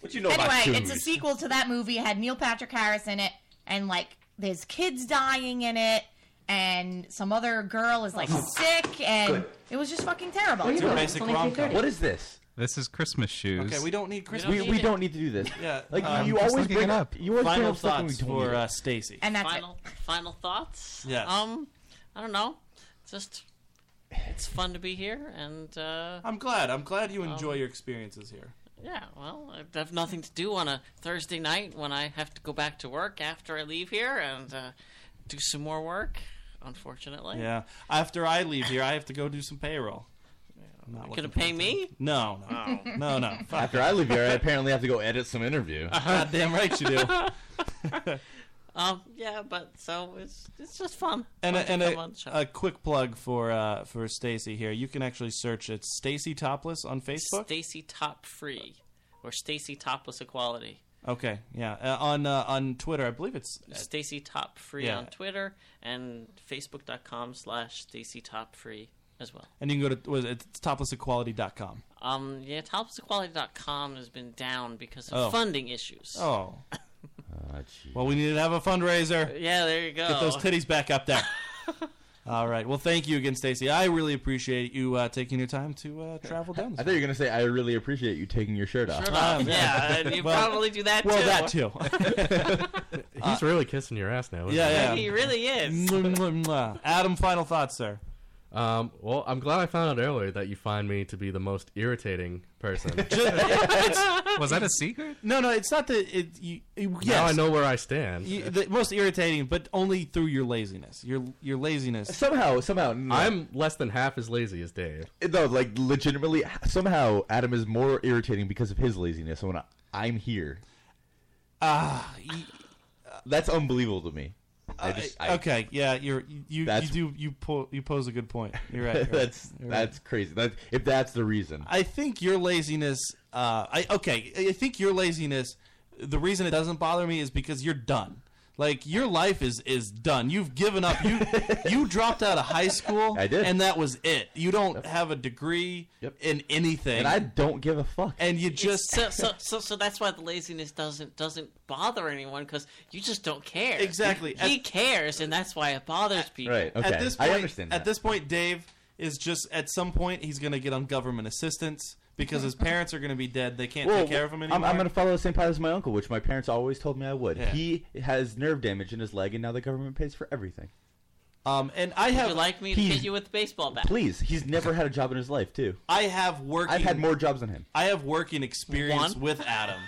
Speaker 6: What you
Speaker 1: anyway, it's a sequel to that movie. It had Neil Patrick Harris in it, and like there's kids dying in it, and some other girl is like sick, and
Speaker 7: Good.
Speaker 1: it was just fucking terrible.
Speaker 4: It's your basic rom-com.
Speaker 6: What is this?
Speaker 7: This is Christmas shoes.
Speaker 4: Okay, we don't need Christmas.
Speaker 6: We, we don't need to do this.
Speaker 4: Yeah,
Speaker 6: Like
Speaker 4: um,
Speaker 6: you
Speaker 4: I'm just
Speaker 6: always
Speaker 4: looking
Speaker 6: bring
Speaker 4: it
Speaker 6: up.
Speaker 4: up.
Speaker 6: You always bring
Speaker 4: Final
Speaker 6: up stuff when we
Speaker 4: thoughts
Speaker 6: don't need
Speaker 4: for,
Speaker 6: it.
Speaker 4: uh, Stacy.
Speaker 1: And that's
Speaker 9: final, Final thoughts?
Speaker 4: Yes.
Speaker 9: Um, I don't know. Just, it's fun to be here, and uh,
Speaker 4: I'm glad. I'm glad you
Speaker 9: Um,
Speaker 4: enjoy your experiences here.
Speaker 9: Yeah, well, I have nothing to do on a Thursday night when I have to go back to work after I leave here and uh, do some more work. Unfortunately,
Speaker 4: Yeah. After I leave here, I have to go do some payroll. I'm not
Speaker 9: You gonna
Speaker 4: looking forward
Speaker 9: pay
Speaker 4: to
Speaker 9: me?
Speaker 4: it. No, no,
Speaker 9: Oh.
Speaker 4: no, no. Fuck
Speaker 6: After
Speaker 4: it.
Speaker 6: I leave here, I apparently have to go edit some interview.
Speaker 4: Goddamn right you do.
Speaker 9: Um, yeah, but so it's it's just fun.
Speaker 4: And
Speaker 9: Fun
Speaker 4: a,
Speaker 9: to
Speaker 4: and
Speaker 9: come
Speaker 4: a,
Speaker 9: on the show.
Speaker 4: a quick plug for uh, for Stacy here. You can actually search it Stacy Topless on Facebook.
Speaker 9: Stacy Top Free or Stacy Topless Equality.
Speaker 4: Okay, yeah, uh, on uh, on Twitter, I believe it's
Speaker 9: Stacy Top Free
Speaker 4: Uh, Yeah.
Speaker 9: on Twitter and Facebook.com slash Stacy Top Free as well.
Speaker 4: and you can go to was it, it's toplessequality.com.
Speaker 9: Um, yeah, toplessequality.com has been down because of
Speaker 4: Oh.
Speaker 9: funding issues.
Speaker 4: Oh.
Speaker 6: Ah,
Speaker 4: well, we need to have a fundraiser.
Speaker 9: Yeah, there you go.
Speaker 4: Get those titties back up there. All right. Well, thank you again, Stacy. I really appreciate you uh, taking your time to uh, travel down.
Speaker 6: I thought you were gonna say I really appreciate you taking your shirt off.
Speaker 4: Shirt off, Um, yeah, and you Well- probably do that, well, too. that too.
Speaker 5: He's really kissing your ass now. isn't
Speaker 4: Yeah, yeah.
Speaker 9: He really is.
Speaker 4: Mwah, mwah, mwah. Adam, final thoughts, sir.
Speaker 5: Um, well, I'm glad I found out earlier that you find me to be the most irritating person.
Speaker 7: Was that a secret?
Speaker 4: No, no, it's not the. It, you, you, yes.
Speaker 5: Now I know where I stand.
Speaker 4: You- the most irritating, but only through your laziness. Your your laziness.
Speaker 6: Somehow, somehow,
Speaker 5: I'm less than half as lazy as Dave.
Speaker 6: No, like legitimately, somehow Adam is more irritating because of his laziness. When I, I'm here,
Speaker 4: Ah, uh,
Speaker 6: that's unbelievable to me. I just, I,
Speaker 4: okay, yeah, you're you you, you
Speaker 6: That's-
Speaker 4: do you po- you pose a good point. You're right. you're right,
Speaker 6: that's
Speaker 4: you're right.
Speaker 6: that's crazy. That if that's the reason,
Speaker 4: I think your laziness. Uh, I okay. I think your laziness. The reason it doesn't bother me is because you're done. Like your life is is done. You've given up. You you dropped out of high school. I did, and that was it. You don't have a degree in anything,
Speaker 6: and I don't give a fuck.
Speaker 4: And you
Speaker 9: It's-
Speaker 4: just
Speaker 9: so, so so so that's why the laziness doesn't doesn't bother anyone because you just don't care.
Speaker 4: Exactly.
Speaker 9: He, cares, and that's why it bothers people.
Speaker 4: At this point, At this point, Dave is just at some point he's going to get on government assistance because his parents are going to be dead. They can't
Speaker 6: Well,
Speaker 4: take care of him
Speaker 6: I'm-
Speaker 4: anymore.
Speaker 6: I'm, going to follow the same path as my uncle, which my parents always told me I would.
Speaker 4: Yeah.
Speaker 6: He has nerve damage in his leg, and now the government pays for everything.
Speaker 4: Um, and I
Speaker 9: Would
Speaker 4: have
Speaker 9: you like me to
Speaker 6: He's-
Speaker 9: hit you with a baseball bat?
Speaker 6: Please, he's never had a job in his life, too.
Speaker 4: I have working.
Speaker 6: I've had more jobs than him.
Speaker 4: I have working experience
Speaker 9: One?
Speaker 4: with Adam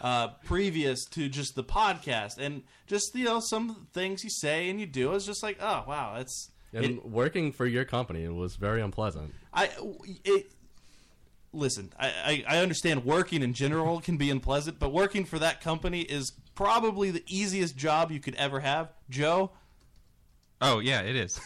Speaker 4: uh, previous to just the podcast, and just you know some things you say and you do is just like, oh wow, that's
Speaker 5: And
Speaker 4: it,
Speaker 5: working for your company was very unpleasant.
Speaker 4: I it. Listen, I, I, I understand working in general can be unpleasant, but working for that company is probably the easiest job you could ever have. Joe,
Speaker 7: Oh yeah, it is.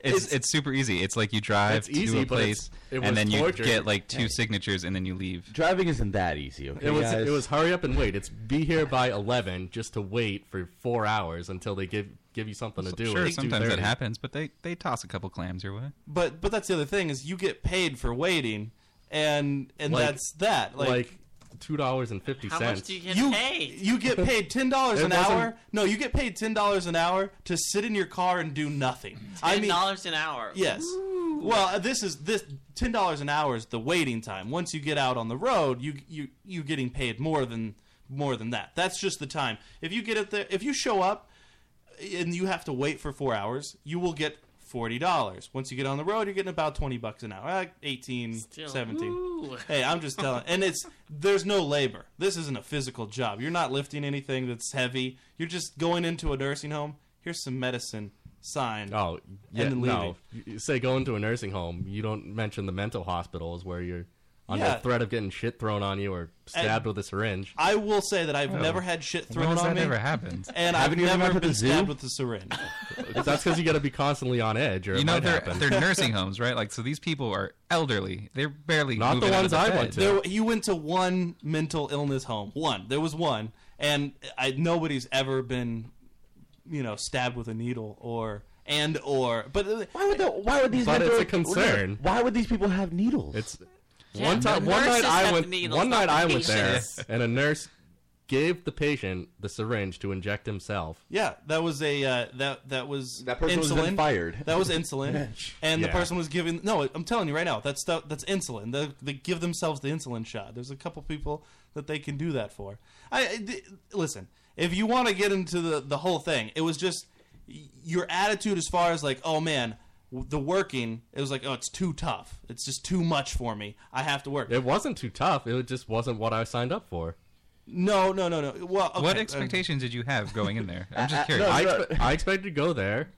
Speaker 7: It's, it's super easy. It's like you drive
Speaker 5: It's
Speaker 7: to
Speaker 5: easy,
Speaker 7: a
Speaker 5: but
Speaker 7: place
Speaker 5: it's- it was
Speaker 7: and then
Speaker 5: torture.
Speaker 7: you get like two
Speaker 5: Yeah.
Speaker 7: signatures and then you leave.
Speaker 6: Driving isn't that easy, okay?
Speaker 5: It was
Speaker 6: guys?
Speaker 5: it was hurry up and wait. It's be here by eleven, just to wait for four hours until they give give you something to do.
Speaker 7: sure,
Speaker 5: It's
Speaker 7: sometimes that
Speaker 5: 2:30.
Speaker 7: happens, but they they toss a couple clams your way.
Speaker 4: but but that's the other thing is you get paid for waiting, and and
Speaker 5: Like-
Speaker 4: that's that. Like,
Speaker 5: like two dollars and fifty
Speaker 4: How
Speaker 5: cents.
Speaker 4: much do you get You- paid? you get paid $10
Speaker 5: It
Speaker 4: an
Speaker 5: wasn't-
Speaker 4: hour. No, you get paid $10 an hour to sit in your car and do nothing. I
Speaker 9: Ten
Speaker 4: mean,
Speaker 9: dollars an hour.
Speaker 4: Yes. Well, uh, this is this ten dollars an hour is the waiting time. Once you get out on the road, you you you getting paid more than more than that. That's just the time. If you get it there, if you show up and you have to wait for four hours, you will get forty dollars. Once you get on the road, you're getting about twenty bucks an hour, uh, 18,
Speaker 9: Still.
Speaker 4: 17.
Speaker 9: Ooh.
Speaker 4: Hey, I'm just telling. And it's there's no labor. This isn't a physical job. You're not lifting anything that's heavy. You're just going into a nursing home. Here's some medicine. Signed.
Speaker 5: Oh, yeah,
Speaker 4: and then leaving.
Speaker 5: no. You- you say going to a nursing home. You don't mention the mental hospitals where you're under
Speaker 4: Yeah.
Speaker 5: threat of getting shit thrown on you or stabbed with a syringe.
Speaker 4: I will say that I've
Speaker 5: Oh.
Speaker 4: never had shit
Speaker 5: When
Speaker 4: thrown
Speaker 5: has
Speaker 4: on
Speaker 5: that
Speaker 4: me.
Speaker 5: ever happened?
Speaker 4: And
Speaker 5: Haven't you
Speaker 4: I've
Speaker 5: ever
Speaker 4: never
Speaker 5: been to
Speaker 4: been
Speaker 5: the zoo?
Speaker 4: stabbed with a syringe.
Speaker 5: That's because you got to be constantly on edge, or
Speaker 7: You
Speaker 5: it
Speaker 7: know
Speaker 5: might
Speaker 7: they're
Speaker 5: happen.
Speaker 7: they're nursing homes, right? Like so, these people are elderly. They're barely
Speaker 5: Not the
Speaker 7: moving out of
Speaker 5: ones I
Speaker 7: bed.
Speaker 5: went
Speaker 4: There, you went to one mental illness home. One. There was one, and I, nobody's ever been, you know, stabbed with a needle or and or. But uh, why would the,
Speaker 6: why would
Speaker 4: these
Speaker 5: But
Speaker 4: people-
Speaker 5: it's a concern.
Speaker 6: Why would these people have needles?
Speaker 5: It's
Speaker 6: Yeah,
Speaker 5: one
Speaker 6: the
Speaker 5: time. One
Speaker 6: nurses
Speaker 5: night I
Speaker 6: have
Speaker 5: went.
Speaker 6: the needles,
Speaker 5: one
Speaker 6: not
Speaker 5: night
Speaker 6: the
Speaker 5: I went there,
Speaker 6: patients.
Speaker 5: and a nurse gave the patient the syringe to inject himself.
Speaker 4: Yeah, that was a uh, that that was that
Speaker 5: person
Speaker 4: insulin.
Speaker 5: was then fired.
Speaker 4: That was insulin, and the
Speaker 5: Yeah.
Speaker 4: person was giving. No, I'm telling you right now, that's stuff that's insulin. They, they give themselves the insulin shot. There's a couple people that they can do that for. I, I- d- listen. If you want to get into the the whole thing, it was just y- your attitude as far as like, oh man, w- the working. It was like, oh, it's too tough. It's just too much for me. I have to work.
Speaker 5: It wasn't too tough. It just wasn't what I signed up for.
Speaker 4: No, no, no, no. Well, okay,
Speaker 7: what
Speaker 4: um,
Speaker 7: expectations did you have going in there? I'm just curious.
Speaker 5: I, expe- I expected to go there,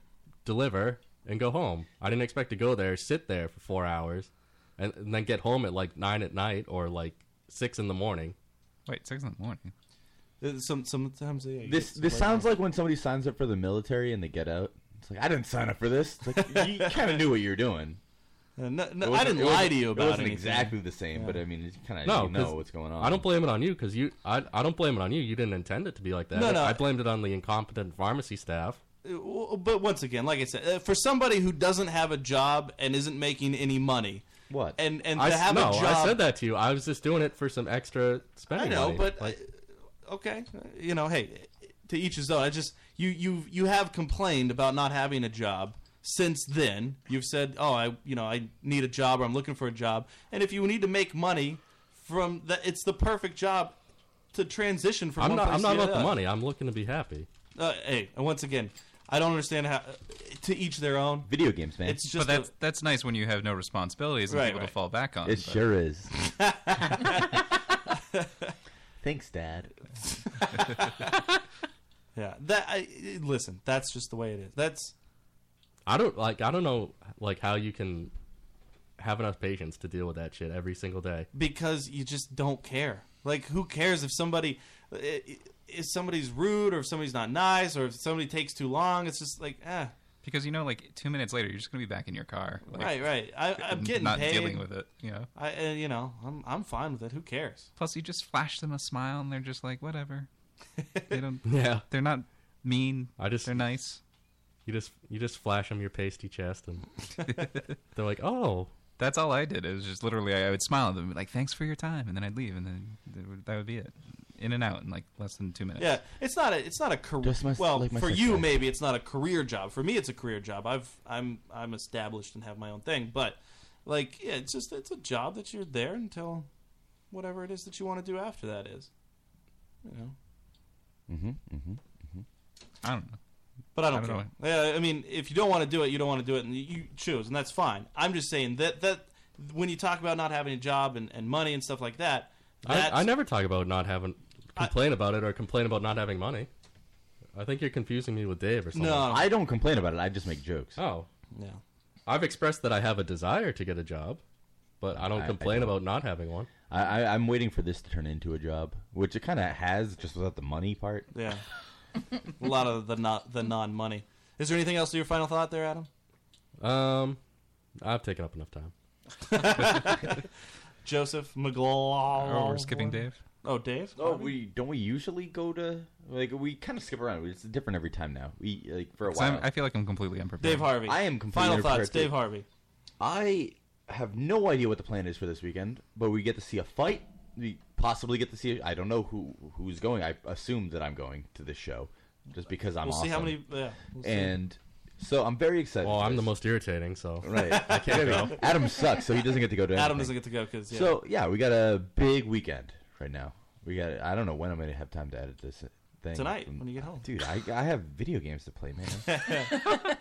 Speaker 5: deliver, and go home. I didn't expect to go there, sit there for four hours, and, and then get home at like nine at night or like six in the morning.
Speaker 7: Wait, six in the morning.
Speaker 4: Uh, Some sometimes yeah, you
Speaker 6: This
Speaker 4: get
Speaker 6: this
Speaker 4: some-
Speaker 6: sounds like when somebody signs up for the military and they get out. It's like I didn't sign up for this. It's like, you kind of knew what you were doing.
Speaker 4: Uh, no- no,
Speaker 6: It
Speaker 4: I
Speaker 6: wasn't-
Speaker 4: didn't
Speaker 6: it
Speaker 4: lie
Speaker 6: wasn't-
Speaker 4: to you about
Speaker 6: It wasn't
Speaker 4: anything.
Speaker 6: exactly the same, but
Speaker 4: Yeah.
Speaker 6: I mean, it's kind of
Speaker 5: No,
Speaker 6: you know
Speaker 5: 'cause
Speaker 6: what's going on.
Speaker 5: I don't blame it on you because you. I, I don't blame it on you. You didn't intend it to be like that.
Speaker 4: No, no.
Speaker 5: I blamed it on the incompetent pharmacy staff.
Speaker 4: Uh, but once again, like I said, uh, for somebody who doesn't have a job and isn't making any money,
Speaker 6: what
Speaker 4: and and
Speaker 5: I,
Speaker 4: to
Speaker 5: s-
Speaker 4: have
Speaker 5: no,
Speaker 4: a job,
Speaker 5: I said that to you. I was just doing it for some extra
Speaker 4: I
Speaker 5: spending.
Speaker 4: know,
Speaker 5: money.
Speaker 4: but
Speaker 5: Like,
Speaker 4: uh, okay, uh, you know, hey, to each his own. I just you you you have complained about not having a job since then. You've said, oh, I you know I need a job or I'm looking for a job, and if you need to make money from that, it's the perfect job to transition from.
Speaker 5: I'm
Speaker 4: one
Speaker 5: not.
Speaker 4: place
Speaker 5: I'm
Speaker 4: to
Speaker 5: not
Speaker 4: the
Speaker 5: about the
Speaker 4: other.
Speaker 5: money. I'm looking to be happy.
Speaker 4: Uh, hey, and once again, I don't understand how. uh, To each their own.
Speaker 6: Video games,
Speaker 4: It's just
Speaker 7: but that's that's nice when you have no responsibilities and
Speaker 4: Right,
Speaker 7: people
Speaker 4: right.
Speaker 7: to fall back on.
Speaker 6: It
Speaker 7: but-
Speaker 6: sure is. Thanks, Dad.
Speaker 4: yeah. That I listen. That's just the way it is. That's
Speaker 5: I don't like. I don't know like how you can have enough patience to deal with that shit every single day.
Speaker 4: because you just don't care. Like, who cares if somebody uh, if somebody's rude or if somebody's not nice or if somebody takes too long? It's just like, eh.
Speaker 7: Because you know, like two minutes later, you're just gonna be back in your car. Like,
Speaker 4: right, right. I, I'm getting
Speaker 7: not
Speaker 4: paid.
Speaker 7: dealing with it. You know.
Speaker 4: I, uh, you know, I'm I'm fine with it. Who cares?
Speaker 7: Plus, you just flash them a smile, and they're just like, whatever. They don't.
Speaker 5: Yeah.
Speaker 7: They're not mean.
Speaker 5: I just.
Speaker 7: They're nice.
Speaker 5: You just you just flash them your pasty chest, and they're like, "Oh,
Speaker 7: That's all I did. It was just literally I, I would smile at them, and be like, "Thanks for your time," and then I'd leave, and then th- that would be it. In and out in like less than two minutes.
Speaker 4: Yeah, it's not a it's not a career.
Speaker 7: Just my-
Speaker 4: well,
Speaker 7: like my
Speaker 4: for
Speaker 7: sex
Speaker 4: you
Speaker 7: life.
Speaker 4: maybe it's not a career job. For me, it's a career job. I've I'm I'm established and have my own thing. But like, yeah, it's just it's a job that you're there until whatever it is that you want to do after that is. You know,
Speaker 6: Mm-hmm. Mm-hmm.
Speaker 7: I don't know.
Speaker 4: but I don't,
Speaker 7: I don't
Speaker 4: care. Yeah, I mean, if you don't want to do it, you don't want to do it, and you choose, and that's fine. I'm just saying that that when you talk about not having a job and, and money and stuff like that,
Speaker 5: I,
Speaker 4: that's
Speaker 5: I never talk about not having complain about it or complain about not having money." I think you're confusing me with Dave or something.
Speaker 6: I don't complain about it. I just make jokes.
Speaker 5: Oh,
Speaker 4: yeah.
Speaker 5: I've expressed that I have a desire to get a job, but I don't
Speaker 6: I- I
Speaker 5: complain
Speaker 6: don't.
Speaker 5: about not having one.
Speaker 6: I, I, I'm waiting for this to turn into a job, which it kind of has, just without the money part.
Speaker 4: yeah. a lot of the not the non money. Is there anything else to your final thought there, Adam?
Speaker 5: Um, I've taken up enough time.
Speaker 4: Joseph McGlaw.
Speaker 7: Oh, we're skipping Dave?
Speaker 4: Oh, Dave.
Speaker 6: Oh, we don't we usually go to like we kind of skip around. It's different every time now. We like for a
Speaker 7: So I'm-
Speaker 6: while.
Speaker 7: I feel like I'm completely unprepared.
Speaker 4: Dave Harvey.
Speaker 6: I am completely
Speaker 4: Final thoughts,
Speaker 6: unprepared
Speaker 4: Dave
Speaker 6: too.
Speaker 4: Harvey.
Speaker 6: I have no idea what the plan is for this weekend, but we get to see a fight. We possibly get to see. I don't know who who's going. I assume that I'm going to this show just because I'm.
Speaker 4: We'll see how
Speaker 6: awesome.
Speaker 4: many- yeah, we'll see.
Speaker 6: and so I'm very excited.
Speaker 5: Well,
Speaker 6: for
Speaker 5: I'm the
Speaker 6: this.
Speaker 5: most irritating, so
Speaker 6: Right.
Speaker 5: I can't go.
Speaker 6: Adam sucks, so he doesn't get to go to.
Speaker 4: Adam doesn't
Speaker 6: anything.
Speaker 4: get to go 'cause, yeah.
Speaker 6: So yeah, we got a big weekend right now. We got. I don't know when I'm going to have time to edit this. thing
Speaker 4: Tonight,
Speaker 6: from-
Speaker 4: when you get home.
Speaker 6: Dude, I, I have video games to play, man.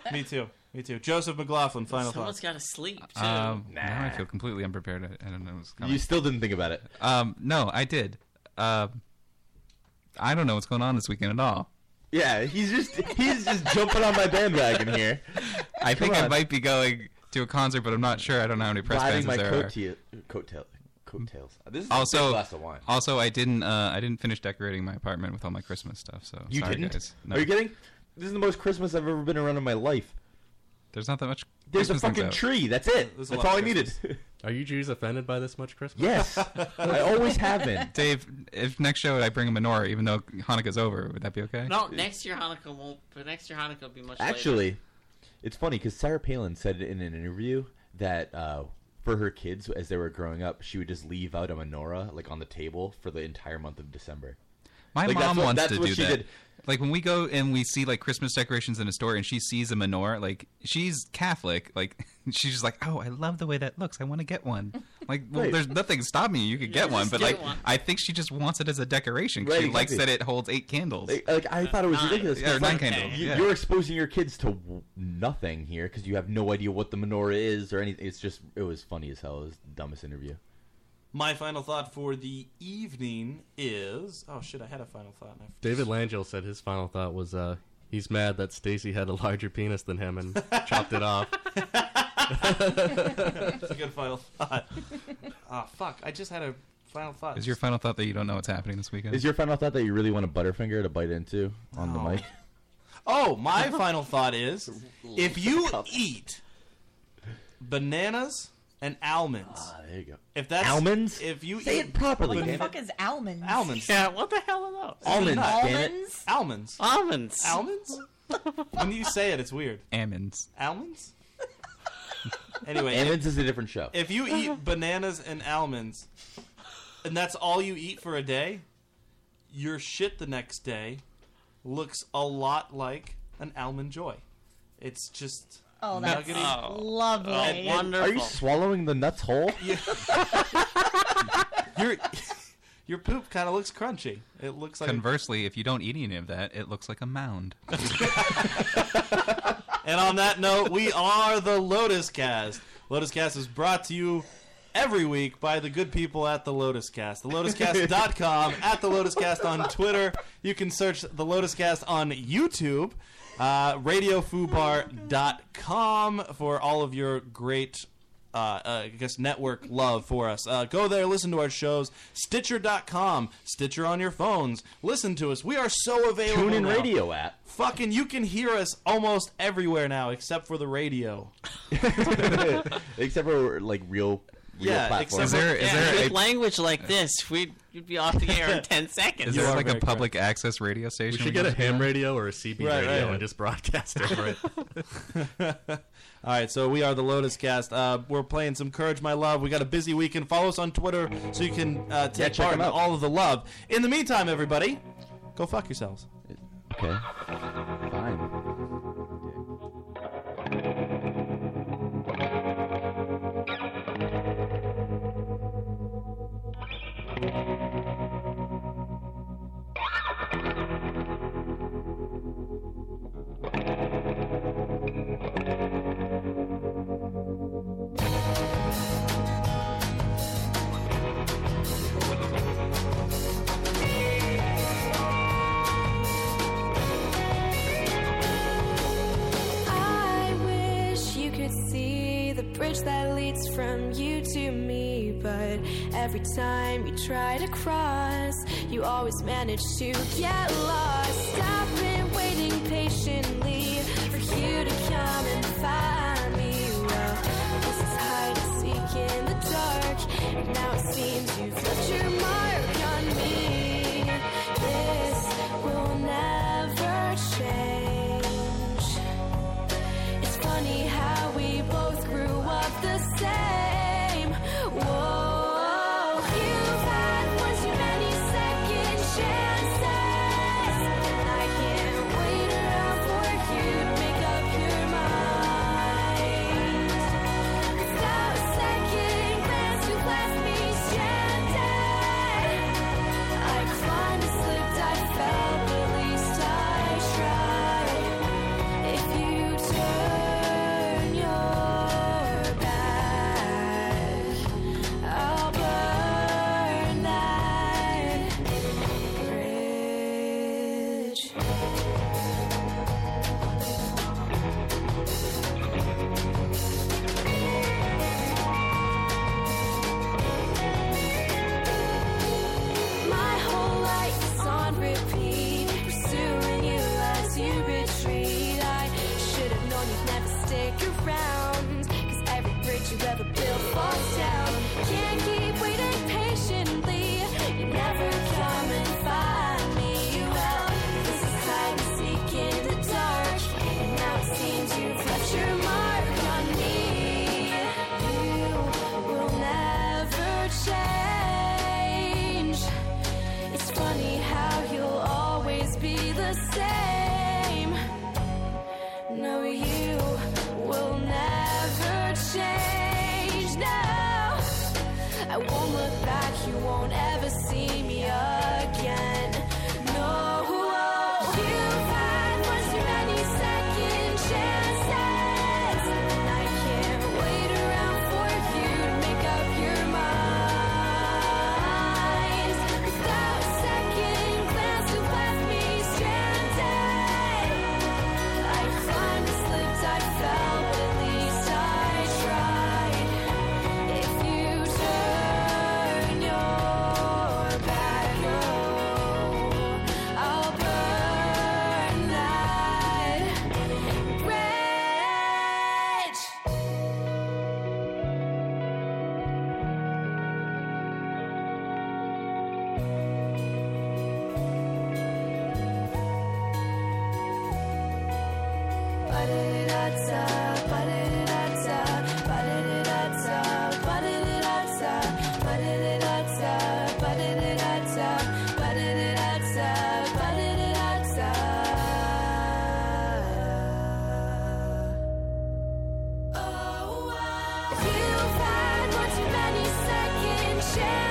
Speaker 4: Me too. Me too. Joseph McLaughlin, final
Speaker 9: Someone's
Speaker 4: thoughts.
Speaker 9: got to sleep too.
Speaker 7: Um, Now I feel completely unprepared. I, I don't know. What's coming.
Speaker 6: You still didn't think about it.
Speaker 7: Um, no, I did. Um, I don't know what's going on this weekend at all.
Speaker 6: yeah, he's just he's just jumping on my bandwagon here.
Speaker 7: I
Speaker 6: Come
Speaker 7: think I
Speaker 6: on.
Speaker 7: might be going to a concert, but I'm not sure. I don't know how many press
Speaker 6: riding my
Speaker 7: passes there are.
Speaker 6: coattail, coattail, coattails. This is a
Speaker 7: Also, oh,
Speaker 6: big glass of wine.
Speaker 7: also, I didn't. Uh, I didn't finish decorating my apartment with all my Christmas stuff. So
Speaker 6: You
Speaker 7: sorry,
Speaker 6: didn't?
Speaker 7: Guys. No.
Speaker 6: Are you kidding? This is the most Christmas I've ever been around in my life.
Speaker 7: There's not that much.
Speaker 6: There's
Speaker 7: Christmas
Speaker 6: a
Speaker 7: things
Speaker 6: fucking
Speaker 7: out.
Speaker 6: tree. That's it.
Speaker 7: There's a
Speaker 6: That's all
Speaker 7: lot
Speaker 6: I
Speaker 7: of
Speaker 6: needed.
Speaker 5: Are you Jews offended by this much Christmas?
Speaker 6: Yes. I always have been.
Speaker 7: Dave, if next show I bring a menorah, even though Hanukkah's over, would that be okay?
Speaker 9: No, next year Hanukkah won't. But next year Hanukkah will be much. later.
Speaker 6: Actually, it's funny because Sarah Palin said in an interview that uh, for her kids, as they were growing up, she would just leave out a menorah like on the table for the entire month of December.
Speaker 7: My
Speaker 6: Like, that's
Speaker 7: mom
Speaker 6: what-
Speaker 7: wants
Speaker 6: that's
Speaker 7: to
Speaker 6: what
Speaker 7: do
Speaker 6: she
Speaker 7: that.
Speaker 6: did.
Speaker 7: Like when we go and we see like Christmas decorations in a store, and she sees a menorah. Like she's Catholic. Like she's just like, oh, I love the way that looks. I want to get one. Like well,
Speaker 6: Right.
Speaker 7: there's nothing stopping you. You could get
Speaker 6: just
Speaker 7: one, but
Speaker 6: get
Speaker 7: like
Speaker 6: one.
Speaker 7: I think she just wants it as a decoration. 'cause
Speaker 6: Right,
Speaker 7: she likes that
Speaker 6: exactly.
Speaker 7: it holds eight candles.
Speaker 6: Like, like, I thought it was ridiculous.
Speaker 7: Yeah, or
Speaker 6: 'cause,
Speaker 7: nine
Speaker 6: like,
Speaker 7: candles.
Speaker 6: You,
Speaker 7: yeah.
Speaker 6: You're exposing your kids to w- nothing here because you have no idea what the menorah is or anything. It's just it was funny as hell. It was the dumbest interview.
Speaker 4: My final thought for the evening is. Oh shit! I had a final thought. And I
Speaker 5: David Langell said his final thought was uh, he's mad that Stacy had a larger penis than him and chopped it off.
Speaker 4: That's a good final thought. Ah, fuck. I just had a final thought.
Speaker 7: Is your final thought that you don't know what's happening this weekend?
Speaker 6: Is your final thought that you really want a butterfinger to bite into on the mic?
Speaker 4: Oh, my final thought is if you eat bananas and almonds.
Speaker 6: there you go.
Speaker 4: If that's
Speaker 6: Almonds?
Speaker 4: If you
Speaker 1: Say
Speaker 4: eat
Speaker 1: it properly,
Speaker 4: ban-
Speaker 1: What the fuck is almonds?
Speaker 4: Almonds.
Speaker 9: Yeah, what the hell are those?
Speaker 4: Almonds, damn it.
Speaker 1: Almonds?
Speaker 4: Almonds.
Speaker 9: Almonds.
Speaker 4: Almonds? when you say it, it's weird.
Speaker 7: Almonds.
Speaker 4: Almonds? anyway.
Speaker 6: Almonds is a different show.
Speaker 4: If you
Speaker 1: Uh-huh.
Speaker 4: eat bananas and almonds, and that's all you eat for a day, your shit the next day looks a lot like an almond joy. It's just
Speaker 1: Oh, that's
Speaker 4: nuggety.
Speaker 1: lovely.
Speaker 4: And- and-
Speaker 6: Are
Speaker 9: Oh.
Speaker 6: you swallowing the nuts whole?
Speaker 4: your your poop kind of looks crunchy. It looks like,
Speaker 7: Conversely, if you don't eat any of that, it looks like a mound.
Speaker 4: and on that note, we are the Lotus Cast. Lotus Cast is brought to you every week by the good people at the Lotus Cast. The lotuscast.com at the Lotus Cast on Twitter. You can search the Lotus Cast on YouTube. Uh, radiofubar.com for all of your great uh, uh, I guess network love for us. Uh, go there, listen to our shows. Stitcher.com, Stitcher on your phones. Listen to us. We are so available.
Speaker 6: TuneIn
Speaker 4: now.
Speaker 6: Radio app.
Speaker 4: Fucking, you can hear us almost everywhere now, except for the radio.
Speaker 6: Except for like real, real
Speaker 4: Yeah,
Speaker 6: platforms.
Speaker 4: except- Is there-
Speaker 9: Yeah, with language like this, we'd you'd be off the air in ten seconds.
Speaker 7: Is there like a public access radio station?
Speaker 5: We should
Speaker 7: can
Speaker 5: get a
Speaker 7: just be
Speaker 5: ham
Speaker 7: on?
Speaker 5: radio or a CB
Speaker 7: Right,
Speaker 5: radio
Speaker 7: right.
Speaker 5: and just broadcast over it.
Speaker 4: All right, so we are the Lotus Cast. Uh, we're playing some Courage, My Love. We got a busy weekend. Follow us on Twitter so you can uh,
Speaker 6: Yeah,
Speaker 4: take
Speaker 6: check
Speaker 4: part
Speaker 6: 'em
Speaker 4: in
Speaker 6: out.
Speaker 4: all of the love. In the meantime, everybody, go fuck yourselves.
Speaker 6: Okay. Fine.
Speaker 2: I wish you could see the bridge that leads from you to me, but every time you try to cross, you always manage to get lost. I've been waiting patiently for you to come and find me. Well, this is hide and seek in the dark, and now it seems you've left your mark on me. This will never change. It's funny how we both grew up the same. Whoa, you've had one too many second chances. I can't wait around for you to make up your mind. Without a second glance, you left me stranded. I climbed, I slipped, I fell, but make a round. Cause every bridge you ever build falls down. Can't keep waiting patiently. You're never coming find me out. This is hide and seek in the dark. And now it seems you've left your mark on me. You will never change. It's funny how you'll always be the same. No, you will never change. No, I won't look back. You won't ever see me again. No, you've had much too many second chances. And I can't wait around for you to make up your mind. Without a second glance, you left me stranded. I climbed, slipped, I fell, at least I tried. If you turn your back, oh, I'll burn that bridge. Ba-da-da-da-da, ba-da-da-da-da, ba-da-da-da-da, ba-da-da-da-da, ba-da-da-da-da, ba-da-da-da-da, ba-da-da-da-da, ba-da-da-da-da. Oh, wow. You've had one too many second chances.